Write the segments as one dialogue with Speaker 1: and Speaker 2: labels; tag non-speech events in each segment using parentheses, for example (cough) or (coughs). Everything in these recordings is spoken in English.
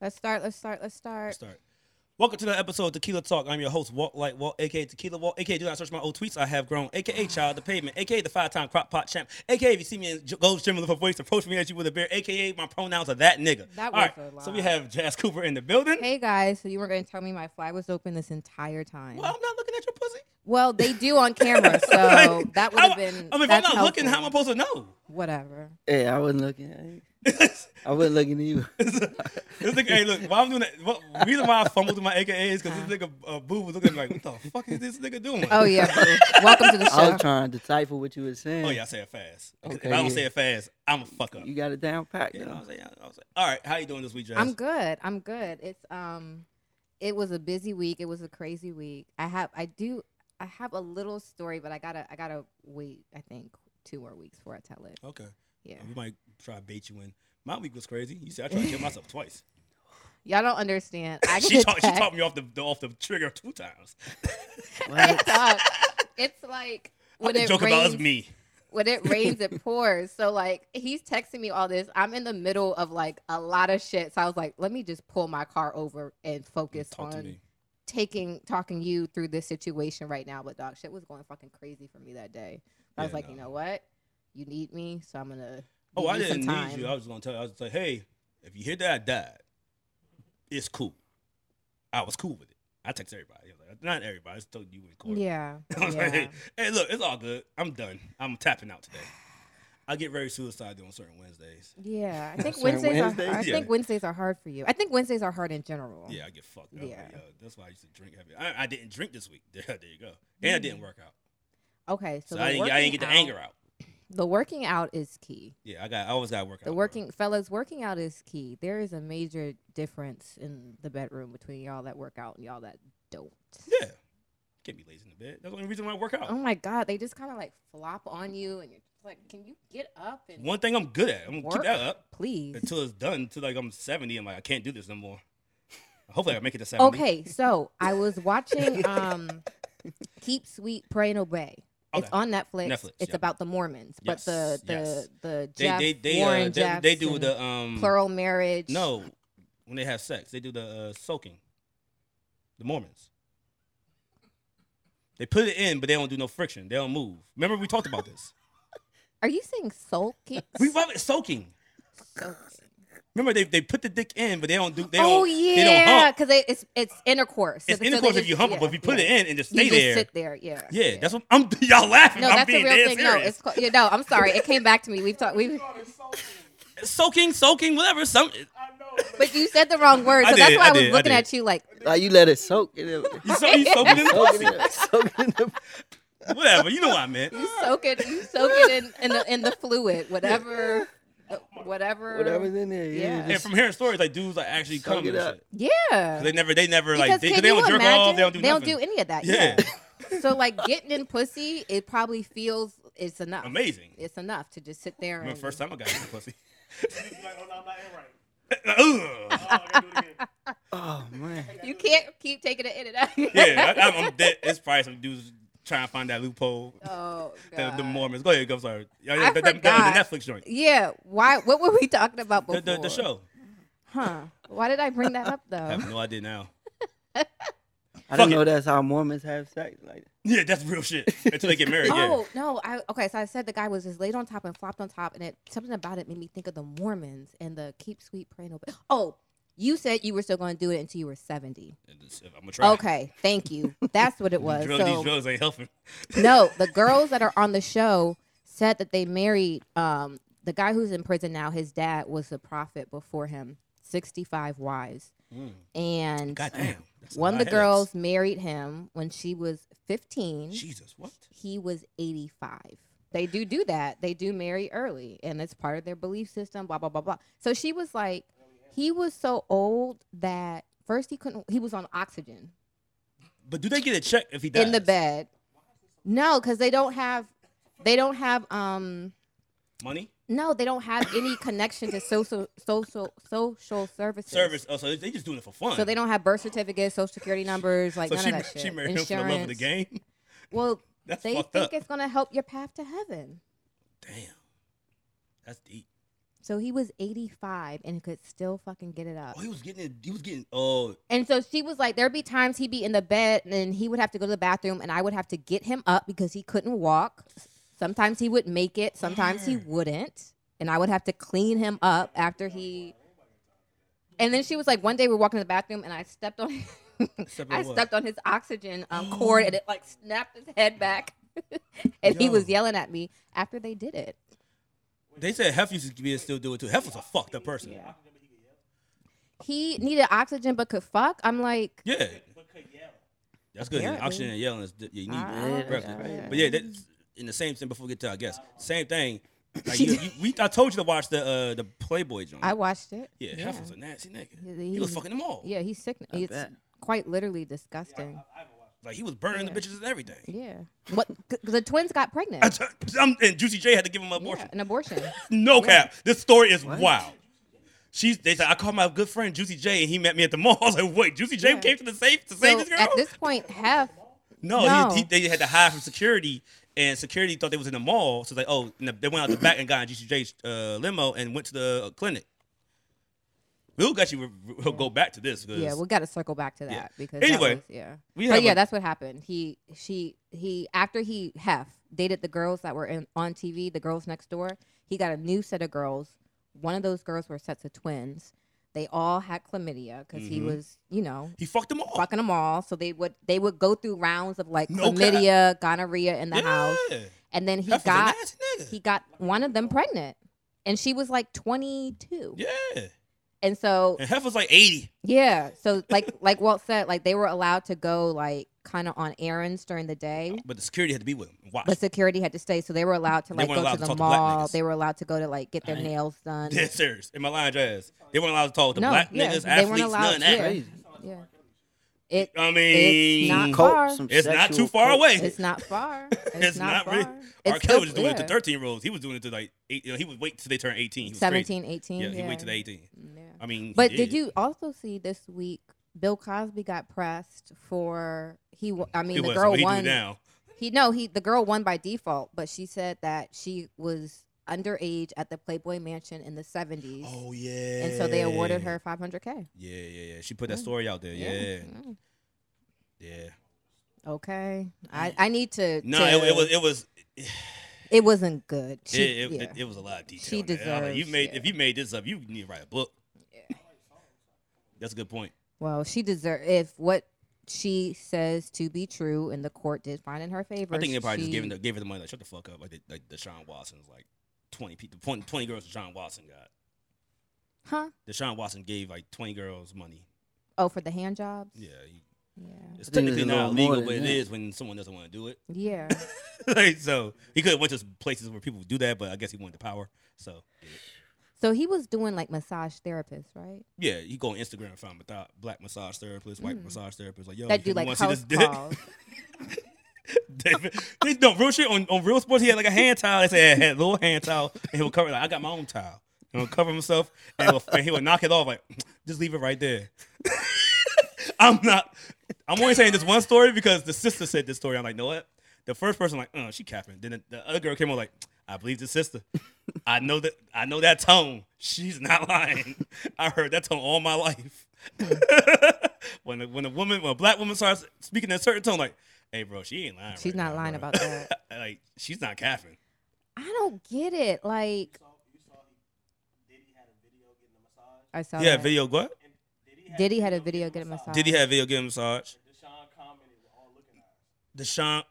Speaker 1: Let's start. Let's start. Let's start.
Speaker 2: Start. Welcome to the episode of Tequila Talk. I'm your host, Walt Light Walt, aka Tequila Walt, aka do not search my old tweets. I have grown, aka Child the Pavement, aka the five time crop pot champ, aka if you see me in J- Gold's Gym with a voice, approach me as you with a beer, aka my pronouns are that nigga.
Speaker 1: That
Speaker 2: All
Speaker 1: was
Speaker 2: right,
Speaker 1: a
Speaker 2: so we
Speaker 1: lot.
Speaker 2: have Jazz Cooper in the building.
Speaker 1: Hey guys, so you were going to tell me my flag was open this entire time.
Speaker 2: Well, I'm not looking at your pussy.
Speaker 1: Well, they do
Speaker 2: (laughs)
Speaker 1: on camera, so
Speaker 2: Like,
Speaker 1: Oh, that would
Speaker 2: how-
Speaker 1: have been.
Speaker 2: I mean, if I'm
Speaker 1: that's
Speaker 2: not looking, how am I
Speaker 1: helpful.
Speaker 2: supposed to know?
Speaker 1: Whatever.
Speaker 3: Hey, I wasn't looking. at you.
Speaker 2: (laughs) this
Speaker 3: I wasn't
Speaker 2: (laughs)
Speaker 3: looking at you.
Speaker 2: nigga, hey, look, why I'm doing that, what, reason why I fumbled with my AKAs because this nigga uh, Boo was looking at me like, what the fuck is this nigga doing?
Speaker 1: Oh yeah.
Speaker 2: (laughs)
Speaker 1: boo. Welcome to the
Speaker 3: I
Speaker 1: show.
Speaker 3: was trying to decipher what you were saying.
Speaker 2: Oh, yeah, I say it fast. if
Speaker 3: Okay,
Speaker 2: I don't
Speaker 3: yeah.
Speaker 2: say it fast, I'm a fuck up.
Speaker 3: You got it down packed.
Speaker 2: You know what
Speaker 3: though. (laughs)
Speaker 2: I'm saying? I was like, all right, how you doing this week, Jazz?
Speaker 1: I'm good. I'm good. It's um, it was a busy week. It was a crazy week. I have. I do. I have a little story, but I gotta. I gotta wait. I think two more weeks before I tell it.
Speaker 2: Okay.
Speaker 1: Yeah.
Speaker 2: We might try to bait you in. My week was crazy. You see, I tried
Speaker 1: (laughs)
Speaker 2: to kill myself twice.
Speaker 1: Y'all don't understand. I
Speaker 2: she,
Speaker 1: get
Speaker 2: taught, she
Speaker 1: that.
Speaker 2: taught me off the, the off the trigger two times.
Speaker 3: What?
Speaker 1: Dog, it's
Speaker 2: (laughs)
Speaker 1: like when
Speaker 2: the
Speaker 1: it
Speaker 2: joke about
Speaker 1: rains,
Speaker 2: is me.
Speaker 1: when it rains,
Speaker 2: (laughs)
Speaker 1: it pours. So like he's texting me all this. I'm in the middle of like a lot of shit. So I was like, let me just pull my car over and focus
Speaker 2: Talk to
Speaker 1: on
Speaker 2: me.
Speaker 1: taking talking you through this situation right now. But dog, shit was going fucking crazy for me that day. I was
Speaker 2: Yeah,
Speaker 1: like,
Speaker 2: no.
Speaker 1: you know what? You need me, so I'm gonna.
Speaker 2: Oh,
Speaker 1: give
Speaker 2: I
Speaker 1: you some
Speaker 2: didn't need
Speaker 1: time."
Speaker 2: you. I was gonna tell you. I was like, hey, if you hear that I died, it's cool. I was cool with it. I text everybody. I was like, Not everybody. I just told you in court.
Speaker 1: yeah.
Speaker 2: (laughs) I was like,
Speaker 1: yeah.
Speaker 2: hey, hey, look, it's all good. I'm done. I'm tapping out today. I get very suicidal on certain Wednesdays.
Speaker 1: Yeah, I think
Speaker 3: Sorry,
Speaker 1: Wednesdays,
Speaker 3: Wednesdays?
Speaker 1: are. I
Speaker 2: Yeah.
Speaker 1: think Wednesdays are hard for you. I think Wednesdays are hard in general.
Speaker 2: Yeah, I get fucked up. Yeah.
Speaker 1: Oh. Yeah.
Speaker 2: that's why I used to drink heavy. I, I didn't drink this week. (laughs) There, there you go. And I didn't work out.
Speaker 1: Okay, Mm. so,
Speaker 2: So,
Speaker 1: the
Speaker 2: I, didn't, I didn't get the
Speaker 1: working
Speaker 2: anger out.
Speaker 1: The working out is key.
Speaker 2: Yeah, I got. I always got to work out.
Speaker 1: The
Speaker 2: bro.
Speaker 1: working fellas, working out is key. There is a major difference in the bedroom between y'all that work out and y'all that don't.
Speaker 2: Yeah. Can't be lazy in the bed. That's the only reason why I work out.
Speaker 1: Oh my god, they just kind of like flop on you, and you're just like, "Can you get up and
Speaker 2: One thing I'm good at. I'm gonna keep
Speaker 1: Work?
Speaker 2: that up
Speaker 1: please?"
Speaker 2: until it's done. Until like I'm 70, I'm like I can't do this no more. Hopefully I make it to 70.
Speaker 1: Okay, so I was watching um, "Keep Sweet, Pray and Obey." It's
Speaker 2: Okay.
Speaker 1: on Netflix.
Speaker 2: Netflix,
Speaker 1: it's
Speaker 2: yeah.
Speaker 1: about the Mormons, but the
Speaker 2: Yes,
Speaker 1: the
Speaker 2: yes.
Speaker 1: the
Speaker 2: They
Speaker 1: Jeff,
Speaker 2: they they
Speaker 1: Warren
Speaker 2: uh, they,
Speaker 1: Jeffs
Speaker 2: they do
Speaker 1: and
Speaker 2: the um
Speaker 1: plural marriage.
Speaker 2: No, when they have sex, they do the uh, soaking. The Mormons. They put it in, but they don't do no friction. They don't move. Remember we talked
Speaker 1: (laughs)
Speaker 2: about this.
Speaker 1: are you saying soul kicks?
Speaker 2: We love it soaking.
Speaker 1: Soaking.
Speaker 2: Remember they, they put the dick in, but they don't do they
Speaker 1: oh
Speaker 2: don't they don't
Speaker 1: yeah,
Speaker 2: hump.
Speaker 1: because it's it's intercourse. So th-
Speaker 2: It's
Speaker 1: so they
Speaker 2: intercourse if
Speaker 1: just-
Speaker 2: you hump it,
Speaker 1: yeah,
Speaker 2: but if you put
Speaker 1: yeah.
Speaker 2: it in and just
Speaker 1: you
Speaker 2: stay
Speaker 1: just
Speaker 2: there,
Speaker 1: sit there. Yeah,
Speaker 2: yeah, that's what I'm. (laughs) Y'all laughing?
Speaker 1: no,
Speaker 2: I'm
Speaker 1: that's a
Speaker 2: being
Speaker 1: real
Speaker 2: dead
Speaker 1: thing. No,
Speaker 2: serious.
Speaker 1: it's called, yeah, no. I'm sorry, it came back to me. We've talked. We
Speaker 2: soaking, soaking, whatever. Some
Speaker 1: but you said the wrong word,
Speaker 2: I
Speaker 1: so that's
Speaker 2: did,
Speaker 1: why I,
Speaker 2: I
Speaker 1: was
Speaker 2: did, I
Speaker 1: looking
Speaker 2: did.
Speaker 1: at you like
Speaker 3: Like you let it soak. in it
Speaker 2: (laughs) you, so, you soaking in
Speaker 1: (laughs)
Speaker 2: the
Speaker 3: soak in
Speaker 2: pussy,
Speaker 3: it- soak in
Speaker 2: (laughs)
Speaker 3: the-
Speaker 2: whatever. You know what I meant.
Speaker 1: you soak it, you soak it in in the, in the fluid, whatever, uh, whatever,
Speaker 3: whatever's in there.
Speaker 1: Yeah.
Speaker 3: Yeah.
Speaker 2: And
Speaker 3: just-
Speaker 2: from hearing stories, like dudes like actually
Speaker 3: Soak
Speaker 2: come
Speaker 3: it
Speaker 2: and
Speaker 3: up.
Speaker 2: shit.
Speaker 1: Yeah,
Speaker 2: They never, they never
Speaker 1: because
Speaker 2: like they,
Speaker 1: can
Speaker 2: they
Speaker 1: you
Speaker 2: don't jerk
Speaker 1: imagine?
Speaker 2: off. They don't do nothing.
Speaker 1: any of that.
Speaker 2: yeah.
Speaker 1: Yeah. so like getting in pussy, it probably feels it's enough.
Speaker 2: amazing.
Speaker 1: It's enough to just sit there.
Speaker 2: I mean,
Speaker 1: And,
Speaker 2: first time I got some pussy. (laughs)
Speaker 4: like, oh no, I'm not in right.
Speaker 2: Ugh.
Speaker 4: Oh, I gotta do it again.
Speaker 3: Oh man.
Speaker 1: You can't keep taking it in and out.
Speaker 2: yeah, I, I'm, I'm dead. It's probably some dudes trying to find that loophole.
Speaker 1: Oh,
Speaker 2: The,
Speaker 1: God.
Speaker 2: the Mormons. Go ahead, go. I'm sorry. Yeah,
Speaker 1: I
Speaker 2: the, the- the- the
Speaker 1: forgot.
Speaker 2: Netflix joint.
Speaker 1: Yeah. Why? What were we talking about
Speaker 2: The,
Speaker 1: before?
Speaker 2: the, the show.
Speaker 1: Huh? Why did I bring that up
Speaker 2: I
Speaker 1: though?
Speaker 2: have no idea now.
Speaker 3: I
Speaker 2: Fuck
Speaker 3: don't
Speaker 2: it.
Speaker 3: know that's how Mormons have sex. Like
Speaker 2: Yeah, that's real shit. Until they get married. Yeah.
Speaker 1: Oh no! I okay. So I said the guy was just laid on top and flopped on top, and it something about it made me think of the Mormons and the keep sweet praying over. Oh, you said you were still going to do it until you were seventy.
Speaker 2: And this- I'm gonna try.
Speaker 1: Okay, thank you. That's
Speaker 2: (laughs)
Speaker 1: what it
Speaker 2: These
Speaker 1: was.
Speaker 2: drugs-
Speaker 1: so
Speaker 2: these drugs ain't helping.
Speaker 1: no, the girls that are on the show said that they married um, the guy who's in prison now. His dad was a prophet before him, sixty-five wives,
Speaker 2: Mm.
Speaker 1: and
Speaker 2: God damn. that's a
Speaker 1: one of
Speaker 2: lot
Speaker 1: the
Speaker 2: headaches.
Speaker 1: girls married him when she was fifteen.
Speaker 2: Jesus, what?
Speaker 1: he was eighty-five. They do do that. They do marry early, and it's part of their belief system. Blah blah blah blah. So she was like, he was so old that first he couldn't. He was on oxygen
Speaker 2: But do they get a check if he dies?
Speaker 1: in the bed. No, because they don't have, they don't have, um,
Speaker 2: Money?
Speaker 1: no, they don't have any connection to social, social, social services.
Speaker 2: Service. Oh, so they just doing it for fun.
Speaker 1: So they don't have birth certificates, social security numbers, like
Speaker 2: So
Speaker 1: none
Speaker 2: she,
Speaker 1: of that
Speaker 2: mar-
Speaker 1: shit.
Speaker 2: she married him for the love of the
Speaker 1: Insurance.
Speaker 2: game. (laughs)
Speaker 1: Well,
Speaker 2: That's
Speaker 1: they
Speaker 2: fucked
Speaker 1: think
Speaker 2: up.
Speaker 1: it's gonna help your path to heaven.
Speaker 2: Damn. That's deep.
Speaker 1: So he was 85 and could still fucking get it up.
Speaker 2: Oh, he was getting it. He was getting. Oh,
Speaker 1: And so she was like, there'd be times he'd be in the bed and he would have to go to the bathroom and I would have to get him up because he couldn't walk. Sometimes he would make it, sometimes he
Speaker 2: Yeah.
Speaker 1: wouldn't. And I would have to clean him up after he. And then she was like, one day we were walking to the bathroom and I stepped on (laughs)
Speaker 2: Stepped on
Speaker 1: I
Speaker 2: what?
Speaker 1: stepped on his oxygen
Speaker 2: (gasps)
Speaker 1: um, cord and it like snapped his head back. (laughs) and he was
Speaker 2: Yo.
Speaker 1: yelling at me after they did it.
Speaker 2: they said Hef used to be still do it too. Hef was a fucked up person. Yeah.
Speaker 1: Yeah. He needed oxygen but could fuck. I'm like,
Speaker 2: That's good.
Speaker 1: Apparently.
Speaker 2: Oxygen and yelling is d- you need.
Speaker 1: I- I-
Speaker 2: breakfast.
Speaker 1: I-
Speaker 2: But yeah, that's in the same thing. Before we get to our guest,
Speaker 1: (laughs)
Speaker 2: same thing. Like you, you, we, I told you to watch the uh, the Playboy joint.
Speaker 1: I watched it.
Speaker 2: yeah, Hef was a nasty nigga.
Speaker 1: He-
Speaker 2: He was
Speaker 1: he-
Speaker 2: fucking them all.
Speaker 1: Yeah, he's sick.
Speaker 3: I
Speaker 1: It's
Speaker 3: bet.
Speaker 1: quite literally disgusting.
Speaker 2: Like he was burning
Speaker 1: Yeah.
Speaker 2: the bitches and everything.
Speaker 1: Yeah. What? (laughs) c- The twins got pregnant.
Speaker 2: I t- I'm- and Juicy J had to give him an
Speaker 1: Yeah,
Speaker 2: abortion.
Speaker 1: an
Speaker 2: (laughs)
Speaker 1: abortion.
Speaker 2: No cap. This story is
Speaker 3: What?
Speaker 2: wild. She's. They said I called my good friend Juicy J, and he met me at the mall. (laughs) I was like, wait, Juicy J
Speaker 1: Yeah.
Speaker 2: came to the safe to
Speaker 1: so
Speaker 2: save this girl.
Speaker 1: at this point, half.
Speaker 2: no,
Speaker 1: No.
Speaker 2: He, he, they had to hide from security, and security thought they was in the mall. So it's like, oh, and they went out the back and got in Juicy J's uh, limo and went to the uh, clinic. We'll got you. We'll go back to this. 'cause-
Speaker 1: Yeah, we got to circle back to that
Speaker 2: Yeah.
Speaker 1: because that
Speaker 2: Anyway,
Speaker 1: was- yeah.
Speaker 2: we
Speaker 1: but
Speaker 2: have
Speaker 1: yeah,
Speaker 2: a-
Speaker 1: that's what happened. He, she, he. After he half dated the girls that were in, on TV, the girls next door. He got a new set of girls. One of those girls were sets of twins. They all had chlamydia because he
Speaker 2: Mhm.
Speaker 1: was, you know,
Speaker 2: he fucked them all.
Speaker 1: fucking them all. So they would they would go through rounds of like
Speaker 2: No cap.
Speaker 1: chlamydia, gonorrhea in the
Speaker 2: yeah.
Speaker 1: house, and then he
Speaker 2: Hef was a
Speaker 1: got
Speaker 2: nasty nigga.
Speaker 1: he got one of them pregnant, and she was like 22,
Speaker 2: yeah.
Speaker 1: and so
Speaker 2: And Hef was like 80.
Speaker 1: yeah, so like (laughs) like Walt said, like they were allowed to go like kind of on errands during the day.
Speaker 2: But the security had to be with him. and Watch.
Speaker 1: But security had to stay, so they were allowed to
Speaker 2: They
Speaker 1: like
Speaker 2: weren't
Speaker 1: go
Speaker 2: allowed
Speaker 1: to
Speaker 2: to
Speaker 1: the
Speaker 2: talk to black
Speaker 1: mall.
Speaker 2: niggas.
Speaker 1: they were allowed to go to like get their
Speaker 2: Right.
Speaker 1: nails (laughs) done.
Speaker 2: Dead serious. In my line jazz. They weren't allowed to talk to
Speaker 1: No,
Speaker 2: black
Speaker 1: yeah,
Speaker 2: niggas,
Speaker 1: they weren't
Speaker 2: athletes, none
Speaker 1: allowed-
Speaker 2: of that.
Speaker 1: yeah.
Speaker 3: Crazy.
Speaker 1: Yeah, it
Speaker 2: I mean,
Speaker 1: not
Speaker 2: it's
Speaker 1: cool.
Speaker 2: not,
Speaker 3: Cult,
Speaker 1: far.
Speaker 3: some
Speaker 2: too
Speaker 3: sexual
Speaker 2: far
Speaker 3: cult.
Speaker 2: away.
Speaker 1: it's not
Speaker 2: (laughs)
Speaker 1: far. It's,
Speaker 2: It's
Speaker 1: not,
Speaker 2: not
Speaker 1: far.
Speaker 2: really- R.
Speaker 1: It's
Speaker 2: Kelly
Speaker 1: still-
Speaker 2: was doing it to
Speaker 1: yeah.
Speaker 2: 13 year olds. He was doing it to like, eight, you know, he would wait till they turn 18. He was
Speaker 1: 17, 18.
Speaker 2: Crazy.
Speaker 1: Yeah,
Speaker 2: Yeah, he waited till they 18.
Speaker 1: Yeah.
Speaker 2: I mean,
Speaker 1: But
Speaker 2: yeah.
Speaker 1: did you also see this week? Bill Cosby got pressed for he. w- I mean,
Speaker 2: It
Speaker 1: the
Speaker 2: was,
Speaker 1: girl
Speaker 2: what he do
Speaker 1: won.
Speaker 2: now.
Speaker 1: He no, he the girl won by default, but she said that she was underage at the Playboy Mansion in the seventies,
Speaker 2: Oh, yeah.
Speaker 1: and so they awarded her five hundred k.
Speaker 2: Yeah, yeah, yeah. She put that
Speaker 1: Mm.
Speaker 2: story out there. Yeah. Yeah.
Speaker 1: Okay, I, I need to.
Speaker 2: Mm. No,
Speaker 1: to-
Speaker 2: it, it was, it was,
Speaker 1: it wasn't good. She,
Speaker 2: it, it,
Speaker 1: yeah.
Speaker 2: it was a lot of detail.
Speaker 1: She
Speaker 2: in there. I was like, you
Speaker 1: deserves-
Speaker 2: made,
Speaker 1: yeah.
Speaker 2: if you made this up, you need to write a book. That's a good point.
Speaker 1: well, she deserved if what she says to be true, and the court did find in her favor.
Speaker 2: I think they probably just
Speaker 1: she-
Speaker 2: gave, him the, gave her the money. Like, shut the fuck up. Like, the, like Deshaun Watson's like 20 people, 20, 20 girls Deshaun Watson got.
Speaker 1: huh?
Speaker 2: Deshaun Watson gave like 20 girls money.
Speaker 1: Oh, for the hand jobs.
Speaker 2: Yeah. he-
Speaker 1: Yeah.
Speaker 2: it's
Speaker 3: I think it was
Speaker 2: technically
Speaker 3: a
Speaker 2: not
Speaker 3: little more
Speaker 2: legal,
Speaker 3: than
Speaker 2: but it
Speaker 3: that.
Speaker 2: is when someone doesn't want to do it. (laughs)
Speaker 1: Yeah.
Speaker 2: like, so he could have went to some places where people do that, but I guess he wanted the power. So
Speaker 1: So he was doing like massage therapists, right?
Speaker 2: yeah, you go on Instagram and find a black massage therapist, white
Speaker 3: Hmm.
Speaker 1: Mm.
Speaker 2: massage therapist. Like, yo,
Speaker 1: that
Speaker 2: you
Speaker 1: do like
Speaker 2: wanna (laughs)
Speaker 1: house
Speaker 2: dick?
Speaker 1: calls.
Speaker 2: They- they, no, real shit on, on real sports. He had like a hand towel. They said had a little hand towel, and he would cover. it, Like I got my own towel. And he'll cover himself, and, he'll, and he would knock it off. Like just leave it right there. I'm not. I'm only saying this one story because the sister said this story. I'm like, know what? The first person like, uh, she capping. Then the, the other girl came on like, I believe the sister. I know that. I know that tone. She's not lying. I heard that tone all my life. (laughs) when a, when a woman, when a black woman starts speaking in a certain tone, like, hey, bro, she ain't lying.
Speaker 1: She's
Speaker 2: right
Speaker 1: not
Speaker 2: now,
Speaker 1: lying
Speaker 2: bro."
Speaker 1: about
Speaker 2: (laughs)
Speaker 1: that.
Speaker 2: like, she's not capping.
Speaker 1: I don't get it. Like I saw.
Speaker 2: yeah,
Speaker 1: that.
Speaker 2: video what?
Speaker 1: Diddy had a video get a massage.
Speaker 2: Did he have video game massage? Deshaun.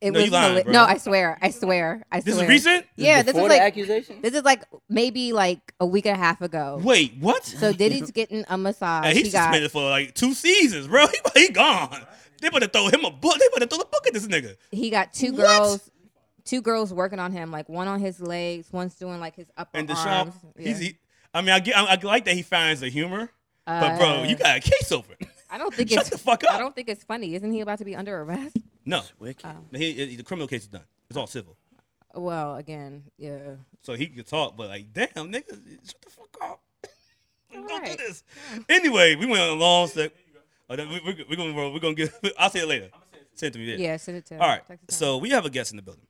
Speaker 1: It
Speaker 2: No, you
Speaker 1: was
Speaker 2: lying,
Speaker 1: hila-
Speaker 2: bro.
Speaker 1: no, I swear, I swear, I
Speaker 2: This
Speaker 1: swear.
Speaker 2: is recent.
Speaker 1: Yeah, this is
Speaker 3: Before the
Speaker 1: like
Speaker 3: accusation.
Speaker 1: this is like maybe like a week and a half ago.
Speaker 2: Wait, what?
Speaker 1: So Diddy's getting a massage.
Speaker 2: Hey,
Speaker 1: he
Speaker 2: he's
Speaker 1: got
Speaker 2: suspended for like two seasons, bro. (laughs) He, he gone. They better throw him a book. They better throw the book at this nigga.
Speaker 1: he got two
Speaker 2: What?
Speaker 1: girls, two girls working on him. Like one on his legs, one's doing like his upper
Speaker 2: And Deshaun,
Speaker 1: arms.
Speaker 2: he's.
Speaker 1: Yeah.
Speaker 2: He, I mean, I get. I, I like that he finds the humor, but
Speaker 1: Uh,
Speaker 2: bro, you got a case open.
Speaker 1: I don't think
Speaker 2: (laughs) Shut
Speaker 1: it's.
Speaker 2: the fuck
Speaker 1: I
Speaker 2: up.
Speaker 1: don't think it's funny. Isn't he about to be under arrest? (laughs)
Speaker 2: No,
Speaker 3: Wicked.
Speaker 1: Oh.
Speaker 2: he, he- the criminal case is done. It's all civil,
Speaker 1: Well, again, yeah.
Speaker 2: so he can talk. But like, damn, nigga, shut the fuck up. (laughs) Don't
Speaker 1: Right.
Speaker 2: do this. Anyway, we went on a long sec. Oh, no, we, we, we're gonna roll. We're gonna get. (laughs) I'll say it later. Send it to me.
Speaker 1: Yeah,
Speaker 2: Yeah.
Speaker 1: send it to
Speaker 2: All right.
Speaker 1: Texas Tom.
Speaker 2: So we have a guest in the building,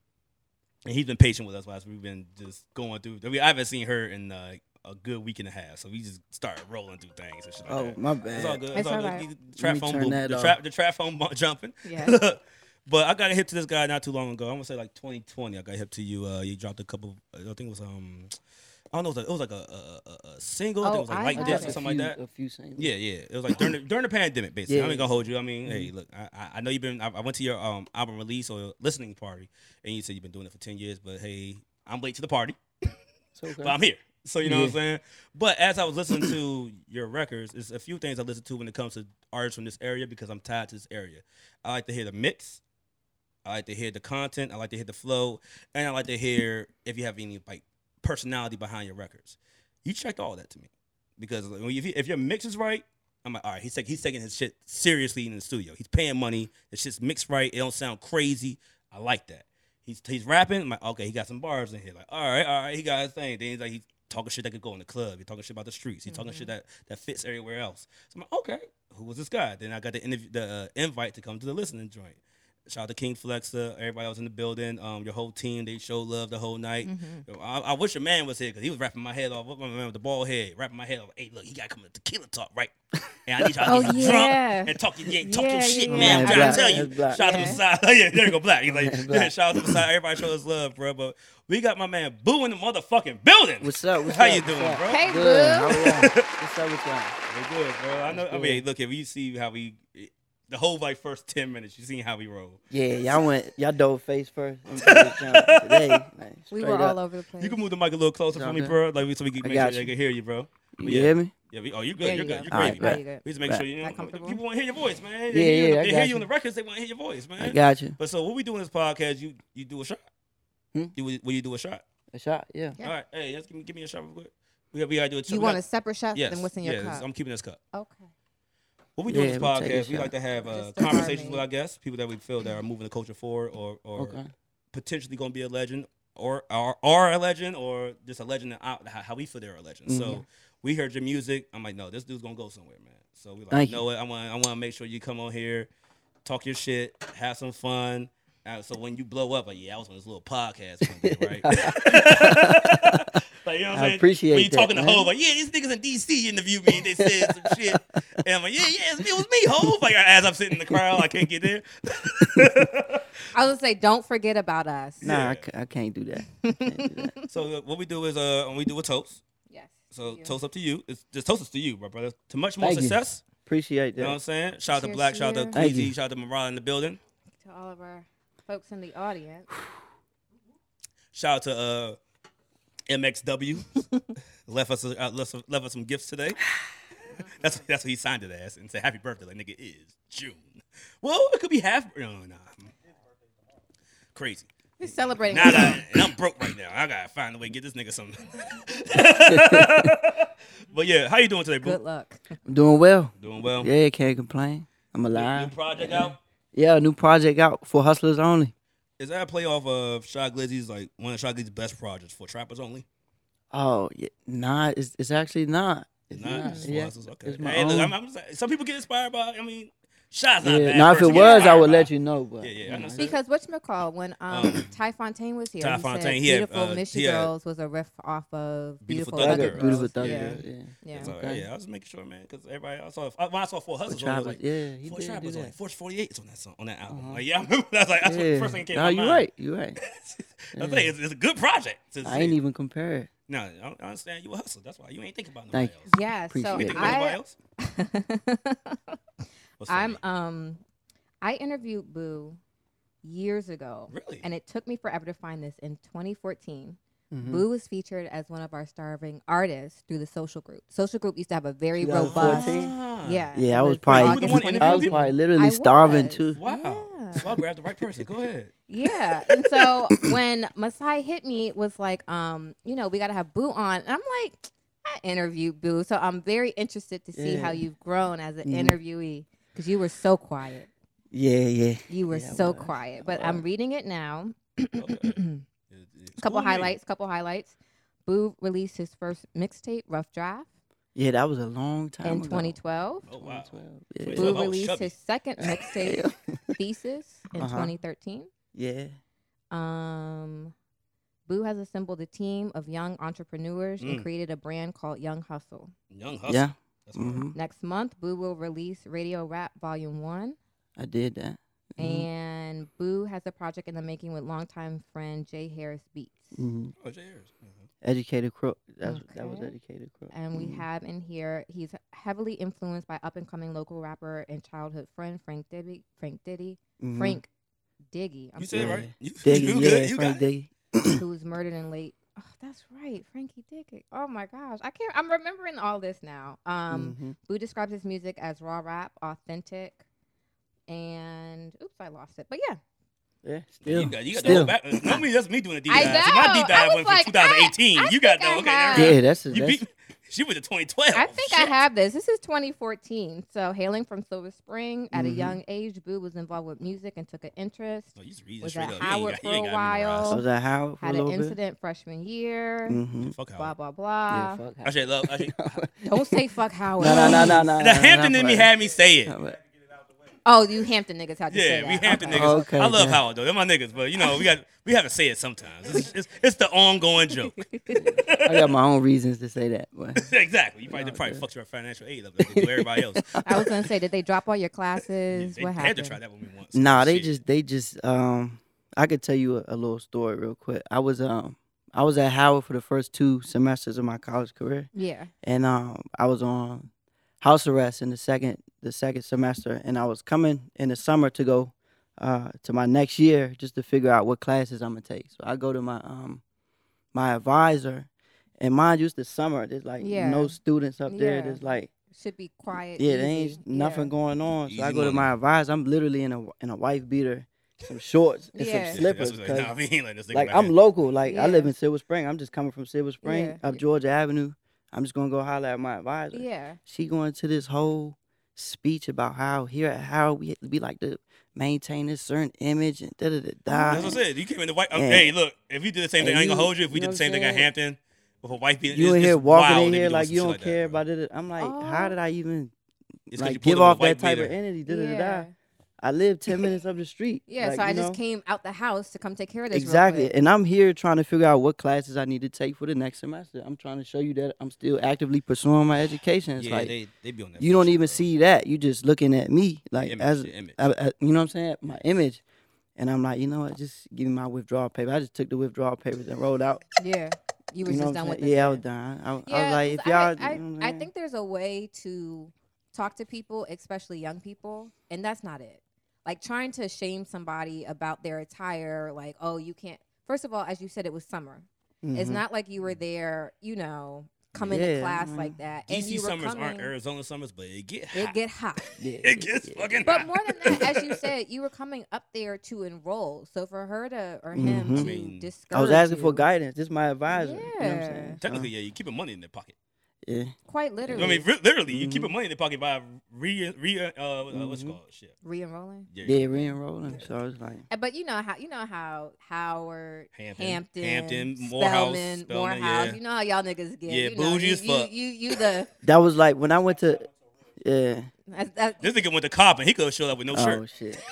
Speaker 2: and he's been patient with us while we've been just going through. I, mean, I haven't seen her in uh, a good week and a half, so we just started rolling through things and shit like
Speaker 3: Oh,
Speaker 2: that.
Speaker 3: my bad.
Speaker 2: It's all good. It's,
Speaker 1: It's
Speaker 2: all,
Speaker 1: all
Speaker 2: good.
Speaker 1: right.
Speaker 2: The trap
Speaker 3: me
Speaker 2: phone
Speaker 3: turn
Speaker 2: boom.
Speaker 3: that
Speaker 2: The
Speaker 3: off.
Speaker 2: trap, the trap phone bu- (laughs) jumping.
Speaker 1: Yeah.
Speaker 2: (laughs) but I got hip to this guy not too long ago. I'm gonna say like 2020. I got hip to you. Uh, you dropped a couple. I think it was um, I don't know. It was like, it was like a, a, a- a single. I
Speaker 1: Oh,
Speaker 2: think it was like
Speaker 1: I-
Speaker 2: like
Speaker 1: I
Speaker 2: this
Speaker 1: got
Speaker 2: or
Speaker 1: a
Speaker 2: something like that.
Speaker 3: A few singles.
Speaker 2: Yeah, yeah. It was like during the, during the pandemic, basically. I
Speaker 3: Yeah. Mm-hmm.
Speaker 2: ain't gonna hold you. I mean, hey, look, I- I, I know you've been. I, I went to your um album release or listening party, and you said you've been doing it for ten years. But hey, I'm late to the party,
Speaker 3: It's okay.
Speaker 2: but I'm here. So you know what I'm
Speaker 3: Yeah.
Speaker 2: saying. But as I was listening to (coughs) your records, it's a few things I listen to when it comes to artists from this area because I'm tied to this area. I like to hear the mix. I like to hear the content. I like to hear the flow, and I like to hear if you have any like personality behind your records. You checked all that to me because like, when you- if, you, if your mix is right, I'm like, all right, he's taking he's taking his shit seriously in the studio. He's paying money. The shit's mixed right. It don't sound crazy. I like that. He's he's rapping. I'm like, okay, he got some bars in here. Like, all right, all right, he got his thing. Then he's like, he's talking shit that could go in the club. He's talking shit about the streets. He's talking shit that that fits everywhere else. So I'm like, okay, who was this guy? Then I got the interview, the uh, invite to come to the listening joint. Shout out to King Flexa, everybody else in the building, um, your whole team. They show love the whole night.
Speaker 1: Mm-hmm.
Speaker 2: I, I wish your man was here because he was rapping my head off. What my man with the bald head, rapping my head off. Hey, look, he got to come to tequila talk, right? And I need y'all
Speaker 1: (laughs) Oh,
Speaker 2: to get
Speaker 1: yeah.
Speaker 2: drunk and talk, your- yeah, talk
Speaker 1: Yeah,
Speaker 2: your shit,
Speaker 1: yeah,
Speaker 2: man.
Speaker 1: yeah.
Speaker 2: I'm trying to
Speaker 1: Black,
Speaker 2: tell you.
Speaker 3: that's black.
Speaker 2: Shout out to
Speaker 1: Yeah.
Speaker 2: Masai. (laughs) yeah, there you go, black. He's like,
Speaker 3: That's
Speaker 2: yeah,
Speaker 3: black.
Speaker 2: shout out to Masai. Everybody show us love, bro. But we got my man Boo in the motherfucking building.
Speaker 3: What's up?
Speaker 2: (laughs)
Speaker 3: What's
Speaker 2: How
Speaker 3: up?
Speaker 2: you
Speaker 3: What's
Speaker 2: doing,
Speaker 3: up?
Speaker 2: bro?
Speaker 1: Hey,
Speaker 3: Good. How
Speaker 1: boo.
Speaker 3: y'all?
Speaker 2: (laughs)
Speaker 3: What's up with y'all?
Speaker 2: We good, bro. I know. I
Speaker 3: good.
Speaker 2: mean, look, if you see how we, the whole like first ten minutes, you seen how we roll.
Speaker 3: Yeah, y'all went, y'all dove
Speaker 2: (laughs)
Speaker 3: face first. into the jungle Today, like,
Speaker 1: We
Speaker 3: straight
Speaker 1: were
Speaker 3: up.
Speaker 1: all over the place.
Speaker 2: You can move the mic a little closer for me,
Speaker 3: Okay.
Speaker 2: bro. Like so we can
Speaker 3: I
Speaker 2: make sure
Speaker 3: got
Speaker 2: they
Speaker 3: you.
Speaker 2: can hear you, bro.
Speaker 3: You
Speaker 2: Yeah.
Speaker 3: hear me?
Speaker 2: Yeah, we, oh, you're good.
Speaker 1: There
Speaker 2: You're
Speaker 1: you
Speaker 2: good.
Speaker 1: go.
Speaker 2: You're
Speaker 3: All
Speaker 2: crazy,
Speaker 3: right,
Speaker 2: bro.
Speaker 3: bet.
Speaker 1: There you go.
Speaker 2: We just make sure
Speaker 3: Bet.
Speaker 2: you
Speaker 1: Not
Speaker 2: know
Speaker 1: comfortable?
Speaker 2: people want to hear your voice, man.
Speaker 3: Yeah,
Speaker 2: They, hear you-
Speaker 3: yeah, I
Speaker 2: they hear
Speaker 3: got
Speaker 2: you on the
Speaker 3: you.
Speaker 2: records. They want to hear your voice, man.
Speaker 3: I got you.
Speaker 2: But so what we do in this podcast, you you do a shot.
Speaker 3: Hmm?
Speaker 2: You will you do a shot.
Speaker 3: A shot, yeah.
Speaker 1: Yeah.
Speaker 2: All right, hey, let's give me give me a shot real quick. We got we gotta do a
Speaker 1: You want a separate shot
Speaker 2: yes,
Speaker 1: than what's in your
Speaker 2: yes,
Speaker 1: cup?
Speaker 2: I'm keeping this cup.
Speaker 1: Okay. (laughs)
Speaker 2: What we do in
Speaker 3: Yeah,
Speaker 2: this
Speaker 3: we'll take a
Speaker 2: podcast, we
Speaker 3: shot.
Speaker 2: like to have uh,
Speaker 1: Just the
Speaker 2: conversations
Speaker 1: timing.
Speaker 2: with our guests, people that we feel that are moving the culture forward, or or
Speaker 3: Okay.
Speaker 2: potentially going to be a legend or are, are a legend or just a legend in our, how, how we feel they're a legend.
Speaker 3: Mhm.
Speaker 2: So we heard your music. I'm like, no, this dude's going to go somewhere, man. So we like,
Speaker 3: Thank
Speaker 2: know it. I want I want to make sure you come on here, talk your shit, have some fun. Uh, so when you blow up, like, yeah, I was on this little podcast one day,
Speaker 3: (laughs)
Speaker 2: right? like, you know what I'm
Speaker 3: I
Speaker 2: saying?
Speaker 3: appreciate
Speaker 2: When you
Speaker 3: that,
Speaker 2: talking to
Speaker 3: man.
Speaker 2: Hov, like, yeah, these niggas in D.C. interviewed me and they said some shit. And I'm like, yeah, yeah, it's- it was me, Hov. Like, as I'm sitting in (laughs) the crowd, I can't get there.
Speaker 1: I would say, don't forget about us.
Speaker 3: Nah,
Speaker 2: Yeah.
Speaker 3: I, c- I can't do that. I can't do
Speaker 2: (laughs)
Speaker 3: that.
Speaker 2: so uh, what we do is uh, we do a toast.
Speaker 1: Yes.
Speaker 2: So
Speaker 1: you.
Speaker 2: toast up to you. It's just toast us to you, my brother. To much more
Speaker 3: Thank you.
Speaker 2: success.
Speaker 3: Appreciate
Speaker 2: You. know what I'm
Speaker 3: that.
Speaker 2: saying? Shout out to
Speaker 1: Cheers
Speaker 2: Black,
Speaker 1: to
Speaker 2: shout out
Speaker 1: you.
Speaker 2: to
Speaker 3: Thank
Speaker 2: Queasy,
Speaker 3: you.
Speaker 2: shout out to Mariah in the building.
Speaker 1: to all of our folks in the (sighs) audience.
Speaker 2: Shout out to uh,
Speaker 3: (laughs)
Speaker 2: MXW. left us uh, left, us- left us some gifts today. (sighs) That's that's what he signed it as and said happy birthday. Like nigga it is June. Well, it could be half. No, no. Crazy.
Speaker 1: We're celebrating.
Speaker 2: Now I got, and I'm broke right now. I gotta find a way to get this nigga
Speaker 3: (laughs)
Speaker 2: something. (laughs) but yeah, how you doing today, bro?
Speaker 1: (laughs) Good luck.
Speaker 3: I'm doing well.
Speaker 2: Doing well.
Speaker 3: Yeah, can't complain. I'm
Speaker 2: New
Speaker 3: alive.
Speaker 2: project out.
Speaker 3: Yeah, new project out for hustlers only.
Speaker 2: Is that a playoff of Shy Glizzy's like one of Shy Glizzy's best projects for trappers only?
Speaker 3: Oh, yeah, nah, it's, it's actually not. It's
Speaker 2: Nah,
Speaker 3: not.
Speaker 2: just
Speaker 3: Yeah.
Speaker 2: Wazzles, okay.
Speaker 3: It's my
Speaker 2: Hey, look,
Speaker 3: own.
Speaker 2: I'm, I'm just- some people get inspired by. I mean, Shy's not
Speaker 3: Yeah.
Speaker 2: bad.
Speaker 3: Now, if
Speaker 2: person to
Speaker 3: it
Speaker 2: get
Speaker 3: was, I
Speaker 2: inspired
Speaker 3: would let
Speaker 2: by.
Speaker 3: you know. But
Speaker 2: Yeah, yeah, I
Speaker 3: nah.
Speaker 1: (laughs)
Speaker 2: understand.
Speaker 1: Because whatchamacallit, when um, Ty Fontaine was here,
Speaker 2: Ty
Speaker 1: he
Speaker 2: Fontaine,
Speaker 1: said
Speaker 2: he had,
Speaker 1: Beautiful
Speaker 2: uh,
Speaker 1: Miss
Speaker 2: he
Speaker 1: You
Speaker 2: had-
Speaker 1: Girls was a riff off of Beautiful,
Speaker 2: Beautiful Thugger
Speaker 1: Other
Speaker 3: Thugger,
Speaker 2: Girls.
Speaker 3: beautiful thugger.
Speaker 1: Yeah.
Speaker 3: Yeah.
Speaker 2: Girls,
Speaker 3: yeah.
Speaker 1: Yeah.
Speaker 2: It's all right.
Speaker 3: Okay.
Speaker 2: Yeah, I was making sure, man, because everybody I saw. I, when I saw Four Hustles, I was
Speaker 3: Travis,
Speaker 2: like,
Speaker 3: yeah, he
Speaker 2: Four
Speaker 3: did do
Speaker 2: Trappers
Speaker 3: that.
Speaker 2: on Force 48 is on that song, on that album.
Speaker 3: Uh-huh.
Speaker 2: Like, yeah, (laughs) I remember. That's like that's what the
Speaker 3: Yeah.
Speaker 2: first thing that came.
Speaker 3: Nah,
Speaker 2: to
Speaker 3: you
Speaker 2: my mind.
Speaker 3: right.
Speaker 2: (laughs)
Speaker 3: You right.
Speaker 2: That's
Speaker 3: Yeah.
Speaker 2: like, it's, it's a good project. It's-
Speaker 3: I ain't even compare it.
Speaker 2: No, I don't- I understand. You a hustler. That's why you ain't thinking about nobody
Speaker 3: Thank you.
Speaker 2: else.
Speaker 1: Yeah. So
Speaker 2: You
Speaker 3: Appreciate
Speaker 2: think about nobody
Speaker 1: I,
Speaker 2: else?
Speaker 1: (laughs)
Speaker 2: What's up,
Speaker 1: I'm
Speaker 2: man?
Speaker 1: um, I interviewed Boo years ago,
Speaker 2: really.
Speaker 1: and it took me forever to find this. In 2014,
Speaker 3: Mhm.
Speaker 2: Mm-hmm.
Speaker 1: Boo was featured as one of our starving artists through the social group. Social group used to have a very robust.
Speaker 3: 2014?
Speaker 2: Ah.
Speaker 1: Yeah.
Speaker 3: Yeah, I
Speaker 1: it
Speaker 3: was
Speaker 1: in
Speaker 3: probably-
Speaker 1: August
Speaker 2: You were the one
Speaker 1: 2014.
Speaker 3: I was probably literally
Speaker 1: I
Speaker 3: starving
Speaker 1: was.
Speaker 3: too.
Speaker 2: Wow.
Speaker 1: Yeah.
Speaker 2: So I grabbed the right person. Go ahead.
Speaker 1: Yeah. And
Speaker 2: (coughs)
Speaker 1: so when Masai hit me, it was like, um, you know, we got to have Boo on. And I'm like, I interviewed Boo. So I'm very interested to see
Speaker 3: Yeah.
Speaker 1: how you've grown as an
Speaker 3: Mhm.
Speaker 2: Mm-hmm.
Speaker 1: interviewee because you were so quiet.
Speaker 3: Yeah, yeah.
Speaker 1: You were
Speaker 3: Yeah, I
Speaker 1: so
Speaker 3: was.
Speaker 1: quiet.
Speaker 3: I
Speaker 1: But I'm
Speaker 3: was.
Speaker 1: reading it now.
Speaker 2: Okay.
Speaker 1: (clears throat) couple highlights, couple highlights. Boo released his first mixtape, Rough Draft,
Speaker 3: Yeah, that was a long time
Speaker 1: in
Speaker 3: ago.
Speaker 1: 2012.
Speaker 2: Oh wow. oh.
Speaker 3: 2012,
Speaker 1: Boo
Speaker 2: Wait, so I was
Speaker 1: released
Speaker 2: chubby.
Speaker 1: his second mixtape, Thesis, in
Speaker 3: Uh-huh.
Speaker 1: 2013.
Speaker 3: Yeah. yeah.
Speaker 1: Um, Boo has assembled a team of young entrepreneurs
Speaker 2: Mm.
Speaker 1: and created a brand called Young Hustle.
Speaker 2: Young Hustle.
Speaker 3: Yeah.
Speaker 2: That's right.
Speaker 3: hmm
Speaker 1: Next month, Boo will release Radio Rap Volume One.
Speaker 3: I did that. Mhm.
Speaker 1: And Boo has a project in the making with longtime friend Jay Harris Beats.
Speaker 3: Mhm.
Speaker 2: Oh, Jay Harris. Mhm.
Speaker 3: Educated crook. That's, That was
Speaker 1: Okay.
Speaker 3: educated crook.
Speaker 1: And we
Speaker 3: Mhm.
Speaker 1: have in here, he's heavily influenced by up and coming local rapper and childhood friend Frank Diddy. Frank Diddy.
Speaker 3: Mhm.
Speaker 1: Frank Diggy. I'm
Speaker 2: You said
Speaker 1: sorry,
Speaker 2: it
Speaker 3: Yeah.
Speaker 2: right. You,
Speaker 3: Diggy,
Speaker 2: you
Speaker 3: yeah,
Speaker 2: good. You
Speaker 3: Frank
Speaker 2: got it.
Speaker 3: Diggy.
Speaker 1: who was murdered in late. Oh, that's right, Frankie Diggy. Oh my gosh, I can't. I'm remembering all this now. Um,
Speaker 3: Mhm.
Speaker 1: Boo describes his music as raw rap, authentic, and oops, I lost it. But yeah,
Speaker 3: Yeah,
Speaker 2: You
Speaker 3: still.
Speaker 2: got, you got the
Speaker 3: still.
Speaker 2: whole back. Not me, that's me doing a deep
Speaker 1: I
Speaker 2: dive. See, my
Speaker 1: know.
Speaker 2: deep
Speaker 1: I
Speaker 2: dive
Speaker 1: was
Speaker 2: went
Speaker 1: like,
Speaker 2: from 2018.
Speaker 1: I- I
Speaker 2: you got
Speaker 1: think I
Speaker 2: that. Okay.
Speaker 1: have.
Speaker 2: all right.
Speaker 3: Yeah, that's a,
Speaker 2: You
Speaker 3: that's
Speaker 2: beat. (laughs) She went to 2012.
Speaker 1: I think I
Speaker 2: Oh, Shit.
Speaker 1: have this. This is 2014. So hailing from Silver Spring at a
Speaker 3: Mhm.
Speaker 1: young age, Boo was involved with music and took an interest.
Speaker 2: No, Oh, you just read it
Speaker 1: Was
Speaker 2: straight
Speaker 1: at
Speaker 2: up. You ain't
Speaker 1: Howard
Speaker 2: got-
Speaker 1: for
Speaker 2: you ain't
Speaker 1: a
Speaker 2: got it memorized.
Speaker 3: I was at Howard for a
Speaker 1: Had an
Speaker 3: little bit.
Speaker 1: incident Uh, freshman year.
Speaker 3: Mm-hmm.
Speaker 2: Fuck Howard.
Speaker 1: Blah blah blah.
Speaker 3: yeah, fuck
Speaker 2: Actually, I love. Actually,
Speaker 3: Howard.
Speaker 1: Don't say
Speaker 3: (laughs)
Speaker 1: fuck Howard.
Speaker 3: no, no, no, no, no.
Speaker 2: the Hampton in me had me say it.
Speaker 3: Howard.
Speaker 1: Oh, you Hampton niggas had to say
Speaker 2: Yeah,
Speaker 1: that.
Speaker 2: we Hampton
Speaker 1: Okay.
Speaker 2: niggas.
Speaker 3: Okay,
Speaker 2: I love
Speaker 3: yeah.
Speaker 2: Howard though. They're my niggas, but you know we got we have to say it sometimes. It's, it's, it's the ongoing joke.
Speaker 3: I got my own reasons to say that,
Speaker 2: (laughs)
Speaker 3: but
Speaker 2: exactly. You probably they probably
Speaker 3: Yeah.
Speaker 2: fucked your financial aid up like they do everybody else.
Speaker 1: I was gonna say, did they drop all your classes?
Speaker 2: they
Speaker 1: what
Speaker 2: had to
Speaker 1: happened?
Speaker 2: try that with me once.
Speaker 3: nah, they
Speaker 2: Shit.
Speaker 3: just they just um. I could tell you a, a little story real quick. I was um I was at Howard for the first two semesters of my college career,
Speaker 1: Yeah.
Speaker 3: and um I was on house arrest in the second the second semester, and I was coming in the summer to go uh to my next year just to figure out what classes I'm gonna take. So I go to my um my advisor, and mind you, it's the summer. There's like
Speaker 1: Yeah.
Speaker 3: no students up there.
Speaker 1: Yeah.
Speaker 3: There's like
Speaker 1: Should be quiet.
Speaker 3: Yeah, there
Speaker 1: e-, easy.
Speaker 3: ain't nothing
Speaker 1: Yeah.
Speaker 3: going on. So I
Speaker 2: Easy
Speaker 3: go to
Speaker 2: money.
Speaker 3: my advisor. I'm literally in a in a wife beater, some shorts,
Speaker 1: Yeah.
Speaker 3: and
Speaker 1: Yeah,
Speaker 3: some
Speaker 2: Yeah, that's
Speaker 3: slippers.
Speaker 2: what's
Speaker 3: 'cause,
Speaker 2: Like, nah, we ain't letting this nigga
Speaker 3: like
Speaker 2: back
Speaker 3: I'm
Speaker 2: in.
Speaker 3: local. Like I live
Speaker 1: Yeah.
Speaker 3: in Silver Spring. I'm just coming from Silver Spring
Speaker 1: Yeah.
Speaker 3: up
Speaker 1: Yeah.
Speaker 3: Georgia Avenue. I'm just gonna go holler at my advisor.
Speaker 1: Yeah.
Speaker 3: She going to this whole speech about how here at Howard we we like to maintain this certain image and da da da da.
Speaker 2: That's what I said. You came in the white.
Speaker 3: Yeah.
Speaker 2: Hey, look, if you did the same thing, I ain't gonna
Speaker 3: And you-
Speaker 2: hold you. If we
Speaker 3: you know
Speaker 2: did
Speaker 3: what
Speaker 2: the
Speaker 3: I'm
Speaker 2: same thing at
Speaker 3: saying?
Speaker 2: Hampton, with a white beater,
Speaker 3: You
Speaker 2: it's,
Speaker 3: in here
Speaker 2: it's
Speaker 3: walking
Speaker 2: wild
Speaker 3: in
Speaker 2: they be
Speaker 3: here
Speaker 2: doing
Speaker 3: like
Speaker 2: some
Speaker 3: you
Speaker 2: shit
Speaker 3: don't
Speaker 2: like that,
Speaker 3: care
Speaker 2: bro.
Speaker 3: about it. I'm like,
Speaker 1: Oh.
Speaker 3: how did I even
Speaker 2: It's 'cause you
Speaker 3: like
Speaker 2: pulled
Speaker 3: give
Speaker 2: up a
Speaker 3: off
Speaker 2: white
Speaker 3: that type of
Speaker 2: beater.
Speaker 3: energy? Da da da
Speaker 1: Yeah.
Speaker 3: da. I live ten minutes up the street.
Speaker 1: (laughs) Yeah,
Speaker 3: like,
Speaker 1: so I
Speaker 3: you
Speaker 1: just
Speaker 3: know?
Speaker 1: came out the house to come take care of this. real
Speaker 3: Exactly.
Speaker 1: quick.
Speaker 3: And I'm here trying to figure out what classes I need to take for the next semester. I'm trying to show you that I'm still actively pursuing my education. It's
Speaker 2: Yeah,
Speaker 3: like
Speaker 2: they they be on that.
Speaker 3: you don't
Speaker 2: bullshit,
Speaker 3: even
Speaker 2: bro.
Speaker 3: see that. You just looking at me like
Speaker 2: Image,
Speaker 3: as
Speaker 2: the image.
Speaker 3: I- I- you know what I'm saying? My image. And I'm like, you know what? Just give me my withdrawal paper. I just took the withdrawal papers and rolled out.
Speaker 1: Yeah. You were
Speaker 3: You know
Speaker 1: just
Speaker 3: what
Speaker 1: done
Speaker 3: I'm
Speaker 1: with
Speaker 3: saying?
Speaker 1: it.
Speaker 3: Yeah, I
Speaker 1: then.
Speaker 3: was done. I, I
Speaker 1: Yeah,
Speaker 3: was like, if
Speaker 1: 'cause
Speaker 3: y'all,
Speaker 1: I,
Speaker 3: you know what
Speaker 1: I, I
Speaker 3: I'm saying?
Speaker 1: think there's a way to talk to people, especially young people, and that's not it. Like trying to shame somebody about their attire, like, oh, you can't. First of all, as you said, it was summer. It's
Speaker 3: Mhm.
Speaker 1: not like you were there, you know, coming to
Speaker 3: Yeah,
Speaker 1: class
Speaker 3: man.
Speaker 1: like that. and
Speaker 2: DC
Speaker 1: you were
Speaker 2: summers aren't
Speaker 1: coming-
Speaker 2: Arizona summers, but it get hot.
Speaker 1: It get
Speaker 2: (laughs)
Speaker 1: hot.
Speaker 3: Yeah,
Speaker 2: It gets fucking
Speaker 1: But
Speaker 2: hot.
Speaker 1: more than that, as you said, you were coming up there to enroll. So for her to or him
Speaker 3: Mhm.
Speaker 1: to
Speaker 2: I mean,
Speaker 1: discourage
Speaker 3: I was asking for
Speaker 1: you-
Speaker 3: guidance. This is my advisor. You know what I'm
Speaker 1: Yeah.
Speaker 3: saying? So,
Speaker 2: Technically, yeah, you're keeping money in their pocket.
Speaker 3: yeah.
Speaker 1: Quite
Speaker 2: I
Speaker 1: literally,
Speaker 2: mean, re- literally, you keeping
Speaker 3: Mhm.
Speaker 2: money in their pocket by re re uh, uh what's it
Speaker 3: Mhm.
Speaker 2: called shit.
Speaker 1: re-enrolling.
Speaker 3: Yeah, re-enrolling. So I was like,
Speaker 1: Uh, But you know how you know how Howard,
Speaker 2: Hampton.
Speaker 1: Hampton,
Speaker 2: Hampton,
Speaker 1: Spelman,
Speaker 2: Morehouse,
Speaker 1: Morehouse,
Speaker 2: Spelman, yeah.
Speaker 1: You know how y'all niggas get.
Speaker 2: Yeah,
Speaker 1: you know,
Speaker 2: bougie
Speaker 1: you,
Speaker 2: as fuck.
Speaker 1: You, you, you the.
Speaker 3: that was like when I went to, yeah.
Speaker 1: That's, that's,
Speaker 2: This nigga went to cop and he could have showed up with no
Speaker 3: Oh
Speaker 2: shirt.
Speaker 3: shit.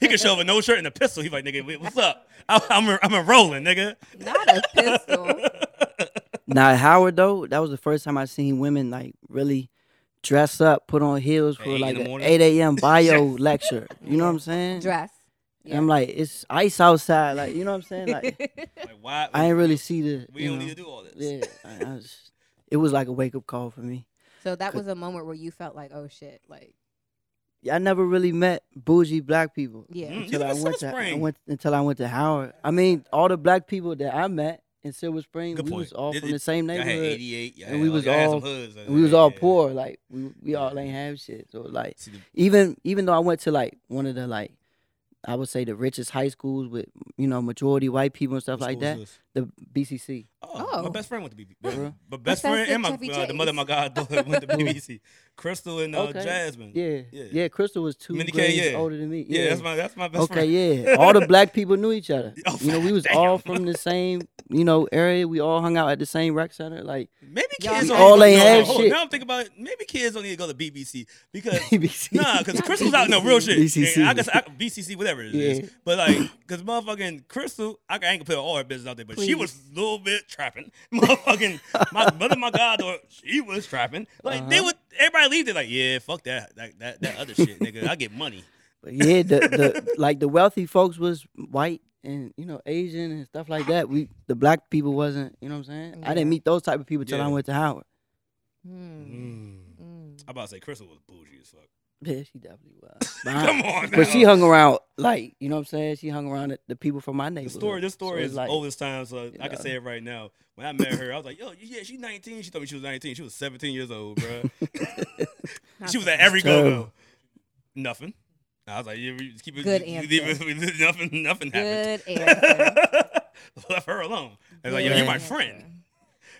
Speaker 2: He could show up with no shirt and a pistol. He like, nigga, wait, what's up? I, I'm I'm enrolling, nigga.
Speaker 1: (laughs) not a
Speaker 2: (laughs)
Speaker 1: pistol.
Speaker 3: Now Howard though, that was the first time I seen women like really dress up, put on heels
Speaker 2: At
Speaker 3: for
Speaker 2: eight in
Speaker 3: like
Speaker 2: the
Speaker 3: an
Speaker 2: morning? (laughs)
Speaker 3: eight a.m. bio
Speaker 2: Yes.
Speaker 3: lecture. You know what I'm saying?
Speaker 1: Dress.
Speaker 3: And I'm like, it's ice outside. Like you know what
Speaker 1: (laughs)
Speaker 3: I'm saying? Like
Speaker 2: Like, why?
Speaker 3: I ain't really see the.
Speaker 2: we
Speaker 3: you
Speaker 2: don't
Speaker 3: know,
Speaker 2: need to do all this.
Speaker 3: Yeah, I, I was, it was like a wake up call for me.
Speaker 1: So that was a moment where you felt like, oh shit, like
Speaker 3: Yeah, I never really met bougie black people.
Speaker 2: (laughs)
Speaker 1: yeah.
Speaker 2: Mm.
Speaker 3: Until
Speaker 2: live
Speaker 3: I
Speaker 2: in Silver
Speaker 3: went to I
Speaker 2: Spring.
Speaker 3: went until I went to Howard. I mean, all the black people that I met in Silver Spring,
Speaker 2: Good
Speaker 3: we
Speaker 2: point.
Speaker 3: was all
Speaker 2: It-
Speaker 3: from
Speaker 2: it-
Speaker 3: the same
Speaker 2: I had
Speaker 3: neighborhood.
Speaker 2: 88. y'all
Speaker 3: and
Speaker 2: had
Speaker 3: we
Speaker 2: all-
Speaker 3: was
Speaker 2: y'all had
Speaker 3: all-
Speaker 2: some hoods.
Speaker 3: And we was all
Speaker 2: Yeah.
Speaker 3: poor. Like we, we all
Speaker 2: Yeah.
Speaker 3: ain't have shit. So like
Speaker 2: See, the-
Speaker 3: even even though I went to like one of the like I would say the richest high schools with you know majority white people and stuff
Speaker 2: what
Speaker 3: like
Speaker 2: school was
Speaker 3: that.
Speaker 2: this?
Speaker 3: The BCC.
Speaker 2: Oh, my
Speaker 1: Oh.
Speaker 2: best friend went to BBC.
Speaker 3: Really?
Speaker 2: My best
Speaker 1: sounds
Speaker 2: friend and my
Speaker 1: like Chevy
Speaker 2: uh, the mother of my goddaughter went to
Speaker 3: (laughs)
Speaker 2: BBC. Crystal and uh,
Speaker 3: Okay.
Speaker 2: Jasmine.
Speaker 3: Yeah.
Speaker 2: Yeah.
Speaker 3: yeah, Crystal was two
Speaker 2: Mindy K,
Speaker 3: grades
Speaker 2: yeah.
Speaker 3: older than me.
Speaker 2: Yeah, that's my that's my best
Speaker 3: okay,
Speaker 2: friend. (laughs)
Speaker 3: yeah. All the black people knew each other.
Speaker 2: Oh,
Speaker 3: you know, we was
Speaker 2: damn.
Speaker 3: all from the same you know area. We all hung out at the same rec center. Like
Speaker 2: Maybe
Speaker 1: Y'all
Speaker 2: kids
Speaker 1: know-
Speaker 2: don't
Speaker 1: All
Speaker 2: even
Speaker 3: they
Speaker 2: know-
Speaker 3: have
Speaker 2: hold on,
Speaker 3: shit.
Speaker 2: Now I'm thinking about it. Maybe
Speaker 3: (laughs)
Speaker 2: kids don't need to go to BBC because
Speaker 3: BBC.
Speaker 2: nah, because Crystal's out. No real shit.
Speaker 3: BCC.
Speaker 2: And I guess I, BCC whatever it is.
Speaker 3: Yeah.
Speaker 2: But like, cause motherfucking Crystal, I, can- I ain't gonna put all her business out there, but she was a little bit trapping. (laughs) Motherfucking my mother, my goddaughter, she was trapping. Like they
Speaker 3: Uh-huh.
Speaker 2: would, everybody leave. They're like, yeah, fuck that, that that, that other shit, nigga. I get
Speaker 3: (laughs)
Speaker 2: money.
Speaker 3: But yeah, the, the like the wealthy folks was white and you know Asian and stuff like that. We the black people wasn't. You know what I'm saying? I
Speaker 1: Yeah.
Speaker 3: didn't meet those type of people till
Speaker 2: Yeah.
Speaker 3: I went to Howard.
Speaker 1: Hmm.
Speaker 2: Mm.
Speaker 1: Mm.
Speaker 2: I'm about to say Crystal was bougie as fuck.
Speaker 3: Yeah, she definitely
Speaker 2: (laughs)
Speaker 3: was. But, I-
Speaker 2: Come on,
Speaker 3: but she
Speaker 2: now.
Speaker 3: hung around like you know what I'm saying. She hung around the, the people from my
Speaker 2: The
Speaker 3: neighborhood.
Speaker 2: story, this story
Speaker 3: So it's
Speaker 2: is old as time, so I can
Speaker 3: know.
Speaker 2: say it right now. When I met her, I was like, "Yo, yeah, she's 19." She told me she was 19. She was 17 years old, bro. she was at every go go.
Speaker 3: terrible.
Speaker 2: Nothing. I was like, "Yeah, we just keep it
Speaker 1: Good
Speaker 2: we leave
Speaker 1: answer.
Speaker 2: it- nothing. Nothing happened.
Speaker 1: Good
Speaker 2: (laughs)
Speaker 1: answer.
Speaker 2: Left her alone. I was like, "Yo, you're
Speaker 1: Good
Speaker 2: my
Speaker 1: answer.
Speaker 2: friend."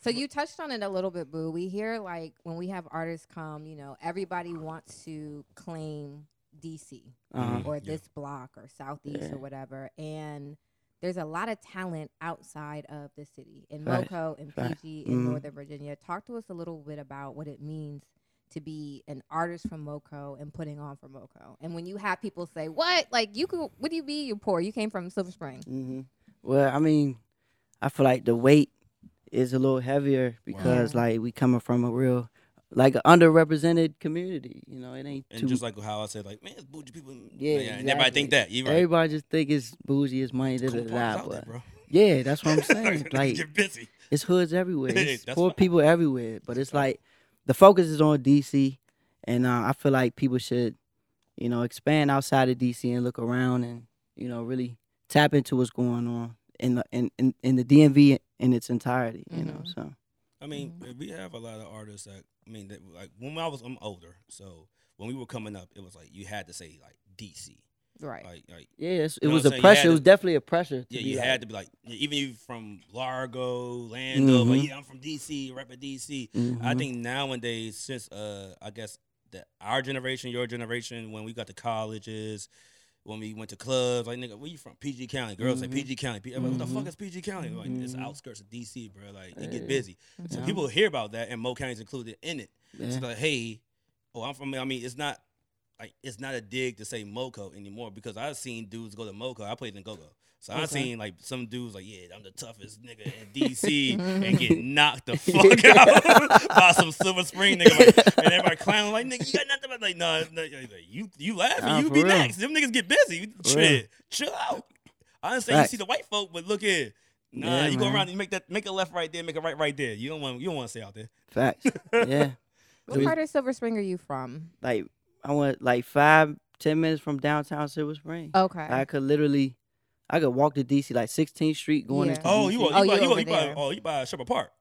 Speaker 1: So you touched on it a little bit, Boo. We hear like when we have artists come, you know, everybody wants to claim DC
Speaker 3: Uh-huh.
Speaker 1: or
Speaker 2: Yeah.
Speaker 1: this block or southeast
Speaker 3: Yeah.
Speaker 1: or whatever, and there's a lot of talent outside of the city in
Speaker 3: Right.
Speaker 1: Moco and
Speaker 3: Right.
Speaker 1: PG in
Speaker 3: Mhm.
Speaker 1: Northern Virginia. Talk to us a little bit about what it means to be an artist from Moco and putting on for Moco. And when you have people say, "What? Like you could? What do you be? You poor? You came from Silver Spring."
Speaker 3: hmm Well, I mean, I feel like the weight is a little heavier because
Speaker 1: Yeah.
Speaker 3: like we coming from a real like an underrepresented community. You know, it ain't
Speaker 2: And
Speaker 3: too.
Speaker 2: just like how I said, like, "Man, it's bougie people."
Speaker 3: Yeah,
Speaker 2: and everybody think
Speaker 3: exactly.
Speaker 2: that. You right?
Speaker 3: Everybody just think it's bougie as money. Da,
Speaker 2: Cool
Speaker 3: da,
Speaker 2: parties
Speaker 3: da,
Speaker 2: out there,
Speaker 3: but
Speaker 2: bro.
Speaker 3: yeah, that's
Speaker 2: (laughs)
Speaker 3: what I'm saying.
Speaker 2: you're
Speaker 3: like
Speaker 2: busy.
Speaker 3: it's hoods everywhere. It's
Speaker 2: That's
Speaker 3: poor
Speaker 2: fine.
Speaker 3: people everywhere. But it's like the focus is on DC, and uh, I feel like people should, you know, expand outside of DC and look around and you know really tap into what's going on in the in in, in the DMV in its entirety. You know,
Speaker 2: Mm-hmm.
Speaker 1: Mhm.
Speaker 3: so
Speaker 2: I mean,
Speaker 1: Mhm.
Speaker 2: uh,
Speaker 3: Mm-hmm.
Speaker 2: we have a lot of artists that I mean, that, like when I was I'm older, so when we were coming up, it was like you had to say like DC,
Speaker 1: Right.
Speaker 2: like like
Speaker 3: yeah, it's, it
Speaker 2: You know
Speaker 3: was
Speaker 2: what I'm
Speaker 3: a
Speaker 2: saying? You
Speaker 3: pressure.
Speaker 2: had
Speaker 3: It
Speaker 2: to-
Speaker 3: was definitely a pressure. To
Speaker 2: yeah,
Speaker 3: be
Speaker 2: you
Speaker 3: like,
Speaker 2: had to be like even you from Largo, Lando, like
Speaker 3: Mhm.
Speaker 2: yeah, I'm from DC, rep at DC. I
Speaker 3: mhm,
Speaker 2: think nowadays, since uh, I guess the our generation, your generation, when we got to colleges. When we went to clubs, like nigga, where you from? PG County. Girls
Speaker 3: Mhm.
Speaker 2: say PG County. Pe- I'm like, What the fuck
Speaker 3: Mhm.
Speaker 2: is PG County? Like, It's
Speaker 3: Mhm.
Speaker 2: outskirts of DC, bro. Like, they
Speaker 3: Yeah.
Speaker 2: get busy. So
Speaker 3: Yeah.
Speaker 2: people hear about that, and Mo County's included in it.
Speaker 3: yeah.
Speaker 2: It's like, hey, oh, I'm from. I mean, it's not like it's not a dig to say Moco anymore because I've seen dudes go to Moco. I played in Go Go, so I've
Speaker 3: Okay.
Speaker 2: seen like some dudes like, yeah, I'm the toughest nigga in (laughs) DC and
Speaker 3: (laughs)
Speaker 2: get knocked the fuck out (laughs) by some Silver Spring nigga, like,
Speaker 3: (laughs)
Speaker 2: and everybody clowning like, nigga, you got nothing. But like, no, no like, you you laughing,
Speaker 3: Nah,
Speaker 2: you
Speaker 3: for
Speaker 2: be
Speaker 3: real.
Speaker 2: next. Them niggas get busy.
Speaker 3: For real.
Speaker 2: Shit, chill out. I didn't say you
Speaker 3: Facts.
Speaker 2: see the white folk, but look here. Nah,
Speaker 3: Yeah,
Speaker 2: you go
Speaker 3: man.
Speaker 2: around and you make that make a left right there, make a right right there. You don't want you don't want to stay out there. (laughs)
Speaker 3: Facts. yeah.
Speaker 1: What
Speaker 3: Dude.
Speaker 1: part of Silver Spring are you from?
Speaker 3: Like I went like five, ten minutes from downtown Silver Spring.
Speaker 1: Okay.
Speaker 3: I could literally, I could walk to DC like 16th Street going
Speaker 1: Yeah.
Speaker 3: into
Speaker 2: Oh, you
Speaker 3: DC.
Speaker 2: are, you,
Speaker 1: Oh,
Speaker 2: by,
Speaker 1: you
Speaker 2: you, are,
Speaker 1: over
Speaker 2: you, by,
Speaker 1: there.
Speaker 2: oh, you by Shepherd Park.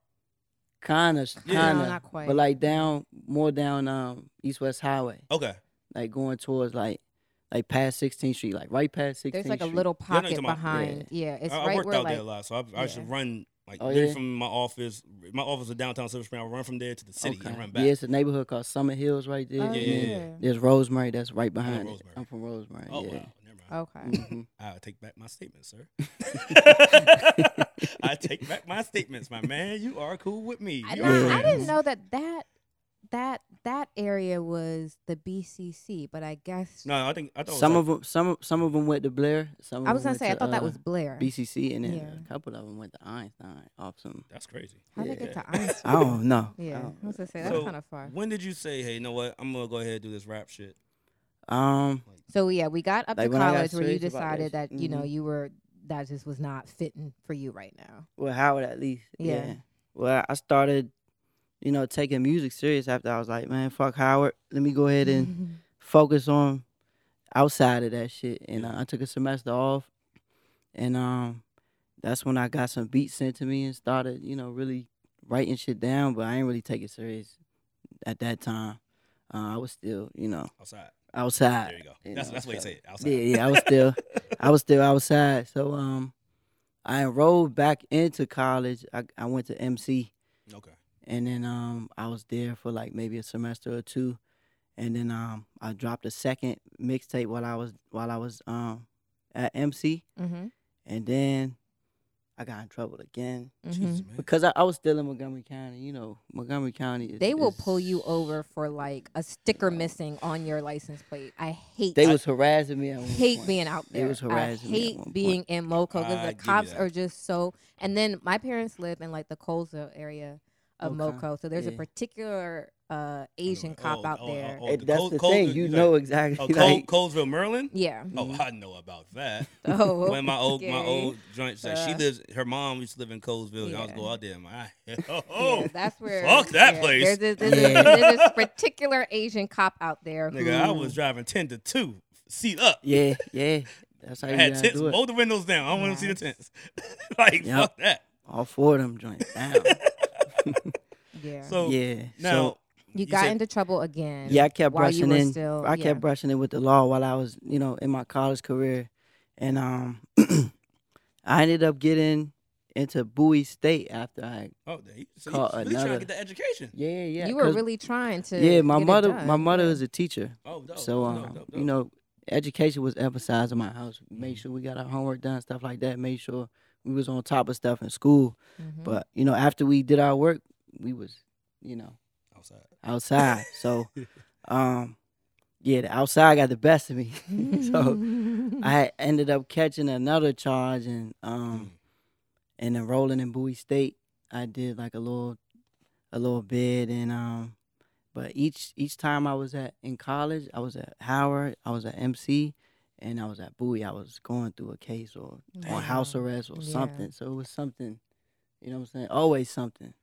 Speaker 3: kind of,
Speaker 2: Yeah.
Speaker 1: no,
Speaker 3: kind of,
Speaker 1: not quite.
Speaker 3: but like down more down um East West Highway,
Speaker 2: Okay.
Speaker 3: like going towards like like past 16th Street, like right past 16th.
Speaker 1: There's like a
Speaker 3: Street.
Speaker 1: little
Speaker 2: Yeah, I know
Speaker 1: pocket
Speaker 2: you're talking about-
Speaker 1: behind. Yeah, it's
Speaker 2: I, I
Speaker 1: right
Speaker 2: worked
Speaker 1: where
Speaker 2: out there a
Speaker 1: like
Speaker 2: lot, so I, I should
Speaker 1: yeah.
Speaker 2: run like
Speaker 3: Oh,
Speaker 2: literally
Speaker 3: yeah?
Speaker 2: from my office. My office is downtown Silver Spring. I run from there to the city
Speaker 3: Okay.
Speaker 2: and run back.
Speaker 3: Yeah, it's a neighborhood called Summit Hills right there.
Speaker 1: oh,
Speaker 3: and
Speaker 2: yeah, yeah.
Speaker 3: then There's Rosemary that's right behind. it.
Speaker 2: Rosemary.
Speaker 3: I'm from Rosemary.
Speaker 2: oh,
Speaker 3: yeah.
Speaker 2: wow. Never mind.
Speaker 1: Okay.
Speaker 2: (laughs)
Speaker 3: Mhm.
Speaker 2: I take back my statements,
Speaker 3: (laughs)
Speaker 2: sir. (laughs) I take back my statements, my man. You are cool with me.
Speaker 1: I,
Speaker 2: You
Speaker 1: now,
Speaker 2: are
Speaker 1: I
Speaker 2: friends.
Speaker 1: didn't know that that that that area was the BCC, but I guess
Speaker 2: No, I think I thought
Speaker 3: Some
Speaker 2: it
Speaker 3: of them, some of- some of them went to Blair. Some of
Speaker 1: I was
Speaker 3: 'em
Speaker 1: gonna say I
Speaker 3: went to,
Speaker 1: thought that
Speaker 3: uh,
Speaker 1: was Blair.
Speaker 3: BCC, and then
Speaker 1: Yeah.
Speaker 3: a couple of them went to Einstein off
Speaker 1: (laughs)
Speaker 3: some.
Speaker 2: that's crazy.
Speaker 1: How would they
Speaker 2: yeah.
Speaker 1: get
Speaker 3: (laughs)
Speaker 1: to Einstein?
Speaker 3: I don't know.
Speaker 1: (laughs)
Speaker 3: I
Speaker 1: Yeah,
Speaker 3: don't
Speaker 1: I was gonna say that's
Speaker 2: So,
Speaker 1: kind of far.
Speaker 2: (laughs) When did you say, hey, you know what? I'm gonna go ahead and do this rap shit.
Speaker 3: know. Um,
Speaker 1: So yeah, we got up
Speaker 3: Like,
Speaker 1: to
Speaker 3: when I got
Speaker 1: college where you
Speaker 3: serious about
Speaker 1: decided
Speaker 3: this,
Speaker 1: that you know
Speaker 3: mhm.
Speaker 1: you were that just was not fitting for you right now.
Speaker 3: Well, Howard at least.
Speaker 1: Yeah.
Speaker 3: Yeah. Well, I started, you know, taking music serious after I was like, man, fuck Howard. Let me go ahead
Speaker 1: Mm-hmm.
Speaker 3: and
Speaker 1: (laughs)
Speaker 3: focus on outside of that shit. And uh, I took a semester off, and um, that's when I got some beats sent to me and started, you know, really writing shit down. But I ain't really take it serious at that time. Uh, I was still, you know,
Speaker 2: Outside.
Speaker 3: outside.
Speaker 2: There you go.
Speaker 3: you
Speaker 2: that's
Speaker 3: know,
Speaker 2: that's what you
Speaker 3: so-
Speaker 2: say. it, Outside.
Speaker 3: Uh, Yeah, yeah, I was still- I was still outside. So um, I enrolled back into college. I, I went to MC,
Speaker 2: (laughs) okay.
Speaker 1: Mm-hmm.
Speaker 3: and then um, I was there for like maybe a semester or two, and then um, I dropped a second
Speaker 1: Mm-hmm,
Speaker 3: mixtape while I was while I was um at MC,
Speaker 1: hmm
Speaker 3: and then I got in trouble again
Speaker 1: Mhm.
Speaker 2: man.
Speaker 3: because I, I was still in Montgomery County. You know, Montgomery County. Is,
Speaker 1: They will
Speaker 3: is-
Speaker 1: pull you over for like a sticker missing on your license plate. I hate.
Speaker 3: They
Speaker 1: I
Speaker 3: was harassing me. At one
Speaker 1: hate
Speaker 3: point.
Speaker 1: being out
Speaker 3: They
Speaker 1: there.
Speaker 3: was harassing
Speaker 1: I
Speaker 3: me at
Speaker 1: hate
Speaker 3: one point.
Speaker 1: being in Moco because
Speaker 2: I
Speaker 1: the
Speaker 2: give you
Speaker 1: cops
Speaker 2: that.
Speaker 1: are just so. And then my parents live in like the Colza area of
Speaker 3: Okay.
Speaker 1: Moco, so there's a
Speaker 3: Yeah.
Speaker 1: particular uh, Asian cop
Speaker 2: Oh,
Speaker 1: out
Speaker 2: oh,
Speaker 1: there.
Speaker 2: oh,
Speaker 3: And
Speaker 2: the
Speaker 3: that's
Speaker 2: cold-
Speaker 3: the
Speaker 2: cold-
Speaker 3: thing.
Speaker 2: you
Speaker 3: You
Speaker 2: like-
Speaker 3: know (laughs)
Speaker 2: Oh,
Speaker 3: exactly.
Speaker 2: Cole,
Speaker 3: like,
Speaker 2: Colesville, Merlin.
Speaker 1: Yeah.
Speaker 3: (laughs)
Speaker 2: Oh,
Speaker 3: Mhm.
Speaker 2: I know about that.
Speaker 3: (laughs)
Speaker 1: Oh,
Speaker 2: (laughs) when my old my
Speaker 1: okay.
Speaker 2: old joint like she
Speaker 1: Uh,
Speaker 2: lives her mom used to live in Colesville and I was
Speaker 1: yeah.
Speaker 2: go out there (laughs) and I
Speaker 1: Yeah,
Speaker 2: oh
Speaker 1: that's where.
Speaker 2: fuck that
Speaker 1: yeah,
Speaker 2: place.
Speaker 1: There's this, there's this-
Speaker 3: Yeah.
Speaker 1: there's this particular Asian cop out there.
Speaker 2: nigga I
Speaker 1: who-
Speaker 3: (laughs)
Speaker 2: was driving ten to two seat up
Speaker 3: yeah, yeah. That's how
Speaker 2: I
Speaker 3: you
Speaker 2: had
Speaker 3: gotta
Speaker 2: tents
Speaker 3: do it.
Speaker 2: roll the windows down I don't want to see the
Speaker 1: Nice.
Speaker 2: tents (laughs) like
Speaker 3: Yep.
Speaker 2: fuck that
Speaker 3: All four of them joints down.
Speaker 1: Yeah.
Speaker 2: (laughs) so
Speaker 3: yeah.
Speaker 2: now
Speaker 3: so,
Speaker 1: you,
Speaker 2: you
Speaker 1: got
Speaker 2: said-
Speaker 1: into trouble again.
Speaker 3: yeah, I kept
Speaker 1: while you
Speaker 3: brushing
Speaker 1: were
Speaker 3: in.
Speaker 1: still-
Speaker 3: I
Speaker 1: yeah.
Speaker 3: kept brushing it with the law while I was, you know, in my college career, and um, (clears throat) I ended up getting into Bowie State after I.
Speaker 2: oh there you- so
Speaker 3: Caught
Speaker 2: you really trying to
Speaker 3: another-
Speaker 2: get the education
Speaker 3: Yeah, yeah.
Speaker 1: you were
Speaker 3: 'cause-
Speaker 1: really trying to.
Speaker 3: Yeah, my
Speaker 1: get it
Speaker 3: mother.
Speaker 1: done.
Speaker 3: My mother
Speaker 1: Yeah.
Speaker 3: is a teacher.
Speaker 2: oh dope,
Speaker 3: So,
Speaker 2: dope,
Speaker 3: um,
Speaker 2: dope, dope. Mm.
Speaker 3: you know, education was emphasized in my house. Make sure we got our homework done, stuff like that. Make sure we was on top of stuff in school.
Speaker 1: Mhm.
Speaker 3: But you know, after we did our work, we was, you know,
Speaker 2: outside
Speaker 3: outside. so, um, yeah, the outside got the best of me. (laughs)
Speaker 1: Mm-hmm.
Speaker 3: so
Speaker 1: (laughs)
Speaker 3: I ended up catching another charge and um,
Speaker 2: Mm.
Speaker 3: and enrolling in Bowie State. I did like a little, a little bit, and um, but each each time I was at in college, I was at Howard, I was at MC, and I was at Bowie. I was going through a case or
Speaker 1: Wow.
Speaker 3: on house arrest or
Speaker 1: Yeah.
Speaker 3: something. So it was something, you know what I'm saying? Always something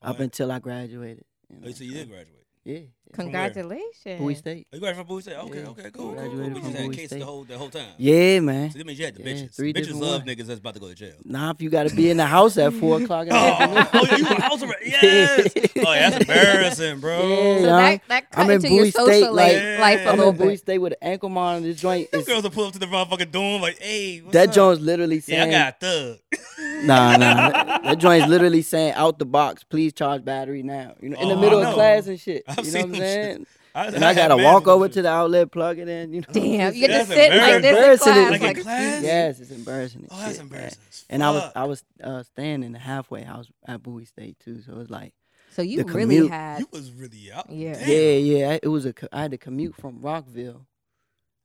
Speaker 3: up
Speaker 2: Alright.
Speaker 3: until I graduated. You
Speaker 2: (laughs)
Speaker 3: know,
Speaker 2: oh, so you
Speaker 3: so-
Speaker 2: did graduate
Speaker 3: Yeah. yeah.
Speaker 2: From where?
Speaker 1: Congratulations.
Speaker 3: Bowie State.
Speaker 2: oh, you graduated from Bowie State okay
Speaker 3: Yeah.
Speaker 2: okay cool, cool, cool.
Speaker 3: Graduated
Speaker 2: you
Speaker 3: from
Speaker 2: just had
Speaker 3: Bowie
Speaker 2: case the
Speaker 3: State.
Speaker 2: whole the whole time
Speaker 3: Yeah, man.
Speaker 2: so that means you had the
Speaker 3: Yeah,
Speaker 2: bitches
Speaker 3: three
Speaker 2: bitches
Speaker 3: different
Speaker 2: love
Speaker 3: ones.
Speaker 2: niggas that's about to go to
Speaker 3: (laughs)
Speaker 2: jail
Speaker 3: Nah, if you got to be in the house at four o'clock in the
Speaker 2: (laughs) Oh,
Speaker 3: afternoon.
Speaker 2: oh, you were house arrest.
Speaker 3: (laughs)
Speaker 2: Yes. Oh, yeah, that's embarrassing, bro.
Speaker 1: So
Speaker 3: Yeah,
Speaker 1: that, that cut
Speaker 3: I'm in
Speaker 1: into your
Speaker 3: Bowie
Speaker 1: social
Speaker 3: State,
Speaker 1: life,
Speaker 2: like-
Speaker 1: life a
Speaker 3: I'm
Speaker 1: little
Speaker 3: in Bowie
Speaker 1: bit.
Speaker 3: State with an ankle monitor. This joint
Speaker 2: Them
Speaker 3: is
Speaker 2: girls will pull up to the motherfucking dorm like, hey, what's
Speaker 3: that
Speaker 2: up?
Speaker 3: joint's literally
Speaker 2: Yeah,
Speaker 3: saying
Speaker 2: I got a thug.
Speaker 3: nah
Speaker 2: (laughs)
Speaker 3: nah. that- that joint's literally saying out the box. Please charge battery now. You know, in the
Speaker 2: Oh, I
Speaker 3: middle
Speaker 2: know.
Speaker 3: of class and shit.
Speaker 2: I've
Speaker 3: you know
Speaker 2: seen
Speaker 3: what I'm
Speaker 2: them shit.
Speaker 3: saying? And I, gotta walk over to the outlet, plug it in. You know,
Speaker 1: Damn,
Speaker 3: It's-
Speaker 1: you get
Speaker 2: That's
Speaker 1: to sit like this
Speaker 3: embarrassing.
Speaker 1: in class.
Speaker 3: Like
Speaker 2: in
Speaker 1: Like,
Speaker 2: class?
Speaker 3: yes, it's embarrassing. and
Speaker 2: Oh, that's
Speaker 3: shit, man.
Speaker 2: embarrassing. as
Speaker 3: And I was
Speaker 2: fuck.
Speaker 3: I was uh, staying in the halfway house at Bowie State too, so it's like
Speaker 1: so you
Speaker 3: the
Speaker 1: really
Speaker 3: commute.
Speaker 1: had.
Speaker 2: you was really out.
Speaker 1: Yeah.
Speaker 2: Damn.
Speaker 3: Yeah, yeah. I- It was a. co- I had to commute from Rockville.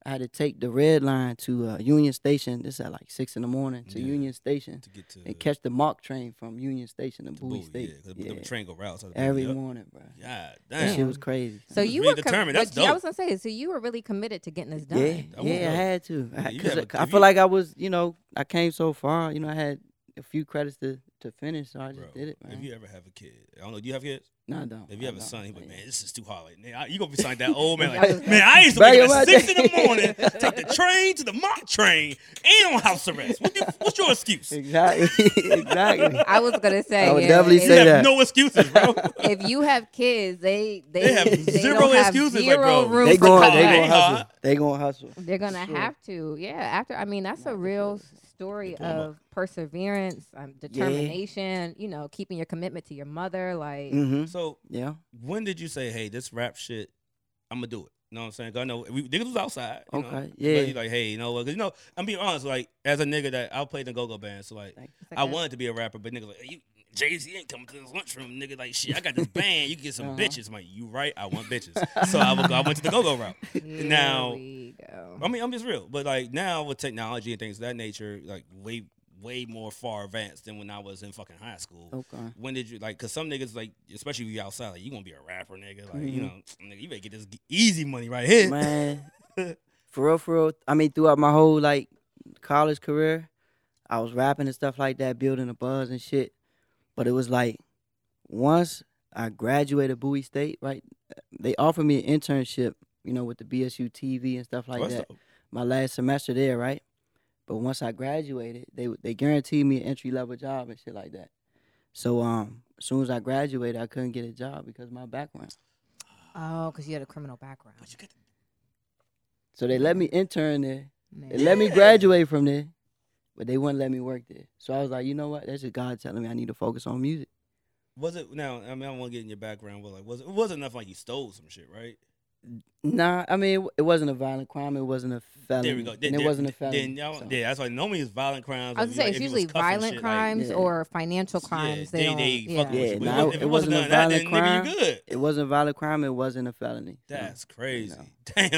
Speaker 3: I had to take the red line to uh, Union Station. This at like six in the morning to
Speaker 2: Yeah.
Speaker 3: Union Station
Speaker 2: To get to,
Speaker 3: and catch the mock train from Union Station to
Speaker 2: to
Speaker 3: Bowie
Speaker 2: Bowie,
Speaker 3: State.
Speaker 2: Yeah, 'cause
Speaker 3: Yeah.
Speaker 2: the train go routes. so-
Speaker 3: Every
Speaker 2: Yup.
Speaker 3: morning, bro.
Speaker 2: God
Speaker 3: That shit
Speaker 2: damn.
Speaker 3: was crazy.
Speaker 1: So
Speaker 2: was
Speaker 1: you
Speaker 2: really
Speaker 1: were com-
Speaker 2: determined. That's
Speaker 1: but yeah, I
Speaker 2: dope.
Speaker 1: was gonna say. So you were really committed to getting this done.
Speaker 3: yeah,
Speaker 2: I
Speaker 3: yeah,
Speaker 2: won't
Speaker 3: I
Speaker 2: know.
Speaker 3: had to. I,
Speaker 2: Yeah, you
Speaker 3: cause
Speaker 2: have
Speaker 3: I,
Speaker 2: a-
Speaker 3: I
Speaker 2: if you-
Speaker 3: feel like I was, you know, I came so far. You know, I had a few credits to, to finish, so I just
Speaker 2: Bro,
Speaker 3: did it,
Speaker 2: if
Speaker 3: man.
Speaker 2: you ever have a kid, I don't know. Do you have kids?
Speaker 3: no, I don't.
Speaker 2: If you
Speaker 3: I
Speaker 2: have a
Speaker 3: don't,
Speaker 2: son, he like,
Speaker 3: yeah.
Speaker 2: man, this is too hard. Like, man, I- you gonna be like that old
Speaker 3: (laughs)
Speaker 2: man.
Speaker 1: I
Speaker 2: Like,
Speaker 1: was-
Speaker 2: man, I used to
Speaker 3: Bro,
Speaker 2: wake up
Speaker 3: you're
Speaker 2: at
Speaker 3: right
Speaker 2: six in the
Speaker 3: there." (laughs)
Speaker 2: morning, take the train to the mock train, and on house arrest. What you, what's your excuse? You
Speaker 3: Exactly,
Speaker 2: (laughs)
Speaker 3: (laughs) exactly.
Speaker 1: I was gonna say.
Speaker 3: would
Speaker 1: yeah,
Speaker 3: definitely
Speaker 1: if-
Speaker 3: say
Speaker 2: have
Speaker 3: that.
Speaker 2: no excuses,
Speaker 3: (laughs)
Speaker 2: bro.
Speaker 1: If you have kids, they they,
Speaker 2: They have zero
Speaker 1: don't have
Speaker 2: excuses, like,
Speaker 1: Zero
Speaker 2: bro,
Speaker 1: room
Speaker 3: they
Speaker 1: for
Speaker 3: going, they
Speaker 1: complaint.
Speaker 2: Hey,
Speaker 3: going
Speaker 2: uh,
Speaker 3: hustle. They going hustle.
Speaker 1: They're gonna
Speaker 3: Sure.
Speaker 1: have to, yeah. After, I mean, that's a
Speaker 3: Not for
Speaker 1: real
Speaker 3: sure.
Speaker 1: story
Speaker 2: Diploma.
Speaker 1: of perseverance, um, determination. You know, keeping your commitment to your mother. Like,
Speaker 3: Mm-hmm.
Speaker 2: So
Speaker 3: Yeah.
Speaker 2: when did you say, "Hey, this rap shit, I'm gonna do it"? You know what I'm saying? 'Cause I know we niggas was outside. You Know?
Speaker 3: Okay,
Speaker 2: But you
Speaker 3: yeah.
Speaker 2: like, hey, you know what? 'Cause you know, I'm being honest. Like, as a nigga that I played in the go-go band, so like,
Speaker 3: Thank you.
Speaker 1: it's like
Speaker 2: I
Speaker 1: a-
Speaker 2: wanted to be a rapper, but nigga, like, hey, you Jay Z ain't coming to this lunchroom, nigga. Like, shit, I got this band. You can get some
Speaker 3: Uh-huh.
Speaker 2: bitches. I'm like, you right? I want bitches. so I, would, go- I went to the go-go route.
Speaker 1: Here
Speaker 2: now-
Speaker 1: we go.
Speaker 2: I mean, I'm just real. But like now with technology and things of that nature, like way, way more far advanced than when I was in fucking high school.
Speaker 3: Okay.
Speaker 2: when did you like? Cause some niggas like, especially if you outside, like you gonna be a rapper, nigga. Like you
Speaker 3: Mhm.
Speaker 2: know, nigga, you better get this g- easy money right here.
Speaker 3: Man, (laughs) for real, for real. I mean, throughout my whole like college career, I was rapping and stuff like that, building a buzz and shit. But it was like once I graduated Bowie State, right? They offered me an internship, you know, with the BSU TV and stuff like
Speaker 2: (laughs) What's
Speaker 3: that.
Speaker 2: up?
Speaker 3: My last semester there, right? But once I graduated, they they guaranteed me an entry level job and shit like that. So um, as soon as I graduated, I couldn't get a job because of my background.
Speaker 1: oh, because you had a criminal background.
Speaker 2: But you got the-
Speaker 3: So they let me intern there.
Speaker 1: Man.
Speaker 3: They let me
Speaker 2: Yeah.
Speaker 3: graduate from there, but they wouldn't let me work there. So I was like, you know what? That's just God telling me I need to focus on music.
Speaker 2: was it now? I mean, I want to get in your background, but like, was it, it wasn't enough like you stole some shit, right?
Speaker 3: Nah, I mean it, it wasn't a violent crime. It wasn't a felony.
Speaker 2: There we go. Then-
Speaker 3: and it
Speaker 2: there-
Speaker 3: wasn't a felony.
Speaker 2: Then y'all,
Speaker 3: so.
Speaker 2: yeah, that's why normally it's violent crimes.
Speaker 1: I was
Speaker 2: like,
Speaker 1: gonna say
Speaker 2: if
Speaker 1: it's
Speaker 2: he was
Speaker 1: usually
Speaker 2: cuffing
Speaker 1: violent
Speaker 2: shit, like-
Speaker 1: crimes
Speaker 3: Yeah.
Speaker 1: or financial crimes.
Speaker 2: Yeah,
Speaker 1: they,
Speaker 2: they, they
Speaker 1: don't,
Speaker 2: fucking with
Speaker 3: Yeah,
Speaker 2: you. But
Speaker 3: nah,
Speaker 2: it wasn't- if
Speaker 3: it
Speaker 2: it wasn't
Speaker 3: wasn't a
Speaker 2: none of that, then
Speaker 3: violent
Speaker 2: nigga, you
Speaker 3: crime.
Speaker 2: good.
Speaker 3: It wasn't a violent crime. It wasn't a felony. so,
Speaker 2: That's crazy.
Speaker 3: know.
Speaker 2: Damn.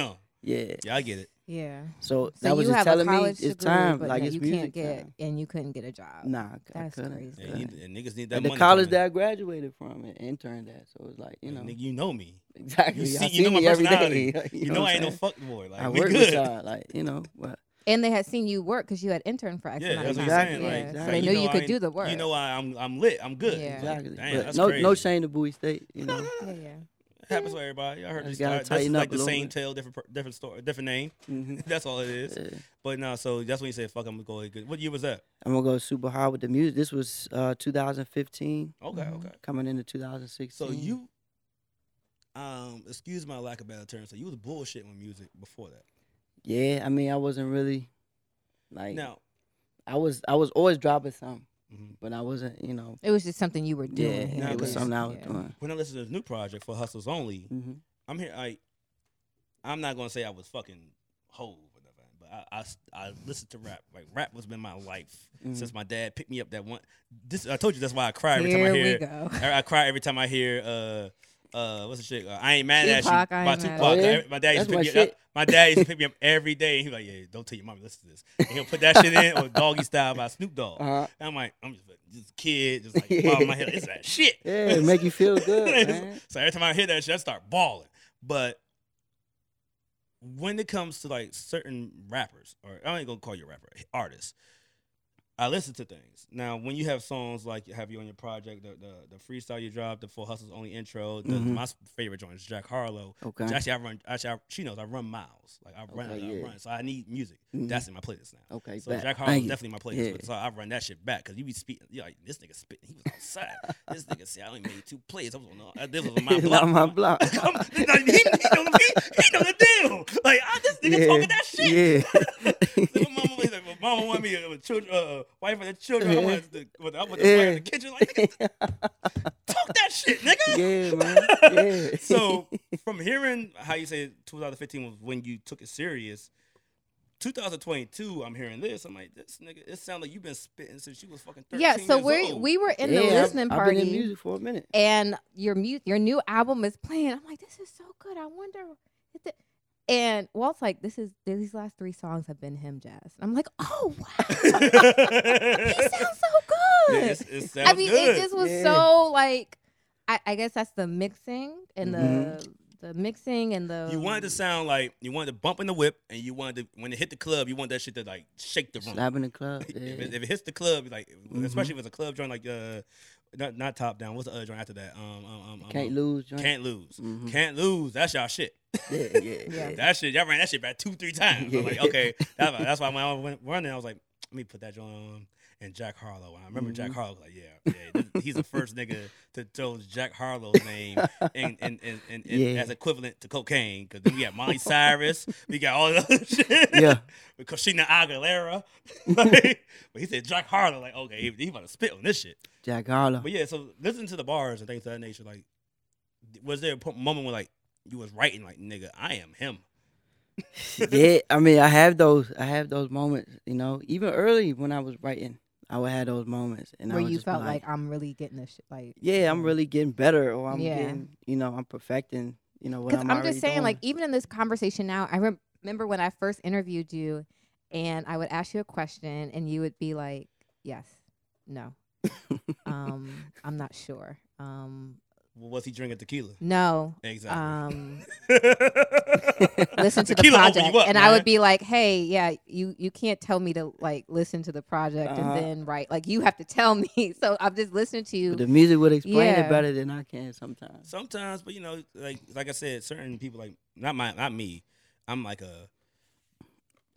Speaker 3: yeah.
Speaker 2: Yeah, I get it.
Speaker 1: yeah.
Speaker 3: So,
Speaker 1: So
Speaker 3: that was
Speaker 1: you
Speaker 3: just
Speaker 1: have
Speaker 3: telling
Speaker 1: a
Speaker 3: me
Speaker 1: college
Speaker 3: it's
Speaker 1: degree,
Speaker 3: time.
Speaker 1: but
Speaker 3: Like
Speaker 1: no,
Speaker 3: it's
Speaker 1: you
Speaker 3: music.
Speaker 1: can't get
Speaker 3: time.
Speaker 1: and you couldn't get a job.
Speaker 3: Nah, I
Speaker 1: That's
Speaker 3: couldn't.
Speaker 1: crazy.
Speaker 2: Yeah,
Speaker 1: Go
Speaker 2: you,
Speaker 3: couldn't.
Speaker 2: and niggas need that
Speaker 3: At the
Speaker 2: money
Speaker 3: college
Speaker 2: coming
Speaker 3: that
Speaker 2: in.
Speaker 3: I graduated from and interned at, so it was like you know
Speaker 2: Nigga, you know me.
Speaker 3: exactly.
Speaker 2: You see,
Speaker 3: I
Speaker 2: you know
Speaker 3: seen
Speaker 2: my
Speaker 3: me every
Speaker 2: personality.
Speaker 3: day. (laughs) like,
Speaker 2: You know,
Speaker 3: what
Speaker 2: I
Speaker 3: I'm
Speaker 2: ain't no
Speaker 3: saying?
Speaker 2: fuck boy. Like
Speaker 3: I
Speaker 2: we
Speaker 3: work
Speaker 2: good.
Speaker 3: with y'all, like you know. But
Speaker 1: And they had seen you work because you had interned for X
Speaker 2: Yeah,
Speaker 1: amount
Speaker 2: that's
Speaker 1: of
Speaker 2: what I'm
Speaker 1: time.
Speaker 2: saying.
Speaker 1: yeah.
Speaker 2: Like,
Speaker 1: So
Speaker 3: exactly.
Speaker 2: like,
Speaker 1: they
Speaker 2: you
Speaker 1: knew you
Speaker 2: I
Speaker 1: could
Speaker 2: ain't-
Speaker 1: do the work.
Speaker 2: You know, I, I'm I'm lit. I'm good.
Speaker 1: Yeah.
Speaker 3: exactly.
Speaker 2: Damn,
Speaker 3: But
Speaker 2: that's
Speaker 3: no,
Speaker 2: crazy.
Speaker 3: no shame to Bowie State.
Speaker 2: (laughs)
Speaker 3: You know,
Speaker 1: yeah, yeah.
Speaker 2: It happens for everybody. I heard this.
Speaker 3: Just gotta
Speaker 2: That's just
Speaker 3: tighten up
Speaker 2: like
Speaker 3: a
Speaker 2: the
Speaker 3: little
Speaker 2: same
Speaker 3: bit.
Speaker 2: tale, different per- different story, different name.
Speaker 3: Mhm.
Speaker 2: That's all it is.
Speaker 3: Yeah.
Speaker 2: But no, so that's when you said, "Fuck, I'm gonna go." Good. What year was that?
Speaker 3: I'm gonna go super hard with the music. This was uh, 2015,
Speaker 2: Okay,
Speaker 1: Mhm.
Speaker 2: okay.
Speaker 3: coming into 2016.
Speaker 2: Mm-hmm. So you, um, excuse my lack of better terms. So you was bullshitting with music before that.
Speaker 3: yeah. I mean, I wasn't really like
Speaker 2: Now,
Speaker 3: I was. I was always dropping something,
Speaker 2: mhm.
Speaker 3: but I wasn't. You know,
Speaker 1: It was just something you were
Speaker 3: yeah,
Speaker 1: doing.
Speaker 2: Nah,
Speaker 1: here
Speaker 3: it was
Speaker 2: yeah.
Speaker 1: and
Speaker 3: something
Speaker 1: there.
Speaker 3: I was
Speaker 1: Yeah.
Speaker 3: doing.
Speaker 2: when I listened to this new project for Hustles Only,
Speaker 3: hmm
Speaker 2: I'm here. I, I'm not gonna say I was fucking whole or nothing, but I, I s- I listened to rap. Like rap has been my life
Speaker 3: Mhm.
Speaker 2: since my dad picked me up. That one. This I told you. That's why I cry every
Speaker 1: Here
Speaker 2: time I
Speaker 1: we
Speaker 2: hear.
Speaker 1: go.
Speaker 2: (laughs) I, I cry every time I hear. uh uh, what's the shit? Uh, I ain't mad at
Speaker 1: Tupac,
Speaker 2: you.
Speaker 1: I
Speaker 2: by
Speaker 1: Ain't Mad at
Speaker 2: Tupac.
Speaker 3: You. Oh, yeah?
Speaker 2: Every- My dad used to
Speaker 3: That's
Speaker 2: pick me
Speaker 3: my
Speaker 2: up.
Speaker 3: shit.
Speaker 2: My dad used to pick me up every day. And he like, yeah, don't tell your mommy listen to this. And he'll put that shit in or Doggy Style by Snoop Dogg.
Speaker 3: Uh-huh.
Speaker 2: And I'm like, I'm just, a- just a kid, just like
Speaker 3: (laughs)
Speaker 2: bobbing my head. It's that shit.
Speaker 3: Yeah, it make you feel
Speaker 2: (laughs)
Speaker 3: good, man.
Speaker 2: So every time I hear that shit, I start bawling. But when it comes to like certain rappers, or I ain't gonna call you a rapper, artists, I listen to things. Now, when you have songs like you have you on your project, the the, the freestyle you dropped, the Full Hustle's only intro, the,
Speaker 3: Mhm.
Speaker 2: my favorite joint is Jack Harlow.
Speaker 3: Okay.
Speaker 2: Actually, I run. Actually, I, she knows I run miles. Like I run,
Speaker 3: Okay,
Speaker 2: I
Speaker 3: yeah.
Speaker 2: run. So I need music.
Speaker 3: Mhm.
Speaker 2: That's in my playlist now.
Speaker 3: Okay,
Speaker 2: So
Speaker 3: bet.
Speaker 2: Jack
Speaker 3: Thank
Speaker 2: Harlow's
Speaker 3: you.
Speaker 2: definitely my playlist.
Speaker 3: Yeah.
Speaker 2: But so I run that shit back because you be speaking. You like this nigga spitting. He was
Speaker 3: (laughs)
Speaker 2: outside. this nigga said I only made two plays. I was on. uh, This was on my
Speaker 3: Not
Speaker 2: block.
Speaker 3: my block.
Speaker 2: Come- like, (laughs) he, he, know the, he, he know the deal. Like I, this
Speaker 3: (laughs)
Speaker 2: nigga talking that shit.
Speaker 3: Yeah.
Speaker 2: Like, (laughs) my mama, he's like, my mama want me a children, uh, wife and the children. I want the, with the, I want the wife in the kitchen. Like nigga,
Speaker 3: (laughs)
Speaker 2: talk that shit, (laughs) nigga.
Speaker 3: yeah, (laughs) man. Yeah.
Speaker 1: (laughs)
Speaker 2: so from hearing how you say 2015 was when you took it serious 2022 i'm hearing this i'm like this nigga it sounds like you've been spitting since you was fucking 13
Speaker 1: Yeah, so
Speaker 2: years
Speaker 1: we
Speaker 2: old.
Speaker 1: we were in
Speaker 3: (laughs) yeah,
Speaker 1: the
Speaker 3: I've-
Speaker 1: listening
Speaker 3: I've,
Speaker 1: party.
Speaker 3: been in music for a minute.
Speaker 1: and your mu- your new album is playing. I'm like, this is so good. I wonder. If the-. And Walt's like, this is these last three songs have been him jazz. And I'm like, oh wow, (laughs) he sounds so
Speaker 2: Yeah,
Speaker 1: good.
Speaker 2: it's- it
Speaker 1: (laughs)
Speaker 2: sounds
Speaker 1: I mean,
Speaker 2: good.
Speaker 1: it just was
Speaker 3: Yeah.
Speaker 1: so like. I, I guess that's the mixing and
Speaker 3: Mhm.
Speaker 1: the the mixing and the
Speaker 2: Mm-hmm. you wanted to sound like you wanted to bump in the whip and you wanted to when it hit the club you want that shit to like shake the room
Speaker 3: Slapping the club. Yeah.
Speaker 2: (laughs) if, it, if it hits the club like
Speaker 1: Mm-hmm.
Speaker 3: Mhm.
Speaker 2: especially if it's a club joint like uh not, not top down what's the other joint after that um, um, um, um
Speaker 3: Can't
Speaker 2: um,
Speaker 3: lose. Joint.
Speaker 2: can't lose
Speaker 1: Mm-hmm.
Speaker 3: Mhm.
Speaker 2: can't lose that's y'all shit
Speaker 3: Yeah,
Speaker 2: (laughs)
Speaker 3: yeah,
Speaker 1: Yeah.
Speaker 3: yeah.
Speaker 2: That shit, y'all ran that shit back two, three times. I'm like,
Speaker 3: (laughs) Yeah.
Speaker 2: okay, that's, why- that's why when I went running, I was like, let me put that joint on. And Jack Harlow, I remember Jack
Speaker 3: Mhm.
Speaker 2: Harlow was like, yeah, yeah, this- he's the first nigga to throw Jack Harlow's name and and and, and,
Speaker 3: Yeah.
Speaker 2: as equivalent to cocaine because then we got Miley Cyrus, we got all the other (laughs) shit,
Speaker 3: Yeah.
Speaker 2: with Christina Aguilera. (laughs) Like, but he said Jack Harlow, like, okay, he, he about to spit on this shit.
Speaker 3: Jack Harlow.
Speaker 2: But yeah, so listening to the bars and things of that nature, like, was there a po- moment when like you was writing like, nigga, I am him.
Speaker 3: (laughs) yeah, I mean, I have those. I have those moments. You know, even early when I was writing, I would have those moments, and
Speaker 1: where
Speaker 3: I would
Speaker 1: you
Speaker 3: just be
Speaker 1: felt like,
Speaker 3: like,
Speaker 1: I'm really getting this shit like
Speaker 3: yeah, I'm really getting better, or I'm
Speaker 1: Yeah.
Speaker 3: getting, you know, I'm perfecting, you know, what
Speaker 1: Because
Speaker 3: I'm.
Speaker 1: I'm just
Speaker 3: already
Speaker 1: saying,
Speaker 3: doing.
Speaker 1: like, even in this conversation now, I rem- remember when I first interviewed you and I would ask you a question and you would be like, yes,
Speaker 3: (laughs)
Speaker 1: no, um, I'm not sure. Um,
Speaker 2: Well, was he drinking tequila?
Speaker 1: no,
Speaker 2: Exactly.
Speaker 3: (laughs)
Speaker 1: um,
Speaker 2: listen
Speaker 1: listen to the project. and I would be like, hey, yeah, you, you can't tell me to like listen to the project
Speaker 3: Uh-huh.
Speaker 1: and then write. Like, you have to tell (laughs) me. So I'm just listening to you.
Speaker 3: But the music would explain
Speaker 1: Yeah.
Speaker 3: it better than I can
Speaker 2: (laughs)
Speaker 3: sometimes.
Speaker 2: Sometimes, but you know, like like I said, certain people like not my not me. I'm like a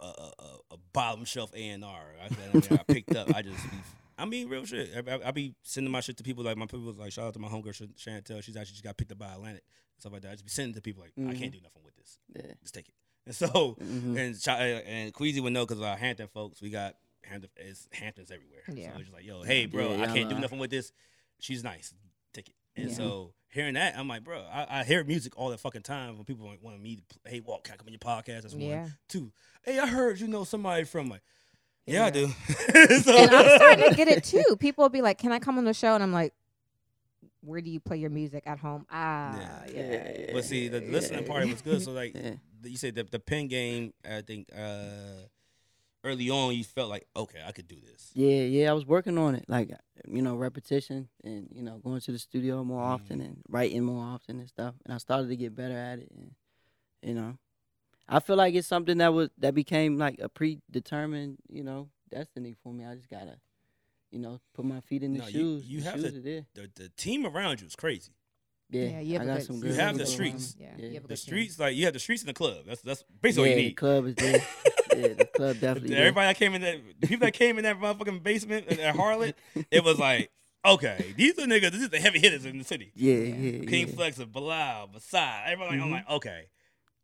Speaker 2: a a, a- a bottom shelf A and R. I I mean, I picked up. I just. Be, I mean, real shit. I, I, I be sending my shit to people like my people was like shout out to my homegirl Shan- Chantel. She's actually just got picked up by Atlantic stuff like that. I just be sending to people like I can't do nothing with this.
Speaker 3: Yeah.
Speaker 2: Just take it. And so
Speaker 1: Mm-hmm.
Speaker 3: Mhm.
Speaker 2: and Chi- and Queasy would know because our Hampton folks, we got Hampton, it's Hamptons everywhere.
Speaker 1: Yeah.
Speaker 2: So it's just like, yo, hey, bro,
Speaker 3: Yeah,
Speaker 2: I can't do
Speaker 3: y'all are-
Speaker 2: nothing with this. She's nice. Take it. And
Speaker 1: Yeah.
Speaker 2: so hearing that, I'm like, bro, I, I hear music all the fucking time when people like, want me to, pl- hey, Walt, can I come on your podcast? That's
Speaker 1: Yeah.
Speaker 2: one. Two, hey, I heard you know somebody from like, yeah, I
Speaker 1: Yeah.
Speaker 2: do. (laughs)
Speaker 1: And
Speaker 3: (laughs)
Speaker 1: I'm starting to
Speaker 2: so,
Speaker 1: get it too. People will be like, "Can I come on the show?" And I'm like, "Where do you play your music at home?" Ah,
Speaker 2: Yeah.
Speaker 1: yeah.
Speaker 3: Yeah.
Speaker 2: but see, the
Speaker 3: Yeah.
Speaker 2: listening part was good. So like,
Speaker 3: (laughs) Yeah.
Speaker 2: the- you said the, the pen game. I think uh, early on, you felt like, okay, I could do this.
Speaker 3: Yeah, yeah, I was working on it. Like, you know, repetition and, you know, going to the studio more
Speaker 2: Mhm.
Speaker 3: often and writing more often and stuff. And I started to get better at it. And, you know, I feel like it's something that was, that became like a predetermined, you know, destiny for me. I just gotta, you know, put my feet in the
Speaker 2: No, you-
Speaker 3: shoes.
Speaker 2: you
Speaker 3: the
Speaker 2: have
Speaker 3: shoes
Speaker 2: to-
Speaker 3: are there.
Speaker 2: The, the team around you is crazy.
Speaker 3: Yeah,
Speaker 1: Yeah, you have
Speaker 3: I
Speaker 1: a
Speaker 3: got
Speaker 1: good-
Speaker 3: some
Speaker 1: you
Speaker 3: good
Speaker 2: have
Speaker 3: people
Speaker 2: the
Speaker 3: around me.
Speaker 1: streets. Yeah, you have a
Speaker 3: yeah
Speaker 1: good-
Speaker 2: The streets, like you have the streets in the club. That's that's basically
Speaker 3: Yeah,
Speaker 2: what you
Speaker 3: the
Speaker 2: need.
Speaker 3: club
Speaker 2: (laughs)
Speaker 3: is there. yeah, the club definitely. there.
Speaker 2: Everybody that came in that the people that came in that motherfucking basement at- at Harlot, it was like, okay, these are niggas. This is the heavy hitters in the city.
Speaker 3: Yeah,
Speaker 1: Yeah.
Speaker 3: yeah, yeah.
Speaker 2: King Flex and Bilal, Basad. Everybody, I'm
Speaker 3: Mhm.
Speaker 2: like, okay,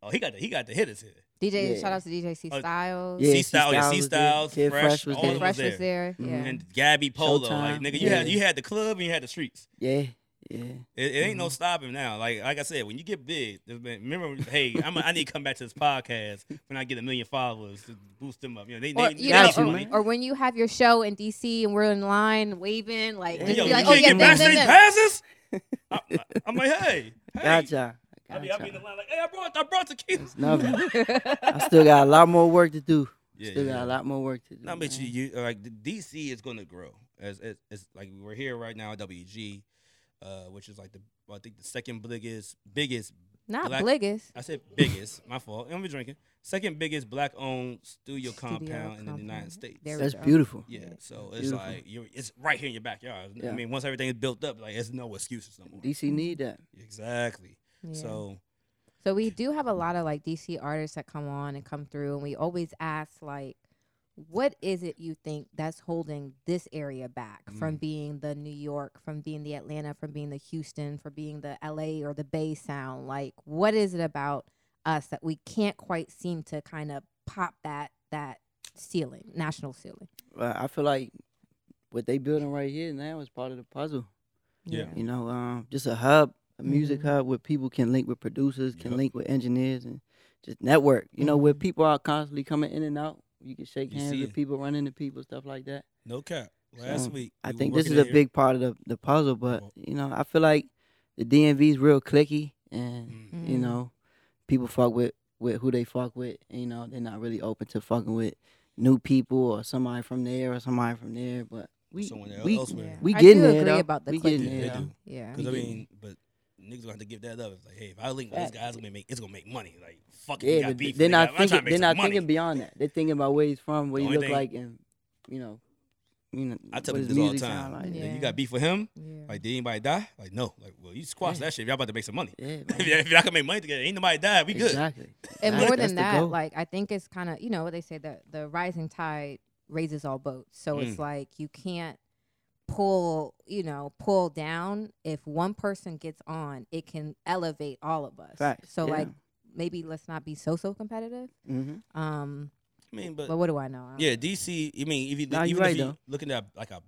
Speaker 2: oh he got the he got the hitters here.
Speaker 1: DJ,
Speaker 3: Yeah.
Speaker 1: shout out to DJ C
Speaker 2: Oh,
Speaker 1: Styles.
Speaker 3: Yeah,
Speaker 2: C Style, yeah,
Speaker 3: C-Style
Speaker 2: C
Speaker 3: was there.
Speaker 2: Styles,
Speaker 3: Kid
Speaker 2: Fresh,
Speaker 3: Fresh was
Speaker 2: all
Speaker 3: there.
Speaker 1: Kid
Speaker 2: of
Speaker 1: Fresh
Speaker 2: them
Speaker 1: was there.
Speaker 3: Mhm.
Speaker 1: Yeah.
Speaker 2: And Gabby Polo, like
Speaker 3: Showtime.
Speaker 2: nigga, you had
Speaker 3: Yeah.
Speaker 2: you had the club and you had the streets.
Speaker 3: Yeah, yeah.
Speaker 2: It, it ain't no
Speaker 3: Mhm.
Speaker 2: stopping now. Like like I said, when you get big, there's been- remember, hey, I'm a, I need to come back to this podcast when I get a million followers to boost them up. You know, they,
Speaker 1: or,
Speaker 2: they
Speaker 1: you
Speaker 2: they
Speaker 1: know, uh,
Speaker 3: got
Speaker 2: need
Speaker 3: you,
Speaker 1: or,
Speaker 2: money.
Speaker 3: man.
Speaker 1: or when you have your show in DC and we're in line waving, like,
Speaker 3: Yeah.
Speaker 1: just
Speaker 2: Yo,
Speaker 1: be
Speaker 2: you
Speaker 1: like,
Speaker 2: can't
Speaker 1: oh
Speaker 2: get
Speaker 1: yeah, them, them,
Speaker 2: backstage
Speaker 1: them.
Speaker 2: passes. I, am like, hey, hey.
Speaker 3: Gotcha. I
Speaker 2: I mean, I'll be in the
Speaker 3: gotcha.
Speaker 2: line like, hey, I brought, I brought tequila.
Speaker 3: It's nothing. I still got a lot more work to do.
Speaker 2: (laughs) Yeah,
Speaker 3: still
Speaker 2: yeah.
Speaker 3: got a lot more work to do.
Speaker 2: No, but
Speaker 3: man.
Speaker 2: you, you like the DC is going to grow as, as as like we're here right now at WG, uh, which is like the I think the second biggest biggest
Speaker 1: (laughs) Not
Speaker 2: Black-
Speaker 1: Bliggus.
Speaker 2: I said biggest my fault I'm drinking second biggest black owned studio,
Speaker 1: Studio
Speaker 2: compound in the United
Speaker 1: compound.
Speaker 2: States.
Speaker 1: There we
Speaker 3: That's
Speaker 1: go.
Speaker 3: beautiful.
Speaker 2: yeah, so it's
Speaker 3: Beautiful.
Speaker 2: like you are it's right here in your backyard. I
Speaker 3: Yeah.
Speaker 2: mean, once everything is built up, like there's no excuses no more.
Speaker 3: DC need that.
Speaker 2: Exactly.
Speaker 1: Yeah.
Speaker 2: So
Speaker 1: So we do have a lot of like DC artists that come on and come through, and we always ask like, what is it you think that's holding this area back from being the New York, from being the Atlanta, from being the Houston, from being the LA or the Bay sound? Like, what is it about us that we can't quite seem to kind of pop that that ceiling, national ceiling?
Speaker 3: Uh, I feel like what they building right here now is part of the puzzle.
Speaker 2: Yeah. Mm-hmm.
Speaker 3: You know, um, just a hub, a music
Speaker 1: Mhm.
Speaker 3: hub where people can link with producers, can
Speaker 2: Yep.
Speaker 3: link with engineers, and just network. You know, where
Speaker 1: Mhm.
Speaker 3: people are constantly coming in and out. You can shake
Speaker 2: You
Speaker 3: hands
Speaker 2: see
Speaker 3: with
Speaker 2: it.
Speaker 3: people, run into people, stuff like that.
Speaker 2: no cap. Last
Speaker 3: So,
Speaker 2: week
Speaker 3: I
Speaker 2: we were
Speaker 3: think this
Speaker 2: working
Speaker 3: is a
Speaker 2: here.
Speaker 3: big part of the, the puzzle, but
Speaker 2: Well-
Speaker 3: you know, I feel like the DMV's real clicky and
Speaker 2: Mm.
Speaker 3: you
Speaker 1: Mm.
Speaker 3: know, people fuck with with who they fuck with. and, you know, they're not really open to fucking with new people or somebody from there or somebody from there. But we
Speaker 2: Someone
Speaker 3: we
Speaker 2: else. Elsewhere.
Speaker 3: we
Speaker 1: I
Speaker 3: getting
Speaker 1: do
Speaker 3: there,
Speaker 1: agree
Speaker 3: though.
Speaker 1: about the
Speaker 3: We
Speaker 1: clicking.
Speaker 3: getting
Speaker 2: Yeah,
Speaker 3: there,
Speaker 2: they
Speaker 3: though.
Speaker 2: do.
Speaker 1: Yeah.
Speaker 2: Because I
Speaker 3: Yeah.
Speaker 2: mean, but niggas gonna have to give that up. It's like, hey, if I link with this
Speaker 3: Facts.
Speaker 2: guy, it's gonna make it's gonna make money. Like, fuck it, we
Speaker 3: yeah,
Speaker 2: got
Speaker 3: but
Speaker 2: beef.
Speaker 3: they're
Speaker 2: nigga.
Speaker 3: not
Speaker 2: I'm trying to
Speaker 3: thinking.
Speaker 2: make
Speaker 3: They're
Speaker 2: some
Speaker 3: not
Speaker 2: money.
Speaker 3: thinking beyond that. They're thinking about where he's from, what
Speaker 2: The
Speaker 3: he
Speaker 2: only
Speaker 3: look
Speaker 2: thing-
Speaker 3: like, and you know, you know,
Speaker 2: I tell people
Speaker 3: what his
Speaker 2: this all the
Speaker 3: music
Speaker 2: time.
Speaker 3: sound like.
Speaker 2: Like,
Speaker 1: Yeah.
Speaker 2: You got beef with him?
Speaker 1: yeah.
Speaker 2: Like, did anybody die? Like, no. Like, well, you squash
Speaker 3: Yeah.
Speaker 2: that shit. Y'all about to make some money.
Speaker 3: Yeah,
Speaker 2: (laughs)
Speaker 3: man.
Speaker 2: if, y'all, if y'all can make money together, ain't nobody died. We good.
Speaker 3: Exactly.
Speaker 1: and
Speaker 3: That-
Speaker 1: more
Speaker 3: that's
Speaker 1: than
Speaker 3: the
Speaker 1: that,
Speaker 3: goal.
Speaker 1: like I think it's kind of you know what they say that the rising tide raises all boats. So
Speaker 2: Mm.
Speaker 1: it's like you can't pull you know pull down if one person gets on, it can elevate all of us.
Speaker 3: Facts,
Speaker 1: So
Speaker 3: yeah.
Speaker 1: like maybe let's not be so so competitive.
Speaker 3: Mm-hmm.
Speaker 1: Um,
Speaker 2: I mean,
Speaker 1: but,
Speaker 2: but
Speaker 1: what do I know? I don't
Speaker 2: yeah, DC. I mean, if you
Speaker 3: Nah, you
Speaker 2: even
Speaker 3: right,
Speaker 2: if you
Speaker 3: though.
Speaker 2: looking at like a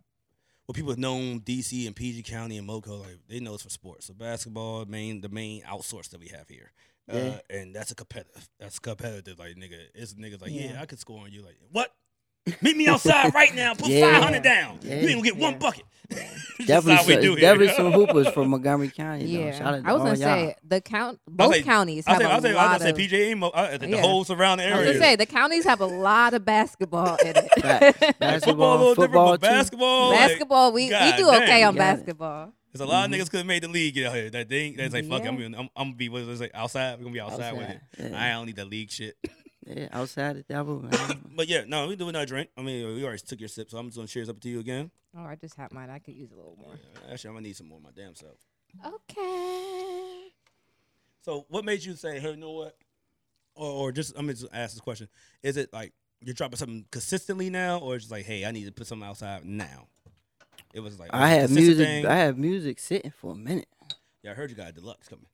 Speaker 2: well, people have known DC and PG County and MoCo, like they know it's for sports. So basketball, main the main outsource that we have here. Uh,
Speaker 3: Yeah.
Speaker 2: and that's a competitive. That's competitive. Like nigga, it's niggas like, yeah,
Speaker 1: Yeah.
Speaker 2: I could score on you. Like what? Meet me
Speaker 3: (laughs)
Speaker 2: outside right now. Put
Speaker 3: Yeah.
Speaker 2: five hundred down.
Speaker 3: Yeah.
Speaker 2: You ain't gonna get one
Speaker 1: Yeah.
Speaker 2: bucket. (laughs) That's
Speaker 3: Definitely,
Speaker 2: how we
Speaker 3: so-
Speaker 2: do here.
Speaker 3: definitely some hoopers
Speaker 2: (laughs)
Speaker 3: from Montgomery County. though.
Speaker 1: Yeah,
Speaker 3: Shout out to
Speaker 1: I was
Speaker 3: all
Speaker 1: gonna
Speaker 3: y'all.
Speaker 1: say the count
Speaker 2: I was
Speaker 1: both
Speaker 2: like-
Speaker 1: counties
Speaker 2: I
Speaker 1: have
Speaker 2: say, I
Speaker 1: a
Speaker 2: say, I
Speaker 1: lot
Speaker 2: say,
Speaker 1: of.
Speaker 2: PJ Amo, I, uh, the
Speaker 1: Yeah.
Speaker 2: whole surrounding
Speaker 1: I
Speaker 2: area.
Speaker 1: was gonna say the counties have a lot of basketball in
Speaker 3: Facts.
Speaker 1: it.
Speaker 3: Facts.
Speaker 2: football a little
Speaker 3: Basketball,
Speaker 2: different, but
Speaker 3: too.
Speaker 2: basketball,
Speaker 1: (laughs)
Speaker 2: like,
Speaker 1: basketball, we, we
Speaker 2: God
Speaker 1: do okay
Speaker 2: damn.
Speaker 1: on
Speaker 3: Got it.
Speaker 1: basketball.
Speaker 2: there's a lot of niggas could have made the league out here. That thing, that's like, fuck, it, I'm,
Speaker 1: Yeah.
Speaker 2: gonna, I'm, I'm gonna be what is it, like outside. We're gonna be outside, with it.
Speaker 3: Outside, yeah.
Speaker 2: I don't need that league shit.
Speaker 3: Yeah, outside the devil,
Speaker 2: (laughs)
Speaker 3: man.
Speaker 2: But yeah, no, we do another drink. I mean, we already took your sip, so I'm just gonna cheers up to you again.
Speaker 1: Oh, I just had mine. I could use a little more.
Speaker 2: Actually, I'm gonna need some more of my damn self.
Speaker 1: Okay.
Speaker 2: So, what made you say, hey, you know what? Or, or just, I'm gonna just ask this question: Is it like you're dropping something consistently now, or it's just like, hey, I need to put something outside now? It was like
Speaker 3: I had
Speaker 2: have
Speaker 3: music. I had music sitting for a minute.
Speaker 2: yeah, I heard you got a deluxe coming.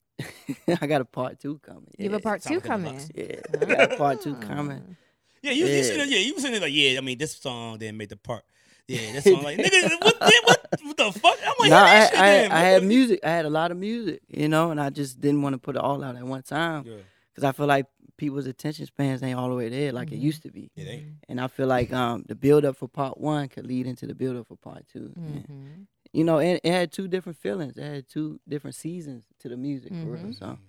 Speaker 3: (laughs) I got a part two coming. Yeah.
Speaker 1: You have a part Oh.
Speaker 2: Sound
Speaker 1: two
Speaker 2: like a
Speaker 1: coming.
Speaker 2: deluxe.
Speaker 3: Yeah, I got a part two coming.
Speaker 2: Yeah, you, you
Speaker 3: Yeah.
Speaker 2: sitting there- yeah, you was sitting there like, yeah, I mean, this song didn't make the part. Yeah, that's what
Speaker 3: (laughs)
Speaker 2: I'm like, nigga, what, the- what, what the fuck? I'm like,
Speaker 3: No, I,
Speaker 2: that shit
Speaker 3: I,
Speaker 2: then,
Speaker 3: I
Speaker 2: what
Speaker 3: had
Speaker 2: the-
Speaker 3: music. I had a lot of music, you know, and I just didn't want to put it all out at one time
Speaker 2: Yeah,
Speaker 3: because I feel like people's attention spans ain't all the way there like it
Speaker 1: Mhm.
Speaker 3: used to be.
Speaker 2: it ain't.
Speaker 3: And I feel like um, the build up for part one could lead into the build up for part 2 and-
Speaker 1: Mhm.
Speaker 3: you know, and it had two different feelings. It had two different seasons to the music for real.
Speaker 1: Mhm.
Speaker 3: So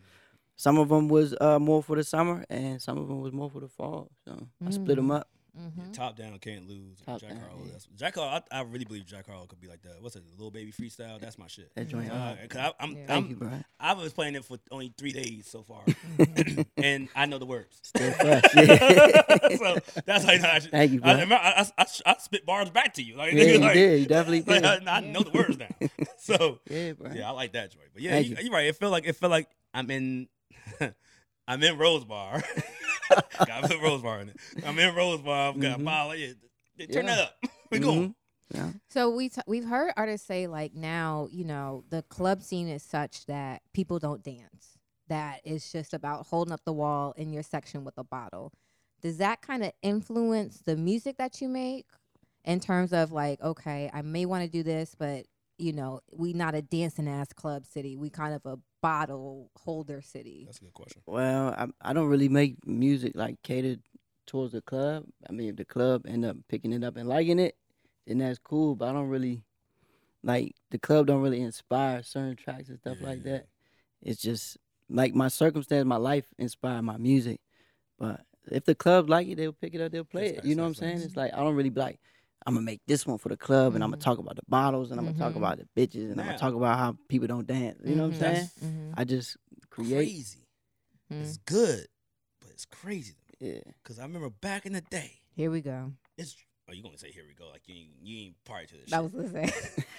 Speaker 3: some of them was uh, more for the summer, and some of them was more for the fall. So I split them up.
Speaker 2: Yeah,
Speaker 1: Mhm.
Speaker 2: top down can't lose.
Speaker 3: Mm-hmm. Top
Speaker 2: Jack
Speaker 3: down,
Speaker 2: Harlow.
Speaker 3: yeah.
Speaker 2: That's, Jack Harlow. I, I really believe Jack Harlow could be like that. What's it? Little baby freestyle. That's my shit.
Speaker 3: That joint.
Speaker 2: Uh,
Speaker 3: hard.
Speaker 2: 'cause I, I'm,
Speaker 1: Yeah.
Speaker 3: Thank
Speaker 2: I'm,
Speaker 3: you, Brian.
Speaker 2: I was playing it for only three days so far,
Speaker 1: Mhm.
Speaker 2: (coughs) and I know the words.
Speaker 3: Still fresh. Mm-hmm. (laughs)
Speaker 2: (laughs)
Speaker 3: Yeah.
Speaker 2: so that's like I, should,
Speaker 3: Thank you,
Speaker 2: I,
Speaker 3: bro.
Speaker 2: remember I, I, I spit bars back to you. Like,
Speaker 3: yeah,
Speaker 2: (laughs)
Speaker 3: you
Speaker 2: like,
Speaker 3: did. You definitely did.
Speaker 2: like, (laughs) I, I know the words
Speaker 3: (laughs)
Speaker 2: now. So
Speaker 3: yeah, bro.
Speaker 2: yeah, I like that joint. But yeah,
Speaker 3: Thank
Speaker 2: you,
Speaker 3: you.
Speaker 2: are right. It felt like it felt like I'm in, (laughs) I'm in Rose
Speaker 3: (laughs)
Speaker 2: Bar. (laughs) I'm in Rose Bar. In it. I'm in Rose Bar. I've got a
Speaker 3: Mhm.
Speaker 2: bottle. Like, yeah, th- turn
Speaker 3: Yeah.
Speaker 2: that up. (laughs) we
Speaker 3: Mm-hmm.
Speaker 2: going.
Speaker 3: Yeah.
Speaker 1: So we t- we've heard artists say like now you know the club scene is such that people don't dance. That it's just about holding up the wall in your section with a bottle. Does that kind of influence the music that you make in terms of like okay, I may want to do this, but you know we not a dancing ass club city. We kind of a bottle holder city.
Speaker 2: That's a good question.
Speaker 3: Well, I, I don't really make music like catered towards the club. I mean, if the club end up picking it up and liking it, then that's cool. But I don't really like the club. Don't really inspire certain tracks and stuff like
Speaker 2: Yeah.
Speaker 3: that. It's just like my circumstance, my life inspired my music. But if the club like it, they'll pick it up. They'll play
Speaker 2: That's
Speaker 3: it. You know what I'm
Speaker 2: nice, that's
Speaker 3: saying?
Speaker 2: nice.
Speaker 3: It's like I don't really be like. I'm gonna make this one for the club, and I'm
Speaker 1: Mhm.
Speaker 3: gonna talk about the bottles, and I'm gonna talk
Speaker 1: Mhm.
Speaker 3: about the bitches, and I'm
Speaker 2: Now-
Speaker 3: gonna talk about how people don't dance. You know what
Speaker 1: Mhm.
Speaker 3: I'm saying?
Speaker 2: Mm-hmm.
Speaker 1: Mhm.
Speaker 2: That's
Speaker 3: I just create.
Speaker 2: Crazy.
Speaker 1: Mm.
Speaker 2: It's good, but it's crazy to me. (laughs)
Speaker 3: Yeah.
Speaker 2: Cause I remember back in the day,
Speaker 1: Here we go.
Speaker 2: it's oh you gonna say here we go like you ain't, you ain't party to this.
Speaker 1: That was
Speaker 2: shit.
Speaker 1: the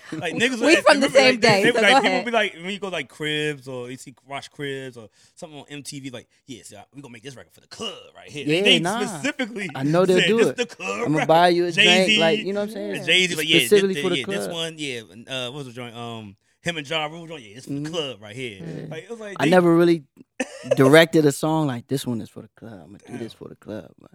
Speaker 1: same.
Speaker 2: like niggas.
Speaker 1: we
Speaker 2: like,
Speaker 1: from the
Speaker 2: remember,
Speaker 1: same
Speaker 2: like,
Speaker 1: day,
Speaker 2: They,
Speaker 1: so
Speaker 2: like,
Speaker 1: go
Speaker 2: people
Speaker 1: ahead.
Speaker 2: be like when you go like cribs or you see watch cribs or something on MTV like yeah see, I- we gonna make this record for the club right here. They-
Speaker 3: Yeah,
Speaker 2: they
Speaker 3: nah.
Speaker 2: specifically.
Speaker 3: I know they'll
Speaker 2: said,
Speaker 3: do
Speaker 2: this
Speaker 3: it.
Speaker 2: The club.
Speaker 3: I'm gonna
Speaker 2: record."
Speaker 3: buy you a
Speaker 2: Jay-Z,
Speaker 3: drink, like you know what I'm
Speaker 1: yeah.
Speaker 3: saying?
Speaker 2: Jay Z like yeah, this,
Speaker 3: specifically
Speaker 2: the-
Speaker 3: for the
Speaker 2: yeah this
Speaker 3: club.
Speaker 2: one yeah uh, what was the joint um him and Ja Rule joint yeah it's for the
Speaker 3: Mhm.
Speaker 2: club right here.
Speaker 1: Yeah.
Speaker 2: Like it was like
Speaker 3: I
Speaker 2: they- (laughs)
Speaker 3: never really directed a song like this one is for the club. I'm gonna do this
Speaker 2: Damn.
Speaker 3: for the club. But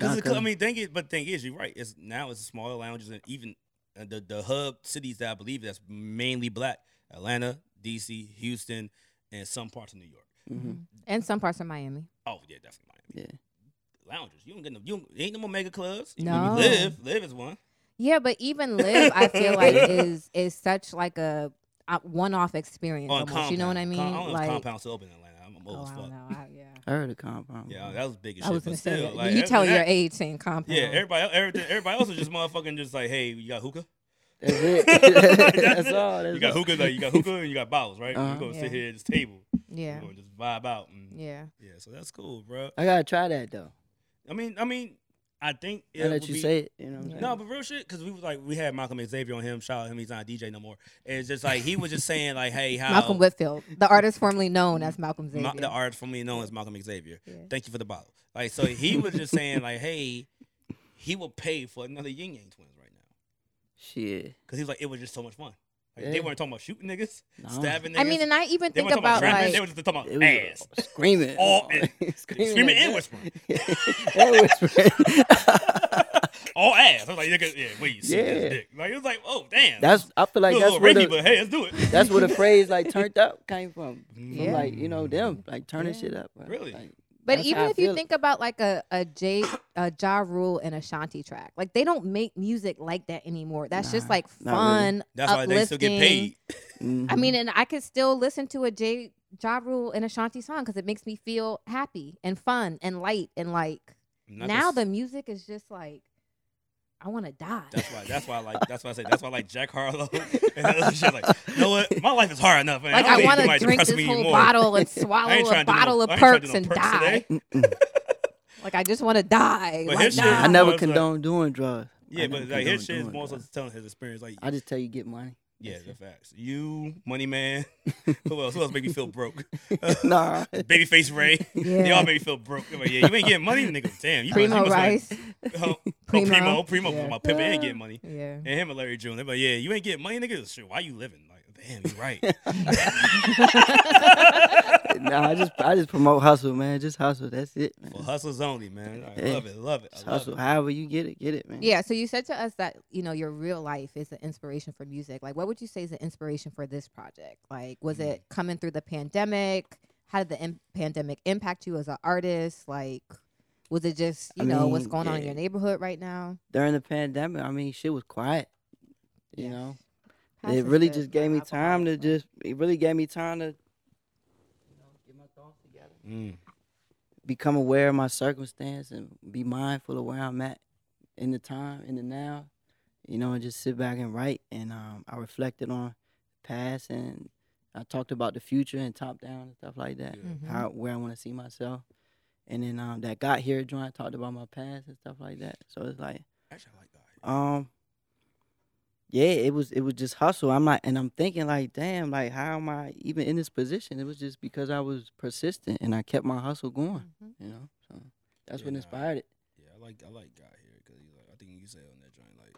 Speaker 2: Cause
Speaker 3: Nah,
Speaker 2: the cl- I mean, thing is, but thing is, you're right. It's now it's the smaller lounges and even uh, the the hub cities that I believe that's mainly black: Atlanta, D.C., Houston, and some parts of New York.
Speaker 1: (laughs)
Speaker 3: mhm.
Speaker 1: And some parts of Miami.
Speaker 2: Oh yeah, definitely Miami.
Speaker 3: Yeah.
Speaker 2: Lounges. You don't get no. You don't, ain't no more mega clubs. You
Speaker 1: No.
Speaker 2: Live, live is one.
Speaker 1: Yeah, but even live, I feel
Speaker 2: (laughs)
Speaker 1: like is is such like a, a one-off experience.
Speaker 2: On
Speaker 1: Almost, you know what I mean?
Speaker 2: Com- I don't know if
Speaker 1: like,
Speaker 2: compounds still open in Atlanta. I'm, I'm old
Speaker 1: oh,
Speaker 2: as
Speaker 1: I
Speaker 2: fuck.
Speaker 1: don't know. I,
Speaker 2: (laughs)
Speaker 1: yeah,
Speaker 3: I heard a compound.
Speaker 2: Yeah,
Speaker 3: bro.
Speaker 2: that was big as
Speaker 1: I
Speaker 2: shit.
Speaker 1: was
Speaker 2: but
Speaker 1: gonna
Speaker 2: still,
Speaker 1: say that.
Speaker 2: like,
Speaker 1: you tell
Speaker 2: everything-
Speaker 1: your age saying compound.
Speaker 2: Yeah, everybody, everything, everybody else was just motherfucking, just like, hey, you got hookah. (laughs)
Speaker 3: that's it. (laughs)
Speaker 2: That's
Speaker 3: that's
Speaker 2: it.
Speaker 3: all. That's
Speaker 2: You got
Speaker 3: all.
Speaker 2: hookah, like you got hookah, and you got bottles, right?
Speaker 3: Uh-huh.
Speaker 2: We're gonna
Speaker 1: Yeah.
Speaker 2: sit here at this table.
Speaker 1: yeah,
Speaker 2: We're gonna just vibe out. And,
Speaker 1: yeah.
Speaker 2: Yeah, so that's cool, bro.
Speaker 3: I gotta try that though.
Speaker 2: I mean, I mean, I think
Speaker 3: I let
Speaker 2: would
Speaker 3: you
Speaker 2: be-
Speaker 3: say it. You know what
Speaker 1: Yeah.
Speaker 3: I'm saying?
Speaker 2: No, but real shit, because we was like we had Malcolm Xavier on him. Shout out him, he's not a DJ no more. It's just like he was just saying like, hey, how
Speaker 1: Malcolm Whitfield, the artist formerly known as Malcolm Xavier.
Speaker 2: Ma- the artist formerly known as Malcolm Xavier.
Speaker 1: Yeah.
Speaker 2: Thank you for the bottle. Like so, he was just saying like, hey, he would pay for another Yin Yang Twins right now
Speaker 3: Shit.
Speaker 2: because he was like, it was just so much fun. Like,
Speaker 3: Yeah.
Speaker 2: They weren't talking about shooting niggas,
Speaker 3: Nah.
Speaker 2: stabbing niggas.
Speaker 1: I mean, and I even
Speaker 2: they
Speaker 1: think
Speaker 2: weren't talking about,
Speaker 1: about
Speaker 2: rapping,
Speaker 1: like
Speaker 2: they were just talking about
Speaker 3: It was (laughs)
Speaker 2: ass.
Speaker 3: uh, (laughs) screaming.
Speaker 2: (laughs) All in. Screaming and
Speaker 3: like
Speaker 2: whispering.
Speaker 3: that. (laughs) and whispering. (laughs)
Speaker 2: All ass. I was like, nigga, yeah, wait, you see
Speaker 3: Yeah.
Speaker 2: this dick. Like it was like, oh damn.
Speaker 3: that's. I feel like
Speaker 2: Feel a little
Speaker 3: that's where
Speaker 2: rapey,
Speaker 3: the,
Speaker 2: but hey, let's do it.
Speaker 3: that's where
Speaker 2: (laughs)
Speaker 3: the phrase like turned up came from. From
Speaker 1: Yeah.
Speaker 3: like you know them like turning
Speaker 1: Yeah.
Speaker 3: shit up. Bro.
Speaker 2: Really?
Speaker 3: Like,
Speaker 1: But
Speaker 3: That's
Speaker 1: even
Speaker 3: how I
Speaker 1: if you
Speaker 3: feel it.
Speaker 1: think about like a a J a Ja Rule and Ashanti track, like they don't make music like that anymore. That's just
Speaker 3: Nah,
Speaker 1: like
Speaker 3: not really.
Speaker 1: fun.
Speaker 2: That's why they still get
Speaker 1: uplifting.
Speaker 2: paid.
Speaker 1: I
Speaker 2: (laughs)
Speaker 3: mhm.
Speaker 1: mean, and I could still listen to a J Ja Rule and Ashanti song because it makes me feel happy and fun and light and like
Speaker 2: Not
Speaker 1: now
Speaker 2: this-
Speaker 1: the music is just like I want to die.
Speaker 2: That's why. That's why. I like. That's why I say. That's why I like Jack Harlow (laughs) and that other shit. Like, you know
Speaker 3: (laughs)
Speaker 2: what? My life is hard enough.
Speaker 1: (laughs)
Speaker 2: Man.
Speaker 1: like
Speaker 2: don't
Speaker 1: I
Speaker 2: need
Speaker 1: want to
Speaker 2: nobody
Speaker 1: drink
Speaker 2: depress
Speaker 1: this
Speaker 2: me
Speaker 1: whole
Speaker 2: anymore.
Speaker 1: bottle and
Speaker 2: (laughs) I ain't
Speaker 1: swallow a
Speaker 2: trying to do no-
Speaker 1: bottle
Speaker 2: I
Speaker 1: of
Speaker 2: ain't trying to do
Speaker 1: perks
Speaker 2: no
Speaker 1: and
Speaker 2: perks
Speaker 1: die.
Speaker 2: today.
Speaker 3: Mm-mm.
Speaker 2: (laughs)
Speaker 1: Like I just want to die.
Speaker 2: But
Speaker 1: Why
Speaker 2: his shit-
Speaker 1: not?
Speaker 3: I
Speaker 2: Yeah.
Speaker 3: never
Speaker 2: Well, it's like-
Speaker 3: condone doing drugs.
Speaker 2: Yeah,
Speaker 3: I
Speaker 2: but
Speaker 3: never
Speaker 2: like his
Speaker 3: condone
Speaker 2: shit is
Speaker 3: doing
Speaker 2: more so
Speaker 3: drugs.
Speaker 2: telling his experience. Like,
Speaker 3: I just tell you get money.
Speaker 2: yeah,
Speaker 1: (laughs)
Speaker 2: the facts. You, Money Man. (laughs) Who else? Who else make me
Speaker 3: (laughs)
Speaker 2: feel broke?
Speaker 3: nah.
Speaker 2: Babyface
Speaker 1: (laughs)
Speaker 2: Ray. (laughs) They
Speaker 1: Yeah.
Speaker 2: all make me feel broke. I'm like, yeah, you ain't getting money, nigga. Damn, you
Speaker 1: Primo
Speaker 2: must, you must
Speaker 1: Rice.
Speaker 2: Have, (laughs) oh,
Speaker 1: (laughs) Primo.
Speaker 2: primo, primo, primo.
Speaker 1: Yeah.
Speaker 2: My pimp
Speaker 1: (laughs)
Speaker 2: ain't getting money.
Speaker 1: Yeah.
Speaker 2: And him and Larry June. They're like, yeah,
Speaker 1: (laughs)
Speaker 2: you ain't getting money, nigga. Shit, why you living? Like, damn, you right.
Speaker 3: (laughs) nah, I just I just promote hustle, man. Just hustle. That's it, man.
Speaker 2: For hustlers only, man. I
Speaker 3: Yeah.
Speaker 2: love it, love it.
Speaker 3: Just
Speaker 2: I love
Speaker 3: hustle.
Speaker 2: it.
Speaker 3: However you get it, get it, man.
Speaker 1: Yeah, so you said to us that you know your real life is an inspiration for music. Like, what would you say is the inspiration for this project? Like, was
Speaker 3: Mm-hmm.
Speaker 2: Mm.
Speaker 1: it coming through the pandemic? How did the im- pandemic impact you as an artist? Like, was it just you
Speaker 3: I
Speaker 1: know what's
Speaker 3: mean,
Speaker 1: going on in
Speaker 3: yeah.
Speaker 1: your neighborhood right now?
Speaker 3: During the pandemic, I mean, shit was quiet. You know,
Speaker 1: Pass
Speaker 3: it
Speaker 1: us
Speaker 3: really
Speaker 1: the-
Speaker 3: just
Speaker 1: the
Speaker 3: gave me
Speaker 1: alcohol
Speaker 3: time to
Speaker 1: as well.
Speaker 3: just. It really gave me time to. you know, get my thoughts together.
Speaker 2: Mm.
Speaker 3: Become aware of my circumstance and be mindful of where I'm at in the time, in the now, you know, and just sit back and write. And um, I reflected on the past and I talked about the future and top down and stuff like that.
Speaker 2: Yeah.
Speaker 1: Mhm.
Speaker 3: how where I want to see myself. And then um, that got here joint I talked about my past and stuff like that. So it's like,
Speaker 2: Actually, I like that.
Speaker 3: um, yeah, it was it was just hustle. I'm like, and I'm thinking like, damn, like how am I even in this position? It was just because I was persistent and I kept my hustle going. (laughs)
Speaker 1: Mhm.
Speaker 3: You know, so that's
Speaker 2: Yeah,
Speaker 3: what
Speaker 2: nah.
Speaker 1: (laughs)
Speaker 3: inspired it.
Speaker 2: Yeah, I like I like God here because like, I think you said on that joint like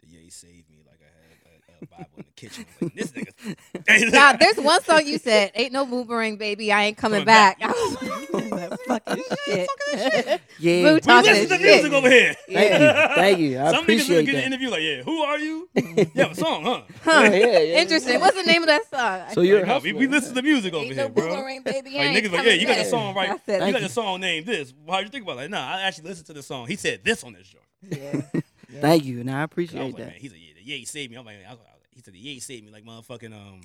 Speaker 2: the Yay saved me like I had a, a Bible in the kitchen. I was like this nigga. (laughs)
Speaker 1: Now, there's one song you said, "Ain't no boomerang, baby. I ain't coming
Speaker 2: Coming back."
Speaker 1: back." (laughs)
Speaker 3: (laughs)
Speaker 1: I was like, "Oh, fucking shit.
Speaker 3: Yeah,
Speaker 1: Blue
Speaker 2: we
Speaker 1: Talk
Speaker 2: listen
Speaker 1: that
Speaker 2: to
Speaker 1: shit.
Speaker 2: music over here.
Speaker 3: Thank you, thank you. I
Speaker 2: Some niggas
Speaker 3: appreciate
Speaker 2: really get an
Speaker 3: that. Oh,
Speaker 2: interview like, yeah, who are you? yeah, a song, huh?
Speaker 1: Huh.
Speaker 3: Yeah, yeah,
Speaker 1: (laughs)
Speaker 3: yeah.
Speaker 1: Interesting. What's the name of that song?
Speaker 3: So
Speaker 1: I-
Speaker 3: you're a
Speaker 2: Like, no, we, we
Speaker 3: hustler.
Speaker 2: listen to music over
Speaker 1: Ain't
Speaker 2: here,
Speaker 1: no
Speaker 2: bro.
Speaker 1: boomerang, baby. I ain't
Speaker 2: Like niggas like,
Speaker 1: coming
Speaker 2: yeah, you got the
Speaker 1: back."
Speaker 2: song right.
Speaker 1: I said,
Speaker 2: You
Speaker 3: Thank
Speaker 2: got the
Speaker 3: you.
Speaker 2: song named this. How you think about it? Like, nah, I actually listened to the song. He said this on this joint.
Speaker 3: (laughs)
Speaker 1: Yeah.
Speaker 3: Thank you, and I
Speaker 2: I was
Speaker 3: appreciate
Speaker 2: like, man,
Speaker 3: that.
Speaker 2: he's like, yeah, the yay saved me. I'm like, I was, I was, he said the yay saved me like motherfucking um.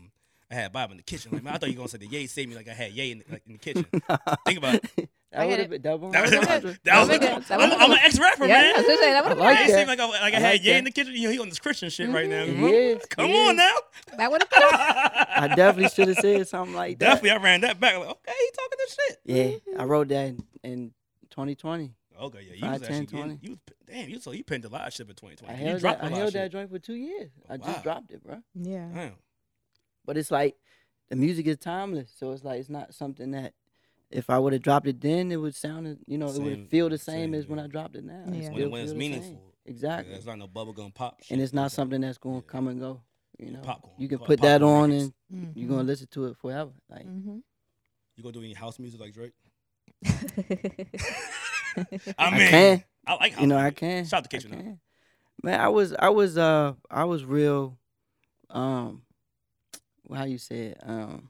Speaker 2: I had Bob in the kitchen. Like, man, I thought you were gonna say the yay saved me like I had yay in the, like, in the kitchen.
Speaker 3: (laughs)
Speaker 2: Think about it.
Speaker 1: I
Speaker 3: That would
Speaker 1: get
Speaker 3: have
Speaker 1: it.
Speaker 3: been double.
Speaker 2: That was,
Speaker 1: That
Speaker 3: entendre.
Speaker 2: that was
Speaker 1: would've been good.
Speaker 2: I'm, I'm an ex rapper,
Speaker 1: Yeah,
Speaker 2: man.
Speaker 1: that's what I'm saying. That
Speaker 3: I
Speaker 1: would've
Speaker 3: like
Speaker 1: been
Speaker 2: It
Speaker 1: nice.
Speaker 2: seemed like I, like I,
Speaker 3: I
Speaker 2: had
Speaker 3: like
Speaker 2: yay
Speaker 3: that.
Speaker 2: in the kitchen. You know, he on this Christian shit right now.
Speaker 1: Mhm.
Speaker 2: bro.
Speaker 3: Yes,
Speaker 2: Come
Speaker 3: yes.
Speaker 2: on now.
Speaker 1: That would have been
Speaker 3: Mm-hmm. (laughs)
Speaker 2: (laughs)
Speaker 3: I definitely should have said something like that.
Speaker 2: Definitely, I ran that back. Like, okay, he talking this shit.
Speaker 3: Yeah, I wrote that in, in 2020.
Speaker 2: Okay, yeah, you
Speaker 3: Five,
Speaker 2: was actually
Speaker 3: 10,
Speaker 2: getting,
Speaker 3: 20.
Speaker 2: you was, damn, you so you pinned a lot of shit in 2020.
Speaker 3: I
Speaker 2: you
Speaker 3: held
Speaker 2: dropped
Speaker 3: that, I
Speaker 2: a lot
Speaker 3: held
Speaker 2: of
Speaker 3: that
Speaker 2: shit.
Speaker 3: joint for two years. I
Speaker 2: Oh, Wow.
Speaker 3: just dropped it, bro.
Speaker 1: Yeah.
Speaker 2: Damn.
Speaker 3: But it's like the music is timeless, so it's like it's not something that if I would have dropped it then, it would sound, you know, it
Speaker 2: Same-
Speaker 3: would feel the same
Speaker 2: same,
Speaker 3: as when
Speaker 2: yeah.
Speaker 3: I dropped it now. It
Speaker 1: Yeah.
Speaker 3: still
Speaker 2: When, when it's
Speaker 3: feel the same.
Speaker 2: meaningful.
Speaker 3: Exactly.
Speaker 2: Yeah, it's not no bubblegum pop shit.
Speaker 3: and it's not
Speaker 2: like-
Speaker 3: something that's going to
Speaker 2: yeah.
Speaker 3: come and go. You
Speaker 2: Yeah,
Speaker 3: know,
Speaker 2: popcorn.
Speaker 3: you can
Speaker 2: Pop-
Speaker 3: put that
Speaker 2: popcorn
Speaker 3: on
Speaker 2: records.
Speaker 3: and you're
Speaker 1: Mm-hmm.
Speaker 3: going to listen to it forever. Like,
Speaker 2: You gonna do any house music like Drake? (laughs)
Speaker 1: Mm-hmm.
Speaker 2: I
Speaker 3: I
Speaker 2: mean,
Speaker 3: can.
Speaker 2: I like house
Speaker 3: you know, I
Speaker 2: music.
Speaker 3: can.
Speaker 2: Shout out to
Speaker 3: I
Speaker 2: Kitchener.
Speaker 3: can. Man, I was, I was, uh, I was real, um, how you say it, um,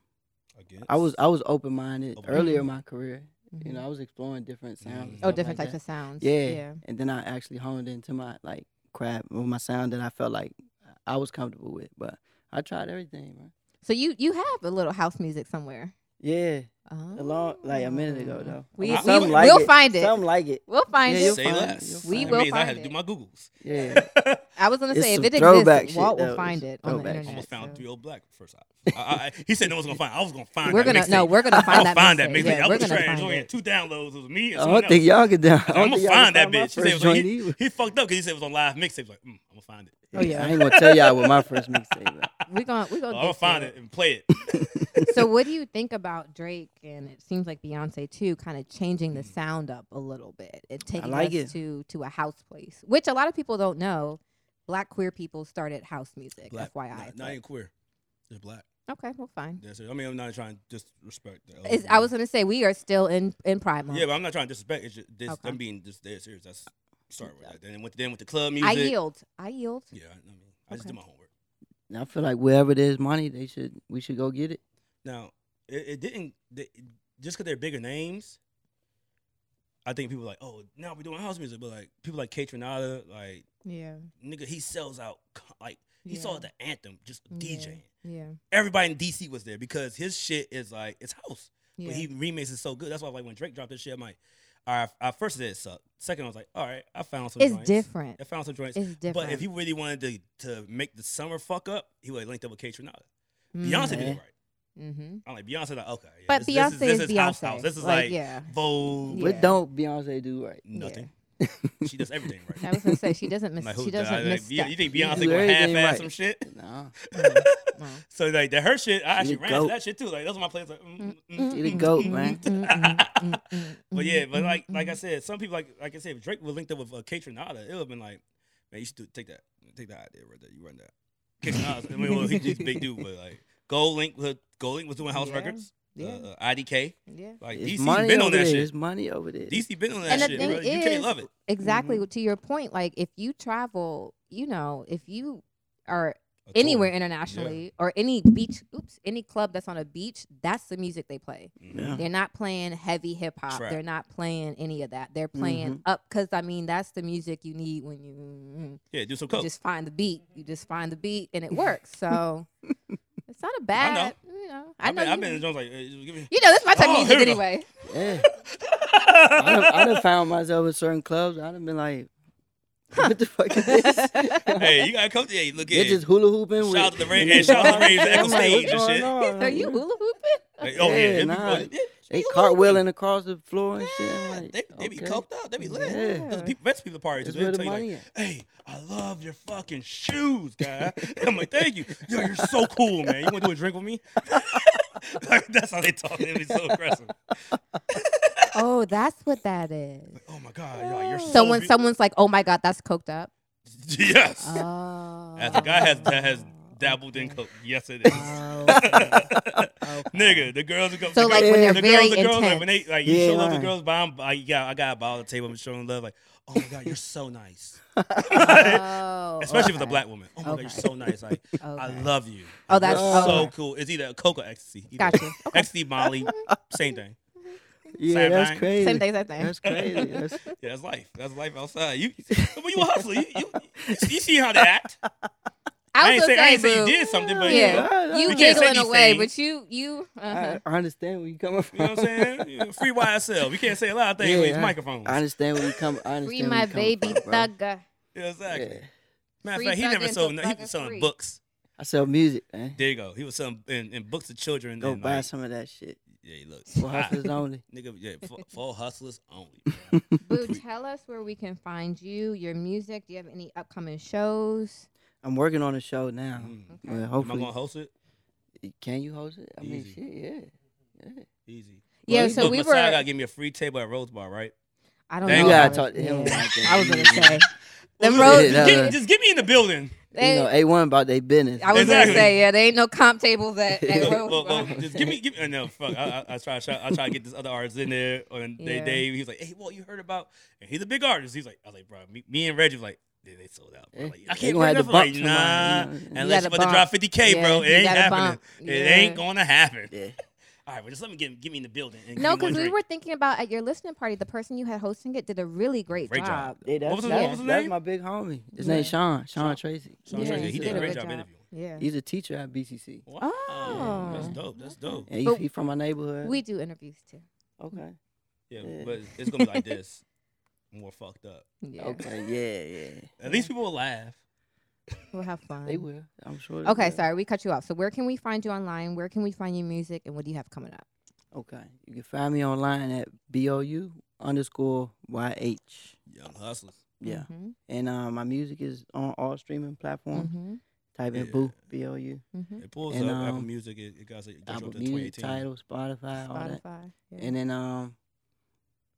Speaker 2: Against.
Speaker 3: I was I was open minded
Speaker 2: Open-minded.
Speaker 3: earlier in my career. You know, I was exploring different sounds. and
Speaker 2: Mhm.
Speaker 1: oh,
Speaker 3: stuff
Speaker 1: different
Speaker 3: like
Speaker 1: types
Speaker 3: that.
Speaker 1: of sounds.
Speaker 3: Yeah.
Speaker 1: Yeah.
Speaker 3: And then I actually honed into my like crap or my sound that I felt like I was comfortable with. But I tried everything, man.
Speaker 1: So you you have a little house music somewhere.
Speaker 3: Yeah, a long like a minute
Speaker 1: Oh.
Speaker 3: ago though.
Speaker 1: We,
Speaker 2: Well,
Speaker 1: we
Speaker 2: something like
Speaker 1: we'll
Speaker 3: it.
Speaker 1: find it.
Speaker 3: Something like it.
Speaker 1: We'll find
Speaker 3: Yeah,
Speaker 1: it.
Speaker 3: you'll
Speaker 2: Say
Speaker 3: find it,
Speaker 2: less.
Speaker 3: you'll
Speaker 1: We
Speaker 3: find
Speaker 1: will
Speaker 2: That means I had
Speaker 1: find
Speaker 2: to do
Speaker 1: it.
Speaker 2: my Googles. (laughs)
Speaker 3: Yeah.
Speaker 1: I was gonna
Speaker 3: It's
Speaker 1: say if
Speaker 3: some
Speaker 1: it
Speaker 3: throwback
Speaker 1: exists,
Speaker 3: shit,
Speaker 1: Walt will
Speaker 3: though.
Speaker 1: find
Speaker 3: It's
Speaker 1: it on the
Speaker 3: throwback shit.
Speaker 1: internet.
Speaker 2: Almost found
Speaker 1: so.
Speaker 2: three old black first time. I, (laughs) I, he said no one's gonna find. it. I was gonna find.
Speaker 1: We're
Speaker 2: that
Speaker 1: gonna
Speaker 2: mixtape.
Speaker 1: no, we're gonna
Speaker 2: I'm
Speaker 1: find
Speaker 2: gonna
Speaker 1: that.
Speaker 2: find that
Speaker 1: mixtape.
Speaker 2: mixtape.
Speaker 1: Yeah,
Speaker 2: I
Speaker 1: we're
Speaker 2: was
Speaker 1: gonna
Speaker 2: trash.
Speaker 1: find
Speaker 2: Only had
Speaker 1: it.
Speaker 2: two downloads. It was me. And
Speaker 3: Oh, I
Speaker 2: someone
Speaker 3: don't think
Speaker 2: else.
Speaker 3: y'all could down. I
Speaker 2: I'm
Speaker 3: don't
Speaker 2: gonna
Speaker 3: think y'all can
Speaker 2: find that
Speaker 3: my
Speaker 2: bitch. He, said, it
Speaker 3: first
Speaker 2: was like,
Speaker 3: joint
Speaker 2: he,
Speaker 3: either.
Speaker 2: he fucked up because he said it was on live mixtapes. Like, mm, I'm gonna find it.
Speaker 1: Oh, yeah.
Speaker 3: (laughs) I ain't gonna tell y'all what my first
Speaker 1: (laughs)
Speaker 3: mixtape. was.
Speaker 1: We're gonna we're
Speaker 2: I'm
Speaker 1: gonna
Speaker 2: gonna
Speaker 1: get to
Speaker 2: find it and play it. (laughs)
Speaker 1: so what do you think about Drake and it seems like Beyonce too, kind of changing
Speaker 2: Mm.
Speaker 1: the sound up a little bit and taking
Speaker 3: like
Speaker 1: us
Speaker 3: it.
Speaker 1: to to a house place, which a lot of people don't know. Black queer people started house music. FYI.
Speaker 2: Not, not even queer. Just black.
Speaker 1: but- okay, well, fine.
Speaker 2: That's it. I mean, I'm not trying to disrespect. The
Speaker 1: Is, I was gonna say we are still in in Pride Month.
Speaker 2: Yeah, but I'm not trying to disrespect. It's just, this,
Speaker 1: Okay.
Speaker 2: I'm being just dead serious. That's start with that. Then with then with the club music.
Speaker 1: I yield. I yield.
Speaker 2: Yeah, I, I mean, I just
Speaker 1: Okay.
Speaker 2: did my homework.
Speaker 3: And I feel like wherever there's money, they should we should go get it.
Speaker 2: Now, it, it didn't the, just because they're bigger names. I think people like, oh, now we're doing house music, but like people like Kate Renata, like
Speaker 1: Yeah.
Speaker 2: nigga, he sells out. co- Like he
Speaker 1: Yeah.
Speaker 2: saw the anthem just
Speaker 1: Yeah.
Speaker 2: DJing.
Speaker 1: Yeah.
Speaker 2: Everybody in DC was there because his shit is like it's house.
Speaker 1: Yeah.
Speaker 2: But he remakes it so good. That's why like when Drake dropped this shit, I'm like, all right, I first said it sucked. Second, I was like, all right, I found some
Speaker 1: it's
Speaker 2: joints.
Speaker 1: different.
Speaker 2: I found some joints.
Speaker 1: It's different.
Speaker 2: But if he really wanted to, to make the summer fuck up, he would have linked up with Kate Renata.
Speaker 1: Mm.
Speaker 2: Beyonce did it
Speaker 3: Yeah.
Speaker 2: right.
Speaker 1: Mm-hmm.
Speaker 2: I'm like, Beyonce, like, okay. yeah,
Speaker 1: But
Speaker 2: this-
Speaker 1: Beyonce
Speaker 2: this this
Speaker 1: is, Beyonce.
Speaker 2: house house. This is like,
Speaker 1: yeah.
Speaker 2: Vogue,
Speaker 1: Yeah.
Speaker 3: What don't Beyonce do right?
Speaker 2: nothing.
Speaker 3: she
Speaker 2: She does everything right.
Speaker 1: I was gonna say she doesn't miss.
Speaker 2: (laughs) Like,
Speaker 1: she
Speaker 2: who does-
Speaker 1: doesn't
Speaker 2: like,
Speaker 1: miss.
Speaker 2: Be- You think
Speaker 1: (laughs)
Speaker 3: She
Speaker 2: Beyonce
Speaker 3: do
Speaker 2: gonna half
Speaker 3: everything
Speaker 2: ass
Speaker 3: right.
Speaker 2: some shit?
Speaker 3: (laughs) Nah.
Speaker 2: (laughs)
Speaker 1: Mm.
Speaker 2: So like that her shit, I
Speaker 3: She
Speaker 2: actually
Speaker 3: the
Speaker 2: ran to
Speaker 3: goat.
Speaker 2: that shit too. Like that's what my players like. Mm, mm,
Speaker 1: Mm,
Speaker 2: mm,
Speaker 3: She the
Speaker 2: mm,
Speaker 3: goat,
Speaker 2: mm,
Speaker 3: man.
Speaker 2: mm, mm. But
Speaker 3: Mm-hmm,
Speaker 2: yeah, but like like I said, some people like like I said, if Drake was linked up with uh, Kate Renata, it would have been like, man, you should do, take that, take that idea right there. You run that. Kate Renata's- I mean, well, he's just a big dude, but like Gold Link, was- Gold Link was doing house
Speaker 1: Yeah.
Speaker 2: records.
Speaker 1: Yeah.
Speaker 2: uh, uh, IDK.
Speaker 1: yeah.
Speaker 2: Like
Speaker 3: It's
Speaker 2: DC been on
Speaker 3: over
Speaker 2: that
Speaker 3: there.
Speaker 2: shit.
Speaker 3: It's money over there.
Speaker 2: DC been on that
Speaker 1: And the
Speaker 2: shit.
Speaker 1: thing
Speaker 2: bro. You can't
Speaker 1: is-
Speaker 2: love it.
Speaker 1: Exactly to your point. Like if you travel, you know, if you are
Speaker 2: A
Speaker 1: anywhere
Speaker 2: tour.
Speaker 1: internationally or any beach, oops, any club that's on a beach, that's the music they play.
Speaker 2: Mm-hmm.
Speaker 3: Yeah.
Speaker 1: They're not playing heavy hip hop.
Speaker 2: Trap.
Speaker 1: They're not playing any of that. They're playing
Speaker 3: Mm-hmm.
Speaker 1: up because I mean that's the music you need when you, mm,
Speaker 2: Yeah, do some
Speaker 1: you
Speaker 2: coke.
Speaker 1: just find the beat. You just find the beat and it works.
Speaker 3: (laughs)
Speaker 1: So it's not a bad. You know, I
Speaker 2: I've
Speaker 1: know.
Speaker 2: been, I've
Speaker 1: you,
Speaker 2: been in Jones like, hey, just give me.
Speaker 1: you know, this is my type
Speaker 2: Oh,
Speaker 1: of
Speaker 2: here
Speaker 1: music
Speaker 2: we go.
Speaker 1: anyway.
Speaker 3: Yeah.
Speaker 2: (laughs)
Speaker 3: I done, I done found myself in certain clubs. I done
Speaker 1: (laughs)
Speaker 3: been like, what the fuck is this?
Speaker 2: hey, you gotta come to. Hey, look at
Speaker 3: They're just hula hooping.
Speaker 2: Shout
Speaker 3: with,
Speaker 2: out to the Ra- and shout out to the Ravens Echo
Speaker 3: I'm like,
Speaker 2: Stage
Speaker 3: what's
Speaker 2: and
Speaker 3: going
Speaker 2: shit.
Speaker 1: (laughs)
Speaker 3: on?
Speaker 1: Are you hula hooping?
Speaker 2: Hey, oh yeah,
Speaker 3: Yeah,
Speaker 2: it'd be
Speaker 3: nah.
Speaker 2: fun. yeah,
Speaker 3: They
Speaker 2: hula
Speaker 3: cartwheeling across the floor and shit. I'm
Speaker 2: hooping.
Speaker 3: like,
Speaker 2: They, they be
Speaker 3: okay.
Speaker 2: coked up. They be lit.
Speaker 3: Yeah.
Speaker 2: That's people, that's people parties.
Speaker 3: That's
Speaker 2: They'll
Speaker 3: where the
Speaker 2: tell you, like,
Speaker 3: money at.
Speaker 2: hey, I love your fucking shoes, guy. (laughs) And I'm like, thank you. Yo, you're so cool, man. You want to do a drink with me? (laughs) like, that's how they talk. They be so aggressive.
Speaker 1: oh, that's what that is.
Speaker 2: Oh my god, yo, you're so.
Speaker 1: So when
Speaker 2: beau-
Speaker 1: someone's like, "Oh my God, that's coked up,"
Speaker 2: (laughs) yes,
Speaker 1: oh,
Speaker 2: as a guy has that has dabbled in coke. Yes, it is. (laughs)
Speaker 1: Oh,
Speaker 2: Nigga, the girls are go.
Speaker 1: So,
Speaker 2: the
Speaker 1: like,
Speaker 2: girls,
Speaker 3: when they're
Speaker 2: the
Speaker 1: very
Speaker 2: girls, the girls, like, when they
Speaker 1: intense.
Speaker 2: like you
Speaker 3: Yeah,
Speaker 2: show love the
Speaker 3: right.
Speaker 2: girls, but I'm like, yeah, I got a ball at the table. I'm showing love, like, oh my god, you're so
Speaker 1: (laughs)
Speaker 2: nice. (laughs)
Speaker 1: oh,
Speaker 2: Especially if it's a
Speaker 1: okay.
Speaker 2: black woman. Oh my god, you're
Speaker 1: Okay.
Speaker 2: so nice. Like, I
Speaker 1: Okay.
Speaker 2: love you.
Speaker 1: Oh, that's-
Speaker 2: You're so
Speaker 1: oh.
Speaker 2: cool. It's either a coke or ecstasy. Either.
Speaker 1: Gotcha. Okay. (laughs)
Speaker 2: Ecstasy, Molly, same thing.
Speaker 3: Yeah,
Speaker 2: Same
Speaker 3: that's
Speaker 2: thing.
Speaker 3: crazy.
Speaker 1: Same thing, same thing.
Speaker 3: That's crazy. That's,
Speaker 2: Yeah, that's life. That's life
Speaker 1: (laughs)
Speaker 2: outside. You, when you a hustler, you, you, you see how they act. I
Speaker 1: was
Speaker 2: ain't
Speaker 1: gonna
Speaker 2: say- I ain't say you
Speaker 1: boo.
Speaker 2: did something, but,
Speaker 3: you
Speaker 1: yeah,
Speaker 3: know,
Speaker 1: you
Speaker 3: you
Speaker 2: can't say
Speaker 1: giggling
Speaker 2: these
Speaker 1: away,
Speaker 2: things.
Speaker 1: but you you uh-huh. (laughs)
Speaker 3: I, I understand where you coming from.
Speaker 2: You know what I'm saying? You Free YSL. We can't say a lot of things
Speaker 3: Yeah,
Speaker 2: with these
Speaker 3: I-
Speaker 2: microphones.
Speaker 3: I understand where you come. I understand
Speaker 1: free
Speaker 3: where
Speaker 1: my
Speaker 3: you coming
Speaker 1: baby
Speaker 3: from, bro.
Speaker 1: thugger.
Speaker 2: yeah, exactly.
Speaker 3: Yeah.
Speaker 2: Matter
Speaker 1: Free
Speaker 2: of fact, he
Speaker 1: thug
Speaker 2: never
Speaker 1: into
Speaker 2: sold. No, he
Speaker 1: thugger
Speaker 2: was selling
Speaker 1: free.
Speaker 2: books.
Speaker 3: I sell music, man.
Speaker 2: There you go. He was selling in, in books to children.
Speaker 3: Go
Speaker 2: and
Speaker 3: buy
Speaker 2: like,
Speaker 3: some of that shit.
Speaker 2: Yeah, he looks.
Speaker 3: For
Speaker 2: hot. (laughs)
Speaker 3: hustlers only.
Speaker 2: Nigga, yeah, for,
Speaker 1: (laughs)
Speaker 2: for hustlers only.
Speaker 3: (laughs)
Speaker 1: Boo, tell us where we can find you, your music. Do you have any upcoming shows?
Speaker 3: I'm working on a show now.
Speaker 2: Mm.
Speaker 3: Well,
Speaker 2: Am I
Speaker 3: hopefully,
Speaker 2: gonna host it?
Speaker 3: can you host it? I mean,
Speaker 2: Easy.
Speaker 3: shit, yeah. yeah.
Speaker 2: Easy.
Speaker 1: Yeah,
Speaker 3: you
Speaker 1: so
Speaker 2: Look,
Speaker 1: we
Speaker 2: Messiah
Speaker 1: were.
Speaker 2: gotta give me a free table at Rose Bar, right?
Speaker 1: I don't
Speaker 2: They
Speaker 1: know.
Speaker 2: ain't
Speaker 1: about
Speaker 3: gotta
Speaker 1: it.
Speaker 3: talk to him
Speaker 1: Yeah.
Speaker 3: about that.
Speaker 1: I was gonna say. Them
Speaker 2: Well,
Speaker 1: Rose-
Speaker 2: just,
Speaker 3: Yeah,
Speaker 2: get,
Speaker 3: nah.
Speaker 2: just get me in the building.
Speaker 1: They,
Speaker 3: you know, a one about their business.
Speaker 1: I was
Speaker 2: Exactly.
Speaker 1: gonna say, yeah, there ain't no comp tables at, at
Speaker 3: Yeah.
Speaker 2: Well,
Speaker 1: Rose
Speaker 2: well, well,
Speaker 1: Bar.
Speaker 2: just give me, give me. oh, No, fuck. I, I, I try, try, I try to get this other artist in there, and they,
Speaker 1: Yeah.
Speaker 2: they, he was like, "Hey, what you heard about?" And he's a big artist. He's like, "I was like, bro, me, me and Reggie was like, yeah, they sold out. Bro.
Speaker 3: Yeah.
Speaker 2: Like, I
Speaker 3: They
Speaker 2: can't
Speaker 3: gonna
Speaker 2: wait
Speaker 3: have to
Speaker 2: enough. Like,
Speaker 3: bump somebody,
Speaker 2: nah,
Speaker 3: you know? You
Speaker 1: gotta
Speaker 2: unless you about to drop
Speaker 1: bump.
Speaker 2: fifty k,
Speaker 1: Yeah,
Speaker 2: bro,
Speaker 1: you
Speaker 2: it ain't
Speaker 1: gotta
Speaker 2: happening.
Speaker 1: bump.
Speaker 2: It
Speaker 1: Yeah.
Speaker 2: ain't gonna happen.
Speaker 3: Yeah.
Speaker 2: All right, well, just let me get get me in the building. And
Speaker 1: No,
Speaker 2: because
Speaker 1: because we were thinking about at your listening party, the person you had hosting it did a really great,
Speaker 2: Great job.
Speaker 3: Hey, that's,
Speaker 2: What was his-
Speaker 3: that's,
Speaker 2: what was his
Speaker 3: that's
Speaker 2: name?
Speaker 3: my big homie. His
Speaker 1: Yeah.
Speaker 3: name's Sean. Sean
Speaker 2: Sean.
Speaker 3: Tracy.
Speaker 1: Yeah,
Speaker 2: he
Speaker 1: he
Speaker 2: did a
Speaker 1: did
Speaker 2: great
Speaker 1: a
Speaker 2: job
Speaker 1: good job.
Speaker 2: interviewing.
Speaker 1: Yeah.
Speaker 3: He's a teacher at BCC.
Speaker 2: Wow,
Speaker 1: Oh.
Speaker 2: that's dope. That's dope.
Speaker 3: And he,
Speaker 1: But-
Speaker 3: he from my neighborhood.
Speaker 1: We do interviews too.
Speaker 3: okay.
Speaker 2: Yeah,
Speaker 3: Yeah.
Speaker 2: but it's gonna be like this, more fucked up.
Speaker 1: Yeah.
Speaker 3: Okay. Yeah. Yeah.
Speaker 2: At least people will laugh.
Speaker 1: We'll have fun.
Speaker 3: They will. I'm sure. they
Speaker 1: Okay,
Speaker 3: will.
Speaker 1: sorry, we cut you off. So where can we find you online? Where can we find your music and what do you have coming up?
Speaker 3: Okay. You can find me online at BOU underscore YH.
Speaker 2: Young hustlers.
Speaker 3: Yeah.
Speaker 1: Mm-hmm.
Speaker 3: And uh, my music is on all streaming platforms.
Speaker 1: hmm
Speaker 3: Type in
Speaker 2: Yeah.
Speaker 3: Boo, B O U.
Speaker 1: hmm
Speaker 2: It pulls
Speaker 3: And,
Speaker 2: up Apple
Speaker 3: um,
Speaker 2: Music. It, it got, it got you
Speaker 3: Apple
Speaker 2: up to
Speaker 3: Music,
Speaker 2: 2018.
Speaker 3: Title, Spotify, all that.
Speaker 1: Spotify. Yeah.
Speaker 3: And then, um,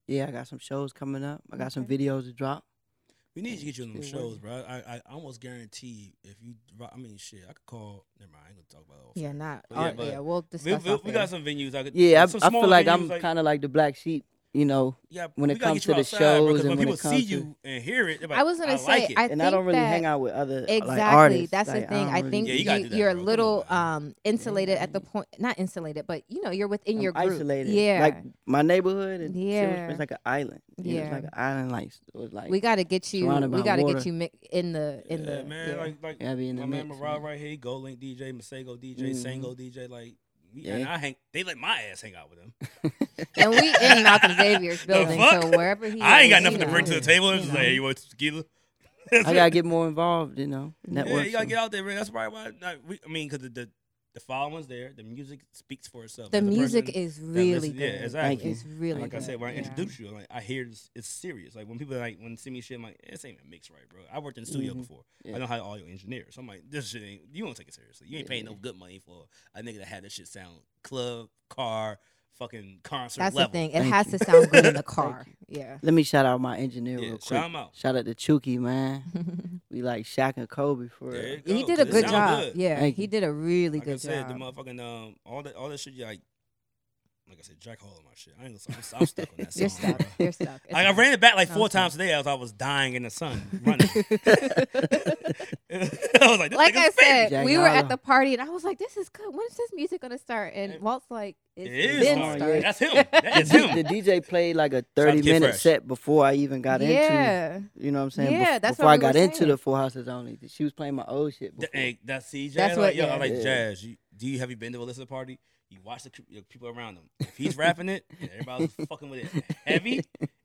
Speaker 3: yeah, I got some shows coming up. I got some
Speaker 1: Okay.
Speaker 3: videos to drop.
Speaker 2: We need to get you on them
Speaker 3: Still
Speaker 2: shows,
Speaker 3: working.
Speaker 2: bro. I, I I almost guarantee if you, dro- I mean, shit, I could call. Never mind, I ain't gonna talk about it. off
Speaker 1: yeah,
Speaker 2: air.
Speaker 1: not.
Speaker 2: But yeah,
Speaker 1: Yeah,
Speaker 2: but
Speaker 1: yeah, we'll
Speaker 2: We,
Speaker 1: discuss.
Speaker 2: we,
Speaker 1: off
Speaker 2: we
Speaker 1: air.
Speaker 2: got some venues. I could.
Speaker 3: Yeah, I,
Speaker 2: some
Speaker 3: I
Speaker 2: smaller
Speaker 3: feel like
Speaker 2: venues,
Speaker 3: I'm kind of like the black sheep, you know.
Speaker 2: yeah,
Speaker 3: when it
Speaker 2: we gotta
Speaker 3: comes
Speaker 2: get you
Speaker 3: to the
Speaker 2: outside, bro, 'cause
Speaker 3: shows and
Speaker 2: when
Speaker 3: when it
Speaker 2: people see
Speaker 3: comes to-
Speaker 2: you and hear it, they're like,
Speaker 1: I was gonna say,
Speaker 2: like it.
Speaker 1: I
Speaker 3: And I don't
Speaker 1: think
Speaker 3: really
Speaker 1: that-
Speaker 3: hang out with other like,
Speaker 1: Exactly.
Speaker 3: artists.
Speaker 1: That's the
Speaker 3: Like,
Speaker 1: thing.
Speaker 3: don't
Speaker 1: I
Speaker 3: really-
Speaker 1: think
Speaker 2: Yeah,
Speaker 1: you
Speaker 2: you gotta do that,
Speaker 1: are a
Speaker 2: bro. Come on, Mm-hmm.
Speaker 1: little
Speaker 2: man.
Speaker 1: um insulated at the point not insulated, but you know, you're within
Speaker 3: I'm
Speaker 1: your group.
Speaker 3: isolated.
Speaker 1: Yeah.
Speaker 3: Like my neighborhood and yeah.
Speaker 1: Yeah.
Speaker 3: it's like an island. Yeah.
Speaker 1: Yeah.
Speaker 3: It's like an island life. So it's like
Speaker 1: we got to get you
Speaker 3: surrounded
Speaker 1: we
Speaker 3: by
Speaker 1: got to get
Speaker 3: water.
Speaker 1: you mi- in the in
Speaker 2: Yeah,
Speaker 1: the
Speaker 2: man,
Speaker 1: yeah.
Speaker 2: like like
Speaker 3: gotta be in
Speaker 2: my
Speaker 3: the
Speaker 2: man
Speaker 3: mix,
Speaker 2: Marad
Speaker 3: man.
Speaker 2: right here, Go Link DJ, Masego DJ,
Speaker 3: Mhm.
Speaker 2: Sango DJ, like. we- And
Speaker 3: Yeah.
Speaker 2: I hang. They let my ass hang out with them.
Speaker 1: (laughs) and we in Malcolm
Speaker 2: (laughs)
Speaker 1: Xavier's building, so
Speaker 2: fuck?
Speaker 1: wherever he
Speaker 2: I ain't
Speaker 1: is,
Speaker 2: got
Speaker 1: you
Speaker 2: nothing to
Speaker 1: know.
Speaker 2: bring to the table. It's
Speaker 1: you
Speaker 2: just like,
Speaker 1: know.
Speaker 2: hey, you want some tequila?
Speaker 3: I gotta get more involved, you know. Network.
Speaker 2: Yeah, you gotta get out there, man. That's probably why. Not, we, I mean, because the, the the following's there, the music speaks for itself.
Speaker 1: The
Speaker 2: As a
Speaker 1: music
Speaker 2: person-
Speaker 1: is really
Speaker 2: listen- yeah,
Speaker 1: good.
Speaker 2: exactly.
Speaker 3: Thank you.
Speaker 1: It's really
Speaker 2: like I
Speaker 1: good.
Speaker 2: said, when I
Speaker 1: yeah.
Speaker 2: introduce you, like I hear this, it's serious. Like when people like when see me shit, I'm like, this ain't a mix, right, bro? I worked in the studio
Speaker 1: Mm-hmm.
Speaker 3: Mhm.
Speaker 2: before. I
Speaker 3: Yeah.
Speaker 2: know how to audio engineer, so I'm like, this shit ain't. You don't take it seriously. You ain't paying no
Speaker 3: Yeah.
Speaker 2: good money for a nigga that had this shit sound club, car, fucking concert
Speaker 1: That's
Speaker 2: level.
Speaker 1: the thing. It
Speaker 3: Thank
Speaker 1: has
Speaker 3: you.
Speaker 1: to sound
Speaker 2: (laughs)
Speaker 1: good in the
Speaker 3: Thank
Speaker 1: car. Yeah. (laughs)
Speaker 3: Let me shout out my engineer
Speaker 2: Yeah,
Speaker 3: real
Speaker 2: shout
Speaker 3: quick.
Speaker 2: him out.
Speaker 3: Shout out to Chucky, man. We like Shaq and Kobe for
Speaker 2: There
Speaker 3: real.
Speaker 2: you
Speaker 1: he
Speaker 2: go,
Speaker 1: did a
Speaker 2: 'cause it
Speaker 1: good
Speaker 2: sound
Speaker 1: job.
Speaker 2: good.
Speaker 1: Yeah,
Speaker 3: Thank
Speaker 1: he
Speaker 3: you.
Speaker 1: did a really
Speaker 2: Like I
Speaker 1: good
Speaker 2: said, the
Speaker 1: job.
Speaker 2: motherfucking um, all that all that shit, like like I said, Jack Hall in my shit. I ain't gonna, I'm, I'm stuck on that
Speaker 1: (laughs)
Speaker 2: song.
Speaker 1: You're stuck.
Speaker 2: bro.
Speaker 1: You're stuck. It's
Speaker 2: (laughs) Like I
Speaker 1: fine.
Speaker 2: ran it back like four
Speaker 1: Okay.
Speaker 2: times today as I was dying in the sun
Speaker 1: (laughs)
Speaker 3: (laughs)
Speaker 2: running. I was like, this
Speaker 1: like
Speaker 2: nigga's
Speaker 1: I said,
Speaker 3: Jack
Speaker 1: we were at
Speaker 3: Harlow.
Speaker 1: the party and I was like, "This is good. When is this music gonna start?" And
Speaker 2: It-
Speaker 1: Walt's like, "It's
Speaker 2: It is
Speaker 3: Oh,
Speaker 1: been
Speaker 2: hard.
Speaker 1: started." (laughs)
Speaker 2: That's him. That is him.
Speaker 3: The DJ played like a
Speaker 2: out to
Speaker 3: 30
Speaker 2: Kid
Speaker 3: minute
Speaker 2: Fresh.
Speaker 3: set before I even got into
Speaker 1: yeah.
Speaker 3: You know what I'm saying? Bef-
Speaker 1: Yeah, that's
Speaker 3: Before
Speaker 1: what
Speaker 3: I
Speaker 1: we
Speaker 3: got
Speaker 1: were
Speaker 3: into
Speaker 1: saying.
Speaker 3: the Full Houses only, she was playing my old shit.
Speaker 2: Th-
Speaker 3: Before.
Speaker 2: hey, that's see, jazz.
Speaker 1: That's
Speaker 2: like,
Speaker 1: what-
Speaker 2: yo, I
Speaker 1: yeah.
Speaker 2: like
Speaker 3: Yeah.
Speaker 2: jazz. You, do you have you been to a listening party? You watch the c- your people around him. If he's rapping it, and everybody's fucking with it heavy.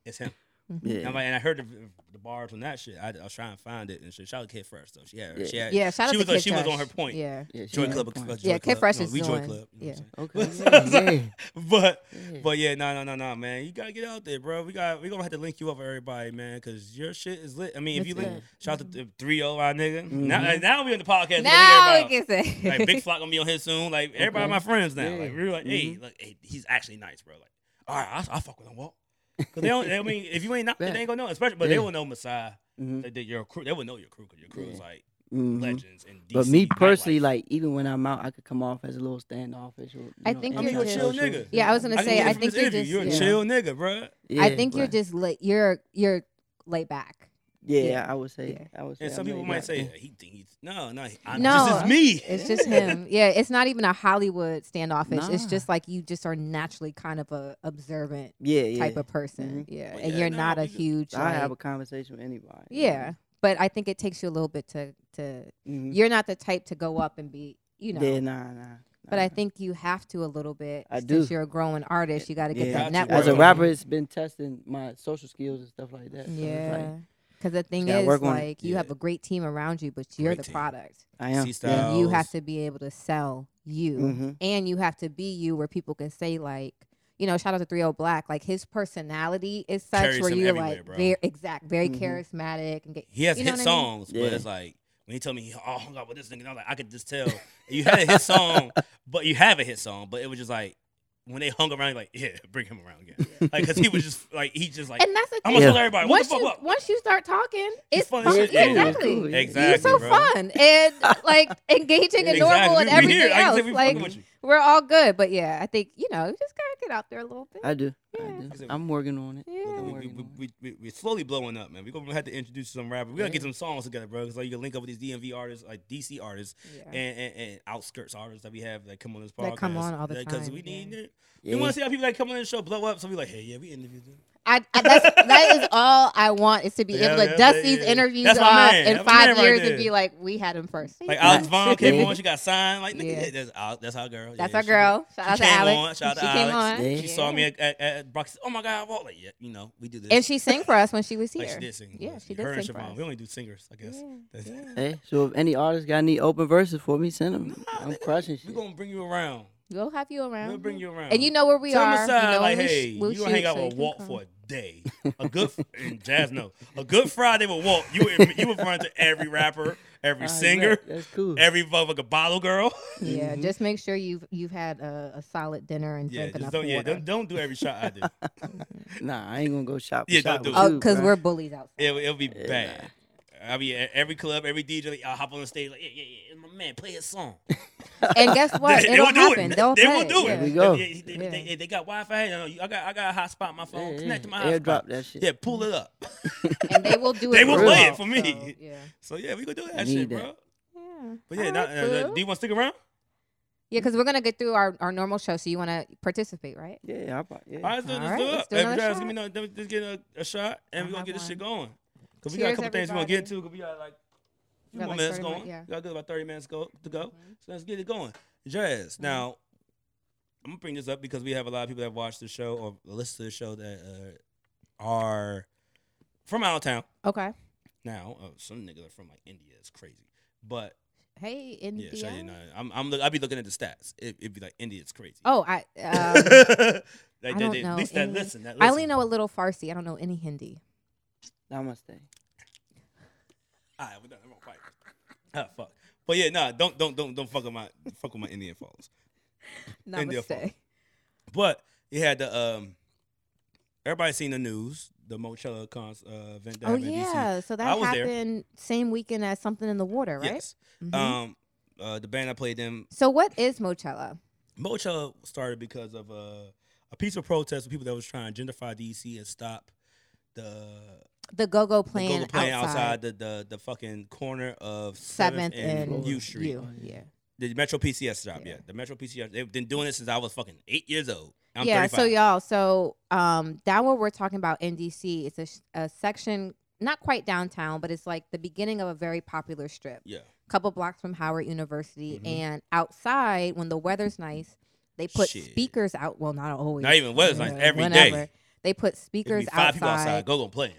Speaker 2: It's him. And,
Speaker 3: (laughs) Yeah.
Speaker 2: I'm like- and I heard the, the bars on that shit. I, I was trying to find it and shit. Shout out to Kid Fresh though. She had, her-
Speaker 3: Yeah.
Speaker 2: she had,
Speaker 1: Yeah. Shout
Speaker 2: she
Speaker 1: out
Speaker 2: was
Speaker 1: to
Speaker 2: on-
Speaker 1: Kid
Speaker 2: she was on
Speaker 1: Fresh.
Speaker 2: her point.
Speaker 1: Yeah.
Speaker 3: yeah, she
Speaker 2: Joy
Speaker 3: had
Speaker 2: Club,
Speaker 3: a point.
Speaker 2: uh, Joy
Speaker 1: Yeah, Kid
Speaker 2: Club.
Speaker 1: Fresh
Speaker 2: No,
Speaker 1: is
Speaker 2: we Joy
Speaker 1: doing-
Speaker 2: Club. You know what I'm (laughs)
Speaker 3: Okay.
Speaker 2: So-
Speaker 3: yeah,
Speaker 2: saying? But
Speaker 3: yeah.
Speaker 2: But yeah, no, no, no, no, man. You gotta get out there, bro. We got we gonna have to link you up with everybody, man, because your shit is lit. I mean, if
Speaker 1: It's
Speaker 2: you link,
Speaker 1: lit.
Speaker 2: shout out to three O, our nigga. Now,
Speaker 3: Mhm.
Speaker 2: now we in the podcast.
Speaker 1: Now
Speaker 2: we
Speaker 1: we
Speaker 2: link
Speaker 1: can (laughs) say.
Speaker 2: everybody up. (laughs) like Big
Speaker 3: (laughs)
Speaker 2: Flock gonna be on here soon. Like everybody,
Speaker 3: Okay.
Speaker 2: my friends now.
Speaker 3: Yeah.
Speaker 2: Like we were like, hey,
Speaker 3: Mhm.
Speaker 2: look, hey, he's actually nice, bro. Like, all right, I, I fuck with him, Walt. Cause they don't. I mean, if you ain't not, they
Speaker 3: Bet.
Speaker 2: ain't gonna know. Especially, but they
Speaker 3: Yeah.
Speaker 2: will know Messiah.
Speaker 3: Mhm,
Speaker 2: That that your crew, they will know your crew. Cause your crew is
Speaker 3: Yeah.
Speaker 2: like
Speaker 3: mhm.
Speaker 2: legends and. DC
Speaker 3: But me
Speaker 2: nightlife.
Speaker 3: personally, like even when I'm out, I could come off as a little standoffish. Or, you
Speaker 1: I
Speaker 3: know,
Speaker 1: think
Speaker 2: I'm
Speaker 1: you're
Speaker 2: a chill
Speaker 3: antisocial.
Speaker 2: nigga.
Speaker 1: Yeah, I was gonna
Speaker 2: I can
Speaker 1: say.
Speaker 2: get it
Speaker 1: I
Speaker 2: from
Speaker 1: think
Speaker 2: this
Speaker 1: you're
Speaker 2: interview.
Speaker 1: just.
Speaker 2: You're a
Speaker 1: yeah.
Speaker 2: chill nigga, bro.
Speaker 1: I
Speaker 3: Yeah,
Speaker 1: think you're
Speaker 3: but-
Speaker 1: just late. You're you're laid back.
Speaker 3: Yeah,
Speaker 1: yeah.
Speaker 3: I would say. I would say.
Speaker 2: And some
Speaker 3: I'm
Speaker 2: people
Speaker 3: laid
Speaker 2: might
Speaker 3: back,
Speaker 2: say
Speaker 3: yeah.
Speaker 2: he think he's no, no, he- I,
Speaker 1: No,
Speaker 2: this is me.
Speaker 1: It's just him. Yeah, it's not even a Hollywood standoffish. It's
Speaker 3: Nah.
Speaker 1: just like you just are naturally kind of a observant
Speaker 3: Yeah, yeah. Mm-hmm.
Speaker 1: type of person. Yeah,
Speaker 2: Well,
Speaker 1: and
Speaker 2: yeah,
Speaker 1: you're
Speaker 2: no,
Speaker 1: not a
Speaker 2: we just-
Speaker 1: huge.
Speaker 3: I
Speaker 1: like-
Speaker 3: have a conversation with anybody.
Speaker 1: yeah, but I think it takes you a little bit to to.
Speaker 3: Mhm.
Speaker 1: You're not the type to go up and be. You know,
Speaker 3: Yeah, nah, nah. nah.
Speaker 1: But I think you have to a little bit.
Speaker 3: uh, I
Speaker 1: Since
Speaker 3: do.
Speaker 1: you're a growing artist, you got to get
Speaker 3: Yeah.
Speaker 1: that
Speaker 2: Got to.
Speaker 1: network.
Speaker 3: as a
Speaker 2: Well-
Speaker 3: rapper, it's been testing my social skills and stuff like that. so it's
Speaker 1: Yeah.
Speaker 3: like,
Speaker 1: Because the thing
Speaker 3: gotta
Speaker 1: is,
Speaker 3: work on it.
Speaker 1: like, you have
Speaker 2: Yeah.
Speaker 1: a great team around you, but you're
Speaker 2: Great
Speaker 1: the
Speaker 2: team.
Speaker 1: product.
Speaker 3: I am.
Speaker 2: See
Speaker 3: yeah. (laughs)
Speaker 2: style.
Speaker 1: And you have
Speaker 2: Styles.
Speaker 1: to be able to sell you.
Speaker 3: Mhm.
Speaker 1: And you have to be you where people can say, like, you know, shout out to 30 Black. Like, his personality is such
Speaker 2: Carries
Speaker 1: where
Speaker 2: him
Speaker 1: you're
Speaker 2: everywhere,
Speaker 1: like,
Speaker 2: bro.
Speaker 1: very exact, very
Speaker 3: Mhm.
Speaker 1: charismatic. and get,
Speaker 2: He has
Speaker 1: You know
Speaker 2: hit
Speaker 1: what I mean?
Speaker 2: songs, but
Speaker 3: Yeah.
Speaker 2: it's like when he told me he all hung out with this nigga, and I was like, I could just tell you had a
Speaker 3: (laughs)
Speaker 2: hit song, but you have a hit song, but it was just like when they hung around, like yeah, bring him around again, like
Speaker 1: (laughs)
Speaker 2: because he was just like he just like
Speaker 1: And that's the thing.
Speaker 2: I'm gonna
Speaker 3: Yeah.
Speaker 2: tell everybody (laughs) what
Speaker 1: Once
Speaker 2: the fuck
Speaker 1: you
Speaker 2: up.
Speaker 1: once you start talking, it's
Speaker 2: fun
Speaker 1: fun.
Speaker 2: as
Speaker 1: Yeah,
Speaker 2: shit. Yeah,
Speaker 3: it's
Speaker 1: Oh, exactly.
Speaker 3: cool, yeah.
Speaker 1: You're
Speaker 2: Exactly,
Speaker 1: so
Speaker 2: bro.
Speaker 1: fun
Speaker 2: (laughs)
Speaker 1: and like engaging and normal and
Speaker 2: Exactly. We- we
Speaker 1: everything
Speaker 2: here. I can say
Speaker 1: else.
Speaker 2: we
Speaker 1: like
Speaker 2: fucking with you.
Speaker 1: we're all good, but yeah, I think you know, you just gotta get out there a little bit.
Speaker 3: I do.
Speaker 1: Yeah.
Speaker 3: I do. I'm working on it.
Speaker 1: Yeah.
Speaker 2: We,
Speaker 3: I'm
Speaker 2: we,
Speaker 3: working
Speaker 2: we,
Speaker 3: on it.
Speaker 2: we, we, we're slowly blowing up, man. We're gonna have to introduce some rappers. We gotta
Speaker 3: Yeah.
Speaker 2: get some songs together, bro. Cause like you can link up with these DMV artists, like DC artists,
Speaker 1: yeah.
Speaker 2: and, and, and outskirts artists that we have that come on this podcast.
Speaker 1: That come on all the
Speaker 2: Because
Speaker 1: time,
Speaker 2: we need
Speaker 1: yeah.
Speaker 2: it.
Speaker 3: Yeah.
Speaker 2: We want to see how people that come on the show blow up. So we like, hey, yeah, we interviewed them.
Speaker 1: I, I that's that is all I want is to be
Speaker 2: Yeah,
Speaker 1: able to
Speaker 2: yeah,
Speaker 1: dust
Speaker 2: yeah,
Speaker 1: these
Speaker 2: yeah.
Speaker 1: interviews
Speaker 2: That's my
Speaker 1: off
Speaker 2: man.
Speaker 1: in
Speaker 2: That's my man
Speaker 1: five
Speaker 2: right
Speaker 1: years
Speaker 2: there.
Speaker 1: and be like, we had him first.
Speaker 2: Like
Speaker 1: Yeah.
Speaker 2: Alex
Speaker 1: (laughs)
Speaker 2: Vaughn came
Speaker 3: Yeah.
Speaker 2: on, she got signed. Like, nigga,
Speaker 1: Yeah.
Speaker 2: yeah, that's, Al- that's our girl.
Speaker 1: That's
Speaker 2: Yeah,
Speaker 1: our
Speaker 2: she-
Speaker 1: girl. Shout
Speaker 2: She,
Speaker 1: out to
Speaker 2: came
Speaker 1: Alex.
Speaker 2: on. Shout out
Speaker 1: she
Speaker 2: to
Speaker 1: came
Speaker 2: Alex.
Speaker 1: on.
Speaker 3: Yeah.
Speaker 2: She saw me
Speaker 1: Yeah.
Speaker 2: at, at, at Brock. Oh my God, Walt. Like, yeah, you know, we do this.
Speaker 1: and she sang for us when she was here.
Speaker 2: (laughs) like, she did sing.
Speaker 1: Yeah,
Speaker 2: Like,
Speaker 1: she did
Speaker 2: Her and
Speaker 1: sing for
Speaker 2: Siobhan.
Speaker 1: us.
Speaker 2: We only do singers, I guess.
Speaker 1: Yeah,
Speaker 2: That's- (laughs)
Speaker 1: yeah.
Speaker 3: Hey, so if any artist got any open verses for me, send them. I'm crushing
Speaker 2: We're
Speaker 3: shit.
Speaker 2: gonna bring you around.
Speaker 1: We'll have you around.
Speaker 2: We'll bring you around.
Speaker 1: Uh-huh. And you know where we
Speaker 2: Tell
Speaker 1: are.
Speaker 2: them aside,
Speaker 1: you know
Speaker 2: like,
Speaker 1: when we sh-
Speaker 2: hey,
Speaker 1: we'll
Speaker 2: you gonna hang
Speaker 1: shoot,
Speaker 2: out
Speaker 1: so
Speaker 2: with
Speaker 1: you
Speaker 2: Walt
Speaker 1: can
Speaker 2: for
Speaker 1: come.
Speaker 2: a day. A good (laughs) and jazz no. A good Friday with Walt. You would- you would run to every rapper,
Speaker 1: (laughs)
Speaker 2: every
Speaker 3: Alright,
Speaker 2: singer, Eh.
Speaker 3: bet. That's cool.
Speaker 2: every motherfucking bottle girl.
Speaker 1: Yeah, just make sure you've you've had a, a solid dinner and
Speaker 2: Yeah,
Speaker 1: drank
Speaker 2: just
Speaker 1: enough
Speaker 2: don't, yeah,
Speaker 1: water.
Speaker 2: don't, don't do every shot I do.
Speaker 1: (laughs)
Speaker 3: Nah, I ain't gonna go shop. for
Speaker 2: Yeah,
Speaker 3: shop
Speaker 2: don't do
Speaker 3: with
Speaker 1: Oh,
Speaker 3: you,
Speaker 1: because
Speaker 3: bruh.
Speaker 1: we're bullies outside.
Speaker 2: It, it'll be
Speaker 3: Yeah.
Speaker 2: bad. I mean, at every club, every DJ, I'll hop on the stage like, yeah, yeah, yeah, my man, play
Speaker 1: (laughs)
Speaker 2: his song.
Speaker 1: And guess
Speaker 2: (laughs)
Speaker 1: what?
Speaker 2: they
Speaker 1: It'll
Speaker 2: will do
Speaker 1: happen.
Speaker 2: it.
Speaker 1: They'll
Speaker 2: they
Speaker 1: play
Speaker 2: will do
Speaker 1: yeah.
Speaker 2: it.
Speaker 3: There we go.
Speaker 2: They, they- they-
Speaker 1: Yeah.
Speaker 2: they got Wi-Fi. You know, you- I got, I got a hotspot on my phone.
Speaker 3: Yeah,
Speaker 2: Connect to my
Speaker 3: yeah.
Speaker 2: hotspot.
Speaker 3: Airdrop that shit.
Speaker 2: Yeah, pull it up. (laughs)
Speaker 1: And they will do it.
Speaker 2: They will
Speaker 1: for
Speaker 3: play
Speaker 1: real.
Speaker 2: it for me.
Speaker 1: So, yeah.
Speaker 2: so yeah, we gonna do that
Speaker 3: Need
Speaker 2: shit,
Speaker 3: that.
Speaker 2: bro.
Speaker 1: Yeah.
Speaker 2: But yeah,
Speaker 1: All
Speaker 2: nah,
Speaker 1: right,
Speaker 2: uh, uh,
Speaker 1: boo.
Speaker 2: do you want to stick around?
Speaker 1: yeah, because we're gonna get through our, our normal show, so you wanna participate, right?
Speaker 3: Yeah, I'll buy- yeah.
Speaker 2: All right, let's do,
Speaker 1: All
Speaker 2: let's
Speaker 1: right,
Speaker 2: do it.
Speaker 1: let's do
Speaker 2: Hey,
Speaker 1: another
Speaker 2: guys,
Speaker 1: shot.
Speaker 2: give me no- let me just get a, a shot, and
Speaker 1: I'll
Speaker 2: we're gonna
Speaker 1: have
Speaker 2: get this shit going. Cause we got a
Speaker 1: Cheers,
Speaker 2: couple things we're gonna get
Speaker 1: everybody.
Speaker 2: to. Cause we got like a few
Speaker 1: Got
Speaker 2: more
Speaker 1: like
Speaker 2: minutes
Speaker 1: 30
Speaker 2: going.
Speaker 1: minutes, yeah. Mm-hmm.
Speaker 2: We got good about thirty minutes go to go. So let's get it going. Jazz. Now, I'm gonna bring this up because we have a lot of people that watch the show or listen to the show that uh, are from out of town.
Speaker 1: Okay.
Speaker 2: Now, uh, some niggas are from like India. It's crazy, but
Speaker 1: Hey,
Speaker 2: yeah,
Speaker 1: India.
Speaker 2: Shay, you know, I'm I'm look, I be looking at the stats. It, it'd be like India's crazy.
Speaker 1: Oh,
Speaker 2: (laughs)
Speaker 1: I um,
Speaker 2: Like, they-
Speaker 1: don't
Speaker 2: they-
Speaker 1: know
Speaker 2: At least that
Speaker 1: India.
Speaker 2: listen, that
Speaker 1: I only
Speaker 2: listen.
Speaker 1: know a little Farsi. I don't know any Hindi.
Speaker 3: Namaste.
Speaker 2: Ah, we're done. I'm on fire. (laughs) Ah, fuck. But yeah, nah, don't don't don't don't fuck with my fuck with my Indian followers. India
Speaker 1: Namaste.
Speaker 2: But you had the um, everybody seen the news, the Mochella cons uh, event that
Speaker 1: Oh
Speaker 2: happened in DC.
Speaker 1: yeah, so that
Speaker 2: was there.
Speaker 1: happened same weekend as something in the water, right?
Speaker 2: Yes.
Speaker 1: Mhm.
Speaker 2: Um, uh, the band I played them,
Speaker 1: so what is Mochella?
Speaker 2: Mochella started because of uh, a peaceful protest with people that was trying to gentrify DC and stop the
Speaker 1: The go go
Speaker 2: the
Speaker 1: plan
Speaker 2: Google playing
Speaker 1: outside,
Speaker 2: outside the, the the fucking corner of
Speaker 1: Seventh
Speaker 2: Seventh
Speaker 1: and,
Speaker 2: and U Street.
Speaker 1: U, Yeah.
Speaker 2: The Metro PCS stop, yeah.
Speaker 1: Yeah.
Speaker 2: The Metro PCS. They've been doing this since I was fucking eight years old. I'm
Speaker 1: yeah.
Speaker 2: 35.
Speaker 1: So y'all, so um, down where we're talking about NDC, it's a, sh- a section not quite downtown, but it's like the beginning of a very popular strip.
Speaker 2: Yeah.
Speaker 1: couple blocks from Howard University,
Speaker 2: Mhm.
Speaker 1: and outside when the weather's nice, they put
Speaker 2: Shit.
Speaker 1: speakers out. Well, not always.
Speaker 2: Not even weather's nice.
Speaker 1: uh,
Speaker 2: Every day.
Speaker 1: whenever. They put
Speaker 2: It'd
Speaker 1: speakers
Speaker 2: be five people outside.
Speaker 1: outside,
Speaker 2: Go go playing.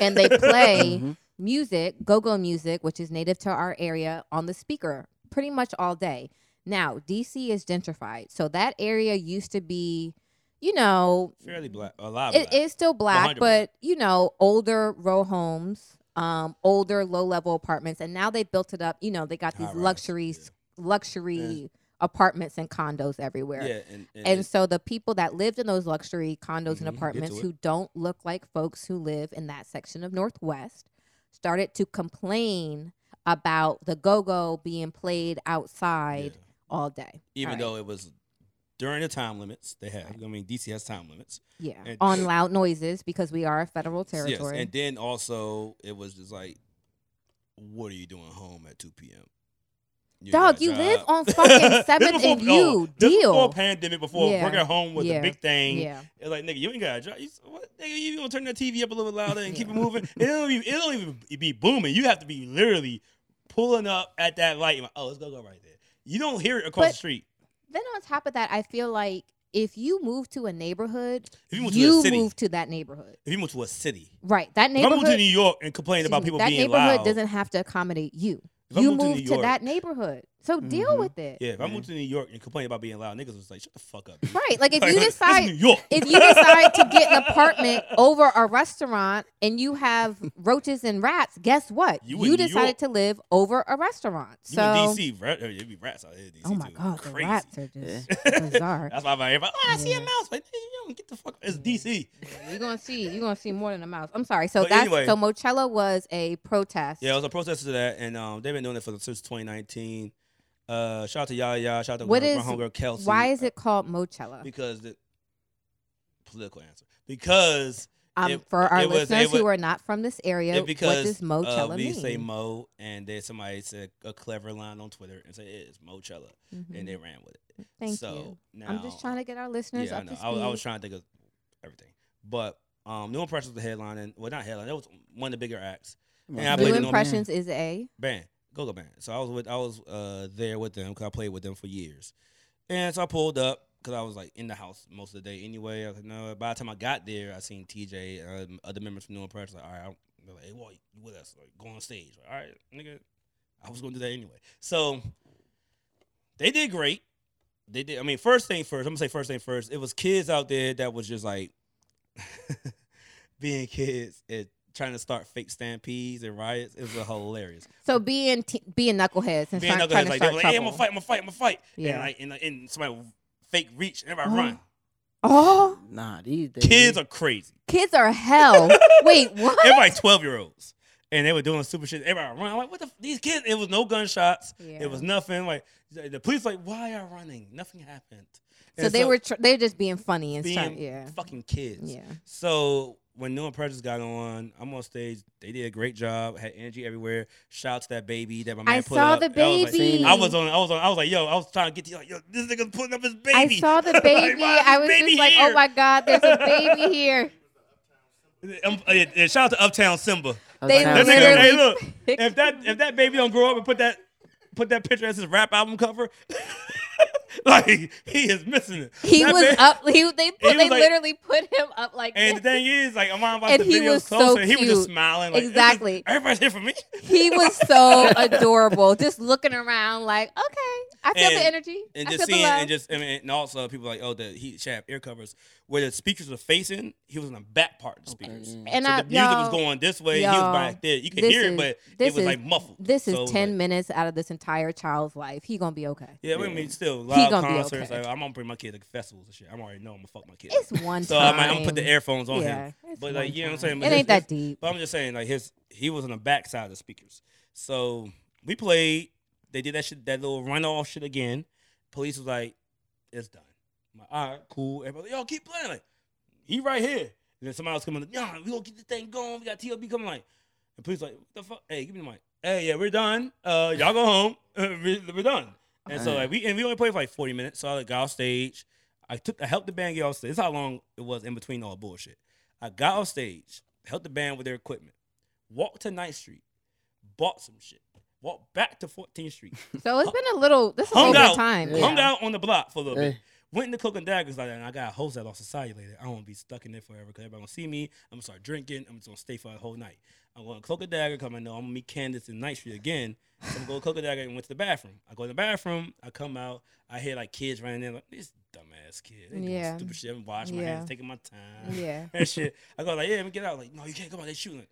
Speaker 1: and
Speaker 2: (laughs)
Speaker 1: they play
Speaker 3: Mhm.
Speaker 1: music, go-go music, which is native to our area, on the speaker pretty much all day. Now DC is gentrified, so that area used to be, you know,
Speaker 2: Fairly black. A lot. Of
Speaker 1: it
Speaker 2: black.
Speaker 1: is still black,
Speaker 2: 100%.
Speaker 1: but you know, older row homes, um, older low level apartments, and now they built it up. You know, they got these
Speaker 2: High-rise,
Speaker 1: luxury,
Speaker 2: yeah.
Speaker 1: luxury apartments and condos everywhere.
Speaker 2: Yeah. And, and,
Speaker 1: And so the people that lived in those luxury condos
Speaker 2: Mhm, get
Speaker 1: and
Speaker 2: to
Speaker 1: apartments
Speaker 2: it.
Speaker 1: who don't look like folks who live in that section of Northwest started to complain about the go-go being played outside
Speaker 2: yeah.
Speaker 1: all day.
Speaker 2: even
Speaker 1: All right.
Speaker 2: though it was during the time limits they have. I mean, DC has time limits.
Speaker 1: yeah,
Speaker 2: and-
Speaker 1: on loud noises because we are a federal territory.
Speaker 2: Yes, and then also it was just like, what are you doing home at 2 p.m.?
Speaker 1: Dog,
Speaker 2: got a
Speaker 1: you
Speaker 2: job.
Speaker 1: live on fucking
Speaker 2: (laughs) This
Speaker 1: 7th
Speaker 2: before-
Speaker 1: and
Speaker 2: no,
Speaker 1: U,
Speaker 2: This before
Speaker 1: deal.
Speaker 2: pandemic, before
Speaker 1: Yeah,
Speaker 2: working at home was
Speaker 1: yeah,
Speaker 2: the big thing.
Speaker 1: yeah.
Speaker 2: It's like, nigga, you ain't got a job. You, what, nigga, you gonna turn that TV up a little louder and keep it
Speaker 1: Yeah.
Speaker 2: moving? It don't even, it don't even be booming. You have to be literally pulling up at that light. and like, oh, let's go go right there. You don't hear it across
Speaker 1: But-
Speaker 2: the street.
Speaker 1: Then on top of that, I feel like if you move to a neighborhood,
Speaker 2: If you
Speaker 1: you,
Speaker 2: move
Speaker 1: move
Speaker 2: to
Speaker 1: to,
Speaker 2: a city.
Speaker 1: that neighborhood.
Speaker 2: If you move to a city,
Speaker 1: Right. That
Speaker 2: if I
Speaker 1: neighborhood
Speaker 2: moved to New York and complained about
Speaker 1: excuse me,
Speaker 2: people
Speaker 1: that
Speaker 2: being
Speaker 1: neighborhood
Speaker 2: loud,
Speaker 1: doesn't have to accommodate you.
Speaker 2: If I
Speaker 1: You
Speaker 2: moved to
Speaker 1: move
Speaker 2: New
Speaker 1: to, that
Speaker 2: York- Mm-hmm.
Speaker 1: neighborhood. So deal
Speaker 3: Mhm.
Speaker 1: with it.
Speaker 2: Yeah, if I
Speaker 3: Yeah.
Speaker 2: moved to New York and complained about being loud, niggas was like, "Shut the fuck up." bitch." (laughs)
Speaker 1: Right. Like if
Speaker 2: Like,
Speaker 1: you
Speaker 2: this is New
Speaker 1: decide
Speaker 2: York.
Speaker 1: if
Speaker 2: (laughs)
Speaker 1: you decide to get an apartment over a restaurant and you have roaches and rats, guess what? You,
Speaker 2: You in New York.
Speaker 1: decided to live over a restaurant.
Speaker 2: you
Speaker 1: oh, so
Speaker 2: in DC, right? It'd be rats out here. in DC
Speaker 1: Oh my
Speaker 2: too.
Speaker 1: god,
Speaker 2: crazy.
Speaker 1: the rats are just
Speaker 2: (laughs)
Speaker 1: bizarre.
Speaker 2: That's why I'm out here. But, oh, I see a
Speaker 1: Yeah.
Speaker 2: mouse. Like, nigga, you don't get the fuck. It's DC.
Speaker 1: You're gonna see. You're gonna see more than a mouse. I'm sorry. So
Speaker 2: But
Speaker 1: that's
Speaker 2: anyway.
Speaker 1: so Mochella was a protest.
Speaker 2: Yeah, it was a protest to that, and um, they've been doing it for since 2019. Uh, shout out to Yaya. Shout out to
Speaker 1: What
Speaker 2: my, my
Speaker 1: is-
Speaker 2: homegirl Kelsey.
Speaker 1: Why is
Speaker 2: Uh,
Speaker 1: it called Mochella?
Speaker 2: Because the political answer. Because
Speaker 1: Um,
Speaker 2: it-
Speaker 1: for our
Speaker 2: it was-
Speaker 1: listeners
Speaker 2: it was-
Speaker 1: who are not from this area,
Speaker 2: it,
Speaker 1: what
Speaker 2: because
Speaker 1: does
Speaker 2: uh,
Speaker 1: Mochella
Speaker 2: we
Speaker 1: mean?
Speaker 2: say Mo, and then somebody said a clever line on Twitter and said it's Mochella,
Speaker 1: Mhm.
Speaker 2: and they ran with it.
Speaker 1: Thank
Speaker 2: so
Speaker 1: you.
Speaker 2: Now,
Speaker 1: I'm just trying to get our listeners
Speaker 2: yeah,
Speaker 1: up
Speaker 2: I
Speaker 1: to
Speaker 2: know.
Speaker 1: speed.
Speaker 2: I was, I was trying to think of everything, but um, New Impressions was the headline, and well, not headline. That was one of the bigger acts. Yeah, I
Speaker 3: Blue
Speaker 2: played
Speaker 1: New
Speaker 2: it on-
Speaker 1: Impressions is a
Speaker 2: Band, Go Go Band. So I was with, I was uh there with them because I played with them for years, and so I pulled up because I was like in the house most of the day anyway. I was like, no, by the time I got there, I seen TJ and um, other members from New Impressions. Like, all right, I'm, they're like, hey, Walt, you with us? Like, go on stage. Like, all right, nigga, I was gonna do that anyway. So they did great. They did. I mean, first thing first. I'm gonna say first thing first. It was kids out there that was just like (laughs) being kids and trying to start fake stampedes and riots. It was hilarious.
Speaker 1: so being t- being knuckleheads and
Speaker 2: being
Speaker 1: start,
Speaker 2: knuckleheads
Speaker 1: trying to
Speaker 2: like, they
Speaker 1: start
Speaker 2: were like, hey, I'm
Speaker 1: trouble.
Speaker 2: gonna fight, I'm gonna fight, I'm gonna fight. And
Speaker 1: Yeah.
Speaker 2: like, and, and somebody fake reach, and everybody
Speaker 1: Oh.
Speaker 2: run.
Speaker 1: (laughs) Oh,
Speaker 3: Nah, these days.
Speaker 2: Kids are crazy.
Speaker 1: kids are
Speaker 2: (laughs)
Speaker 1: hell. Wait, what?
Speaker 2: Everybody 12 year olds. And they were doing stupid shit. Everybody run. I'm like, what the? F-? These kids, it was no gunshots.
Speaker 1: Yeah.
Speaker 2: It was nothing. Like, the the police, like, why are you running? Nothing happened.
Speaker 1: so
Speaker 2: And
Speaker 1: they were tr- they're just being funny and
Speaker 2: being
Speaker 1: stuff. Yeah,
Speaker 2: fucking kids.
Speaker 1: yeah.
Speaker 2: So when New and Precious got on, I'm on stage. They did a great job. Had energy everywhere. Shout out to that baby that my man
Speaker 1: I
Speaker 2: put
Speaker 1: saw
Speaker 2: up.
Speaker 1: the
Speaker 2: And I was like-
Speaker 1: baby.
Speaker 2: I was on. I was on. I was like, yo, I was trying to get to you. Like, yo, this nigga's putting up his baby.
Speaker 1: I saw the
Speaker 2: (laughs) Like,
Speaker 1: baby.
Speaker 2: why is
Speaker 1: I
Speaker 2: this
Speaker 1: was
Speaker 2: baby
Speaker 1: just like,
Speaker 2: here?
Speaker 1: oh my god, there's a baby here.
Speaker 2: Um, uh, yeah, yeah, shout out to Uptown Simba.
Speaker 1: They
Speaker 2: That
Speaker 3: Uptown
Speaker 1: That's
Speaker 3: Funk.
Speaker 2: nigga,
Speaker 1: Literally (laughs)
Speaker 2: hey, look.
Speaker 1: picked-
Speaker 2: If that if that baby don't grow up and put that put that picture as his rap album cover, (laughs) like he is missing it.
Speaker 1: He
Speaker 2: That
Speaker 1: was
Speaker 2: man-
Speaker 1: up.
Speaker 2: (laughs)
Speaker 1: He they put,
Speaker 2: was
Speaker 1: they
Speaker 2: like-
Speaker 1: literally put him up like
Speaker 2: And the
Speaker 1: this.
Speaker 2: thing is, like, I'm watching
Speaker 1: And
Speaker 2: the
Speaker 1: he
Speaker 2: video
Speaker 1: was so
Speaker 2: closer. He was just
Speaker 1: cute.
Speaker 2: smiling. Like, this is-
Speaker 1: Exactly.
Speaker 2: everybody's here for me.
Speaker 1: He was so adorable, just looking around like, okay, I feel
Speaker 2: And-
Speaker 1: the energy.
Speaker 2: and
Speaker 1: I
Speaker 2: just
Speaker 1: feel
Speaker 2: seeing
Speaker 1: the love.
Speaker 2: and just I mean, and also people like oh the he shab ear covers where the speakers were facing he was on the back part of the speakers
Speaker 1: and
Speaker 2: so
Speaker 1: I,
Speaker 2: the music
Speaker 1: y'all,
Speaker 2: was going this way he was
Speaker 1: y'all,
Speaker 2: back there you could
Speaker 1: this
Speaker 2: hear it
Speaker 1: is-
Speaker 2: but it
Speaker 1: this
Speaker 2: was
Speaker 1: is-
Speaker 2: like muffled
Speaker 1: This is
Speaker 2: So it was
Speaker 1: ten
Speaker 2: like-
Speaker 1: minutes out of this entire child's life. He gonna be okay.
Speaker 2: yeah, I mean still live
Speaker 1: gonna be
Speaker 2: concerts
Speaker 1: okay.
Speaker 2: like, I'm gonna bring my kid to festivals and shit I'm already know I'm gonna fuck my kid
Speaker 1: It's one
Speaker 2: so I
Speaker 1: time.
Speaker 2: might, I'm gonna put the earphones on
Speaker 1: yeah,
Speaker 2: him
Speaker 1: it's
Speaker 2: But, like,
Speaker 1: one
Speaker 2: you know what
Speaker 1: time.
Speaker 2: I'm saying? But
Speaker 1: It ain't
Speaker 2: it's-
Speaker 1: that deep.
Speaker 2: but I'm just saying like his he was on the back side of the speakers so we played they did that shit that little runoff shit again police was like it's done I'm like, all right, cool. Everybody, like, yo, keep playing. Like, he right here. And then somebody else coming like, nah, we gonna get this thing going. We got TLB coming like, and police like, what the fuck? Hey, give me the mic. Hey, yeah, we're done. Uh, y'all go home. (laughs) we're, we're done. And so
Speaker 3: Man.
Speaker 2: like we and we only played for like 40 minutes. So I like, got off stage. I took I helped the band get off stage. This is how long it was in between all the bullshit. I got off stage, helped the band with their equipment, walked to 9th Street, bought some shit, walked back to 14th Street,
Speaker 1: So it's been a little. This is a
Speaker 2: hung
Speaker 1: little
Speaker 2: out,
Speaker 1: time.
Speaker 3: Yeah.
Speaker 2: hung out on the block for a little bit.
Speaker 3: Hey,
Speaker 2: Went into Cloak and Daggers like that, and I got a host that lost society later. I won't be stuck in there forever because everybody gonna see me. I'm gonna start drinking. I'm just gonna stay for the whole night. I'm going to Cloak and Dagger because I know I'm gonna meet Candace in Night Street again. So I'm gonna go to Cloak and Dagger and went to the bathroom. I go to the bathroom. I come out. I hear like kids running in like this dumbass kid. They
Speaker 1: Yeah.
Speaker 2: doing stupid shit. I'm washing my
Speaker 1: Yeah.
Speaker 2: hands, taking my time. (laughs)
Speaker 1: Yeah.
Speaker 2: and shit. I go like, yeah, let me get out. Like, no, you can't come out. They shooting.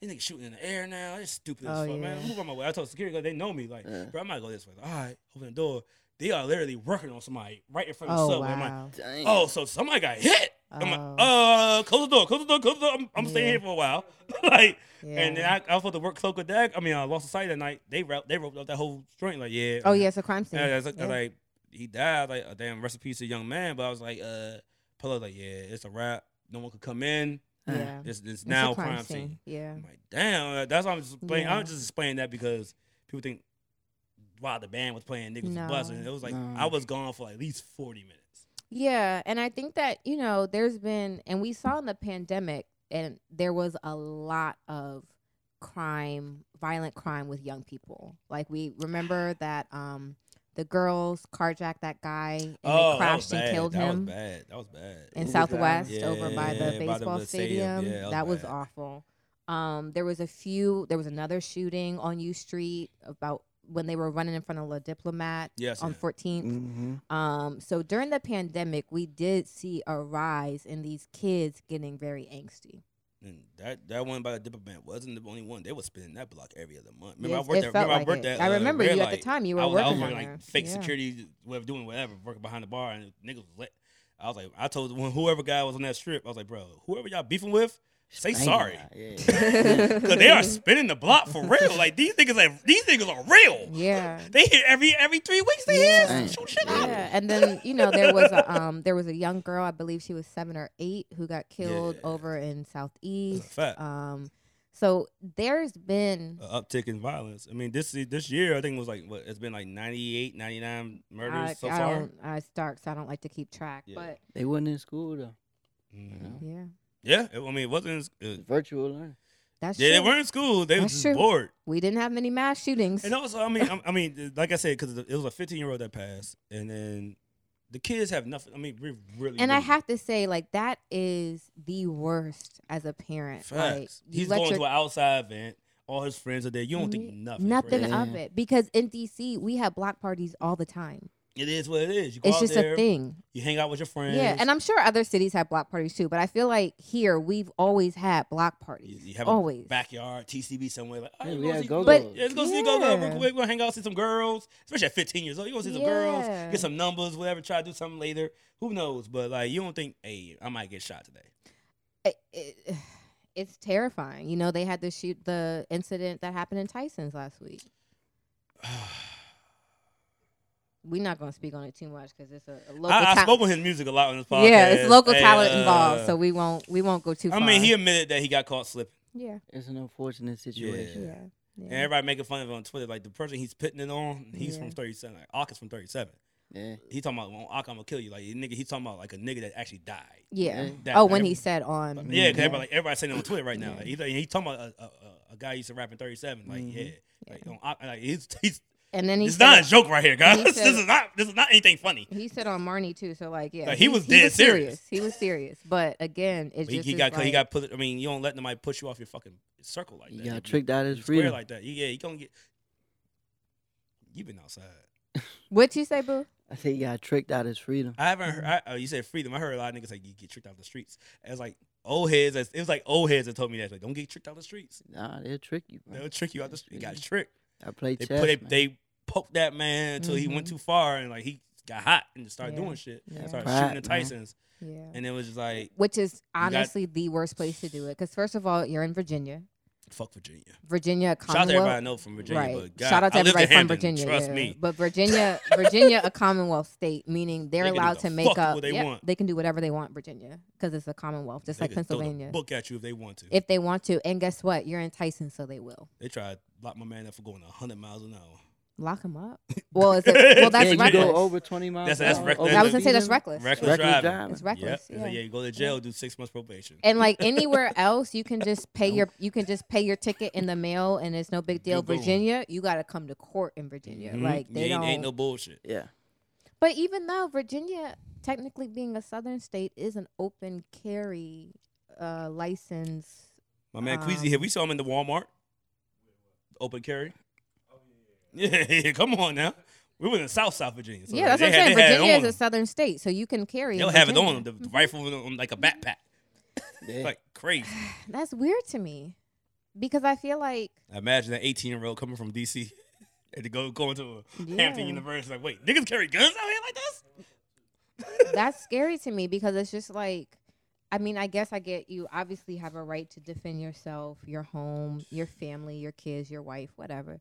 Speaker 2: These niggas shooting in the air now. They're stupid as
Speaker 1: Oh,
Speaker 2: fuck, man.
Speaker 1: yeah.
Speaker 2: Move on my way. I told security, like, they know me. Like,
Speaker 3: Yeah.
Speaker 2: bro, I might go this way. Like, All right, open the door. They are literally working on somebody right in front of the
Speaker 1: Oh
Speaker 2: subway. I'm like,
Speaker 1: wow. Oh.
Speaker 3: dang.
Speaker 2: oh, so somebody got hit. I'm like, uh, close the door, close the door, close the door. I'm, I'm staying
Speaker 1: Yeah.
Speaker 2: here for a while. (laughs) like,
Speaker 1: Oh, yeah.
Speaker 2: and then I, I was supposed to work cloak with Dag. I mean, I lost sight that night. They wrapped, they roped up that whole joint. Like, yeah.
Speaker 1: oh
Speaker 2: yeah.
Speaker 1: yeah, it's a crime scene.
Speaker 2: And I was like, I
Speaker 1: Yeah.
Speaker 2: was like, he died. Like, a damn rest in peace, a young man. But I was like, uh, Polo, like, yeah, it's a wrap. No one could come in.
Speaker 3: Yeah.
Speaker 1: yeah.
Speaker 2: It's, it's,
Speaker 1: It's a
Speaker 2: now a crime, scene.
Speaker 1: Yeah.
Speaker 2: I'm like, damn. uh, That's why I'm just explaining.
Speaker 1: Yeah.
Speaker 2: I'm just explaining that because people think while the band was playing, niggas
Speaker 1: No.
Speaker 2: was buzzing. It was like
Speaker 3: No.
Speaker 2: I was gone for like at least forty minutes.
Speaker 1: Yeah, and I think that you know, there's been, and we saw in the pandemic, and there was a lot of crime, violent crime with young people. Like we remember that um the girls carjacked that guy and they crashed and killed
Speaker 2: Oh, that
Speaker 1: him.
Speaker 2: was bad. That was bad.
Speaker 1: in
Speaker 3: Ooh,
Speaker 1: Southwest
Speaker 2: yeah.
Speaker 1: over by
Speaker 2: Yeah,
Speaker 1: the
Speaker 2: by the
Speaker 1: baseball
Speaker 2: little stadium.
Speaker 1: stadium.
Speaker 2: Yeah, that was
Speaker 1: that was
Speaker 2: bad.
Speaker 1: awful. Um, there was a few. There was another shooting on U Street about when they were running in front of La Diplomat
Speaker 2: Yes.
Speaker 1: on
Speaker 2: yeah.
Speaker 1: 14th.
Speaker 3: Mhm.
Speaker 1: Um, so during the pandemic, we did see a rise in these kids getting very angsty.
Speaker 2: And that that one by the Dipper Band wasn't the only one. They was spinning that block every other month.
Speaker 1: Yes,
Speaker 2: Remember, I worked
Speaker 1: it
Speaker 2: that.
Speaker 1: felt
Speaker 2: Remember, I
Speaker 1: like
Speaker 2: worked
Speaker 1: it.
Speaker 2: that.
Speaker 1: I
Speaker 2: uh,
Speaker 1: remember
Speaker 2: red
Speaker 1: you at
Speaker 2: light.
Speaker 1: the time. You were
Speaker 2: I was, I was
Speaker 1: working on
Speaker 2: working
Speaker 1: her.
Speaker 2: like fake
Speaker 1: Yeah.
Speaker 2: security, whatever, doing whatever, working behind the bar, and niggas was lit. I was like, I told the one- whoever guy was on that strip, I was like, bro, whoever y'all beefing with, say
Speaker 3: Dang,
Speaker 2: sorry. (laughs)
Speaker 3: Yeah. (laughs)
Speaker 2: Cause they are spinning the block for real. Like these niggas, are, these niggas are real.
Speaker 1: Yeah.
Speaker 2: They hit every every three weeks. They hit
Speaker 3: Yeah.
Speaker 2: shoot shit up.
Speaker 1: Yeah, and then you know there was a um there was a young girl I believe she was seven or eight who got killed
Speaker 2: Yeah.
Speaker 1: over in
Speaker 2: It's a
Speaker 1: Southeast.
Speaker 2: fact. Uh,
Speaker 1: Um, so there's been
Speaker 2: a uptick in violence. I mean, this this year I think it was like what it's been like 98, 99 murders
Speaker 1: I,
Speaker 2: so
Speaker 1: I
Speaker 2: far.
Speaker 1: don't I start so I don't like to keep track,
Speaker 2: Yeah.
Speaker 1: but
Speaker 3: they wasn't in school though.
Speaker 2: Mhm.
Speaker 1: yeah,
Speaker 2: Yeah, it- I mean, it wasn't. uh,
Speaker 3: Virtual learning.
Speaker 1: that's
Speaker 2: yeah, they
Speaker 1: true.
Speaker 2: weren't in school. They was
Speaker 1: That's
Speaker 2: just
Speaker 1: true.
Speaker 2: bored.
Speaker 1: We didn't have many mass shootings.
Speaker 2: And also, I mean, I, I mean, like I said, because it was a 15 year old that passed, and then the kids have nothing. I mean, we really.
Speaker 1: And I
Speaker 2: really-
Speaker 1: have to say, like that is the worst as a parent. Like
Speaker 2: facts. He's going to an outside event. All his friends are there. You don't think nothing.
Speaker 1: nothing
Speaker 2: Fred.
Speaker 3: Yeah.
Speaker 1: of it because in DC we have block parties all the time.
Speaker 2: It is what it is. You go
Speaker 1: It's
Speaker 2: out
Speaker 1: just
Speaker 2: there.
Speaker 1: a thing.
Speaker 2: You hang out with your friends.
Speaker 1: Yeah, and I'm sure other cities have block parties too, but I feel like here we've always had block
Speaker 2: you,
Speaker 1: parties.
Speaker 2: you have
Speaker 1: always.
Speaker 2: a backyard TCB somewhere. Like, all right,
Speaker 3: Yeah,
Speaker 2: we
Speaker 3: we
Speaker 2: gonna
Speaker 3: had
Speaker 2: see-
Speaker 3: go-go.
Speaker 1: But-
Speaker 2: Yeah, let's go see go go real
Speaker 1: Yeah.
Speaker 2: quick. Go hang out, see some girls, especially at 15 years old. You gonna see some girls,
Speaker 1: Yeah.
Speaker 2: get some numbers, whatever. Try to do something later. Who knows? But like, you don't think, hey, I might get shot today. (sighs)
Speaker 1: it, it, (sighs) it's terrifying. You know, they had to shoot the incident that happened in Tyson's last week. We're not going to speak on it too much because it's a, a local.
Speaker 2: I, I
Speaker 1: ta-
Speaker 2: spoke with his music a lot on this podcast.
Speaker 1: yeah, it's local
Speaker 2: Hey,
Speaker 1: talent
Speaker 2: uh,
Speaker 1: involved, so we won't we won't go too
Speaker 2: I
Speaker 1: far.
Speaker 2: mean, he admitted that he got caught slipping.
Speaker 1: yeah,
Speaker 3: It's an unfortunate situation.
Speaker 1: yeah,
Speaker 2: Yeah.
Speaker 1: yeah.
Speaker 2: And everybody making fun of him on Twitter. Like the person he's pitting it on, he's
Speaker 1: Yeah.
Speaker 2: from 37. Like Ak is from 37.
Speaker 3: Yeah.
Speaker 2: He talking about well, Ak, I'm gonna kill you. Like nigga, he's talking about like a nigga that actually died.
Speaker 1: Yeah.
Speaker 3: Yeah.
Speaker 2: That-
Speaker 1: Oh, when
Speaker 2: every-
Speaker 1: he said on.
Speaker 2: Yeah, because
Speaker 3: Yeah.
Speaker 2: everybody, like, everybody's saying it on Twitter right now.
Speaker 1: Yeah.
Speaker 2: Like, he, he talking about a, a, a- a guy used to rap in 37. Like,
Speaker 3: Mhm.
Speaker 2: yeah.
Speaker 1: Yeah.
Speaker 2: Like, on, I- like, he's, he's,
Speaker 1: And then he
Speaker 2: it's
Speaker 1: said,
Speaker 2: not a joke right here, guys. (laughs)
Speaker 1: he
Speaker 2: this
Speaker 1: said-
Speaker 2: is not this is not anything funny.
Speaker 1: He said on Marnie too. So like, yeah,
Speaker 2: Like, he was
Speaker 1: he
Speaker 2: dead serious.
Speaker 1: He was serious. But again, it's
Speaker 2: But he,
Speaker 1: just
Speaker 2: he
Speaker 1: is
Speaker 2: got
Speaker 1: like,
Speaker 2: he got put. I mean, you don't let nobody push you off your fucking circle like
Speaker 3: He
Speaker 2: that.
Speaker 3: got
Speaker 2: If you-
Speaker 3: tricked out of
Speaker 2: you
Speaker 3: his
Speaker 2: square
Speaker 3: freedom.
Speaker 2: like that. You- Yeah, you gonna get. You've been outside.
Speaker 1: What you say, boo?
Speaker 3: I think he got tricked out of his freedom.
Speaker 2: I haven't heard. I, oh, you said freedom. I heard a lot of niggas like you get tricked out the streets. It was like old heads. that's- It was like old heads that told me that like don't get tricked out the streets.
Speaker 3: Nah, they'll trick you, bro.
Speaker 2: They'll trick you out the street. You got
Speaker 3: Mhm.
Speaker 2: tricked.
Speaker 3: I play
Speaker 2: They
Speaker 3: chess.
Speaker 2: put it,
Speaker 3: man.
Speaker 2: they poked that man until he went
Speaker 1: Mhm.
Speaker 2: too far and like he got hot and started
Speaker 1: Yeah.
Speaker 2: doing shit.
Speaker 1: Yeah.
Speaker 2: Started
Speaker 3: Pride,
Speaker 2: shooting the
Speaker 3: man.
Speaker 2: Tysons
Speaker 1: Yeah.
Speaker 2: and it was just like
Speaker 1: Which is
Speaker 2: got-
Speaker 1: honestly the worst place to do it because first of all, you're in Virginia.
Speaker 2: fuck Virginia.
Speaker 1: Virginia Commonwealth.
Speaker 2: Shout out to everybody I know from Virginia.
Speaker 1: Right.
Speaker 2: But God,
Speaker 1: Shout out to
Speaker 2: I lived in
Speaker 1: everybody from
Speaker 2: Hampton,
Speaker 1: Virginia.
Speaker 2: Trust
Speaker 1: yeah.
Speaker 2: me.
Speaker 1: But Virginia, Virginia, a Commonwealth state, meaning they're
Speaker 2: They can do
Speaker 1: allowed
Speaker 2: the
Speaker 1: to make
Speaker 2: fuck
Speaker 1: up.
Speaker 2: what they
Speaker 1: yeah,
Speaker 2: want.
Speaker 1: They can do whatever they want, Virginia, because it's a Commonwealth, just
Speaker 2: They
Speaker 1: like
Speaker 2: could throw the
Speaker 1: Pennsylvania.
Speaker 2: Book at you if they want to.
Speaker 1: If they want to, and guess what? You're in Tyson, so they will
Speaker 2: they tried to lock my man up for going 100 miles an hour.
Speaker 1: lock them up. (laughs) Well, is it, well that's
Speaker 3: yeah,
Speaker 1: reckless.
Speaker 3: (laughs) you go over 20 miles.
Speaker 2: That's-
Speaker 3: an
Speaker 2: that's
Speaker 3: hour,
Speaker 2: reckless.
Speaker 3: over
Speaker 1: I was gonna say that's
Speaker 3: speeding,
Speaker 1: reckless.
Speaker 2: Reckless,
Speaker 3: Reckless
Speaker 2: driving.
Speaker 3: driving.
Speaker 1: It's reckless.
Speaker 2: Yep. It's like,
Speaker 1: yeah.
Speaker 2: yeah, you go to jail, do six months probation.
Speaker 1: And like anywhere else, you can just pay your you can just pay your ticket in the mail, and it's no big deal.
Speaker 2: Good going.
Speaker 1: Virginia, you got to come to court in Virginia.
Speaker 2: Mhm.
Speaker 1: Like they
Speaker 2: Yeah, ain't,
Speaker 1: don't.
Speaker 2: ain't no bullshit.
Speaker 3: Yeah.
Speaker 1: But even though Virginia, technically being a southern state, is an open carry uh, license.
Speaker 2: My man
Speaker 1: Um,
Speaker 2: Queasy here. We saw him in the Walmart. Open carry. Oh, Yeah, (laughs) yeah, come on now. We were in South South Virginia. so
Speaker 1: yeah, that's
Speaker 2: they
Speaker 1: what I'm
Speaker 2: had-
Speaker 1: saying.
Speaker 2: they had it
Speaker 1: Virginia
Speaker 2: on
Speaker 1: is a
Speaker 2: them.
Speaker 1: southern state, so you can carry. in
Speaker 2: They'll have it
Speaker 1: Virginia.
Speaker 2: on them, the rifle on them like a backpack.
Speaker 3: yeah.
Speaker 2: Like crazy.
Speaker 1: That's weird to me, because I feel like
Speaker 2: I imagine that 18 year old coming from DC (laughs) and to go going to a Hampton
Speaker 1: Yeah.
Speaker 2: University. Like, wait, niggas carry guns out here like this?
Speaker 1: that's scary to me because it's just like i mean i guess i get you obviously have a right to defend yourself your home your family your kids your wife whatever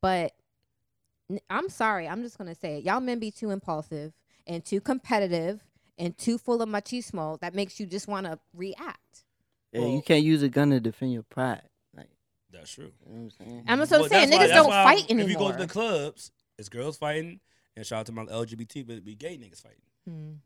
Speaker 1: but n- i'm sorry i'm just gonna say it y'all men be too impulsive and too competitive and too full of machismo that makes you just want to react
Speaker 3: yeah,
Speaker 2: Well-
Speaker 3: you can't use a gun to defend your pride. Like,
Speaker 2: That's true.
Speaker 3: you know what I'm saying?
Speaker 1: i'm just so
Speaker 2: Well,
Speaker 1: saying
Speaker 2: that's why-
Speaker 1: niggas
Speaker 2: that's
Speaker 1: don't
Speaker 2: why
Speaker 1: fight
Speaker 2: If you go
Speaker 1: anymore
Speaker 2: to the clubs, it's girls fighting. And shout out to my LGBT, but it be gay niggas fighting.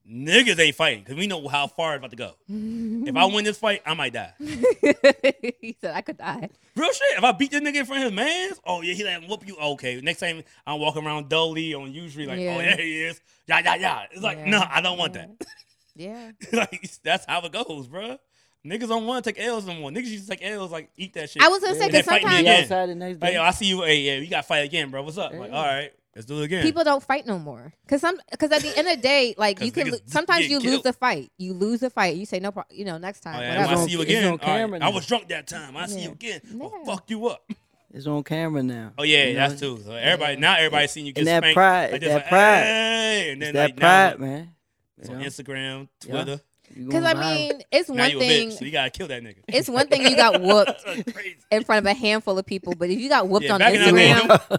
Speaker 2: Niggas ain't fighting because we know how far it's about to go.
Speaker 1: Hmm.
Speaker 2: If I win this fight, I might die.
Speaker 1: (laughs) he said i could die
Speaker 2: Real shit. If I beat this nigga in front of his mans, oh yeah, he like whoop you. Okay, next time I'm walking around dully on usually like,
Speaker 1: Yeah.
Speaker 2: oh yeah, he is. Yeah, yeah, yeah. It's like,
Speaker 1: Yeah.
Speaker 2: no, I don't want
Speaker 1: Yeah.
Speaker 2: that. (laughs)
Speaker 1: yeah
Speaker 2: like that's how it goes, bruh. Niggas don't want to take L's no more. Niggas used to take L's like eat that shit.
Speaker 1: i was gonna say
Speaker 3: Yeah.
Speaker 1: because
Speaker 2: They fight me
Speaker 1: sometimes
Speaker 3: Be
Speaker 2: again.
Speaker 3: outside the next day.
Speaker 2: Like, yo, I see you. Hey, yeah, you got to fight again, bro. What's up? I'm Like,
Speaker 3: Yeah.
Speaker 2: all right, let's do it again.
Speaker 1: people don't fight no more because some because at the end of the day like you
Speaker 2: (laughs) 'Cause
Speaker 1: can
Speaker 2: niggas
Speaker 1: lo- sometimes
Speaker 2: get
Speaker 1: you lose
Speaker 2: killed.
Speaker 1: the fight you lose the fight you say no problem you know next time
Speaker 2: Oh, yeah,
Speaker 1: whatever.
Speaker 2: I
Speaker 3: on-
Speaker 2: see you
Speaker 3: it's
Speaker 2: again.
Speaker 3: on
Speaker 2: All right,
Speaker 3: camera
Speaker 2: I
Speaker 3: now.
Speaker 2: was drunk that time. I see
Speaker 1: Yeah.
Speaker 2: you again. Well,
Speaker 1: Yeah.
Speaker 2: fuck you up.
Speaker 3: It's on camera now.
Speaker 2: Oh yeah,
Speaker 3: you know?
Speaker 2: that's too. So everybody now, everybody's seeing you get
Speaker 3: And that
Speaker 2: spanked.
Speaker 3: pride,
Speaker 2: Like,
Speaker 3: it's
Speaker 2: just
Speaker 3: that
Speaker 2: like,
Speaker 3: pride.
Speaker 2: Hey! And
Speaker 3: It's
Speaker 2: then
Speaker 3: that
Speaker 2: like, now,
Speaker 3: pride, man.
Speaker 2: It's
Speaker 3: You
Speaker 2: on
Speaker 3: know?
Speaker 2: Instagram,
Speaker 3: Yeah.
Speaker 2: Twitter.
Speaker 3: You
Speaker 1: because
Speaker 3: going
Speaker 1: i
Speaker 3: viral.
Speaker 1: mean it's
Speaker 2: Now
Speaker 1: one
Speaker 2: you a
Speaker 1: thing
Speaker 2: bitch, so you gotta kill that nigga.
Speaker 1: (laughs) it's one thing you got whooped
Speaker 2: (laughs) That's crazy.
Speaker 1: in front of a handful of people but if you got whooped
Speaker 2: Yeah,
Speaker 1: on
Speaker 2: back in the day,
Speaker 1: (laughs)
Speaker 2: (laughs)
Speaker 1: instagram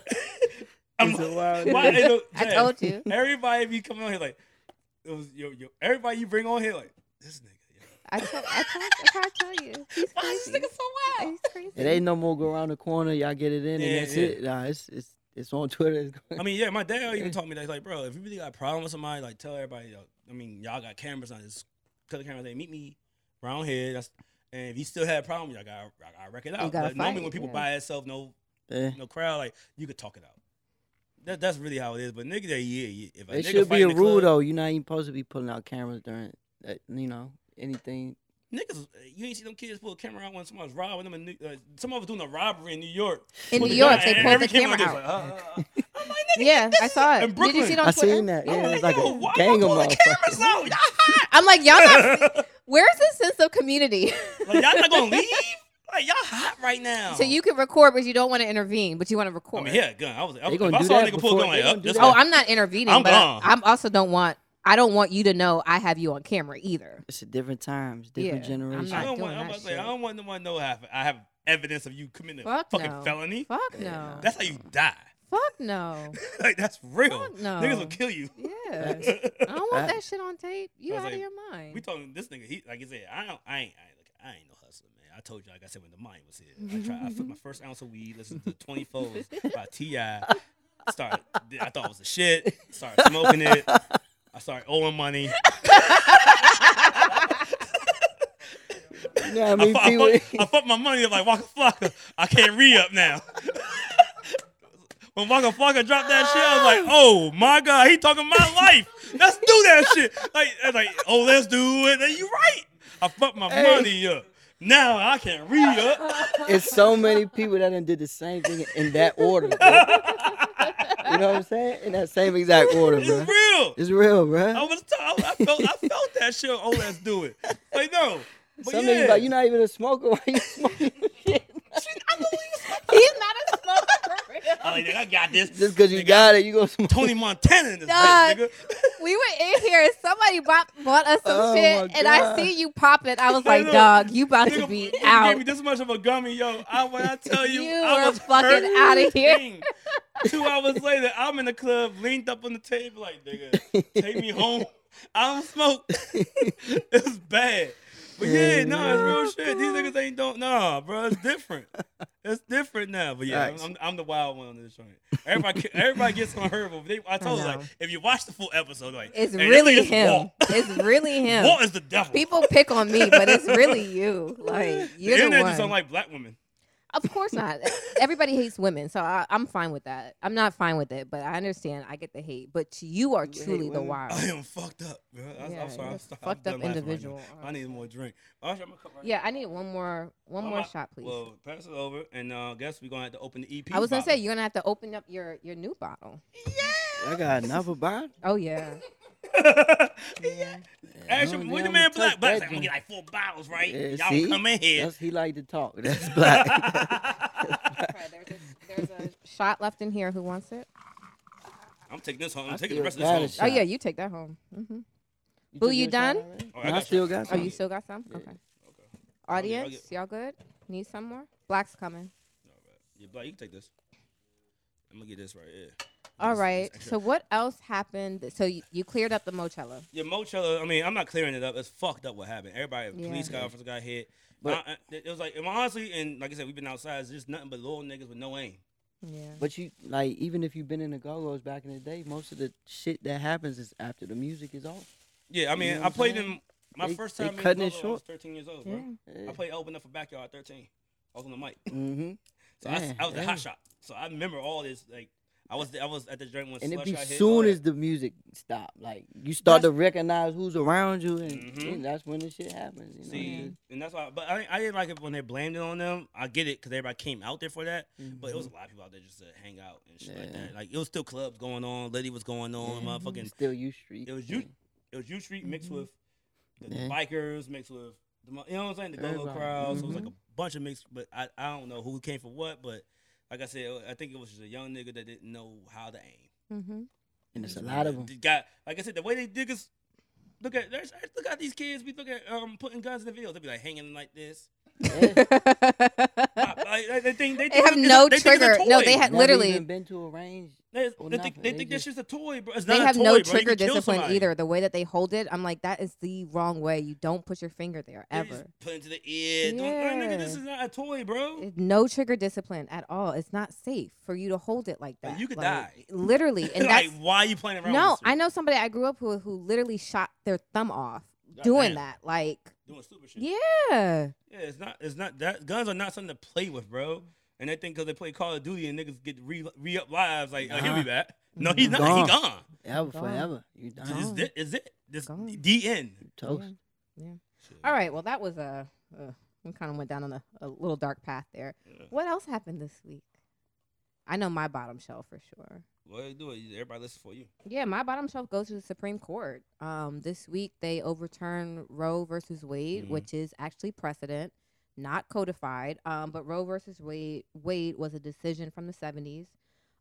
Speaker 2: I'm-
Speaker 3: It's a wild
Speaker 2: why-
Speaker 3: day.
Speaker 2: you know,
Speaker 1: (laughs) i
Speaker 2: Jazz,
Speaker 1: told you
Speaker 2: Everybody be coming on here like it was yo yo. Everybody you bring on here like this nigga.
Speaker 1: (laughs)
Speaker 2: Yo.
Speaker 1: i told i told i tried to tell you he's
Speaker 2: Why is
Speaker 1: crazy
Speaker 2: this nigga so wild?
Speaker 1: he's crazy
Speaker 3: It ain't no more go around the corner. Y'all get it in,
Speaker 2: Yeah,
Speaker 3: and that's
Speaker 2: yeah.
Speaker 3: it. Nah, it's it's it's on Twitter. It's going-
Speaker 2: I mean, yeah, my dad even taught me that. He's like, bro, if you really got a problem with somebody, like, tell everybody. Yo, I mean, y'all got cameras on. Just cut the cameras. They meet me around here. That's and if you still had a problem, y'all got I gotta wreck it out.
Speaker 1: gotta
Speaker 2: Like, normally
Speaker 1: fight,
Speaker 2: when people
Speaker 1: yeah.
Speaker 2: by itself, no
Speaker 3: (laughs) yeah.
Speaker 2: no crowd, like you could talk it out. That, that's really how it is. But nigga, yeah, yeah. If a
Speaker 3: It
Speaker 2: nigga
Speaker 3: should
Speaker 2: fight
Speaker 3: be a
Speaker 2: in the
Speaker 3: rule
Speaker 2: club,
Speaker 3: though. You're not even supposed to be pulling out cameras during, that, you know, anything.
Speaker 2: Niggas, you ain't see them kids pull a camera out when someone's robbing them. In New, uh, someone was doing a robbery in New York.
Speaker 1: in
Speaker 2: Pulled
Speaker 1: new
Speaker 2: the
Speaker 1: york
Speaker 2: gun,
Speaker 1: they
Speaker 2: and
Speaker 1: pulled
Speaker 2: every
Speaker 1: the camera
Speaker 2: was like,
Speaker 1: out
Speaker 2: uh, uh, uh. I'm like, nigga,
Speaker 1: yeah
Speaker 2: this
Speaker 1: i
Speaker 2: is-
Speaker 1: saw it
Speaker 2: in
Speaker 1: did you see it
Speaker 2: Brooklyn.
Speaker 1: on
Speaker 3: I
Speaker 1: Twitter?
Speaker 3: seen that. Yeah,
Speaker 2: I'm
Speaker 3: it's
Speaker 2: like,
Speaker 3: like
Speaker 2: yo,
Speaker 3: a
Speaker 2: why
Speaker 3: gang of
Speaker 2: y'all pull the
Speaker 1: (laughs)
Speaker 2: cameras
Speaker 3: motherfuckers.
Speaker 2: out? Y'all
Speaker 1: i'm like y'all
Speaker 2: (laughs)
Speaker 1: not
Speaker 2: hot.
Speaker 1: where's the sense of community
Speaker 2: Like y'all not gonna leave? Like y'all hot right now.
Speaker 1: so you can record but you don't want to intervene but you want to
Speaker 2: I
Speaker 1: record
Speaker 2: mean, yeah, gun. I was. I,
Speaker 3: They
Speaker 2: if
Speaker 3: gonna
Speaker 2: I
Speaker 3: do
Speaker 2: saw a
Speaker 3: that
Speaker 2: nigga pull a gun
Speaker 3: before-
Speaker 2: like
Speaker 3: they gonna
Speaker 2: up.
Speaker 3: do
Speaker 2: This
Speaker 3: that.
Speaker 1: Oh,
Speaker 2: guy.
Speaker 1: I'm not intervening,
Speaker 2: I'm
Speaker 1: but
Speaker 2: gone.
Speaker 1: I, I'm also don't want. I don't want you to know I have you on camera either.
Speaker 3: It's a different times,
Speaker 1: Yeah,
Speaker 3: different
Speaker 1: I'm
Speaker 3: generation.
Speaker 1: (laughs) not
Speaker 2: I don't
Speaker 1: doing
Speaker 2: want. I'm
Speaker 1: that
Speaker 2: about to say,
Speaker 1: shit.
Speaker 2: I don't want no one to know I have, I have evidence of you committing a
Speaker 1: Fuck
Speaker 2: fucking
Speaker 1: no.
Speaker 2: felony.
Speaker 1: Fuck no.
Speaker 2: That's how you die. (laughs)
Speaker 1: Fuck no.
Speaker 2: like that's real.
Speaker 1: Fuck no.
Speaker 2: Niggas will kill you.
Speaker 1: Yeah.
Speaker 2: (laughs)
Speaker 1: I don't want that shit on tape. You
Speaker 2: I
Speaker 1: out
Speaker 2: was
Speaker 1: of
Speaker 2: like,
Speaker 1: your mind.
Speaker 2: we talking this nigga. He like I said, I don't. I ain't. I ain't, look, I ain't no hustler, man. I told you, like I said, when the mind was here, I tried. I took my first ounce of weed, listened to Twenty Fours by Ti. Started. I thought it was the shit. Started smoking it. I started owing money.
Speaker 3: You know what I
Speaker 2: I,
Speaker 3: mean?
Speaker 2: fu- I,
Speaker 3: People, (laughs)
Speaker 2: fuck, I fucked my money up like Waka Flocka. I can't re up now. when Waka Flocka dropped that shit, I was like, oh my God, he talking my life. Let's do that shit. Like, I was like, oh, let's do it. And you right. I fucked my
Speaker 3: Hey.
Speaker 2: money up. Now I can't re up.
Speaker 3: it's so many people that done did the same thing in that order. bro. you know what I'm saying? In that same exact order,
Speaker 2: It's
Speaker 3: bro.
Speaker 2: real.
Speaker 3: It's real, bro.
Speaker 2: I was t- I, I felt I felt that shit. Oh, let's do it. Like no. But
Speaker 3: Some
Speaker 2: yeah.
Speaker 3: niggas like, you're not even a smoker. Why you smoking?
Speaker 1: (laughs) He's not a smoker. for real.
Speaker 2: I like that. I got this.
Speaker 3: Just because you
Speaker 2: Nigga,
Speaker 3: got it, you go. Some-
Speaker 2: Tony Montana in this
Speaker 1: Dog.
Speaker 2: bitch, nigga.
Speaker 1: we were in here and somebody bought, bought us some
Speaker 3: Oh
Speaker 1: shit,
Speaker 3: my
Speaker 1: and I
Speaker 3: God.
Speaker 1: see you popping. I was
Speaker 2: (laughs) Yeah,
Speaker 1: like,
Speaker 2: look.
Speaker 1: dog, you about to
Speaker 2: Nigga,
Speaker 1: be
Speaker 2: nigga
Speaker 1: out.
Speaker 2: gave me this much of a gummy, yo. I when
Speaker 1: (laughs)
Speaker 2: I tell you,
Speaker 1: You
Speaker 2: I
Speaker 1: were
Speaker 2: was
Speaker 1: fucking outta here. (laughs)
Speaker 2: hurting. (laughs) Two hours later, I'm in the club, leaned up on the table, like nigga, take me home. I don't smoke. (laughs) it's bad. But yeah, no, it's real shit. These niggas ain't don't nah, bro. It's different. It's different now. But yeah, I'm,
Speaker 3: Facts.
Speaker 2: I'm, I'm the wild one on this joint. Everybody, everybody gets on her. But they, I told you, like,
Speaker 1: know.
Speaker 2: if you watch the full episode, like,
Speaker 1: It's
Speaker 2: hey, that
Speaker 1: really
Speaker 2: nigga's
Speaker 1: him.
Speaker 2: Walt.
Speaker 1: It's
Speaker 2: (laughs)
Speaker 1: really him. (laughs)
Speaker 2: Walt is the devil.
Speaker 1: People pick on me, but it's really
Speaker 2: (laughs)
Speaker 1: you. Like you're the,
Speaker 2: the internet
Speaker 1: one.
Speaker 2: just don't like black women.
Speaker 1: of course not. Eh, Everybody hates women, so I, I'm fine with that. I'm not fine with it, but I understand. I get the hate, but you are
Speaker 3: You hate
Speaker 1: truly the
Speaker 2: (laughs)
Speaker 3: women?
Speaker 1: wild.
Speaker 2: I am fucked up, bro. I,
Speaker 1: Yeah,
Speaker 2: I'm sorry.
Speaker 1: you're
Speaker 2: I'm
Speaker 1: a
Speaker 2: sorry.
Speaker 1: fucked
Speaker 2: I'm
Speaker 1: up
Speaker 2: done laughing right
Speaker 1: individual.
Speaker 2: now. I need more drink. Archie, I'm gonna come right
Speaker 1: Yeah, I need one more one
Speaker 2: Well,
Speaker 1: more
Speaker 2: my-
Speaker 1: shot, please.
Speaker 2: Well, pass it over, and uh, I guess we're gonna have to open the E EP.
Speaker 1: I was gonna say
Speaker 2: bottle.
Speaker 1: you're gonna have to open up your your new bottle.
Speaker 3: I got another bottle.
Speaker 1: Oh (laughs) yeah.
Speaker 2: (laughs) yeah.
Speaker 3: I don't
Speaker 2: Actually,
Speaker 3: think
Speaker 2: when the
Speaker 3: I'ma
Speaker 2: man black,
Speaker 3: touch
Speaker 2: black,
Speaker 3: that
Speaker 2: I'm gonna
Speaker 3: joint.
Speaker 2: get like four bottles, right?
Speaker 3: Yeah,
Speaker 2: Y'all
Speaker 3: see?
Speaker 2: come in here.
Speaker 3: That's, he like to talk. (laughs) That's black.
Speaker 1: (laughs) Okay, there's a, there's a shot left in here. Who wants it?
Speaker 2: (laughs) I'm taking this home.
Speaker 3: I
Speaker 2: I'm taking the rest
Speaker 3: still got
Speaker 2: of
Speaker 3: a
Speaker 2: this home.
Speaker 3: shot.
Speaker 1: Oh yeah, you take that home. hmm Boo,
Speaker 3: took
Speaker 1: you
Speaker 3: your shot
Speaker 1: done?
Speaker 3: already?
Speaker 2: Oh, I
Speaker 3: No, I
Speaker 2: got
Speaker 3: still
Speaker 2: you.
Speaker 3: got
Speaker 1: Oh,
Speaker 3: some.
Speaker 1: you still got some?
Speaker 3: Yeah.
Speaker 1: Okay.
Speaker 2: I'll get- I'll
Speaker 1: Audience, y'all good? Need some more? Black's coming.
Speaker 2: Yeah, black, you can take this. I'm gonna get this right here.
Speaker 1: All
Speaker 2: This- this
Speaker 1: right.
Speaker 2: extra.
Speaker 1: So what else happened? So you, you cleared up the Mochella.
Speaker 2: Yeah, Mochella. I mean, I'm not clearing it up. It's fucked up what happened. Everybody,
Speaker 1: Yeah.
Speaker 2: police got officers got hit.
Speaker 3: But-
Speaker 2: But it was like, and honestly, and like I said, we've been outside. It's just nothing but little niggas with no aim.
Speaker 1: Yeah.
Speaker 3: But you like even if you've been in the go-go's back in the day, most of the shit that happens is after the music is off.
Speaker 2: Yeah, I mean,
Speaker 3: know what
Speaker 2: I
Speaker 3: I'm
Speaker 2: played
Speaker 3: saying?
Speaker 2: them. My
Speaker 3: They-
Speaker 2: first
Speaker 3: they
Speaker 2: time in
Speaker 3: cutting it
Speaker 2: Go-Go, I was
Speaker 3: short.
Speaker 2: 13 years old,
Speaker 1: Yeah.
Speaker 2: bro. I played open up for backyard at 13. I was on the mic,
Speaker 3: Eh, Mm-hmm.
Speaker 2: so I, s- I was a
Speaker 3: Yeah, yeah.
Speaker 2: hot shot. So I remember all this. Like, I was I was at the joint when
Speaker 3: And it
Speaker 2: Slush
Speaker 3: be
Speaker 2: got hit, all
Speaker 3: soon
Speaker 2: that.
Speaker 3: as the music stop, like you start to recognize who's around you, and,
Speaker 2: Mhm.
Speaker 3: and that's when the shit happens. You know?
Speaker 2: See,
Speaker 3: Just-
Speaker 2: and that's why. But I, I didn't like it when they blamed it on them. I get it because everybody came out there for that. But it was a lot of people out there just to hang out and shit like
Speaker 3: Mm-hmm. Yeah.
Speaker 2: that. Like it was still clubs going on. Liddy was going on.
Speaker 3: Yeah.
Speaker 2: Motherfucking
Speaker 3: Mm-hmm. still U Street.
Speaker 2: it was you. It was U Street mixed
Speaker 1: Mhm.
Speaker 2: with the, the
Speaker 3: Yeah.
Speaker 2: bikers, mixed with the mo- you know what I'm saying, the go
Speaker 3: Everybody. Mm-hmm.
Speaker 2: crowd. So it was like
Speaker 1: Mhm.
Speaker 2: a bunch of mixed. But I, I don't know who came for what. But like I said, I think it was just a young nigga that didn't know how to aim.
Speaker 1: Mm-hmm.
Speaker 3: and it's a
Speaker 2: Just
Speaker 3: lot of
Speaker 2: the- (laughs)
Speaker 3: them.
Speaker 2: the Got like I said, the way they dig is look at there's look at these kids. We look at um putting guns in the videos. They be like hanging like
Speaker 3: (laughs)
Speaker 2: this. Pop, like, like, they think
Speaker 1: They
Speaker 2: they, think
Speaker 1: have
Speaker 2: it's a-
Speaker 1: no
Speaker 2: they think it's a
Speaker 1: trigger. No,
Speaker 2: toy.
Speaker 1: they had
Speaker 3: (laughs) Never
Speaker 1: literally
Speaker 3: even been to a range.
Speaker 2: They,
Speaker 3: Well,
Speaker 2: they think,
Speaker 3: nothing.
Speaker 2: they
Speaker 3: They
Speaker 2: think that's
Speaker 3: just-
Speaker 2: just a toy, bro. It's
Speaker 1: they
Speaker 2: not a
Speaker 1: have
Speaker 2: toy,
Speaker 1: no
Speaker 2: bro. You
Speaker 1: trigger
Speaker 2: can kill
Speaker 1: discipline
Speaker 2: somebody.
Speaker 1: either. The way that they hold it, I'm like, that is the wrong way. You don't put your finger there
Speaker 2: They just
Speaker 1: ever.
Speaker 2: Put into the ear. doing- like, nigga, this
Speaker 1: Yeah.
Speaker 2: is not a toy, bro.
Speaker 1: It- No trigger discipline at all. It's not safe for you to hold it like
Speaker 2: Like,
Speaker 1: that.
Speaker 2: you could die. (laughs)
Speaker 1: Literally, and
Speaker 2: like,
Speaker 1: that's
Speaker 2: why are you playing around?
Speaker 1: no.
Speaker 2: with this
Speaker 1: I know somebody I grew up with who literally shot their thumb off
Speaker 2: God
Speaker 1: doing
Speaker 2: damn.
Speaker 1: that. Like,
Speaker 2: Doing stupid shit.
Speaker 1: yeah,
Speaker 2: Yeah, it's not. It's not that guns are not something to play with, bro. And they think because they play Call of Duty and niggas get re re up lives, like oh, he'll be
Speaker 3: Nah.
Speaker 2: back. No, he's
Speaker 3: Mhm.
Speaker 2: not.
Speaker 3: Gone.
Speaker 2: He gone.
Speaker 3: Ever,
Speaker 1: Gone.
Speaker 3: forever. You done.
Speaker 1: Gone.
Speaker 2: Is it? Is it? This
Speaker 1: Gone.
Speaker 2: the end.
Speaker 3: Toast.
Speaker 1: All right. Well, that was a. Uh, we kind of went down on a, a little dark path there.
Speaker 2: Yeah.
Speaker 1: What else happened this week? I know my bottom shelf for sure.
Speaker 2: Well, you do it. Everybody listen for you.
Speaker 1: Yeah, my bottom shelf goes to the Supreme Court. Um, this week they overturned Roe versus Wade,
Speaker 2: Mhm.
Speaker 1: which is actually precedent, not codified. Um, but Roe versus Wade Wade was a decision from the '70s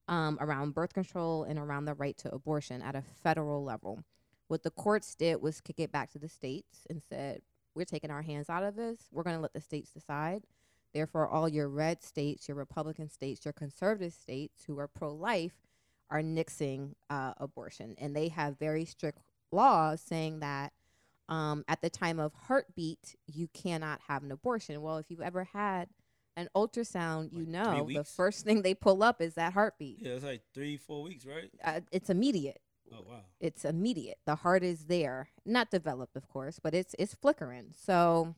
Speaker 1: um, around birth control and around the right to abortion at a federal level. What the courts did was kick it back to the states and said, "We're taking our hands out of this. We're going to let the states decide." Therefore, all your red states, your Republican states, your conservative states who are pro-life are nixing uh, abortion, and they have very strict laws saying that um, at the time of heartbeat, you cannot have an abortion. Well, if you've ever had an ultrasound, you
Speaker 2: Like three
Speaker 1: know the
Speaker 2: weeks?
Speaker 1: first thing they pull up is that heartbeat.
Speaker 2: Yeah, it's like three, four weeks, right?
Speaker 1: Uh, it's immediate.
Speaker 2: Oh wow.
Speaker 1: It's immediate. The heart is there, not developed, of course, but it's it's flickering. So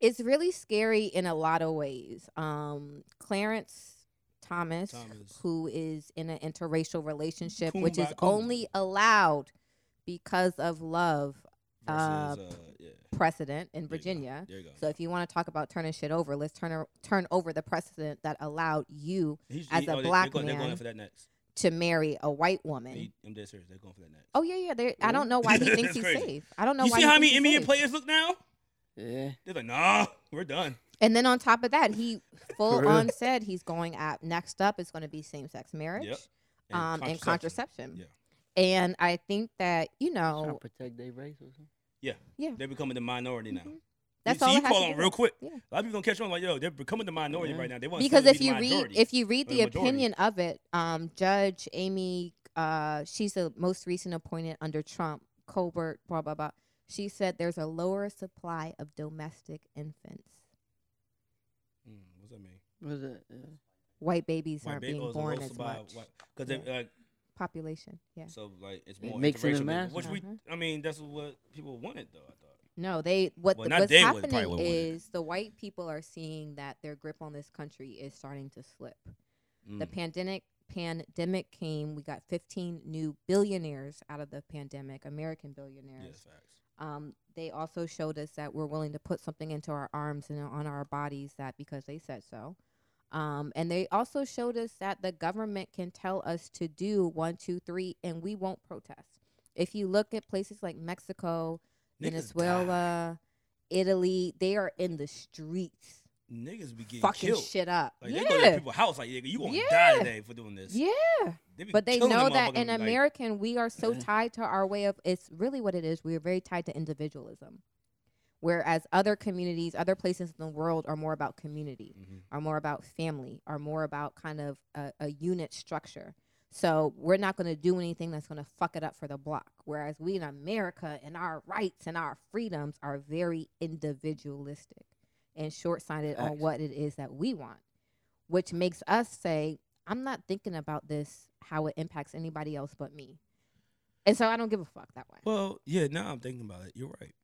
Speaker 1: it's really scary in a lot of ways. Um, Clarence Thomas,
Speaker 2: Thomas.
Speaker 1: who is in an interracial relationship,
Speaker 2: Coon
Speaker 1: which is
Speaker 2: by coon.
Speaker 1: only allowed because of love Uh,
Speaker 2: Versus, uh, yeah.
Speaker 1: precedent in
Speaker 2: There you go.
Speaker 1: Virginia.
Speaker 2: There you go.
Speaker 1: So if you want to talk about turning shit over, let's turn o- turn over the precedent that allowed you
Speaker 2: He's-
Speaker 1: as
Speaker 2: he-
Speaker 1: a
Speaker 2: oh, they- they're
Speaker 1: black
Speaker 2: going- they're going
Speaker 1: man-
Speaker 2: for that next.
Speaker 1: to marry a white woman.
Speaker 2: He- I'm dead serious. They're going for that next.
Speaker 1: Oh yeah, yeah. they- I don't know why he thinks
Speaker 2: It's
Speaker 1: he's
Speaker 2: crazy.
Speaker 1: safe. I don't know.
Speaker 2: you
Speaker 1: why
Speaker 2: see
Speaker 1: he
Speaker 2: how
Speaker 1: thinks
Speaker 2: many
Speaker 1: he's
Speaker 2: NBA
Speaker 1: safe.
Speaker 2: players look now?
Speaker 3: Yeah.
Speaker 2: They're like, nah, we're done.
Speaker 1: And then on top of that,
Speaker 2: (laughs)
Speaker 1: he full
Speaker 3: real.
Speaker 1: on said he's going at next up is going to be same sex marriage
Speaker 2: And
Speaker 1: um, and
Speaker 2: contraception.
Speaker 1: contraception. And I think that you
Speaker 3: Trying to
Speaker 1: know
Speaker 3: protect their race or something.
Speaker 2: They're becoming the minority now.
Speaker 1: Mhm. that's
Speaker 2: you,
Speaker 1: all.
Speaker 2: see,
Speaker 1: it
Speaker 2: you
Speaker 1: has
Speaker 2: call
Speaker 1: to
Speaker 2: them
Speaker 1: do.
Speaker 2: real quick.
Speaker 1: Yeah. Mm-hmm.
Speaker 2: A lot of people don't catch on. Like, yo, they're becoming the minority
Speaker 3: Yeah.
Speaker 2: right now. They want
Speaker 1: because
Speaker 2: to
Speaker 1: if
Speaker 2: be
Speaker 1: you
Speaker 2: the
Speaker 1: read
Speaker 2: minority.
Speaker 1: if you read
Speaker 2: or the
Speaker 1: the
Speaker 2: majority.
Speaker 1: opinion of it um judge amy uh she's the most recent appointed under trump colbert blah blah blah she said there's a lower supply of domestic infants
Speaker 2: Mm, what's that mean?
Speaker 3: Was it? Yeah.
Speaker 1: white babies
Speaker 2: White
Speaker 1: aren't
Speaker 2: baby- oh,
Speaker 1: being
Speaker 2: it's a
Speaker 1: born
Speaker 2: low
Speaker 1: as
Speaker 2: supply
Speaker 1: much
Speaker 2: of white- 'cause they,
Speaker 1: Yeah.
Speaker 2: like,
Speaker 1: population yeah
Speaker 2: so like it's
Speaker 3: It
Speaker 2: more
Speaker 3: mixes
Speaker 2: interracial,
Speaker 3: and matches.
Speaker 2: which we,
Speaker 1: Uh-huh.
Speaker 2: I mean, that's what people wanted though. I thought.
Speaker 1: no they what
Speaker 2: Well,
Speaker 1: the,
Speaker 2: not
Speaker 1: what's
Speaker 2: they would- probably
Speaker 1: happening
Speaker 2: wouldn't.
Speaker 1: is the white people are seeing that their grip on this country is starting to slip the
Speaker 2: Mm.
Speaker 1: pandemic pandemic came we got 15 new billionaires out of the pandemic american billionaires
Speaker 2: Yeah, facts.
Speaker 1: um, they also showed us that we're willing to put something into our arms and on our bodies that because they said so. Um, and they also showed us that the government can tell us to do one, two, three, and we won't protest. If you look at places like Mexico,
Speaker 2: Niggas die.
Speaker 1: Venezuela, uh, Italy, they are in the streets
Speaker 2: Niggas be getting
Speaker 1: fucking
Speaker 2: killed.
Speaker 1: shit up.
Speaker 2: Like they go to
Speaker 1: yeah.
Speaker 2: people's house like, nigga, you gonna
Speaker 1: Yeah.
Speaker 2: die today for doing this. (laughs)
Speaker 1: Yeah.
Speaker 2: be
Speaker 1: But they
Speaker 2: killing
Speaker 1: know
Speaker 2: them
Speaker 1: that
Speaker 2: motherfuckers,
Speaker 1: in
Speaker 2: like,
Speaker 1: American, we are so
Speaker 3: Yeah.
Speaker 1: tied to our way of it's really what it is. We are very tied to individualism. Whereas other communities, other places in the world are more about community,
Speaker 2: mhm.
Speaker 1: are more about family, are more about kind of a, a unit structure. So we're not going to do anything that's going to fuck it up for the block. Whereas we in America and our rights and our freedoms are very individualistic and short sighted on
Speaker 3: Facts.
Speaker 1: what it is that we want, which makes us say, I'm not thinking about this, how it impacts anybody else but me. And so I don't give a fuck that way.
Speaker 2: Well, yeah, now I'm thinking about it. You're right.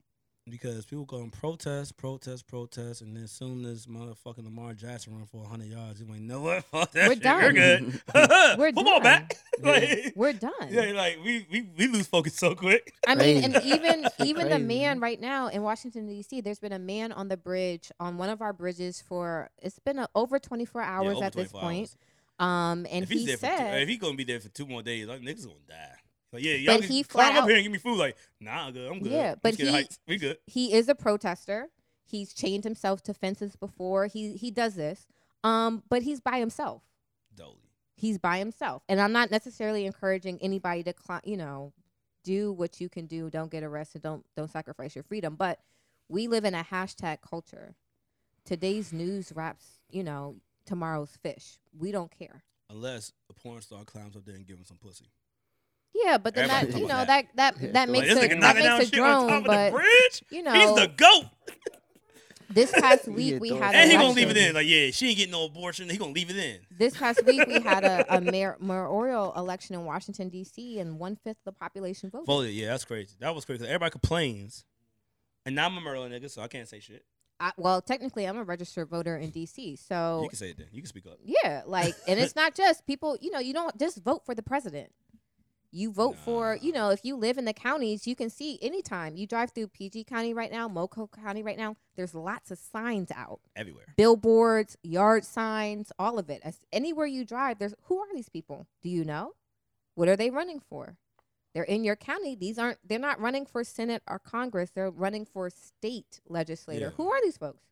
Speaker 2: Because people go and protest, protest, protest, and then soon as motherfucking Lamar Jackson run for 100 yards, you like, no (laughs) what? Fuck that
Speaker 1: We're
Speaker 2: shit.
Speaker 1: done.
Speaker 2: We're
Speaker 3: (laughs)
Speaker 1: (laughs)
Speaker 2: good. (laughs)
Speaker 1: We're
Speaker 2: Football
Speaker 1: done.
Speaker 2: back. (laughs)
Speaker 3: Yeah.
Speaker 2: like,
Speaker 1: We're done.
Speaker 2: yeah, like we, we, we lose focus so quick.
Speaker 1: I mean, and
Speaker 3: Crazy. (laughs)
Speaker 1: even even the
Speaker 3: Crazy,
Speaker 1: man
Speaker 3: man.
Speaker 1: right now in Washington D.C. There's been a man on the bridge on one of our bridges for it's been uh over 24 (laughs) hours
Speaker 2: Yeah, over
Speaker 1: at this
Speaker 2: 24
Speaker 1: point.
Speaker 2: hours.
Speaker 1: Um, and
Speaker 2: if he's
Speaker 1: he
Speaker 2: there for two,
Speaker 1: said,
Speaker 2: if he's gonna be there for two more days, like niggas gonna die. Like, yeah, y'all
Speaker 1: But
Speaker 2: can
Speaker 1: he
Speaker 2: climb
Speaker 1: flat
Speaker 2: up
Speaker 1: out-
Speaker 2: here and give me food. Like, nah, I'm good. I'm good.
Speaker 1: Yeah,
Speaker 2: I'm
Speaker 1: but
Speaker 2: just getting
Speaker 1: he-
Speaker 2: hyped. we good.
Speaker 1: he is a protester. He's chained himself to fences before. He he does this. Um, but he's by himself.
Speaker 2: Dolly.
Speaker 1: He's by himself. And I'm not necessarily encouraging anybody to cli- you know, do what you can do. Don't get arrested. Don't don't sacrifice your freedom. But we live in a hashtag culture. Today's news wraps, you know, tomorrow's fish. We don't care.
Speaker 2: Unless a porn star climbs up there and give him some pussy.
Speaker 1: Yeah, but then that
Speaker 2: Everybody
Speaker 1: you
Speaker 2: talk
Speaker 1: know
Speaker 2: about
Speaker 1: that that
Speaker 3: Yeah,
Speaker 1: that
Speaker 3: so
Speaker 1: makes
Speaker 2: like,
Speaker 1: a
Speaker 2: this nigga
Speaker 1: that
Speaker 2: knocking down
Speaker 1: makes a
Speaker 2: shit on
Speaker 1: drone,
Speaker 2: top of the
Speaker 1: but
Speaker 2: bridge.
Speaker 1: you know
Speaker 2: He's the goat. (laughs)
Speaker 1: this past week
Speaker 3: Yeah,
Speaker 1: we
Speaker 3: dog.
Speaker 1: had
Speaker 2: And
Speaker 1: a
Speaker 2: he gonna leave it
Speaker 1: election.
Speaker 2: in. Like, yeah, she ain't getting no abortion. He gonna leave it in.
Speaker 1: This past week, we had a,
Speaker 2: (laughs)
Speaker 1: a mayor, mayoral election in Washington, D.C., and one fifth of the population voted.
Speaker 2: Voted. Yeah, that's crazy. That was crazy. 'cause Everybody complains. And now I'm a Maryland nigga, so I can't say shit.
Speaker 1: I, well, technically, I'm a registered voter in D.C., so
Speaker 2: You can say it then. You can speak up.
Speaker 1: yeah, like, and it's not just people, you know, you don't just vote for the president. You vote for, you know, if you live in the counties, you can see anytime you drive through PG County right now, Moco County right now, there's lots of signs out
Speaker 2: Everywhere.
Speaker 1: billboards, yard signs, all of it. As anywhere you drive, there's who are these people? Do you know? What are they running for? They're in your county. These aren't they're not running for Senate or Congress. They're running for state legislator.
Speaker 2: Yeah.
Speaker 1: Who are these folks?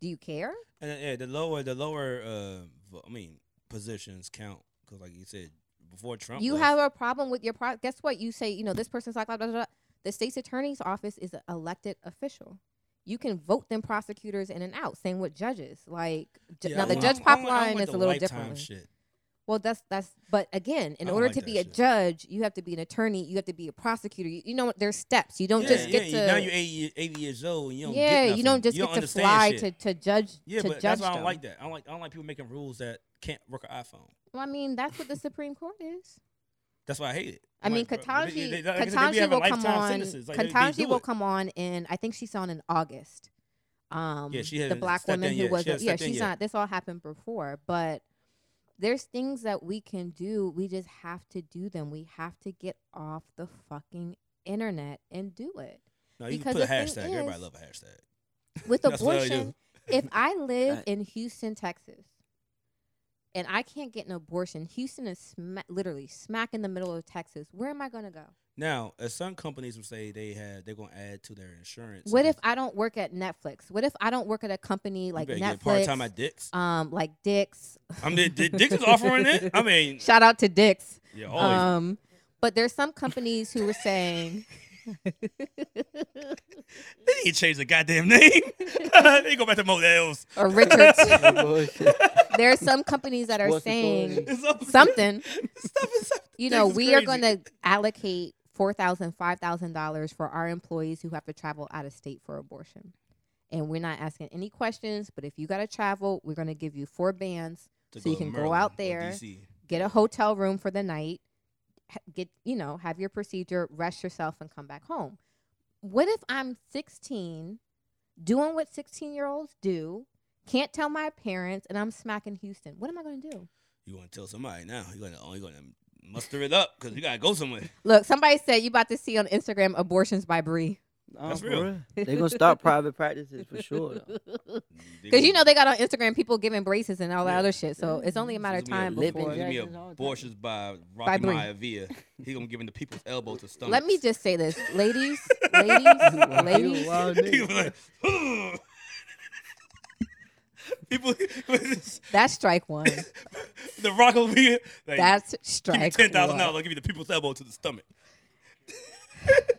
Speaker 1: Do you care?
Speaker 2: And uh, yeah, the lower, the lower, uh, vo- I mean, positions count because, like you said, before Trump,
Speaker 1: you
Speaker 2: left,
Speaker 1: have a problem with your pro guess what? You say, you know, this person's like blah, blah, blah. blah. The state's attorney's office is an elected official. You can vote them prosecutors in and out. Same with judges. Like ju-
Speaker 2: Yeah,
Speaker 1: now,
Speaker 2: I'm-
Speaker 1: the
Speaker 2: I'm-
Speaker 1: judge
Speaker 2: I'm
Speaker 1: pop
Speaker 2: with- I'm
Speaker 1: line
Speaker 2: with
Speaker 1: is a
Speaker 2: the
Speaker 1: little
Speaker 2: lifetime
Speaker 1: different.
Speaker 2: Shit.
Speaker 1: Well, that's that's. But again,
Speaker 2: I
Speaker 1: in
Speaker 2: don't
Speaker 1: order
Speaker 2: like
Speaker 1: to
Speaker 2: that
Speaker 1: be a
Speaker 2: shit.
Speaker 1: judge, you have to be an attorney. You have to be a prosecutor. You, you know, what? there's steps. You don't
Speaker 2: yeah,
Speaker 1: just get
Speaker 2: yeah,
Speaker 1: to.
Speaker 2: now you're 80, ye- 80 years old and you don't
Speaker 1: yeah,
Speaker 2: get
Speaker 1: you
Speaker 2: nothing.
Speaker 1: don't just get to
Speaker 2: understand
Speaker 1: fly
Speaker 2: shit.
Speaker 1: to, to judge.
Speaker 2: yeah,
Speaker 1: to
Speaker 2: but
Speaker 1: judge
Speaker 2: that's why I
Speaker 1: them.
Speaker 2: don't like that. I don't like I don't like people making rules that can't work an iPhone.
Speaker 1: Well, I mean, that's what the Supreme Court is.
Speaker 2: That's why I hate it.
Speaker 1: I
Speaker 2: I'm
Speaker 1: mean,
Speaker 2: like, bro, they-
Speaker 1: Katanji,
Speaker 2: they- like I said, they be
Speaker 1: Katanji
Speaker 2: having
Speaker 1: will come
Speaker 2: lifetime
Speaker 1: on.
Speaker 2: sentences. Like, they- they
Speaker 1: Katanji
Speaker 2: do
Speaker 1: will
Speaker 2: it.
Speaker 1: come on, in I think she's on in August. Um,
Speaker 2: Yeah, she
Speaker 1: the
Speaker 2: hasn't
Speaker 1: black
Speaker 2: stepped
Speaker 1: woman
Speaker 2: in
Speaker 1: who
Speaker 2: yet. She
Speaker 1: was
Speaker 2: hasn't
Speaker 1: yeah,
Speaker 2: stepped in
Speaker 1: she's
Speaker 2: yet.
Speaker 1: not. This all happened before, but there's things that we can do. We just have to do them. We have to get off the fucking internet and do it.
Speaker 2: No, you
Speaker 1: Because
Speaker 2: can put a
Speaker 1: the thing
Speaker 2: hashtag. Everybody
Speaker 1: is-
Speaker 2: love a hashtag.
Speaker 1: With
Speaker 2: (laughs) That's what I
Speaker 1: abortion, if I live
Speaker 3: Right.
Speaker 1: in Houston, Texas, and I can't get an abortion, Houston is sma- literally smack in the middle of Texas. Where am I going to go?
Speaker 2: Now, as some companies will say they had they're gonna add to their insurance.
Speaker 1: What if I don't work at Netflix? What if I don't work at a company like
Speaker 2: part
Speaker 1: Netflix?
Speaker 2: time at
Speaker 1: (laughs)
Speaker 2: Dick's?
Speaker 1: um, like Dick's.
Speaker 2: I mean, Dick- Dick's is offering it. I mean,
Speaker 1: Shout out to Dick's.
Speaker 2: yeah, always.
Speaker 1: Um, but there's some companies who were saying, (laughs)
Speaker 2: they need to change the goddamn name. (laughs) they go back to Models.
Speaker 1: or Richards.
Speaker 3: Bullshit.
Speaker 1: there are some companies that are
Speaker 3: What's the
Speaker 1: saying
Speaker 3: story?
Speaker 1: something.
Speaker 2: Stuff is
Speaker 1: You know,
Speaker 2: This is
Speaker 1: we are
Speaker 2: crazy.
Speaker 1: going to allocate four thousand, five thousand dollars for our employees who have to travel out of state for abortion, and we're not asking any questions. But if you got to travel, we're going to give you four bands, (laughs)
Speaker 2: To
Speaker 1: So you
Speaker 2: to
Speaker 1: can go
Speaker 2: Maryland
Speaker 1: out
Speaker 2: or
Speaker 1: there.
Speaker 2: DC.
Speaker 1: get a hotel room for the night, ha- get you know, have your procedure, rest yourself, and come back home. What if I'm 16, doing what 16 year olds do? Can't tell my parents, and I'm smacking Houston. What am I going to do?
Speaker 2: You want to tell somebody now? You gonna oh, you gonna muster it up because you gotta go
Speaker 1: (laughs)
Speaker 2: somewhere.
Speaker 1: Look, somebody said you about to see on Instagram abortions by Bree.
Speaker 3: Nah,
Speaker 2: That's
Speaker 3: for
Speaker 2: real.
Speaker 3: They gonna start private practices for sure. (laughs) though.
Speaker 1: Because you know they got on Instagram people giving braces and all that
Speaker 2: Yeah.
Speaker 1: other shit. So it's only a matter of
Speaker 2: It's gonna
Speaker 1: time
Speaker 2: be a-
Speaker 1: before.
Speaker 2: It's gonna be
Speaker 3: Living jackets
Speaker 2: abortions by Rocky
Speaker 1: Bree.
Speaker 2: Maivia. He gonna give him the people's elbow to stomach.
Speaker 1: Let me
Speaker 2: (laughs)
Speaker 1: just say this, ladies, ladies, ladies.
Speaker 2: (laughs)
Speaker 3: Wild
Speaker 2: He
Speaker 3: nigga.
Speaker 2: was like, "Ugh." people, (laughs) the
Speaker 1: That's strike one.
Speaker 2: rock over here. Like,
Speaker 1: That's
Speaker 2: give me
Speaker 1: strike
Speaker 2: ten thousand
Speaker 1: one.
Speaker 2: dollars. I'll give you the people's elbow to the stomach.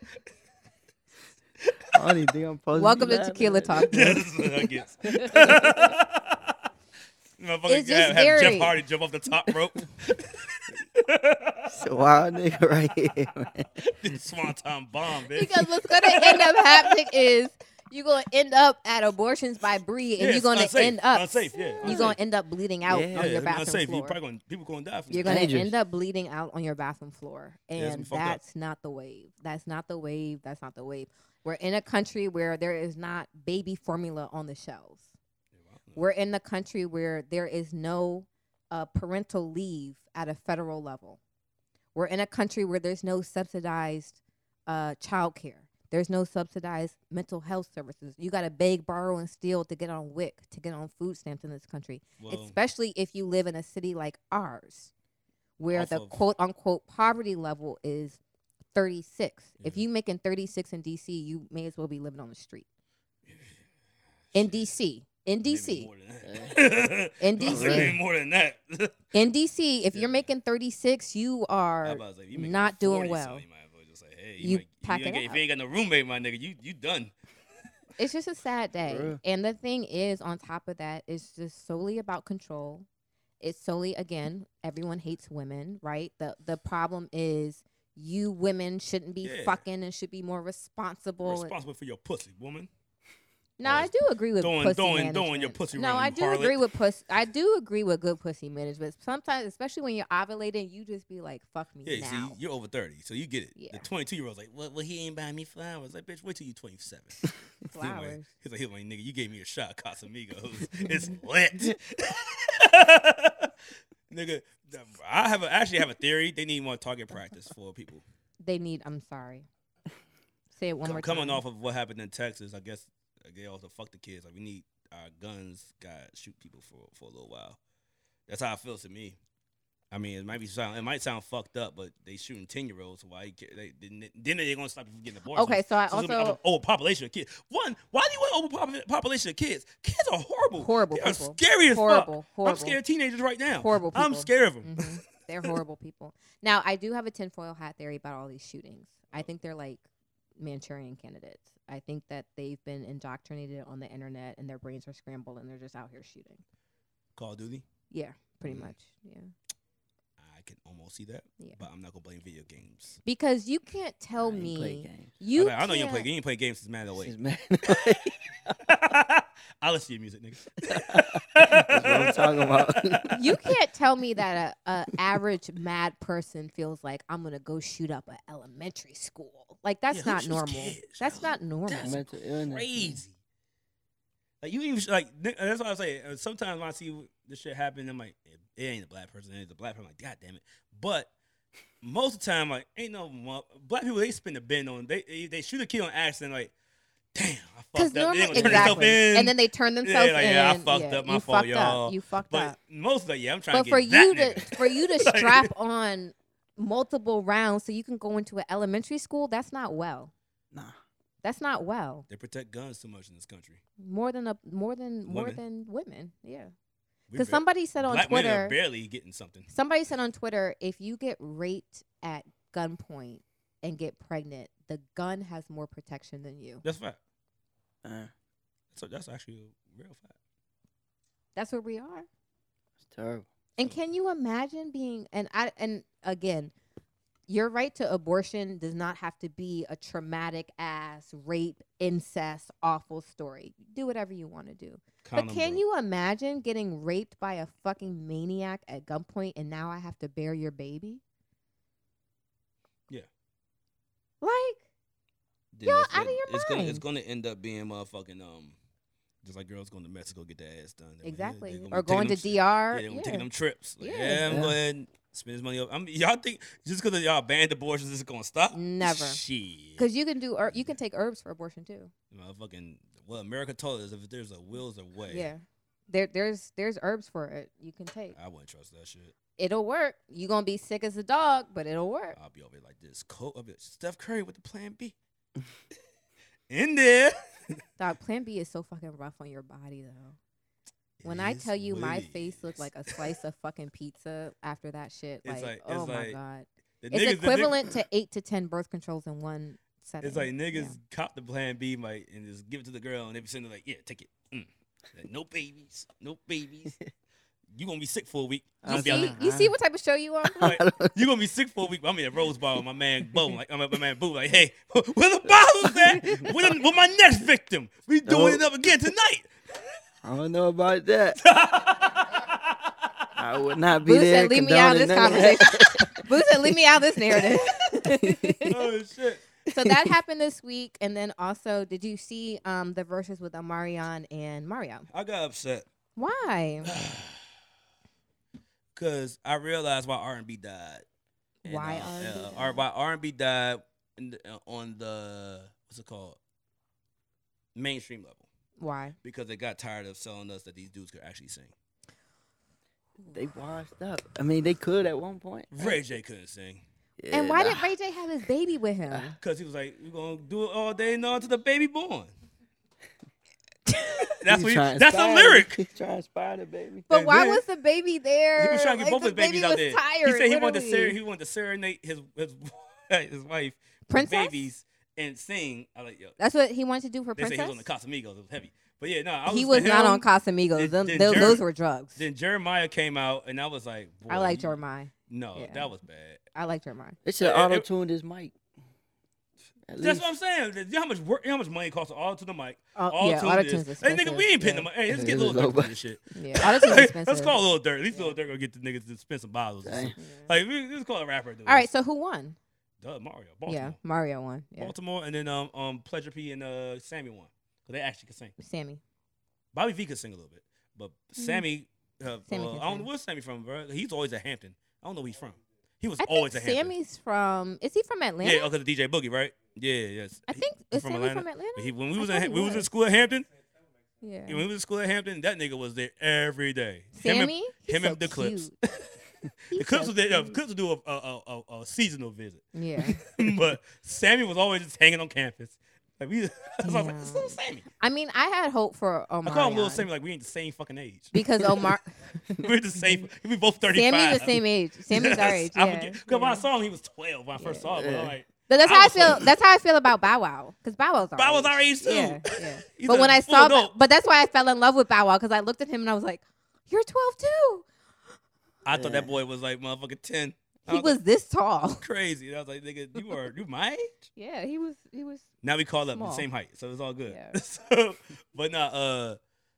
Speaker 2: (laughs)
Speaker 3: I don't even think I'm supposed
Speaker 1: Welcome
Speaker 3: be
Speaker 1: to
Speaker 3: laughing
Speaker 1: Tequila
Speaker 3: at this.
Speaker 1: Talk.
Speaker 2: Yeah, that's what
Speaker 1: (laughs)
Speaker 2: I guess. Motherfucker
Speaker 1: It's just
Speaker 2: have, have Jeff
Speaker 1: very-
Speaker 2: Hardy jump off the top
Speaker 1: (laughs)
Speaker 2: rope. (laughs)
Speaker 3: It's a wild nigga (laughs) right here. Man.
Speaker 2: Swanton bomb, bitch.
Speaker 1: Because what's gonna end up happening is you're gonna end up at abortions by Bree, and
Speaker 2: Yeah,
Speaker 1: you're
Speaker 2: it's
Speaker 1: gonna
Speaker 2: unsafe,
Speaker 1: end up
Speaker 2: unsafe, yeah,
Speaker 1: You're
Speaker 2: unsafe.
Speaker 1: gonna end up bleeding out
Speaker 3: Yeah,
Speaker 1: on your
Speaker 2: it's
Speaker 1: bathroom
Speaker 2: unsafe. You
Speaker 1: floor.
Speaker 2: probably gonna, people gonna die from
Speaker 1: You're
Speaker 2: that.
Speaker 1: gonna
Speaker 3: Dangerous.
Speaker 1: end up bleeding out on your bathroom floor,
Speaker 2: it's
Speaker 1: and
Speaker 2: fucked up.
Speaker 1: that's not the wave. That's not the wave. That's not the wave. We're in a country where there is not baby formula on the shelves. We're in the country where there is no uh, parental leave at a federal level. We're in a country where there's no subsidized uh, child care. There's no subsidized mental health services. You got to beg, borrow, and steal to get on WIC, to get on food stamps in this country,
Speaker 2: Well,
Speaker 1: especially if you live in a city like ours, where
Speaker 2: Off
Speaker 1: the
Speaker 2: of-
Speaker 1: quote unquote poverty level is 36. If
Speaker 2: Yeah.
Speaker 1: you making 36 in DC, you may as well be living on the
Speaker 2: (sighs)
Speaker 1: street. In DC, in
Speaker 2: maybe
Speaker 1: DC,
Speaker 2: more than (laughs) that.
Speaker 1: in
Speaker 2: I was like,
Speaker 1: DC.
Speaker 2: maybe more than that. (laughs)
Speaker 1: in DC, if
Speaker 2: Yeah.
Speaker 1: you're making 36, you
Speaker 2: I
Speaker 1: are
Speaker 2: was about to say, you make
Speaker 1: not doing
Speaker 2: 40,
Speaker 1: well.
Speaker 2: so you might as well just say, hey,
Speaker 1: You
Speaker 2: you, might-
Speaker 1: pack
Speaker 2: you ain't
Speaker 1: it
Speaker 2: get- If
Speaker 1: up.
Speaker 2: you ain't got no roommate, my nigga, you you done.
Speaker 1: it's just a sad day.
Speaker 3: real.
Speaker 1: And the thing is, on top of that, it's just solely about control. It's solely again, everyone hates women, right? The the problem is you women shouldn't be
Speaker 2: Yeah.
Speaker 1: fucking and should be more responsible. and-
Speaker 2: Responsible for your pussy, woman.
Speaker 1: No, I do agree with
Speaker 2: Doing-
Speaker 1: pussy
Speaker 2: doing- doing
Speaker 1: management.
Speaker 2: your pussy
Speaker 1: No, I
Speaker 2: running,
Speaker 1: do
Speaker 2: harlot.
Speaker 1: agree with pussy. I do agree with good pussy management. Sometimes, especially when you're ovulating, you just be like, "Fuck me
Speaker 2: Yeah,
Speaker 1: now."
Speaker 2: see, you're over 30, so you get it.
Speaker 1: Yeah.
Speaker 2: The 22 year old's like, well, well, he ain't buying me flowers. Like, bitch, wait till you 27.
Speaker 1: (laughs)
Speaker 2: He's like-
Speaker 1: Flowers.
Speaker 2: He's like, he's like, nigga, you gave me a
Speaker 1: (laughs)
Speaker 2: shot, Casamigos. it's lit. (laughs) nigga, the- I have a, actually have a theory. They need more target practice for people.
Speaker 1: They need. I'm sorry. Say it one more
Speaker 2: Com- coming
Speaker 1: time.
Speaker 2: off of what happened in Texas, I guess like, they also fuck the kids. Like, we need our guns, got shoot people for, for a little while. That's how it feels to me. I mean, it might be sound, it might sound fucked up, but they shooting ten year olds. So why you ca- they, then then they're gonna stop you from getting abortions.
Speaker 1: Okay, so I
Speaker 2: So it's gonna be
Speaker 1: also
Speaker 2: an over population of kids. One, why do you want over population of kids? Kids are horrible.
Speaker 1: Horrible
Speaker 2: They are
Speaker 1: people.
Speaker 2: scary as fuck.
Speaker 1: horrible, horrible.
Speaker 2: I'm scared of teenagers right now.
Speaker 1: Horrible
Speaker 2: I'm
Speaker 1: people.
Speaker 2: scared of them.
Speaker 1: Mhm. They're horrible people. Now, I do have a tinfoil hat theory about all these shootings. I think they're like Manchurian candidates. I think that they've been indoctrinated on the internet and their brains are scrambled and they're just out here shooting.
Speaker 2: Call of Duty.
Speaker 1: Yeah, pretty
Speaker 2: Mm.
Speaker 1: much. Yeah.
Speaker 2: I can almost see that,
Speaker 1: Yeah.
Speaker 2: but I'm not gonna blame video games.
Speaker 1: Because you can't tell
Speaker 3: I ain't play
Speaker 1: me
Speaker 3: games.
Speaker 2: I,
Speaker 1: you
Speaker 2: mean, I know you don't play.
Speaker 1: can't-
Speaker 2: You ain't play games since oh Man
Speaker 3: This
Speaker 2: Away.
Speaker 3: is mad.
Speaker 2: I listen to your music, nigga. That's
Speaker 3: what I'm talking about.
Speaker 1: you can't tell me that a, a average mad person feels like I'm gonna go shoot up an elementary school. Like that's
Speaker 2: Yeah, who
Speaker 1: not
Speaker 2: shoots
Speaker 1: normal.
Speaker 2: kids,
Speaker 1: that's
Speaker 2: yo?
Speaker 1: not normal.
Speaker 2: (laughs) That's
Speaker 3: (laughs) Mental illness.
Speaker 2: (laughs)
Speaker 3: man.
Speaker 2: crazy. Like you even like ni- and that's what I was saying. uh, Sometimes when I see this shit happen, I'm like, it, it ain't a black person, it's a black person. I'm like, god damn it. But most of the time, like, ain't no mo- black people. They spin the bend on they they, they shoot a kid on accident. Like, damn, I
Speaker 1: Because
Speaker 2: fucked up. They
Speaker 1: normally,
Speaker 2: gonna turn themselves
Speaker 1: exactly,
Speaker 2: in.
Speaker 1: and then they turn themselves
Speaker 2: like,
Speaker 1: in.
Speaker 2: yeah, I fucked up, my
Speaker 1: you
Speaker 2: fault,
Speaker 1: fucked
Speaker 2: y'all.
Speaker 1: up. You fucked
Speaker 2: but
Speaker 1: up.
Speaker 2: most of the yeah, I'm trying
Speaker 1: But
Speaker 2: to
Speaker 1: for
Speaker 2: (laughs) get that
Speaker 1: you to
Speaker 2: nigga.
Speaker 1: for you to
Speaker 2: Like-
Speaker 1: strap on multiple rounds so you can go into an elementary school, that's not well.
Speaker 3: Nah.
Speaker 1: That's not well.
Speaker 2: They protect guns too much in this country.
Speaker 1: More than a more than more
Speaker 2: Women.
Speaker 1: than women. Yeah.
Speaker 2: We
Speaker 1: Because
Speaker 2: bar-
Speaker 1: somebody said on
Speaker 2: black women are
Speaker 1: Twitter
Speaker 2: barely getting something.
Speaker 1: somebody said on Twitter, if you get raped at gunpoint and get pregnant, the gun has more protection than you.
Speaker 2: That's fact.
Speaker 3: Uh,
Speaker 2: So that's actually a real fact.
Speaker 1: That's where we are.
Speaker 3: it's terrible.
Speaker 1: And can you imagine being and I and again, your right to abortion does not have to be a traumatic ass rape, incest, awful story. Do whatever you want to do.
Speaker 2: Condom
Speaker 1: but can
Speaker 2: broke.
Speaker 1: you imagine getting raped by a fucking maniac at gunpoint and now I have to bear your baby?
Speaker 2: Yeah.
Speaker 1: Like
Speaker 2: Then
Speaker 1: Y'all
Speaker 2: that's
Speaker 1: outta
Speaker 2: what-
Speaker 1: your
Speaker 2: it's Gonna, it's
Speaker 1: mind.
Speaker 2: gonna end up being motherfucking um, just like girls going to Mexico get their ass done. They're like, yeah, they
Speaker 1: exactly.
Speaker 2: gonna be
Speaker 1: Or
Speaker 2: taking
Speaker 1: going to
Speaker 2: them
Speaker 1: DR.
Speaker 2: shit- Yeah, they gonna be taking them trips. Like, yeah.
Speaker 1: Yeah.
Speaker 2: I'm
Speaker 3: Yeah.
Speaker 2: going to spend this money. Up. I'm, y'all think just because y'all banned abortions, it's gonna stop?
Speaker 1: Never.
Speaker 2: Shit.
Speaker 1: Because you can do herb, you can take herbs for abortion too.
Speaker 2: motherfucking what America told us if there's a will, there's a way.
Speaker 1: Yeah. There there's there's herbs for it you can take.
Speaker 2: I wouldn't trust that shit.
Speaker 1: It'll work. You're gonna be sick as a dog, but
Speaker 2: Uh,
Speaker 1: it'll work.
Speaker 2: I'll be over here like this. Cold. I'll be like, Steph Curry with the plan B. (laughs) In there. (laughs)
Speaker 1: Dog, plan B is so fucking rough on your body though. When I
Speaker 2: It is
Speaker 1: tell you
Speaker 2: what
Speaker 1: my
Speaker 2: it
Speaker 1: face looked
Speaker 2: is.
Speaker 1: like a slice of fucking pizza after that shit,
Speaker 2: It's
Speaker 1: like,
Speaker 2: like- it's
Speaker 1: oh my
Speaker 2: like-
Speaker 1: god.
Speaker 2: The
Speaker 1: It's
Speaker 2: niggas- the niggas-
Speaker 1: equivalent to eight to ten birth controls in one setting.
Speaker 2: (laughs) It's like niggas
Speaker 1: Yeah.
Speaker 2: cop the plan B might and just give it to the girl and they be sitting there like, yeah, take it. Mm. Like, no babies, no
Speaker 1: (laughs)
Speaker 2: babies. you gonna be sick for a week. You
Speaker 1: You
Speaker 2: gonna,
Speaker 3: I'll
Speaker 2: be, out
Speaker 1: Oh, see,
Speaker 2: there-
Speaker 1: you see what type of show you on?
Speaker 2: (laughs)
Speaker 1: (laughs)
Speaker 2: Like, you gonna be sick for a week. I'm in a Rose Bowl with my man Bo. Like I'm at my man Boo. Like, hey, (laughs) where the bottles at? With, with my next victim. We doing it up again
Speaker 1: (laughs)
Speaker 3: I don't know about that.
Speaker 2: tonight.
Speaker 3: I would not be
Speaker 1: Boo
Speaker 3: there.
Speaker 1: said, leave me out of this
Speaker 3: condoning that.
Speaker 1: conversation. (laughs) Boo said, leave me out of this narrative.
Speaker 2: (laughs) oh shit.
Speaker 1: (laughs) so that happened this week. And then also, did you see um, the verses with Amarion and Mario?
Speaker 2: I got upset
Speaker 1: Why?
Speaker 2: because I realized why R and B died. And,
Speaker 1: Why
Speaker 2: uh,
Speaker 1: R&B
Speaker 2: uh, R-
Speaker 1: died?
Speaker 2: why R and B died in the, uh, on the what's it called mainstream level
Speaker 1: Why?
Speaker 2: because they got tired of selling us that these dudes could actually sing.
Speaker 3: (laughs) They washed up. I mean, they could at one point.
Speaker 2: Ray J couldn't sing
Speaker 1: And why
Speaker 2: (sighs)
Speaker 3: Yeah,
Speaker 1: did
Speaker 3: nah.
Speaker 1: Ray J have his baby with him?
Speaker 2: because he was like, "We're gonna do it all day now until the baby born." that's
Speaker 3: He
Speaker 2: what he,
Speaker 3: trying to
Speaker 2: that's a
Speaker 3: inspire the- (laughs)
Speaker 2: lyric.
Speaker 3: He trying to inspire the baby.
Speaker 1: (laughs) But
Speaker 2: And
Speaker 1: why
Speaker 2: then-
Speaker 1: was the baby there?
Speaker 2: He was trying to
Speaker 1: Like,
Speaker 2: get both
Speaker 1: the
Speaker 2: his babies
Speaker 1: baby
Speaker 2: out
Speaker 1: was
Speaker 2: there.
Speaker 1: Tired,
Speaker 2: he said he wanted to ser-
Speaker 1: literally.
Speaker 2: he wanted to serenade his his (laughs) his wife, with
Speaker 1: Princess?
Speaker 2: babies, and sing. I like yo.
Speaker 1: That's what he wanted to do for
Speaker 2: They say he
Speaker 1: Princess.
Speaker 2: was on the Casamigos. It was heavy, but yeah, no, I was
Speaker 1: he
Speaker 2: (laughs)
Speaker 1: was not
Speaker 2: him.
Speaker 1: on Casamigos.
Speaker 2: Then-
Speaker 1: Them,
Speaker 2: then
Speaker 1: tho-
Speaker 2: Jer-
Speaker 1: those were drugs.
Speaker 2: Then Jeremiah came out, and I was like,
Speaker 1: I
Speaker 2: boy,
Speaker 1: like
Speaker 2: you-
Speaker 1: Jeremiah.
Speaker 2: No,
Speaker 1: Yeah.
Speaker 2: that was bad.
Speaker 1: I like Jeremiah.
Speaker 3: They should
Speaker 2: Yeah, it-
Speaker 3: auto tuned his mic. At
Speaker 2: That's
Speaker 3: least.
Speaker 2: what I'm saying. You know how much work, you know how much money it costs to auto to the mic,
Speaker 1: Uh,
Speaker 2: all
Speaker 1: yeah,
Speaker 2: to
Speaker 1: auto
Speaker 2: this.
Speaker 1: tune's
Speaker 2: Hey,
Speaker 1: expensive.
Speaker 2: nigga, we ain't paying the money. Hey, let's get
Speaker 3: It
Speaker 2: a
Speaker 3: is
Speaker 2: little
Speaker 3: low
Speaker 2: dirt for
Speaker 3: budget.
Speaker 2: this shit.
Speaker 1: Yeah, auto tune's expensive.
Speaker 2: (laughs) let's call a little dirt. At least a little dirt gonna get the niggas to spend some bottles. or
Speaker 3: Dang.
Speaker 2: something. Like, we, let's call a rapper.
Speaker 1: All right, so who won?
Speaker 2: Duh, Mario, Baltimore.
Speaker 1: Yeah, Mario won. Yeah,
Speaker 2: Baltimore, and then um, um Pleasure P and uh Sammy won because they actually could sing.
Speaker 1: Sammy.
Speaker 2: Bobby V could sing a little bit, but Sammy, uh,
Speaker 1: Mm-hmm. Sammy
Speaker 2: uh,
Speaker 1: can
Speaker 2: I don't know
Speaker 1: sing.
Speaker 2: where's Sammy from, bro. He's always at Hampton. I don't know where he's from. He was
Speaker 1: I
Speaker 2: always
Speaker 1: think
Speaker 2: at Hampton.
Speaker 1: Sammy's from. Is he from Atlanta?
Speaker 2: yeah, because the DJ Boogie, right? Yeah, yes.
Speaker 1: I think
Speaker 2: He
Speaker 1: is Sammy from
Speaker 2: But
Speaker 1: Atlanta.
Speaker 2: He, when we
Speaker 1: I
Speaker 2: was
Speaker 1: thought
Speaker 2: in,
Speaker 1: he
Speaker 2: Ha- we was in
Speaker 1: was.
Speaker 2: school at Hampton.
Speaker 1: yeah.
Speaker 2: When we was in school at Hampton, that nigga was there every day. Him and-
Speaker 1: Sammy. He's
Speaker 2: him
Speaker 1: so
Speaker 2: and the Clips. (laughs)
Speaker 1: cute. He's
Speaker 2: the Clips
Speaker 1: so
Speaker 2: was there. Uh,
Speaker 1: cute.
Speaker 2: Clips would do a, a, a, a, a seasonal visit, (laughs)
Speaker 1: Yeah.
Speaker 2: but Sammy was always just hanging on campus. Like we, (laughs) I was like,
Speaker 1: Damn. Oh
Speaker 2: it's little Sammy.
Speaker 1: I mean, I had hope for
Speaker 2: I call him little
Speaker 1: Omarion
Speaker 2: Sammy. Like we ain't the same fucking age. (laughs)
Speaker 1: because Omar
Speaker 2: We're
Speaker 1: (laughs)
Speaker 2: the same. We both thirty-five.
Speaker 1: Sammy's the same
Speaker 2: (laughs)
Speaker 1: age. Sammy's our age.
Speaker 2: I
Speaker 1: Yeah.
Speaker 2: forget. Cause when I
Speaker 1: yeah.
Speaker 2: saw him, he was twelve when I first saw him. But I'm
Speaker 3: Yeah.
Speaker 2: like,
Speaker 1: But that's
Speaker 2: I
Speaker 1: how I
Speaker 2: was
Speaker 1: feel.
Speaker 2: like-
Speaker 1: that's how I feel about Bow Wow because Bow Wow's our
Speaker 2: Bow
Speaker 1: age.
Speaker 2: Wow's our age, too.
Speaker 1: Yeah, yeah.
Speaker 2: (laughs) He's
Speaker 1: but
Speaker 2: a
Speaker 1: when I
Speaker 2: full
Speaker 1: saw, Bow-
Speaker 2: adult.
Speaker 1: but that's why I fell in love with Bow Wow because I looked at him and I was like, "You're 12 too."
Speaker 2: I thought that
Speaker 3: Yeah.
Speaker 2: boy was like motherfucking ten. I
Speaker 1: He was this tall.
Speaker 2: like, crazy. And I was like, nigga, you are you my age?
Speaker 1: Yeah, he was. He was.
Speaker 2: Now we call up the
Speaker 1: Small.
Speaker 2: same height, so it's all good.
Speaker 1: Yeah.
Speaker 2: (laughs) so, but not uh,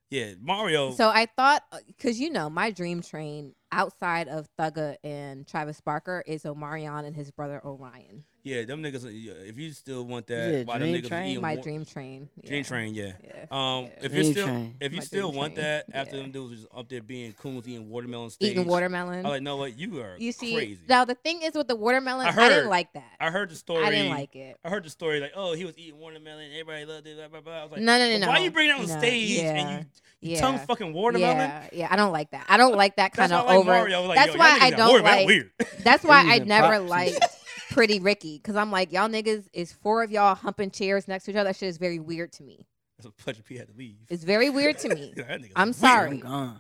Speaker 2: yeah, Mario.
Speaker 1: So I thought, because you know, my dream train outside of Thugga and Travis Barker is Omarion and his brother Orion.
Speaker 2: Yeah, them niggas. uh, yeah, If you still want that,
Speaker 3: Yeah,
Speaker 2: why them
Speaker 3: Dream
Speaker 2: niggas
Speaker 3: Train.
Speaker 2: eating
Speaker 1: My
Speaker 2: wa-
Speaker 1: dream train.
Speaker 2: Dream
Speaker 1: Yeah.
Speaker 2: Train, yeah.
Speaker 1: Yeah.
Speaker 2: Um,
Speaker 1: yeah.
Speaker 2: if you
Speaker 3: Dream
Speaker 2: still,
Speaker 3: Train.
Speaker 2: if you
Speaker 1: My
Speaker 2: still
Speaker 1: Dream
Speaker 2: want
Speaker 1: Train,
Speaker 2: that, after
Speaker 1: yeah.
Speaker 2: them dudes was up there being coons eating watermelon, stage,
Speaker 1: Eating watermelon.
Speaker 2: I like, no, what you are
Speaker 1: you see,
Speaker 2: crazy.
Speaker 1: now the thing is with the watermelon,
Speaker 2: I
Speaker 1: I,
Speaker 2: heard.
Speaker 1: didn't like that.
Speaker 2: I heard the story.
Speaker 1: I didn't like it.
Speaker 2: I heard the story like, oh, he was eating watermelon, everybody loved it, blah blah blah. I was like,
Speaker 1: no, no, no,
Speaker 2: "But
Speaker 1: no.
Speaker 2: Why you bring that on
Speaker 1: No,
Speaker 2: stage and you, you
Speaker 1: yeah,
Speaker 2: tongue fucking watermelon?
Speaker 1: Yeah, yeah, I don't like that. I don't like that
Speaker 2: That's
Speaker 1: kind of
Speaker 2: why I like
Speaker 1: over.
Speaker 2: Mario. Like,
Speaker 1: that's
Speaker 2: yo, y'all
Speaker 1: why
Speaker 2: niggas
Speaker 1: I
Speaker 2: got
Speaker 1: don't
Speaker 2: watermelon
Speaker 1: like.
Speaker 2: Weird. (laughs)
Speaker 1: That's why
Speaker 3: They're
Speaker 1: I
Speaker 3: using
Speaker 1: never
Speaker 3: props and shit.
Speaker 1: liked Pretty Ricky because I'm like y'all niggas is four of y'all humping chairs next to each other. That shit is very weird to me.
Speaker 2: That's what Pudgy P had to leave.
Speaker 1: It's very weird to me.
Speaker 2: (laughs) That nigga's
Speaker 1: I'm
Speaker 2: weird.
Speaker 3: I'm
Speaker 1: sorry.
Speaker 3: gone.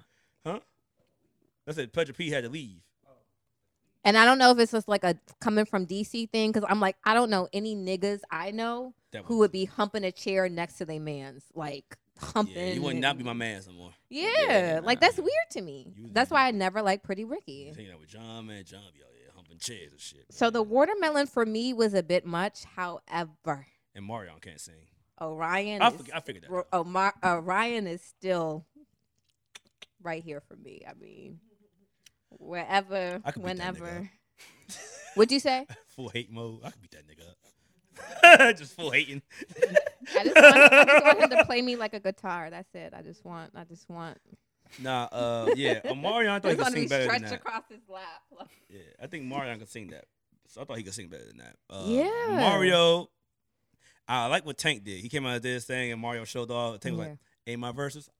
Speaker 2: I said Pudgy P had to leave.
Speaker 1: And I don't know if it's just like a coming from DC thing because I'm like I don't know any niggas I know
Speaker 2: That
Speaker 1: who
Speaker 2: was-
Speaker 1: would be humping a chair next to their man's like humping.
Speaker 2: Yeah, you would not be my
Speaker 1: and-
Speaker 2: man some more.
Speaker 1: (laughs) Yeah,
Speaker 2: Yeah,
Speaker 1: like
Speaker 2: nah.
Speaker 1: that's weird to me.
Speaker 2: You-
Speaker 1: That's why I never liked Pretty
Speaker 2: You
Speaker 1: Ricky.
Speaker 2: hanging out with John, man. John be out there humping chairs and shit.
Speaker 1: So
Speaker 2: man.
Speaker 1: the watermelon for me was a bit much. However,
Speaker 2: and Marion can't sing.
Speaker 1: Orion.
Speaker 2: I,
Speaker 1: is-
Speaker 2: fig- I figured that.
Speaker 1: Ro- oh,
Speaker 2: out.
Speaker 1: Omar, Orion is still right here for me. I mean, wherever,
Speaker 2: I could beat that nigga
Speaker 1: whenever. (laughs) What'd you
Speaker 2: (laughs)
Speaker 1: say?
Speaker 2: (laughs) Full hate mode. I could beat that nigga up. (laughs) just full hating.
Speaker 1: I just, want, I just want him to play me like a guitar. That's it. I just want. I just want.
Speaker 2: Nah, uh,
Speaker 1: (laughs)
Speaker 2: yeah. uh, Marion, I thought
Speaker 1: I just
Speaker 2: he could
Speaker 1: want to
Speaker 2: sing
Speaker 1: be
Speaker 2: better than
Speaker 1: stretched
Speaker 2: that.
Speaker 1: across his lap.
Speaker 2: (laughs)
Speaker 1: Like,
Speaker 2: Yeah, I think Marion could sing that. So I thought he could sing better than that. Uh,
Speaker 1: Yeah.
Speaker 2: Mario. I like what Tank did. He came out of this thing and Mario showed off. Tank was like, "Ain't my verses.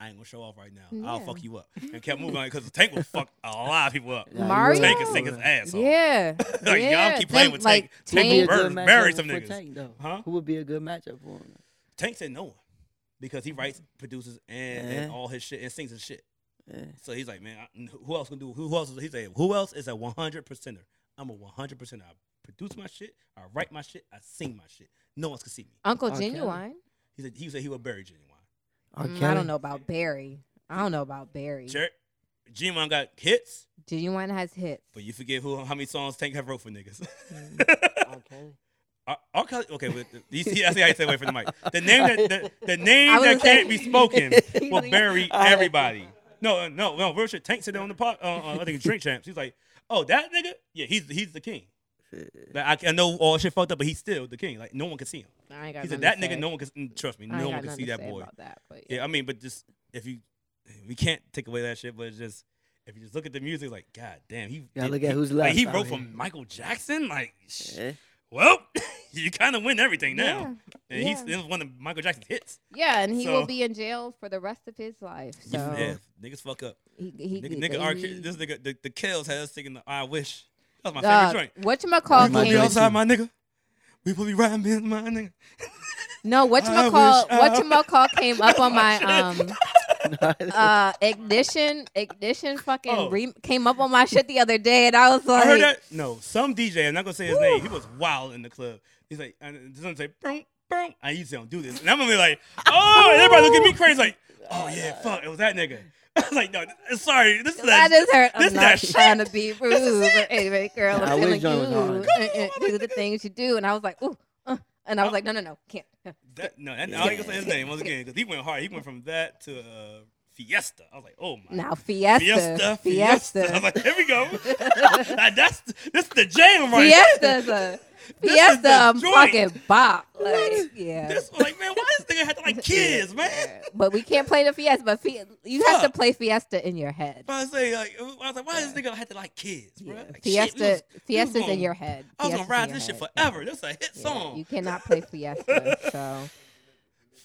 Speaker 2: I ain't gonna show off right now. I'll
Speaker 1: Yeah.
Speaker 2: fuck you up." And kept moving because Tank will fuck a lot of people
Speaker 1: (laughs)
Speaker 2: up.
Speaker 3: Yeah, you
Speaker 1: Mario?
Speaker 2: Tank can sing his
Speaker 3: would.
Speaker 2: ass off.
Speaker 1: yeah.
Speaker 2: (laughs) like, y'all
Speaker 1: yeah.
Speaker 2: keep playing
Speaker 1: Them,
Speaker 2: with Tank.
Speaker 1: like,
Speaker 2: Tank,
Speaker 1: Tank-
Speaker 2: will
Speaker 3: Who
Speaker 2: burn,
Speaker 3: would be a good
Speaker 2: bury
Speaker 3: matchup
Speaker 2: some
Speaker 3: for
Speaker 2: niggas.
Speaker 3: Tank, though?
Speaker 2: Huh?
Speaker 3: Who would be a good matchup for him?
Speaker 2: Tank said no one because he writes, produces, and, and
Speaker 3: Yeah.
Speaker 2: all his shit and sings his shit.
Speaker 3: Yeah.
Speaker 1: Mm,
Speaker 2: So he's like, man, I, who else can do? Who else? Is, he said, who else is a one hundred percenter? I'm a one hundred percenter. I produce my shit. I write my shit. I sing my shit. No one can see me.
Speaker 1: Uncle
Speaker 3: R. Kelly.
Speaker 1: Genuine.
Speaker 2: He said he said he would bury genuine.
Speaker 3: R.
Speaker 1: Mm, I
Speaker 3: Kelly?
Speaker 1: don't know about Barry. I don't know about Barry.
Speaker 2: Jer- Genuine got hits,
Speaker 1: Genuine has hits.
Speaker 2: but you forget who how many songs Tank have wrote for niggas.
Speaker 1: Mm.
Speaker 2: (laughs)
Speaker 3: R. Kelly?
Speaker 2: R- R. Kelly- okay, but the- you see, I see how you stay away from the mic. The name that the, the
Speaker 1: (laughs)
Speaker 2: name
Speaker 1: I was
Speaker 2: that
Speaker 1: gonna
Speaker 2: can't be
Speaker 1: (laughs)
Speaker 3: (laughs)
Speaker 2: spoken
Speaker 1: He's
Speaker 2: will
Speaker 1: like-
Speaker 2: bury
Speaker 3: I- (laughs)
Speaker 2: everybody. No, uh, no, no. Real shit. Tank said that on the pod. Uh, uh, I think it's Drink Champs. He's like, oh, that nigga. Yeah, he's he's the king. Like I, I know all shit fucked up, but he's still the king. Like no one can see him.
Speaker 1: I ain't got
Speaker 2: He said that
Speaker 1: nothing to
Speaker 2: nigga.
Speaker 1: say.
Speaker 2: No one can mm, trust me.
Speaker 1: I ain't
Speaker 2: No
Speaker 1: got
Speaker 2: one can
Speaker 1: nothing
Speaker 2: see
Speaker 1: to
Speaker 2: that
Speaker 1: say
Speaker 2: boy.
Speaker 1: about that, but yeah.
Speaker 2: Yeah, I mean, but just if you, we can't take away that shit. But it's just if you just look at the music, like God damn, he
Speaker 3: Gotta
Speaker 2: did-
Speaker 3: look at
Speaker 2: he-
Speaker 3: who's
Speaker 2: Like, he
Speaker 3: left out
Speaker 2: wrote
Speaker 3: here.
Speaker 2: from Michael Jackson. Like, sh-
Speaker 3: Yeah.
Speaker 2: well, (laughs) you kind of win everything now. and he's
Speaker 1: yeah.
Speaker 2: it was one of Michael Jackson's hits.
Speaker 1: Yeah, and he
Speaker 2: So-
Speaker 1: will be in jail for the rest of his life. So
Speaker 2: yeah, niggas fuck up.
Speaker 1: he, he,
Speaker 2: Nigga, nigga, R. Kelly-
Speaker 1: he-
Speaker 2: this nigga, the, the Kells had us singing the "I Wish." That was my
Speaker 1: Dog,
Speaker 2: favorite joint.
Speaker 1: whatchamacall
Speaker 2: We put me
Speaker 1: came-
Speaker 3: joint.
Speaker 2: outside, my nigga. We put me riding in my nigga.
Speaker 1: No, whatchamacall
Speaker 2: I wish I- (laughs)
Speaker 1: whatchamacall came up on my um
Speaker 3: Nah,
Speaker 1: uh ignition ignition fucking
Speaker 2: Oh.
Speaker 1: re- came up on my shit the other day and I was like
Speaker 2: I heard that. No, some DJ. I'm not gonna say his name. He was wild in the club. He's like, and someone say, "Boom, boom." I used to don't do this, and I'm gonna be like, "Oh!" and everybody look at me crazy, like, "Oh yeah, fuck, it was that nigga." (laughs) I was like, "No, th- sorry, this is
Speaker 1: I
Speaker 2: that."
Speaker 1: just heard
Speaker 2: this
Speaker 1: I'm
Speaker 2: that
Speaker 1: not
Speaker 2: shit.
Speaker 1: trying to
Speaker 2: (laughs)
Speaker 1: be rude, but anyway, girl,
Speaker 3: Nah,
Speaker 1: I'm
Speaker 3: Wiz
Speaker 1: telling you,
Speaker 3: Joint was hard.
Speaker 1: uh, uh, do the things you do, and I was like, ooh, uh, and I was like, no, no, no, can't.
Speaker 2: uh, that no, that, I ain't gonna say his name once again because he went hard. He went from that to uh, Fiesta. I was like, "Oh my."
Speaker 1: Now fiesta,
Speaker 2: Fiesta,
Speaker 1: fiesta,
Speaker 2: fiesta. (laughs) I was like, here we go. Like, That's this is the jam right here.
Speaker 1: Fiesta's a
Speaker 2: (laughs) This is
Speaker 1: Fiesta
Speaker 2: the
Speaker 1: um,
Speaker 2: joint.
Speaker 1: fucking bop. Like, yeah.
Speaker 2: This like, man, why this nigga had to like kids, man?
Speaker 1: Yeah. But we can't play the Fiesta, but Fie- you have to
Speaker 2: Fuck.
Speaker 1: play Fiesta in your head.
Speaker 2: I was saying, like, I was like, why this nigga had to like kids, bro?
Speaker 1: Yeah.
Speaker 2: Like, shit, we
Speaker 1: Fiesta,
Speaker 2: was- we was
Speaker 1: Fiesta's in
Speaker 2: gonna-
Speaker 1: your head.
Speaker 2: I was
Speaker 1: Fiesta's
Speaker 2: gonna
Speaker 1: in
Speaker 2: ride
Speaker 1: your
Speaker 2: this shit
Speaker 1: head.
Speaker 2: forever. That's a hit
Speaker 1: Yeah,
Speaker 2: song.
Speaker 1: You cannot play
Speaker 2: (laughs)
Speaker 1: Fiesta, so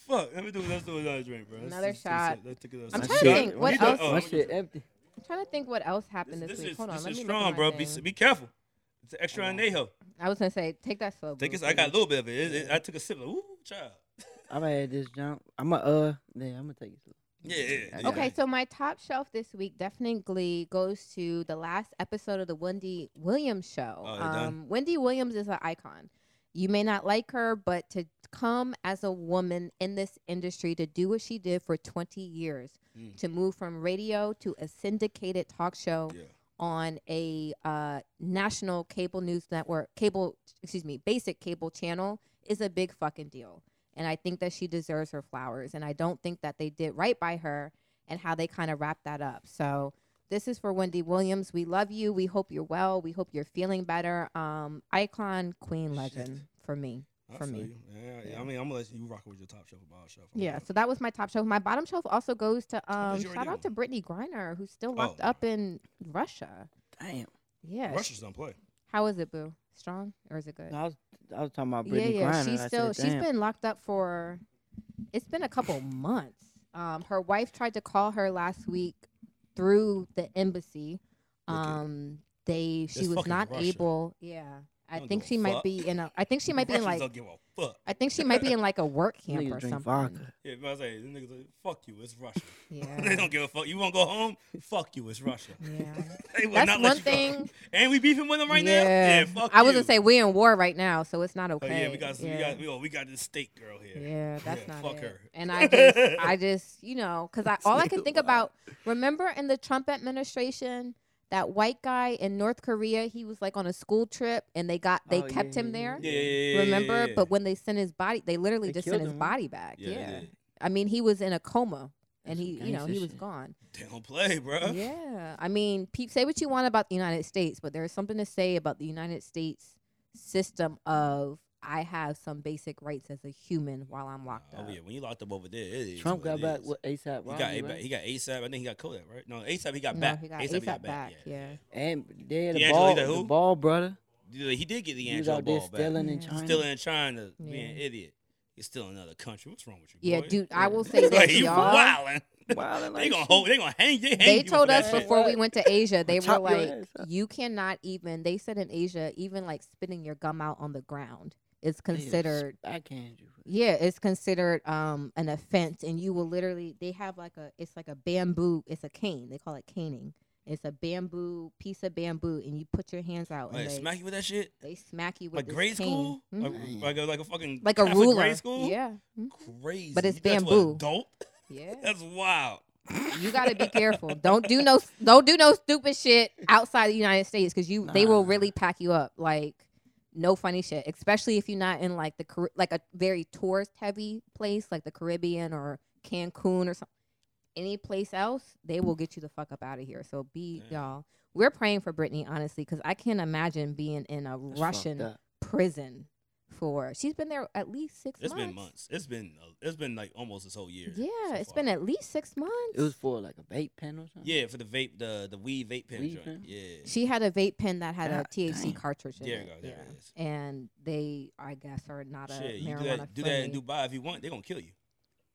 Speaker 2: Fuck, let me do let's do another drink, bro. Let's-
Speaker 1: Another
Speaker 2: let's-
Speaker 1: shot.
Speaker 2: Let's, let's take another
Speaker 1: I'm
Speaker 2: sip.
Speaker 1: trying to
Speaker 2: Shot.
Speaker 1: think, what
Speaker 2: You done-
Speaker 1: else-
Speaker 2: oh,
Speaker 3: uh, my
Speaker 2: I'm
Speaker 3: shit empty.
Speaker 1: I'm trying to think what else happened this,
Speaker 2: This, this
Speaker 1: week.
Speaker 2: is
Speaker 1: Hold on,
Speaker 2: this
Speaker 1: let
Speaker 2: is
Speaker 1: me
Speaker 2: strong,
Speaker 1: look at my
Speaker 2: bro. Be,
Speaker 1: thing.
Speaker 2: be careful. It's an extra anejo.
Speaker 1: I was gonna say, take that slow.
Speaker 2: Take
Speaker 1: boo,
Speaker 2: this. I got a
Speaker 1: please.
Speaker 2: little bit of it. It- it- I took a sip. Like, Ooh, child.
Speaker 3: I'm gonna add this jump. I'm gonna uh, yeah, I'm gonna take it.
Speaker 2: Yeah. yeah, yeah.
Speaker 1: Okay, so my top shelf this week definitely goes to the last episode of the Wendy Williams show. Um,
Speaker 2: Oh, they're done?
Speaker 1: Wendy Williams is an icon. You may not like her, but to come as a woman in this industry to do what she did for 20 years,
Speaker 2: Mm.
Speaker 1: to move from radio to a syndicated talk show
Speaker 2: Yeah.
Speaker 1: on a uh, national cable news network, cable, excuse me, basic cable channel is a big fucking deal. And I think that she deserves her flowers. And I don't think that they did right by her and how they kind of wrapped that up. So This is for Wendy Williams. We love you. We hope you're well. We hope you're feeling better. Um, icon, queen,
Speaker 2: Shit.
Speaker 1: legend for me.
Speaker 2: I
Speaker 1: For
Speaker 2: feel
Speaker 1: me.
Speaker 2: you. Yeah, yeah, I mean, I'm gonna let you rock with your top shelf or bottom shelf. I'm
Speaker 1: Yeah,
Speaker 2: good.
Speaker 1: so that was my top shelf. My bottom shelf also goes to um,
Speaker 2: did you
Speaker 1: shout
Speaker 2: already
Speaker 1: out to
Speaker 2: do?
Speaker 1: Brittany Griner, who's still locked
Speaker 2: Oh.
Speaker 1: up in Russia.
Speaker 3: Damn.
Speaker 1: Yeah,
Speaker 2: Russians don't play.
Speaker 1: how is it, Boo? Strong or is it good?
Speaker 3: No, I was I was talking about
Speaker 1: yeah,
Speaker 3: Brittany
Speaker 1: yeah.
Speaker 3: Griner.
Speaker 1: She's
Speaker 3: I
Speaker 1: still
Speaker 3: said,
Speaker 1: she's
Speaker 3: "Damn."
Speaker 1: been locked up for it's been a couple months. Um, her wife tried to call her last week through the embassy.
Speaker 2: Wicked.
Speaker 1: Um, they she
Speaker 2: That's
Speaker 1: was
Speaker 2: fucking
Speaker 1: not
Speaker 2: Russia.
Speaker 1: able. Yeah, I
Speaker 2: Don't
Speaker 1: think
Speaker 2: give a
Speaker 1: she might
Speaker 2: fuck.
Speaker 1: be in a. I think she might be in
Speaker 2: Russians
Speaker 1: like.
Speaker 2: don't give a fuck.
Speaker 1: I think she might be in like a work camp
Speaker 3: Niggas
Speaker 1: or
Speaker 3: drink
Speaker 1: something.
Speaker 3: vodka.
Speaker 2: Yeah, but I say these niggas like, fuck you, it's Russia. (laughs) they
Speaker 1: Yeah.
Speaker 2: don't give a fuck. You won't go home? Fuck you, it's Russia. (laughs)
Speaker 1: Yeah.
Speaker 2: They will
Speaker 1: That's
Speaker 2: not
Speaker 1: one
Speaker 2: let you go.
Speaker 1: thing.
Speaker 2: And we beefing with them (laughs) right now?
Speaker 1: yeah.
Speaker 2: Yeah, fuck
Speaker 1: I
Speaker 2: you.
Speaker 1: was gonna say we're in war right now, so it's not
Speaker 2: Oh,
Speaker 1: okay.
Speaker 2: yeah, we got, we got, we, oh, we got this state girl here.
Speaker 1: Yeah, that's
Speaker 2: Yeah,
Speaker 1: not
Speaker 2: fuck
Speaker 1: it.
Speaker 2: her.
Speaker 1: And I just,
Speaker 3: (laughs)
Speaker 1: I just, you know, because I all I can think
Speaker 3: Wow.
Speaker 1: about. Remember in the Trump administration, that white guy in North Korea, he was like on a school trip, and they got they
Speaker 3: Oh,
Speaker 1: kept
Speaker 3: yeah,
Speaker 1: him
Speaker 3: yeah,
Speaker 1: there.
Speaker 2: Yeah, yeah, yeah, yeah,
Speaker 1: Remember?
Speaker 2: yeah, yeah.
Speaker 1: But when they sent his body, they literally
Speaker 3: They
Speaker 1: just sent
Speaker 3: killed
Speaker 1: his
Speaker 3: him, right?
Speaker 1: body back. Yeah.
Speaker 2: Yeah, they did.
Speaker 1: I mean, he was in a coma, and
Speaker 3: That's
Speaker 1: he,
Speaker 3: some
Speaker 1: you know,
Speaker 3: gangsta
Speaker 1: he was
Speaker 3: shit.
Speaker 1: gone.
Speaker 2: they don't play, bro.
Speaker 1: Yeah. I mean, peep, say what you want about the United States, but there is something to say about the United States system of I have some basic rights as a human while I'm locked
Speaker 2: Oh
Speaker 1: up.
Speaker 2: yeah, when you locked up over there, it is
Speaker 3: Trump
Speaker 2: what
Speaker 3: got
Speaker 2: it
Speaker 3: back
Speaker 2: is.
Speaker 3: with ASAP
Speaker 2: He got,
Speaker 3: Rocky,
Speaker 2: back.
Speaker 3: right?
Speaker 2: he got ASAP. I think he got Kodak, right? No, ASAP he got
Speaker 1: No,
Speaker 2: back.
Speaker 1: he got
Speaker 2: ASAP,
Speaker 1: ASAP back, yeah.
Speaker 3: and they had the
Speaker 2: D'Angelo,
Speaker 3: ball,
Speaker 2: you know who?
Speaker 3: the ball brother.
Speaker 2: Yeah, He did get the
Speaker 3: He was
Speaker 2: Angelo
Speaker 3: out there
Speaker 2: ball back.
Speaker 3: stealing in
Speaker 1: Yeah.
Speaker 3: China.
Speaker 2: Still in China, being an
Speaker 1: Yeah.
Speaker 2: idiot. He's still in another country. What's wrong with you?
Speaker 1: Yeah,
Speaker 2: boy?
Speaker 1: dude, I will
Speaker 3: Yeah.
Speaker 1: say
Speaker 2: (laughs) like,
Speaker 1: this,
Speaker 2: you
Speaker 1: y'all.
Speaker 2: (laughs) wildin'.
Speaker 3: (laughs) Wildin'
Speaker 2: they
Speaker 3: like
Speaker 2: gonna
Speaker 3: shit.
Speaker 2: hold. They gonna hang. They, hang
Speaker 1: They
Speaker 2: you for
Speaker 1: told
Speaker 2: that
Speaker 1: us
Speaker 2: shit.
Speaker 1: before we went to Asia, they were
Speaker 3: Chop your
Speaker 1: like,
Speaker 3: ass up.
Speaker 1: you cannot even, they said in Asia, even like spitting your gum out on the ground is
Speaker 3: They just
Speaker 1: considered,
Speaker 3: backhand you.
Speaker 1: yeah, it's considered um an offense. And you will literally, they have like a, it's like a bamboo, it's a cane. They call it caning. It's a bamboo, piece of bamboo, and you put your hands out and
Speaker 2: Like,
Speaker 1: they,
Speaker 2: smack you with that shit.
Speaker 1: they smack you with
Speaker 2: Like
Speaker 1: this
Speaker 2: grade
Speaker 1: cane.
Speaker 2: school,
Speaker 3: Mm-hmm.
Speaker 1: Mhm.
Speaker 2: like, like a, like a fucking
Speaker 1: Like a
Speaker 2: Catholic
Speaker 1: ruler.
Speaker 2: Grade school,
Speaker 1: Yeah. Mhm.
Speaker 2: crazy.
Speaker 1: But it's
Speaker 2: You do that to an
Speaker 1: bamboo.
Speaker 2: Adult,
Speaker 1: Yeah.
Speaker 2: that's wild.
Speaker 1: You gotta be careful. Don't do no don't do no stupid shit outside the United States because you they will
Speaker 3: Nah.
Speaker 1: really pack you up. Like no funny shit, especially if you're not in like the Car- like a very tourist heavy place like the Caribbean or Cancun or something. Any place else, they will get you the fuck up out of here. So be
Speaker 2: Yeah.
Speaker 1: y'all. We're praying for Brittany honestly because I can't imagine being in a
Speaker 3: That's fucked
Speaker 1: Russian
Speaker 3: up.
Speaker 1: prison for. She's been there at least 6
Speaker 2: (laughs) It's
Speaker 1: months.
Speaker 2: been months. It's been uh, it's been like almost this whole year.
Speaker 1: Yeah,
Speaker 2: so
Speaker 1: it's
Speaker 2: far.
Speaker 1: been at least six months.
Speaker 3: It was for like a vape pen or something.
Speaker 2: yeah for the vape the the weed vape pen
Speaker 3: Weed
Speaker 2: joint.
Speaker 3: pen?
Speaker 2: Yeah,
Speaker 1: She had a vape pen that had a
Speaker 3: God
Speaker 1: THC
Speaker 3: dang.
Speaker 1: cartridge in
Speaker 2: there
Speaker 1: it.
Speaker 2: you go. There
Speaker 1: yeah.
Speaker 2: it is.
Speaker 1: And they, I guess, are not a
Speaker 2: Shit, you do
Speaker 1: marijuana
Speaker 2: that, do that in
Speaker 1: friendly.
Speaker 2: Dubai if you want. They gonna kill you.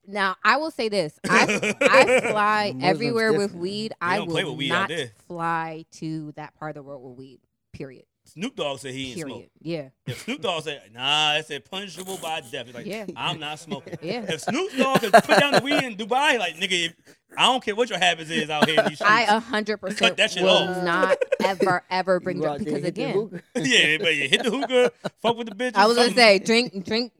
Speaker 1: Now, I will say
Speaker 3: (laughs)
Speaker 1: this: I, I fly
Speaker 3: Muslims
Speaker 1: everywhere with
Speaker 3: different.
Speaker 1: weed.
Speaker 2: They
Speaker 1: I
Speaker 2: don't play
Speaker 1: will
Speaker 2: with weed out
Speaker 1: not
Speaker 2: there.
Speaker 1: fly to that part of the world with weed. Period.
Speaker 2: (laughs) Snoop Dogg said he ain't
Speaker 1: Period.
Speaker 2: smoke. (laughs)
Speaker 1: Yeah.
Speaker 2: If Snoop Dogg said, nah, it's said punishable by death. He's like,
Speaker 1: Yeah.
Speaker 2: I'm not smoking.
Speaker 1: Yeah.
Speaker 2: If Snoop Dogg could put down the weed in Dubai, like, nigga, if, I don't care what your habits is out here in these streets.
Speaker 1: I uh, a hundred percent
Speaker 2: Cut that shit
Speaker 1: will
Speaker 2: off.
Speaker 1: not ever ever bring
Speaker 3: You
Speaker 1: dr-
Speaker 3: out there
Speaker 1: because
Speaker 3: hit the
Speaker 1: again,
Speaker 3: hookah?
Speaker 2: (laughs) yeah, but you hit the hookah, fuck with the bitches.
Speaker 1: I was gonna
Speaker 2: something.
Speaker 1: say
Speaker 2: (laughs)
Speaker 1: drink, drink,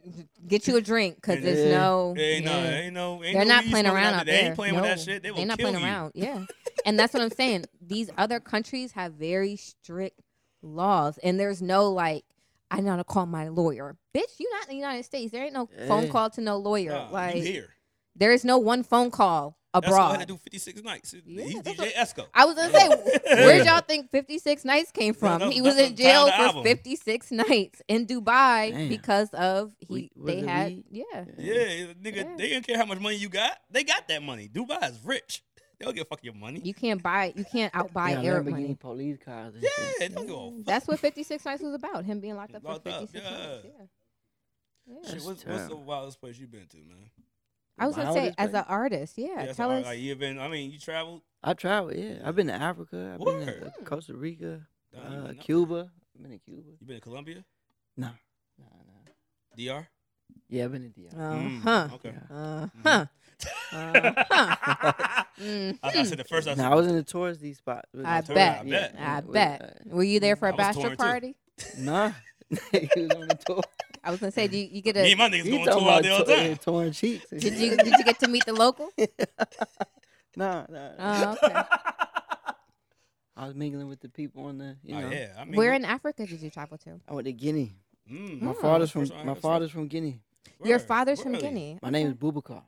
Speaker 1: get you a drink because
Speaker 2: And
Speaker 1: there's
Speaker 3: then-
Speaker 1: no.
Speaker 2: Ain't no,
Speaker 1: yeah.
Speaker 2: ain't no, ain't
Speaker 1: They're
Speaker 2: no
Speaker 1: not
Speaker 2: weed
Speaker 1: playing
Speaker 2: smoking
Speaker 1: around out
Speaker 2: They
Speaker 1: there.
Speaker 2: ain't playing with that
Speaker 1: No.
Speaker 2: shit. They will
Speaker 1: They're not
Speaker 2: kill
Speaker 1: playing
Speaker 2: you.
Speaker 1: around.
Speaker 2: (laughs)
Speaker 1: Yeah, and that's what I'm saying. These other countries have very strict laws, and there's no like, I know how to call my lawyer. Bitch, you not in the United States. There ain't no phone
Speaker 3: Yeah.
Speaker 1: call to no lawyer.
Speaker 2: Nah, you
Speaker 1: like
Speaker 2: here.
Speaker 1: there is no one phone call
Speaker 2: That's why I had
Speaker 1: abroad.
Speaker 2: to do 56 nights.
Speaker 1: Yeah,
Speaker 2: He's
Speaker 1: that's
Speaker 2: DJ Esco.
Speaker 1: I was gonna say,
Speaker 2: (laughs) Yeah.
Speaker 1: where'd y'all think 56 Nights came from?
Speaker 2: that-
Speaker 1: he was
Speaker 2: that's
Speaker 1: in
Speaker 2: the
Speaker 1: jail
Speaker 2: title of the
Speaker 1: for
Speaker 2: album.
Speaker 1: 56 nights in Dubai
Speaker 3: Damn.
Speaker 1: because of he.
Speaker 3: Weed- was
Speaker 1: they
Speaker 3: it
Speaker 1: had
Speaker 3: weed?
Speaker 1: yeah.
Speaker 2: Yeah, nigga,
Speaker 1: Yeah.
Speaker 2: they don't care how much money you got. They got that money. Dubai is rich. They don't give a fuck your money.
Speaker 1: You can't buy. You can't outbuy
Speaker 3: Yeah,
Speaker 1: Arab
Speaker 3: Lamborghini
Speaker 1: money.
Speaker 3: police cars. And shit.
Speaker 2: yeah, don't give a fuck.
Speaker 1: Mm, That's what 56 Nights was about. Him being locked up
Speaker 2: Locked
Speaker 1: for
Speaker 2: up,
Speaker 1: 56 nights.
Speaker 2: yeah.
Speaker 1: Yeah. Yeah.
Speaker 2: Shit,
Speaker 3: That's
Speaker 2: what's, what's the
Speaker 3: terrible.
Speaker 2: wildest place you been to, man?
Speaker 1: I was gonna say,
Speaker 3: Wildest
Speaker 1: as
Speaker 3: place.
Speaker 1: an artist, yeah.
Speaker 2: Yeah,
Speaker 1: tell
Speaker 2: so,
Speaker 1: us.
Speaker 2: Like, you been? I mean, you traveled.
Speaker 3: I traveled. Yeah, I've been to Africa. I've been to
Speaker 2: Word.
Speaker 3: uh, Costa Rica,
Speaker 2: Nah, you
Speaker 3: uh,
Speaker 2: been up
Speaker 3: Cuba. I've been to Cuba.
Speaker 2: there. You been to Colombia,
Speaker 3: No, no, no.
Speaker 2: DR?
Speaker 3: Yeah, I've been to DR.
Speaker 1: Uh
Speaker 2: Mm,
Speaker 1: huh.
Speaker 2: Okay.
Speaker 1: Uh huh.
Speaker 2: (laughs)
Speaker 3: Yeah.
Speaker 1: Uh huh.
Speaker 2: I, I said the first. I,
Speaker 3: No, I was in the touristy spot. but
Speaker 1: I
Speaker 3: not
Speaker 2: told
Speaker 3: touristy.
Speaker 2: you, I
Speaker 1: bet.
Speaker 2: bet.
Speaker 1: I
Speaker 3: We-
Speaker 1: bet. Were you there for
Speaker 2: I
Speaker 1: a
Speaker 2: was torn,
Speaker 1: bachelor
Speaker 2: too.
Speaker 1: party?
Speaker 3: uh, Nah, (laughs) he was on the tour.
Speaker 1: I was gonna say, do you, you get
Speaker 2: (laughs) me
Speaker 1: a?
Speaker 2: and my niggas
Speaker 3: He
Speaker 2: going
Speaker 3: talking
Speaker 2: tour out
Speaker 3: about
Speaker 2: there all the
Speaker 3: tor- yeah,
Speaker 2: time.
Speaker 3: torn cheeks.
Speaker 1: (laughs)
Speaker 3: and
Speaker 1: Did
Speaker 3: shit.
Speaker 1: you did you get to meet the
Speaker 2: (laughs)
Speaker 1: local?
Speaker 3: (laughs) Nah,
Speaker 1: Oh,
Speaker 3: nah.
Speaker 1: okay.
Speaker 3: I was mingling with the people on the. You know,
Speaker 2: Oh, yeah, I mean,
Speaker 1: Where in Africa did you travel to?
Speaker 3: I went to Guinea.
Speaker 2: mm,
Speaker 3: My
Speaker 1: Mm.
Speaker 3: father's from.
Speaker 2: First time I
Speaker 3: My
Speaker 2: heard
Speaker 3: father's from Guinea.
Speaker 1: Your
Speaker 2: word,
Speaker 1: father's from
Speaker 2: really?
Speaker 1: Guinea.
Speaker 3: My name is Bubakar.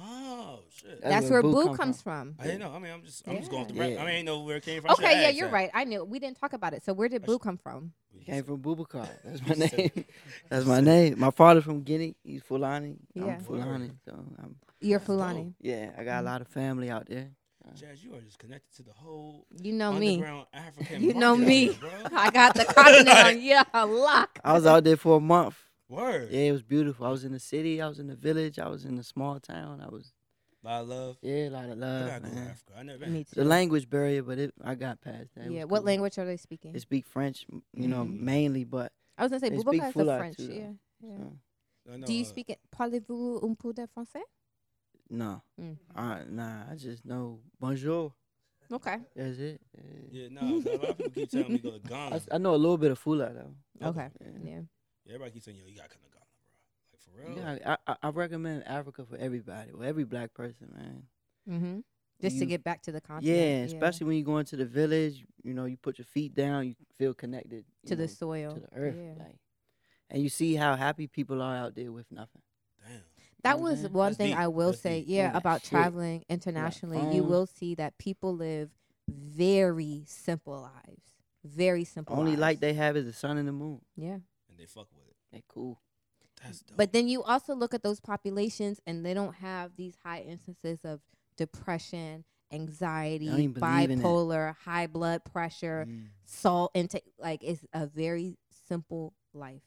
Speaker 2: Oh Shit.
Speaker 3: That's
Speaker 1: That's where
Speaker 3: where
Speaker 1: boo,
Speaker 3: boo
Speaker 1: comes
Speaker 3: come
Speaker 1: from.
Speaker 2: I didn't know. I mean, I'm just, I'm just going off the
Speaker 3: Yeah.
Speaker 2: rap. I mean, I ain't know where it came from. I should
Speaker 1: Okay, yeah,
Speaker 2: ask
Speaker 1: you're
Speaker 2: that.
Speaker 1: right. I knew we didn't talk about it. So where did
Speaker 2: I
Speaker 1: boo
Speaker 2: should-
Speaker 1: come from?
Speaker 3: Came from (laughs) Bubakar. That's
Speaker 2: You
Speaker 3: my
Speaker 2: said-
Speaker 3: name. That's my name. My father's from Guinea. He's Fulani.
Speaker 1: Yeah.
Speaker 3: I'm Fulani. So I'm,
Speaker 1: You're
Speaker 2: That's dope.
Speaker 1: Fulani.
Speaker 3: yeah, I got a lot of family out there.
Speaker 2: Jazz, you are just connected to the whole
Speaker 1: You know me.
Speaker 2: underground African.
Speaker 1: You know
Speaker 2: market
Speaker 1: me.
Speaker 2: out here, bro.
Speaker 1: I got the continent on yeah lock.
Speaker 3: (laughs) I was out there for a month.
Speaker 2: Word.
Speaker 3: Yeah, it was beautiful. I was in the city. I was in the village. I was in the small town. I was
Speaker 2: By love.
Speaker 3: yeah, a lot of
Speaker 2: I
Speaker 3: love,
Speaker 2: gotta go to
Speaker 3: man.
Speaker 2: Africa. I never been.
Speaker 1: Me
Speaker 3: The
Speaker 1: too.
Speaker 3: language barrier, but it, I got past that. It
Speaker 1: Yeah.
Speaker 3: was
Speaker 1: What
Speaker 3: cool.
Speaker 1: language are they speaking?
Speaker 3: They speak French, m- you know,
Speaker 2: Mhm.
Speaker 3: mainly, but
Speaker 1: I was gonna say
Speaker 3: they speak
Speaker 1: Boubacar is a
Speaker 3: Fula
Speaker 1: French.
Speaker 3: too, though.
Speaker 1: Yeah. yeah.
Speaker 3: uh,
Speaker 2: I know,
Speaker 1: Do you
Speaker 2: uh,
Speaker 1: speak it? Parlez-vous un peu de français?
Speaker 3: no,
Speaker 1: Mm.
Speaker 3: I, nah, I just know bonjour.
Speaker 1: Okay.
Speaker 3: That's it. Yeah.
Speaker 2: Yeah, no. a lot of people
Speaker 1: (laughs)
Speaker 2: keep telling me go to Ghana.
Speaker 3: I s- I, know a little bit of Fula though.
Speaker 1: Okay.
Speaker 3: Yeah.
Speaker 1: Yeah.
Speaker 2: Yeah, everybody keeps saying, yo, you gotta come to Ghana, bro. Like, for real?
Speaker 3: Yeah, I, I, I recommend Africa for everybody, well, every black person, man.
Speaker 1: Mm-hmm. Just to
Speaker 3: You-
Speaker 1: get back to the continent.
Speaker 3: Yeah, especially when you go into the village, you know, you put your feet down, you feel connected you
Speaker 1: to
Speaker 3: know,
Speaker 1: the soil.
Speaker 3: to the earth,
Speaker 1: Yeah.
Speaker 3: like, and you see how happy people are out there with nothing.
Speaker 2: Damn.
Speaker 1: That
Speaker 3: know what I'm
Speaker 1: was
Speaker 3: saying?
Speaker 1: one
Speaker 2: That's
Speaker 1: thing
Speaker 2: deep.
Speaker 1: I will
Speaker 2: That's
Speaker 1: say,
Speaker 2: deep.
Speaker 1: yeah,
Speaker 3: Yeah,
Speaker 1: about
Speaker 3: shit. um,
Speaker 1: traveling internationally. You
Speaker 3: phone.
Speaker 1: will see that people live very simple lives. Very simple
Speaker 3: Only
Speaker 1: lives.
Speaker 3: light they have is the sun and the moon.
Speaker 1: Yeah.
Speaker 2: And they fuck with it.
Speaker 3: They cool.
Speaker 2: That's dope.
Speaker 1: But then you also look at those populations and they don't have these high instances of depression, anxiety,
Speaker 3: even believe in it.
Speaker 1: bipolar, high blood pressure,
Speaker 2: Mm.
Speaker 1: salt intake. Like it's a very simple life.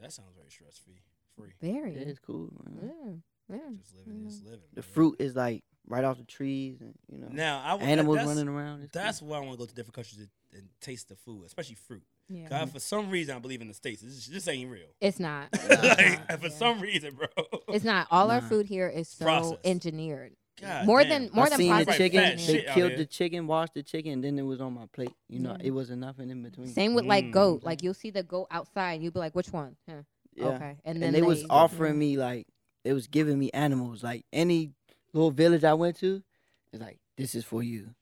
Speaker 2: That sounds very stress free. Free.
Speaker 1: Very. Mm,
Speaker 3: It is cool. man.
Speaker 1: Yeah. Yeah.
Speaker 2: Just living is
Speaker 1: Mm.
Speaker 2: living.
Speaker 3: The
Speaker 2: bro.
Speaker 3: fruit is like right off the trees, and you know,
Speaker 2: Now, I w-
Speaker 3: animals
Speaker 2: that's,
Speaker 3: running around. It's cool.
Speaker 2: That's why I want to go to different countries and, and taste the food, especially fruit.
Speaker 1: Yeah.
Speaker 2: 'Cause I- for some reason, I believe in the states. This, this ain't real. (laughs)
Speaker 1: It's not. No,
Speaker 2: like,
Speaker 1: it's not,
Speaker 2: for
Speaker 1: yeah.
Speaker 2: some reason, bro.
Speaker 1: It's not. All our
Speaker 3: Nah.
Speaker 1: food here is so
Speaker 2: processed.
Speaker 1: engineered.
Speaker 2: (laughs) God
Speaker 1: more
Speaker 2: damn.
Speaker 1: than- more
Speaker 3: I
Speaker 1: than
Speaker 3: seen the
Speaker 1: processed
Speaker 3: chicken.
Speaker 1: fat
Speaker 3: They
Speaker 2: shit out
Speaker 3: killed
Speaker 2: here.
Speaker 3: the chicken, washed the chicken, and then it was on my plate. You know,
Speaker 1: Yeah.
Speaker 3: it wasn't nothing in between.
Speaker 1: Same with like
Speaker 2: Mm.
Speaker 1: goat. Like you'll see the goat outside, and you'll be like, "Which one?" Huh.
Speaker 3: Yeah.
Speaker 1: Okay, and
Speaker 3: And,
Speaker 1: then
Speaker 3: they, was
Speaker 1: yeah.
Speaker 3: offering me like they was giving me animals. Like any little village I went to, it's like this is for you,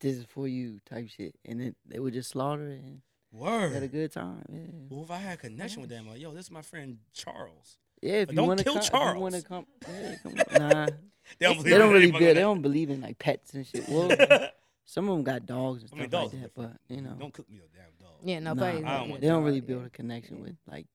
Speaker 3: this is for you type shit. And then they would just slaughter it and had a
Speaker 2: Word.
Speaker 3: good time. Yeah,
Speaker 2: Well, if I had connection with them, like, yo, this is my friend Charles.
Speaker 3: yeah. If
Speaker 2: But
Speaker 3: you
Speaker 2: don't
Speaker 3: want to
Speaker 2: kill
Speaker 3: come, if you want to
Speaker 2: Charles. (laughs)
Speaker 3: come. Yeah, come on. Nah,
Speaker 2: They don't,
Speaker 3: they
Speaker 2: believe in
Speaker 3: don't really.
Speaker 2: anything
Speaker 3: Be,
Speaker 2: like
Speaker 3: they
Speaker 2: that.
Speaker 3: don't believe in like pets
Speaker 2: (laughs)
Speaker 3: and shit. Well, some of them got dogs and
Speaker 2: I
Speaker 3: stuff
Speaker 2: mean, dogs.
Speaker 3: like
Speaker 2: are
Speaker 3: that, but
Speaker 2: different.
Speaker 3: you know.
Speaker 2: don't cook me a damn dog.
Speaker 1: Yeah,
Speaker 3: Nah,
Speaker 1: nobody.
Speaker 2: I don't
Speaker 1: eat
Speaker 2: want
Speaker 3: they
Speaker 1: a
Speaker 3: don't
Speaker 1: dog,
Speaker 3: really
Speaker 1: yeah.
Speaker 3: build a connection
Speaker 1: Yeah.
Speaker 3: with like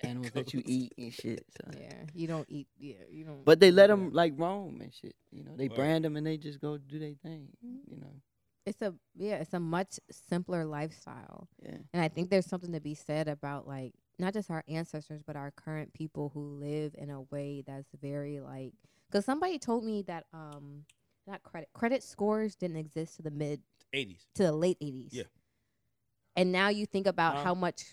Speaker 3: animals that you
Speaker 2: Goats.
Speaker 3: eat and shit. So.
Speaker 1: Yeah, (laughs) you don't eat. Yeah, you don't.
Speaker 3: But they let
Speaker 1: Yeah.
Speaker 3: them like roam and shit. You know, they
Speaker 2: Word.
Speaker 3: brand them and they just go do their thing. You know,
Speaker 1: It's a yeah. It's a much simpler lifestyle,
Speaker 3: yeah.
Speaker 1: and I think there's something to be said about like not just our ancestors, but our current people who live in a way that's very like. Because somebody told me that um, not credit credit scores didn't exist to the mid
Speaker 2: 80s.
Speaker 1: to the late 80s.
Speaker 2: Yeah.
Speaker 1: And now you think about
Speaker 2: Huh?
Speaker 1: how much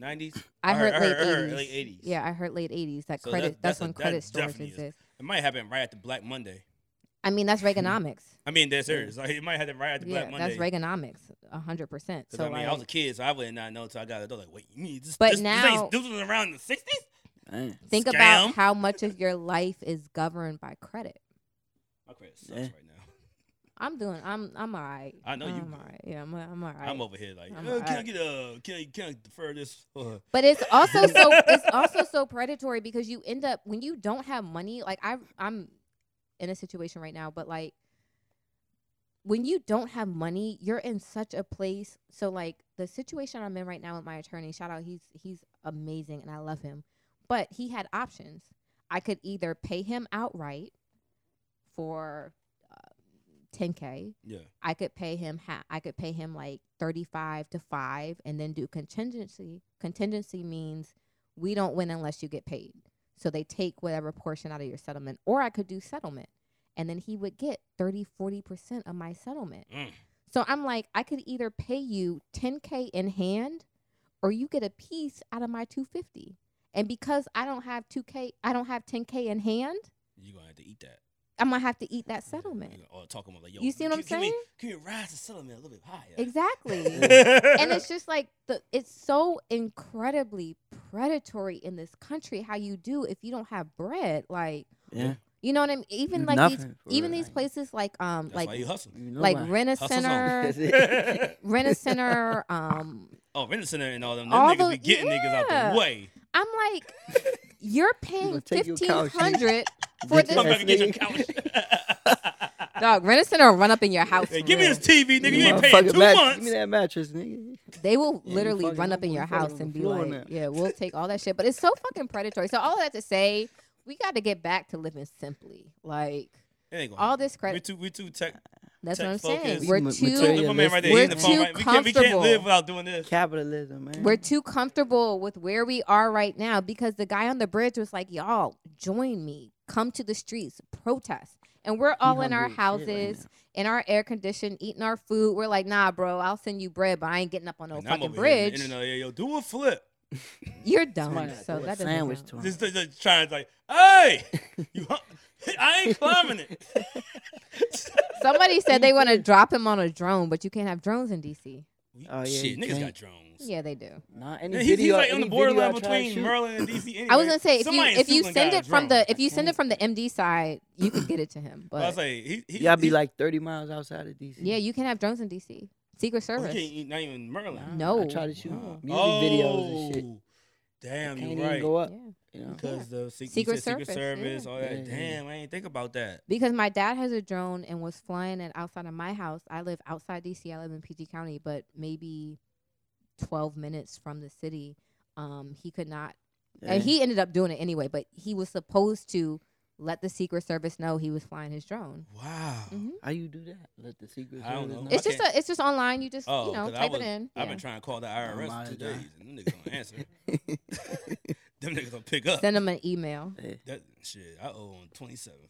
Speaker 2: 90s.
Speaker 1: I, heard, late, 80s.
Speaker 2: late 80s.
Speaker 1: Yeah, I heard late 80s. That
Speaker 2: So
Speaker 1: credit
Speaker 2: that-
Speaker 1: that's,
Speaker 2: that's a-
Speaker 1: when
Speaker 2: that
Speaker 1: credit stores
Speaker 2: definitely is.
Speaker 1: exist.
Speaker 2: It might happen right after Black Monday.
Speaker 1: I mean,
Speaker 2: (laughs)
Speaker 1: that's Reaganomics.
Speaker 2: I mean, that's serious. (laughs) Like, it might happen right after
Speaker 1: yeah,
Speaker 2: Black Monday.
Speaker 1: that's Reaganomics 100%.
Speaker 2: Because
Speaker 1: So
Speaker 2: I mean,
Speaker 1: like,
Speaker 2: I was a kid, so I would not know until I got adult. Like, wait, you mean this?
Speaker 1: But
Speaker 2: this,
Speaker 1: now-
Speaker 2: this, ain't, this was around the sixties.
Speaker 3: Man.
Speaker 1: think
Speaker 2: scam.
Speaker 1: about how much of your life is governed by credit.
Speaker 2: My credit sucks
Speaker 3: Yeah.
Speaker 2: right now.
Speaker 1: I'm doing I'm I'm all right.
Speaker 2: I know you
Speaker 1: I'm
Speaker 2: good.
Speaker 1: all right. Yeah, I'm I'm all right.
Speaker 2: I'm over here like,
Speaker 1: I'm
Speaker 2: uh, can I
Speaker 1: alright.
Speaker 2: get a? Can I, can I defer this? (laughs) Uh,
Speaker 1: But it's also so it's also so predatory because you end up when you don't have money. Like I I'm in a situation right now, but like when you don't have money, you're in such a place. So like the situation I'm in right now with my attorney, shout out, he's he's amazing and I love him. But he had options. I could either pay him outright for uh, 10k
Speaker 2: yeah,
Speaker 1: I could pay him half. I could pay him like thirty-five to five, and then do contingency. Contingency means we don't win unless you get paid. So they take whatever portion out of your settlement, or I could do settlement, and then he would get 30, 40 percent of my settlement.
Speaker 2: Mm.
Speaker 1: So I'm like, I could either pay you ten k in hand, or you get a piece out of my two fifty. And because I don't have two k, I don't have ten k in hand,
Speaker 2: you gonna have to eat that
Speaker 1: I'm gonna have to eat that
Speaker 2: Yeah,
Speaker 1: settlement.
Speaker 2: you gonna- Or talk about like, yo,
Speaker 1: You see what
Speaker 2: can-
Speaker 1: I'm
Speaker 2: can we-
Speaker 1: saying?
Speaker 2: Can we rise the settlement a little bit higher? (laughs)
Speaker 1: Exactly. and
Speaker 3: (laughs)
Speaker 1: it's just like the it's so incredibly predatory in this country how you do if you don't have bread like
Speaker 3: Yeah.
Speaker 1: you know what i mean even
Speaker 3: There's
Speaker 1: like these
Speaker 3: nothing for
Speaker 1: even
Speaker 3: real,
Speaker 1: these
Speaker 3: like-
Speaker 1: places like um
Speaker 2: That's why
Speaker 1: like
Speaker 2: you hustling.
Speaker 3: (laughs) You know
Speaker 1: like
Speaker 3: why.
Speaker 1: rent a
Speaker 2: Hustle song.
Speaker 1: center
Speaker 2: (laughs)
Speaker 3: That's (laughs) it.
Speaker 1: rent a center um
Speaker 2: oh, Rent Center and all them, them
Speaker 1: All
Speaker 2: niggas
Speaker 1: those-
Speaker 2: be getting niggas out
Speaker 1: yeah.
Speaker 2: the way.
Speaker 1: i'm like
Speaker 3: (laughs)
Speaker 1: you're
Speaker 3: gonna
Speaker 1: paying
Speaker 3: take your
Speaker 1: fifteen
Speaker 3: couch, nigga.
Speaker 1: hundred for
Speaker 2: Come
Speaker 1: this
Speaker 2: back and get your couch.
Speaker 1: dog. Rent a center or run up in your house.
Speaker 2: Hey,
Speaker 1: for
Speaker 2: give me
Speaker 1: real.
Speaker 2: this TV, nigga. You ain't paying
Speaker 3: Motherfucking
Speaker 2: two
Speaker 3: mattress.
Speaker 2: months.
Speaker 3: Give me that mattress, nigga.
Speaker 1: They will
Speaker 3: Yeah, you
Speaker 1: literally
Speaker 3: fucking-
Speaker 1: run up in
Speaker 3: you
Speaker 1: your
Speaker 3: fucking
Speaker 1: house
Speaker 3: on
Speaker 1: and
Speaker 3: the
Speaker 1: be
Speaker 3: floor now.
Speaker 1: like, "Yeah,
Speaker 3: (laughs)
Speaker 1: we'll take all that shit." But it's so fucking predatory. So all that to say, we got to get back to living simply. Like
Speaker 2: It ain't gonna
Speaker 1: all this
Speaker 2: happen. We
Speaker 1: credit.
Speaker 2: too, we too tech.
Speaker 1: That's what
Speaker 2: tech
Speaker 1: I'm saying.
Speaker 2: focused.
Speaker 1: We're
Speaker 3: Ma-
Speaker 2: Look,
Speaker 1: too
Speaker 3: material.
Speaker 2: look, my man right there.
Speaker 1: We're
Speaker 2: He's in the phone
Speaker 1: too
Speaker 2: right- we, can't, we can't
Speaker 1: comfortable.
Speaker 2: live without doing this.
Speaker 3: Capitalism, man.
Speaker 1: we're too comfortable with where we are right now because the guy on the bridge was like, "Y'all join me, come to the streets, protest." And we're all in our
Speaker 3: hungry as shit right
Speaker 1: houses, in our air conditioned, eating our food. We're like, "Nah, bro, I'll send you bread, but I ain't getting up on no
Speaker 2: And I'm
Speaker 1: fucking
Speaker 2: over here in the
Speaker 1: bridge."
Speaker 2: internet, yeah, yo, do a flip.
Speaker 1: You're dumb.
Speaker 3: Somebody
Speaker 1: So
Speaker 3: threw a
Speaker 1: that doesn't
Speaker 3: sandwich
Speaker 1: count.
Speaker 3: to
Speaker 2: (laughs)
Speaker 3: him.
Speaker 2: Just, just, just trying to like, hey, (laughs) you, hung- I
Speaker 3: (laughs)
Speaker 2: ain't climbing it.
Speaker 1: Somebody said they want to drop him on a drone, but you can't have drones in DC.
Speaker 3: Oh, yeah, you
Speaker 2: Shit, niggas got
Speaker 3: can't.
Speaker 2: drones.
Speaker 1: Yeah, they do.
Speaker 3: Nah, any
Speaker 2: And he's, he's
Speaker 3: video-
Speaker 2: like on
Speaker 3: any
Speaker 2: the
Speaker 3: video I
Speaker 2: borderline
Speaker 3: try to
Speaker 2: between
Speaker 3: shoot-
Speaker 2: Maryland and DC. Anyway.
Speaker 1: I was gonna say if
Speaker 2: Somebody
Speaker 1: you if
Speaker 2: in
Speaker 1: you
Speaker 2: Suitland
Speaker 1: send
Speaker 2: got a
Speaker 1: it from
Speaker 2: drone.
Speaker 1: the if you send it from the MD side, you could get it to him.
Speaker 2: I
Speaker 1: But
Speaker 2: was like, he, he,
Speaker 3: Y'all
Speaker 2: he-
Speaker 3: be like 30 miles outside of DC.
Speaker 1: yeah, you can have drones in DC. Secret
Speaker 2: oh, he
Speaker 1: Service.
Speaker 2: can't eat- not even Maryland.
Speaker 1: No.
Speaker 3: I try to shoot
Speaker 2: Wow.
Speaker 3: music videos and shit.
Speaker 2: Oh, Damn,
Speaker 3: Can't
Speaker 2: you
Speaker 3: even
Speaker 2: right.
Speaker 3: go up.
Speaker 1: Yeah.
Speaker 3: You know?
Speaker 2: Because the secret,
Speaker 1: Secret
Speaker 2: secret, secret
Speaker 1: Service,
Speaker 2: service,
Speaker 1: yeah.
Speaker 2: all that.
Speaker 3: Yeah, yeah, yeah.
Speaker 2: Damn, I ain't think about that.
Speaker 1: Because my dad has a drone and was flying it outside of my house. I live outside DC. I live in PG County, but maybe 12 minutes from the city. Um, he could not,
Speaker 3: Yeah.
Speaker 1: and he ended up doing it anyway, but he was supposed to let the Secret Service know he was flying his drone.
Speaker 2: Wow.
Speaker 1: Mhm.
Speaker 3: How you do that? Let the secret
Speaker 2: I don't
Speaker 3: service
Speaker 2: know.
Speaker 1: It's just
Speaker 2: Okay.
Speaker 1: a, it's just online. You just
Speaker 2: Oh,
Speaker 1: you know
Speaker 2: 'cause I
Speaker 1: type
Speaker 2: was-
Speaker 1: it in.
Speaker 2: I've been
Speaker 1: Yeah.
Speaker 2: trying to call the
Speaker 3: I'm
Speaker 2: IRS
Speaker 3: outta
Speaker 2: for two
Speaker 3: there.
Speaker 2: days, and them niggas don't
Speaker 3: (laughs)
Speaker 2: answer. them niggas don't pick up.
Speaker 1: Send him an email.
Speaker 3: Yeah.
Speaker 2: that shit, I owe on twenty (laughs) seventh.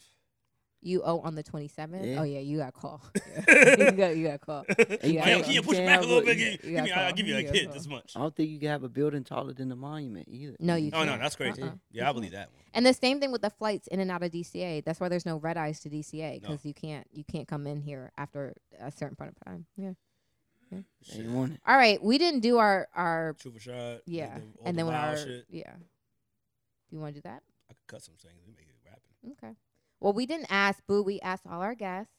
Speaker 1: You owe on the 27th.
Speaker 3: Yeah.
Speaker 1: Oh yeah, you got
Speaker 2: (laughs)
Speaker 1: call. Yeah. (laughs) you got you got call.
Speaker 3: You
Speaker 1: Yeah,
Speaker 2: Can
Speaker 1: I
Speaker 2: you
Speaker 3: can't-
Speaker 2: push
Speaker 3: you
Speaker 2: back a
Speaker 3: can't
Speaker 2: little
Speaker 3: have
Speaker 2: bit?
Speaker 3: a-
Speaker 2: Give,
Speaker 1: you
Speaker 2: me-
Speaker 1: got
Speaker 2: I'll
Speaker 1: called.
Speaker 2: give you
Speaker 1: You
Speaker 2: like
Speaker 1: got
Speaker 2: hit
Speaker 1: called.
Speaker 2: this much.
Speaker 3: I don't think you can have a building taller than the monument either.
Speaker 1: No, Oh, you
Speaker 2: Oh no,
Speaker 1: can't.
Speaker 2: that's crazy.
Speaker 1: Uh-uh.
Speaker 2: Yeah, I believe that one.
Speaker 1: And the same thing with the flights in and out of DCA. That's why there's no red eyes to DCA
Speaker 2: No.
Speaker 1: because you can't you can't come in here after a certain point of time. Yeah.
Speaker 3: They didn't want it.
Speaker 1: All right, we didn't do our our
Speaker 2: True for shot.
Speaker 1: yeah,
Speaker 2: the, all
Speaker 1: and
Speaker 2: the
Speaker 1: then when
Speaker 2: wild
Speaker 1: our
Speaker 2: shit.
Speaker 1: yeah. You want to do that?
Speaker 2: I could cut some things. We make it rapping.
Speaker 1: Okay. Well, we didn't ask Boo. We asked all our guests.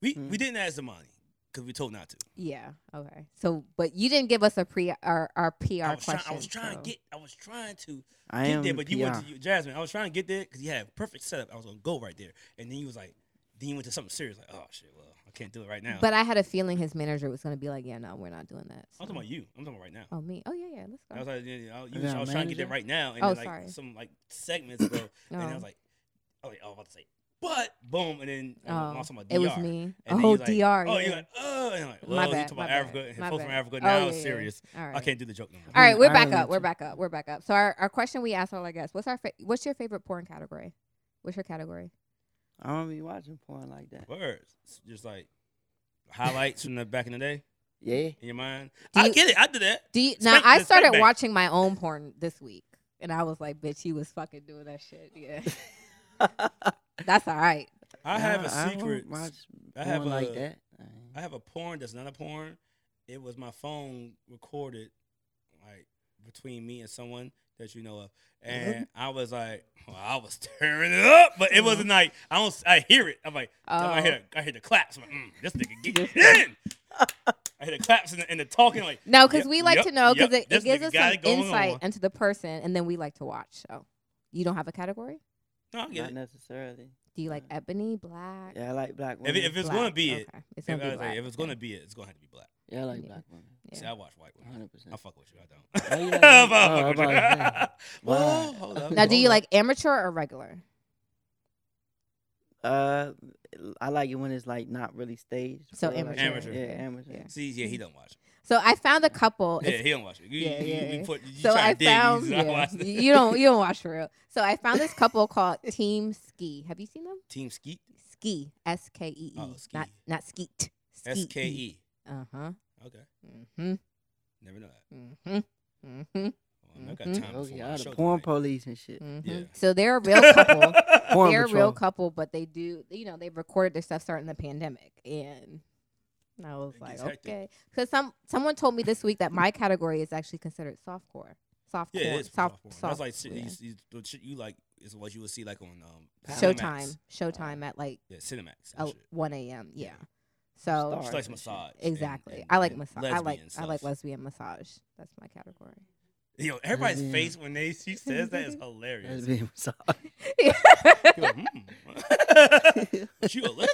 Speaker 2: We
Speaker 1: Mm.
Speaker 3: Hmm.
Speaker 2: we didn't ask the money because we told not to.
Speaker 1: Yeah. Okay. So, but you didn't give us a pre our our PR
Speaker 2: I was, trying,
Speaker 1: question.
Speaker 2: I was trying
Speaker 1: so-
Speaker 2: to get. I was trying to
Speaker 3: I
Speaker 2: get
Speaker 3: am.
Speaker 2: there,
Speaker 3: the
Speaker 2: but you went
Speaker 3: PR.
Speaker 2: to you- Jasmine. I was trying to get there because you had a perfect setup. I was gonna go right there, and then you was like, then you went to something serious. Like, oh shit, well I can't do it right now.
Speaker 1: But I had a feeling his manager was going to be like, "Yeah, no, we're not doing that."
Speaker 2: I'm
Speaker 1: so-
Speaker 2: talking about you. I'm talking about right now.
Speaker 1: Oh me. Oh yeah, yeah. Let's go.
Speaker 2: I was like, yeah, yeah, I was,
Speaker 3: Is that
Speaker 2: I
Speaker 3: a
Speaker 2: was trying to get there right
Speaker 3: manager?
Speaker 2: now, and
Speaker 1: Oh,
Speaker 2: then, like
Speaker 1: sorry.
Speaker 2: some like
Speaker 1: (coughs)
Speaker 2: segments ago, and then I
Speaker 1: Oh.
Speaker 2: was like, oh, wait, I was about to say, but boom, and then I
Speaker 1: Oh,
Speaker 2: was talking about
Speaker 1: it was
Speaker 2: DR.
Speaker 1: me.
Speaker 2: And
Speaker 1: oh,
Speaker 2: then you was like,
Speaker 1: DR.
Speaker 2: Oh,
Speaker 1: yeah.
Speaker 2: you're like, oh, and I'm
Speaker 1: My
Speaker 2: like, well, you
Speaker 1: bad,
Speaker 2: talk about
Speaker 1: my bad,
Speaker 2: Africa, and
Speaker 1: my
Speaker 2: folks from
Speaker 1: bad.
Speaker 2: Africa.
Speaker 1: Oh,
Speaker 2: Now
Speaker 1: yeah,
Speaker 2: it's
Speaker 1: yeah.
Speaker 2: serious. mm,
Speaker 1: All right.
Speaker 2: I can't do the joke no more.
Speaker 1: All right, we're back
Speaker 3: Ireland
Speaker 1: up. We're
Speaker 3: too.
Speaker 1: back up. We're back up. So our, our question we asked all our guests: What's our fa- what's your favorite porn category? What's your category?
Speaker 3: I don't be watching porn like that.
Speaker 2: Words, It's just like highlights from the back in the day
Speaker 1: (laughs)
Speaker 3: Yeah.
Speaker 2: in your mind.
Speaker 1: Do
Speaker 2: I
Speaker 1: you-
Speaker 2: get it. I did that.
Speaker 1: Do you, now
Speaker 2: Spank-
Speaker 1: I
Speaker 2: the spank
Speaker 1: started
Speaker 2: bank.
Speaker 1: watching my own porn this week, and I was like, "Bitch, you was fucking doing that shit."
Speaker 2: (laughs)
Speaker 1: Yeah, that's all right.
Speaker 2: I have
Speaker 3: Nah,
Speaker 2: a secret.
Speaker 3: I, don't watch
Speaker 2: I have
Speaker 3: porn like
Speaker 2: a-
Speaker 3: that.
Speaker 2: I have a porn that's not a porn. It was my phone recorded, like between me and someone that you know of, and I was like, well, I was (laughs) tearing it up, but it wasn't like I don't. s- I hear it. I'm like, I
Speaker 1: Oh.
Speaker 2: hear, I hear the claps. I'm like, mm, this nigga getting it in. (laughs) I hear the claps and the, and the talking. Like,
Speaker 1: No, because
Speaker 2: Yep,
Speaker 1: we like
Speaker 2: yep,
Speaker 1: to know because
Speaker 2: yep,
Speaker 1: it,
Speaker 2: this
Speaker 1: it gives
Speaker 2: nigga
Speaker 1: us
Speaker 2: got
Speaker 1: some
Speaker 2: it going
Speaker 1: insight
Speaker 2: on.
Speaker 1: into the person, and then we like to watch. So, you don't have a category?
Speaker 2: no, I get
Speaker 3: Not
Speaker 2: it.
Speaker 3: necessarily.
Speaker 1: Do you like ebony, black?
Speaker 3: Yeah, I like black
Speaker 2: Mm. If,
Speaker 3: women.
Speaker 2: it- if it's gonna
Speaker 1: Black.
Speaker 2: be it,
Speaker 1: Okay. It's
Speaker 2: if,
Speaker 1: gonna
Speaker 2: I
Speaker 1: be
Speaker 2: was like,
Speaker 1: black.
Speaker 2: if it's gonna be it, it's gonna have to be black.
Speaker 3: yeah, I like
Speaker 1: Yeah.
Speaker 3: black women.
Speaker 2: See, I watch white women.
Speaker 3: 100%.
Speaker 2: I fuck with you.
Speaker 3: Oh,
Speaker 2: I
Speaker 3: you
Speaker 2: don't. (laughs)
Speaker 3: like
Speaker 2: I
Speaker 3: that.
Speaker 2: fuck
Speaker 3: Oh,
Speaker 2: with
Speaker 3: I'm
Speaker 2: you.
Speaker 3: about to say.
Speaker 2: (laughs) Whoa,
Speaker 3: Wow.
Speaker 2: hold up.
Speaker 1: Now, do you
Speaker 3: Hold
Speaker 1: like amateur or regular?
Speaker 3: Uh, I like it when it's like not really staged.
Speaker 1: So
Speaker 3: but, like,
Speaker 1: amateur.
Speaker 2: Amateur.
Speaker 3: Yeah,
Speaker 1: Yeah.
Speaker 3: amateur.
Speaker 1: Yeah.
Speaker 2: See, yeah, he don't watch.
Speaker 1: So I found a couple.
Speaker 2: Yeah,
Speaker 1: It's-
Speaker 2: he don't watch it. You,
Speaker 1: Yeah,
Speaker 2: yeah, you,
Speaker 1: yeah,
Speaker 2: yeah.
Speaker 1: yeah.
Speaker 2: You put, you
Speaker 1: so
Speaker 2: try
Speaker 1: I
Speaker 2: to dig,
Speaker 1: found
Speaker 2: you, (laughs)
Speaker 1: yeah,
Speaker 2: just not watch it.
Speaker 1: you you don't you don't watch for real. So I found this couple called Team Ski. Have you seen them?
Speaker 2: (laughs) Team Skeet.
Speaker 1: Ski S K E E,
Speaker 2: Oh,
Speaker 1: not
Speaker 2: Ski.
Speaker 1: not skeet.
Speaker 2: S K E.
Speaker 1: Uh huh.
Speaker 2: Okay.
Speaker 1: Mhm.
Speaker 2: Never know that.
Speaker 1: Mhm. Mhm.
Speaker 2: Well, I got
Speaker 1: Mhm.
Speaker 2: time
Speaker 3: Oh,
Speaker 2: before
Speaker 3: yeah,
Speaker 2: my
Speaker 3: the
Speaker 2: show
Speaker 3: porn
Speaker 2: tonight.
Speaker 3: police and shit.
Speaker 1: Mhm.
Speaker 2: Yeah.
Speaker 1: So they're a real
Speaker 2: (laughs)
Speaker 1: couple.
Speaker 3: Porn
Speaker 1: they're a
Speaker 3: patrol.
Speaker 1: real couple, but they do you know they recorded their stuff starting the pandemic, and I was
Speaker 2: It
Speaker 1: like,
Speaker 2: gets hectic.
Speaker 1: okay, because some someone told me this week that my category is actually considered softcore. Softcore.
Speaker 2: yeah, it is
Speaker 1: soft,
Speaker 2: soft porn.
Speaker 1: soft,
Speaker 2: That's like shit,
Speaker 1: yeah.
Speaker 2: you, you, the shit you like is what you would see like on um,
Speaker 1: Showtime.
Speaker 2: Cinemax.
Speaker 1: Showtime at like
Speaker 2: Yeah, Cinemax.
Speaker 1: uh,
Speaker 2: And oh, shit.
Speaker 1: 1 a.m. Yeah.
Speaker 2: Yeah.
Speaker 1: So
Speaker 3: Star.
Speaker 2: She
Speaker 3: Alright,
Speaker 2: likes
Speaker 3: and shit.
Speaker 2: massage. and-
Speaker 1: oh, exactly,
Speaker 2: and-
Speaker 1: I like
Speaker 2: and
Speaker 1: massage. I
Speaker 2: lesbian
Speaker 1: like I like
Speaker 2: stuff.
Speaker 1: lesbian massage. That's my category.
Speaker 2: Yo, everybody's
Speaker 1: Mm-hmm.
Speaker 3: Yeah.
Speaker 2: face when they she says
Speaker 1: (laughs)
Speaker 2: that is hilarious.
Speaker 3: (laughs) I'm sorry.
Speaker 2: You're like, "Hmm."
Speaker 1: (laughs)
Speaker 2: But you a lesbian?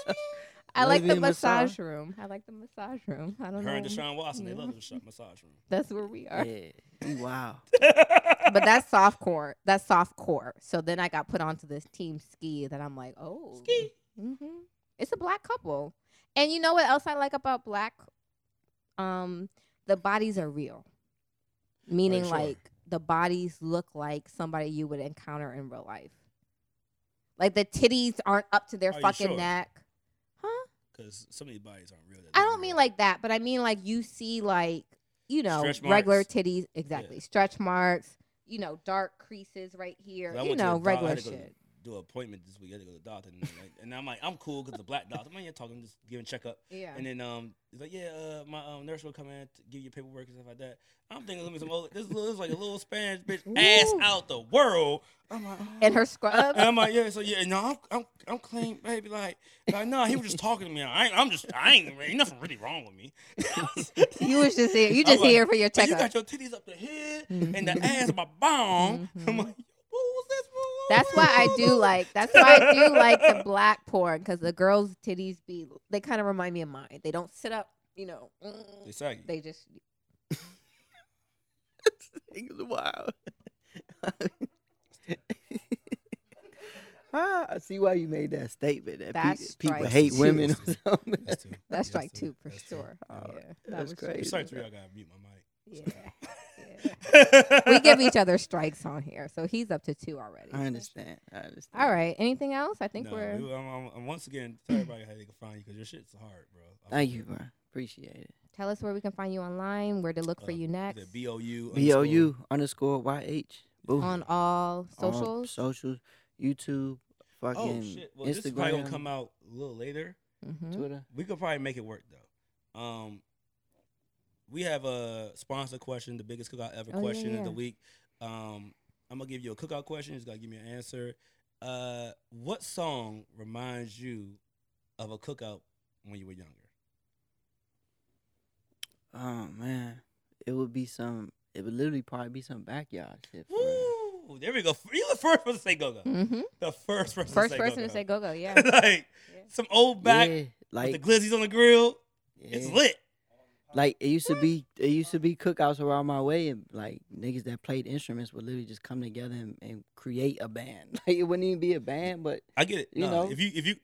Speaker 1: I like the
Speaker 3: Lesbian massage.
Speaker 1: massage room. I like the massage room. I don't
Speaker 2: Her and
Speaker 1: know.
Speaker 2: Deshaun Watson, they
Speaker 1: Yeah.
Speaker 2: love the sh-
Speaker 1: (laughs)
Speaker 2: massage room.
Speaker 1: That's where we are.
Speaker 3: yeah. You Wow.
Speaker 1: But that's soft core. That's soft core. So then I got put onto this team ski that I'm like, oh,
Speaker 2: Ski.
Speaker 1: hmm It's a black couple, and you know what else I like about black? Um, the bodies are real, meaning
Speaker 2: sure?
Speaker 1: like the bodies look like somebody you would encounter in real life. Like the titties aren't up to their
Speaker 2: Are Oh, you
Speaker 1: fucking
Speaker 2: sure?
Speaker 1: neck.
Speaker 2: Because some of these bodies aren't real.
Speaker 1: I don't mean like that, but I mean like you see like you know
Speaker 2: Stretch
Speaker 1: regular
Speaker 2: marks?
Speaker 1: titties, exactly stretch marks, you know dark creases right here,
Speaker 2: I
Speaker 1: you
Speaker 2: went to
Speaker 1: know
Speaker 2: the doc- I
Speaker 1: regular
Speaker 2: had to go
Speaker 1: shit.
Speaker 2: Do an appointment this week. I had to go to the doctor, and, like, and I'm like, I'm cool because the black doctor. I'm not talking, just giving checkup.
Speaker 1: Yeah,
Speaker 2: And then um, he's like, yeah, uh, my um, nurse will come in to give you paperwork and stuff like that. I'm thinking, let me some old. This little, this like a little Spanish bitch ass
Speaker 1: Ooh.
Speaker 2: out the world. I'm
Speaker 3: Uh-huh.
Speaker 2: like, oh.
Speaker 3: (laughs)
Speaker 1: and her
Speaker 2: (laughs)
Speaker 1: scrub.
Speaker 2: And I'm like, yeah, so yeah, no, I'm, I'm, I'm clean, baby. Like, like, no, he was just talking to me. I ain't, I'm just, I ain't, ain't nothing really wrong with me. (laughs)
Speaker 1: you was just here. You
Speaker 2: I'm
Speaker 1: just
Speaker 2: like,
Speaker 1: here for your
Speaker 2: Like, you
Speaker 1: checkup.
Speaker 2: got your titties up the head and the ass of my bong. I'm
Speaker 1: Mhm.
Speaker 2: like, who's this? fool?
Speaker 1: that's why I
Speaker 2: (laughs)
Speaker 1: do like. That's why I do like the black porn because the girls' titties be. They kind of remind me of mine. They don't sit up. You know, mm,
Speaker 2: They saggy.
Speaker 1: they just.
Speaker 3: Niggas wild. (laughs) ah, I see why you made that statement. That pe-
Speaker 1: That's
Speaker 3: people
Speaker 1: strike
Speaker 3: hate
Speaker 1: (laughs)
Speaker 3: women or
Speaker 2: two.
Speaker 3: something.
Speaker 2: That's two.
Speaker 1: That's
Speaker 2: Yes,
Speaker 1: strike two for
Speaker 2: That's two.
Speaker 1: sure.
Speaker 3: Oh,
Speaker 1: yeah, that
Speaker 3: that's
Speaker 1: was true.
Speaker 3: crazy.
Speaker 2: Strike three, I gotta mute my mic.
Speaker 1: Yeah, yeah. we give each other strikes on here, so he's up to two already.
Speaker 3: (laughs) I understand. I understand.
Speaker 1: All right. Anything else? I think
Speaker 2: Nah,
Speaker 1: we're.
Speaker 2: we- I'm, I'm- I'm once again tell everybody how they can find you because your shit's hard, bro.
Speaker 3: Thank you, bro. Appreciate it.
Speaker 1: Tell us where we can find you online, where to look for
Speaker 2: Uh,
Speaker 1: you next,
Speaker 2: The B O U.
Speaker 3: B O U underscore Y H. Boom.
Speaker 1: on all
Speaker 3: On
Speaker 1: socials.
Speaker 3: socials, YouTube, fucking
Speaker 2: Oh shit! Well,
Speaker 3: Instagram,
Speaker 2: this is probably gonna come out a little later.
Speaker 1: Mhm.
Speaker 3: Twitter.
Speaker 2: We could probably make it work though. Um, we have a sponsor question, the biggest cookout ever
Speaker 1: Oh, yeah,
Speaker 2: question of
Speaker 1: yeah.
Speaker 2: the week. Um, I'm gonna give you a cookout question. You just gotta give me an answer. Uh, what song reminds you of a cookout when you were younger?
Speaker 3: Oh man, it would be some. It would literally probably be some backyard shit. For real.
Speaker 2: Woo! There we go. You the first person to say go go.
Speaker 1: Mhm.
Speaker 2: The first person.
Speaker 1: First
Speaker 2: to say
Speaker 1: person
Speaker 2: go-go.
Speaker 1: to
Speaker 2: (laughs)
Speaker 1: say go go. Yeah.
Speaker 2: like
Speaker 1: Yeah.
Speaker 2: some old back
Speaker 3: yeah, like
Speaker 2: with the glizzies on the grill. It's
Speaker 3: yeah.
Speaker 2: lit.
Speaker 3: Like it used to be, it used to be cookouts around my way, and like niggas that played instruments would literally just come together and, and create a band. (laughs) Like it wouldn't even be a band, but
Speaker 2: I get it.
Speaker 3: You
Speaker 2: Nah,
Speaker 3: know?
Speaker 2: if you if you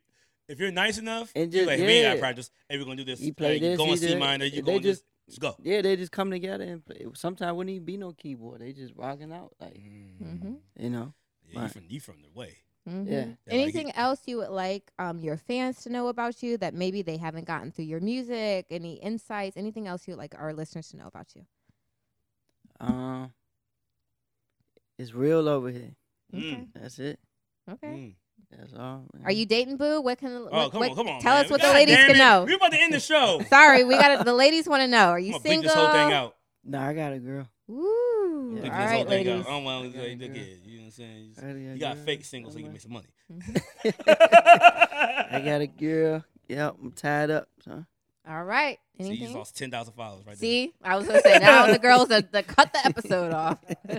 Speaker 2: if you're nice enough,
Speaker 3: And
Speaker 2: you
Speaker 3: just-
Speaker 2: like we ain't got
Speaker 3: yeah.
Speaker 2: practice. Hey, we're gonna do this.
Speaker 3: You play
Speaker 2: hey,
Speaker 3: this,
Speaker 2: Go
Speaker 3: you
Speaker 2: on C
Speaker 3: do-
Speaker 2: minor. You
Speaker 3: they
Speaker 2: go on this.
Speaker 3: just-
Speaker 2: Just go.
Speaker 3: yeah, they just come together and play. Sometimes wouldn't even be no keyboard. They just rocking out, like
Speaker 1: Mhm.
Speaker 3: you know.
Speaker 2: Yeah, you
Speaker 3: Right.
Speaker 2: from you from the way.
Speaker 1: Mhm.
Speaker 3: Yeah, like
Speaker 1: Anything
Speaker 2: it-
Speaker 1: else you would like um, your fans to know about you that maybe they haven't gotten through your music? Any insights? Anything else you'd like our listeners to know about you?
Speaker 3: Um, it's real over here.
Speaker 2: Hmm.
Speaker 1: Okay.
Speaker 3: That's it.
Speaker 1: Okay.
Speaker 2: Mm.
Speaker 3: That's all. man.
Speaker 1: Are you dating Boo? What can?
Speaker 2: Oh,
Speaker 1: what-
Speaker 2: come
Speaker 1: what-
Speaker 2: on, come on.
Speaker 1: Tell
Speaker 2: man.
Speaker 1: us what the
Speaker 2: God
Speaker 1: ladies
Speaker 2: damn
Speaker 1: can
Speaker 2: it.
Speaker 1: know.
Speaker 2: We're about to end the show.
Speaker 1: Sorry, we
Speaker 2: (laughs)
Speaker 1: got the ladies want to know. Are
Speaker 2: I'm
Speaker 1: you
Speaker 2: gonna
Speaker 1: single?
Speaker 2: bleep this whole thing out.
Speaker 3: Nah, I got a girl.
Speaker 1: Ooh. All
Speaker 2: Bleep
Speaker 3: Yeah. Thinking
Speaker 2: this
Speaker 1: right,
Speaker 2: whole thing out.
Speaker 1: ladies.
Speaker 2: I don't want to
Speaker 3: Okay,
Speaker 2: look like
Speaker 3: girl.
Speaker 2: dickhead. You know what I'm saying?
Speaker 3: I got a
Speaker 2: You got
Speaker 3: girl.
Speaker 2: fake single so you can make
Speaker 1: (laughs)
Speaker 2: some money.
Speaker 1: Mm-hmm.
Speaker 3: (laughs) I got a girl. Yep, I'm tied up. So.
Speaker 1: All right.
Speaker 2: See, you just
Speaker 1: Anything?
Speaker 2: lost ten thousand followers right
Speaker 1: See, I was gonna say now the girls are the cut
Speaker 2: (laughs)
Speaker 1: the episode off. (laughs)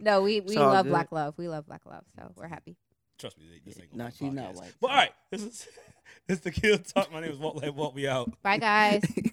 Speaker 1: no, we we
Speaker 3: It's all
Speaker 1: love
Speaker 3: good.
Speaker 1: black love. We love black love, so we're happy.
Speaker 2: there. Trust me, this ain't
Speaker 3: Nah,
Speaker 2: gonna
Speaker 3: she's
Speaker 2: be a
Speaker 3: not
Speaker 2: podcast.
Speaker 3: white.
Speaker 2: (laughs) But all right, this is this is the kill talk. My name is Walt Like Walt. We out.
Speaker 1: Bye guys.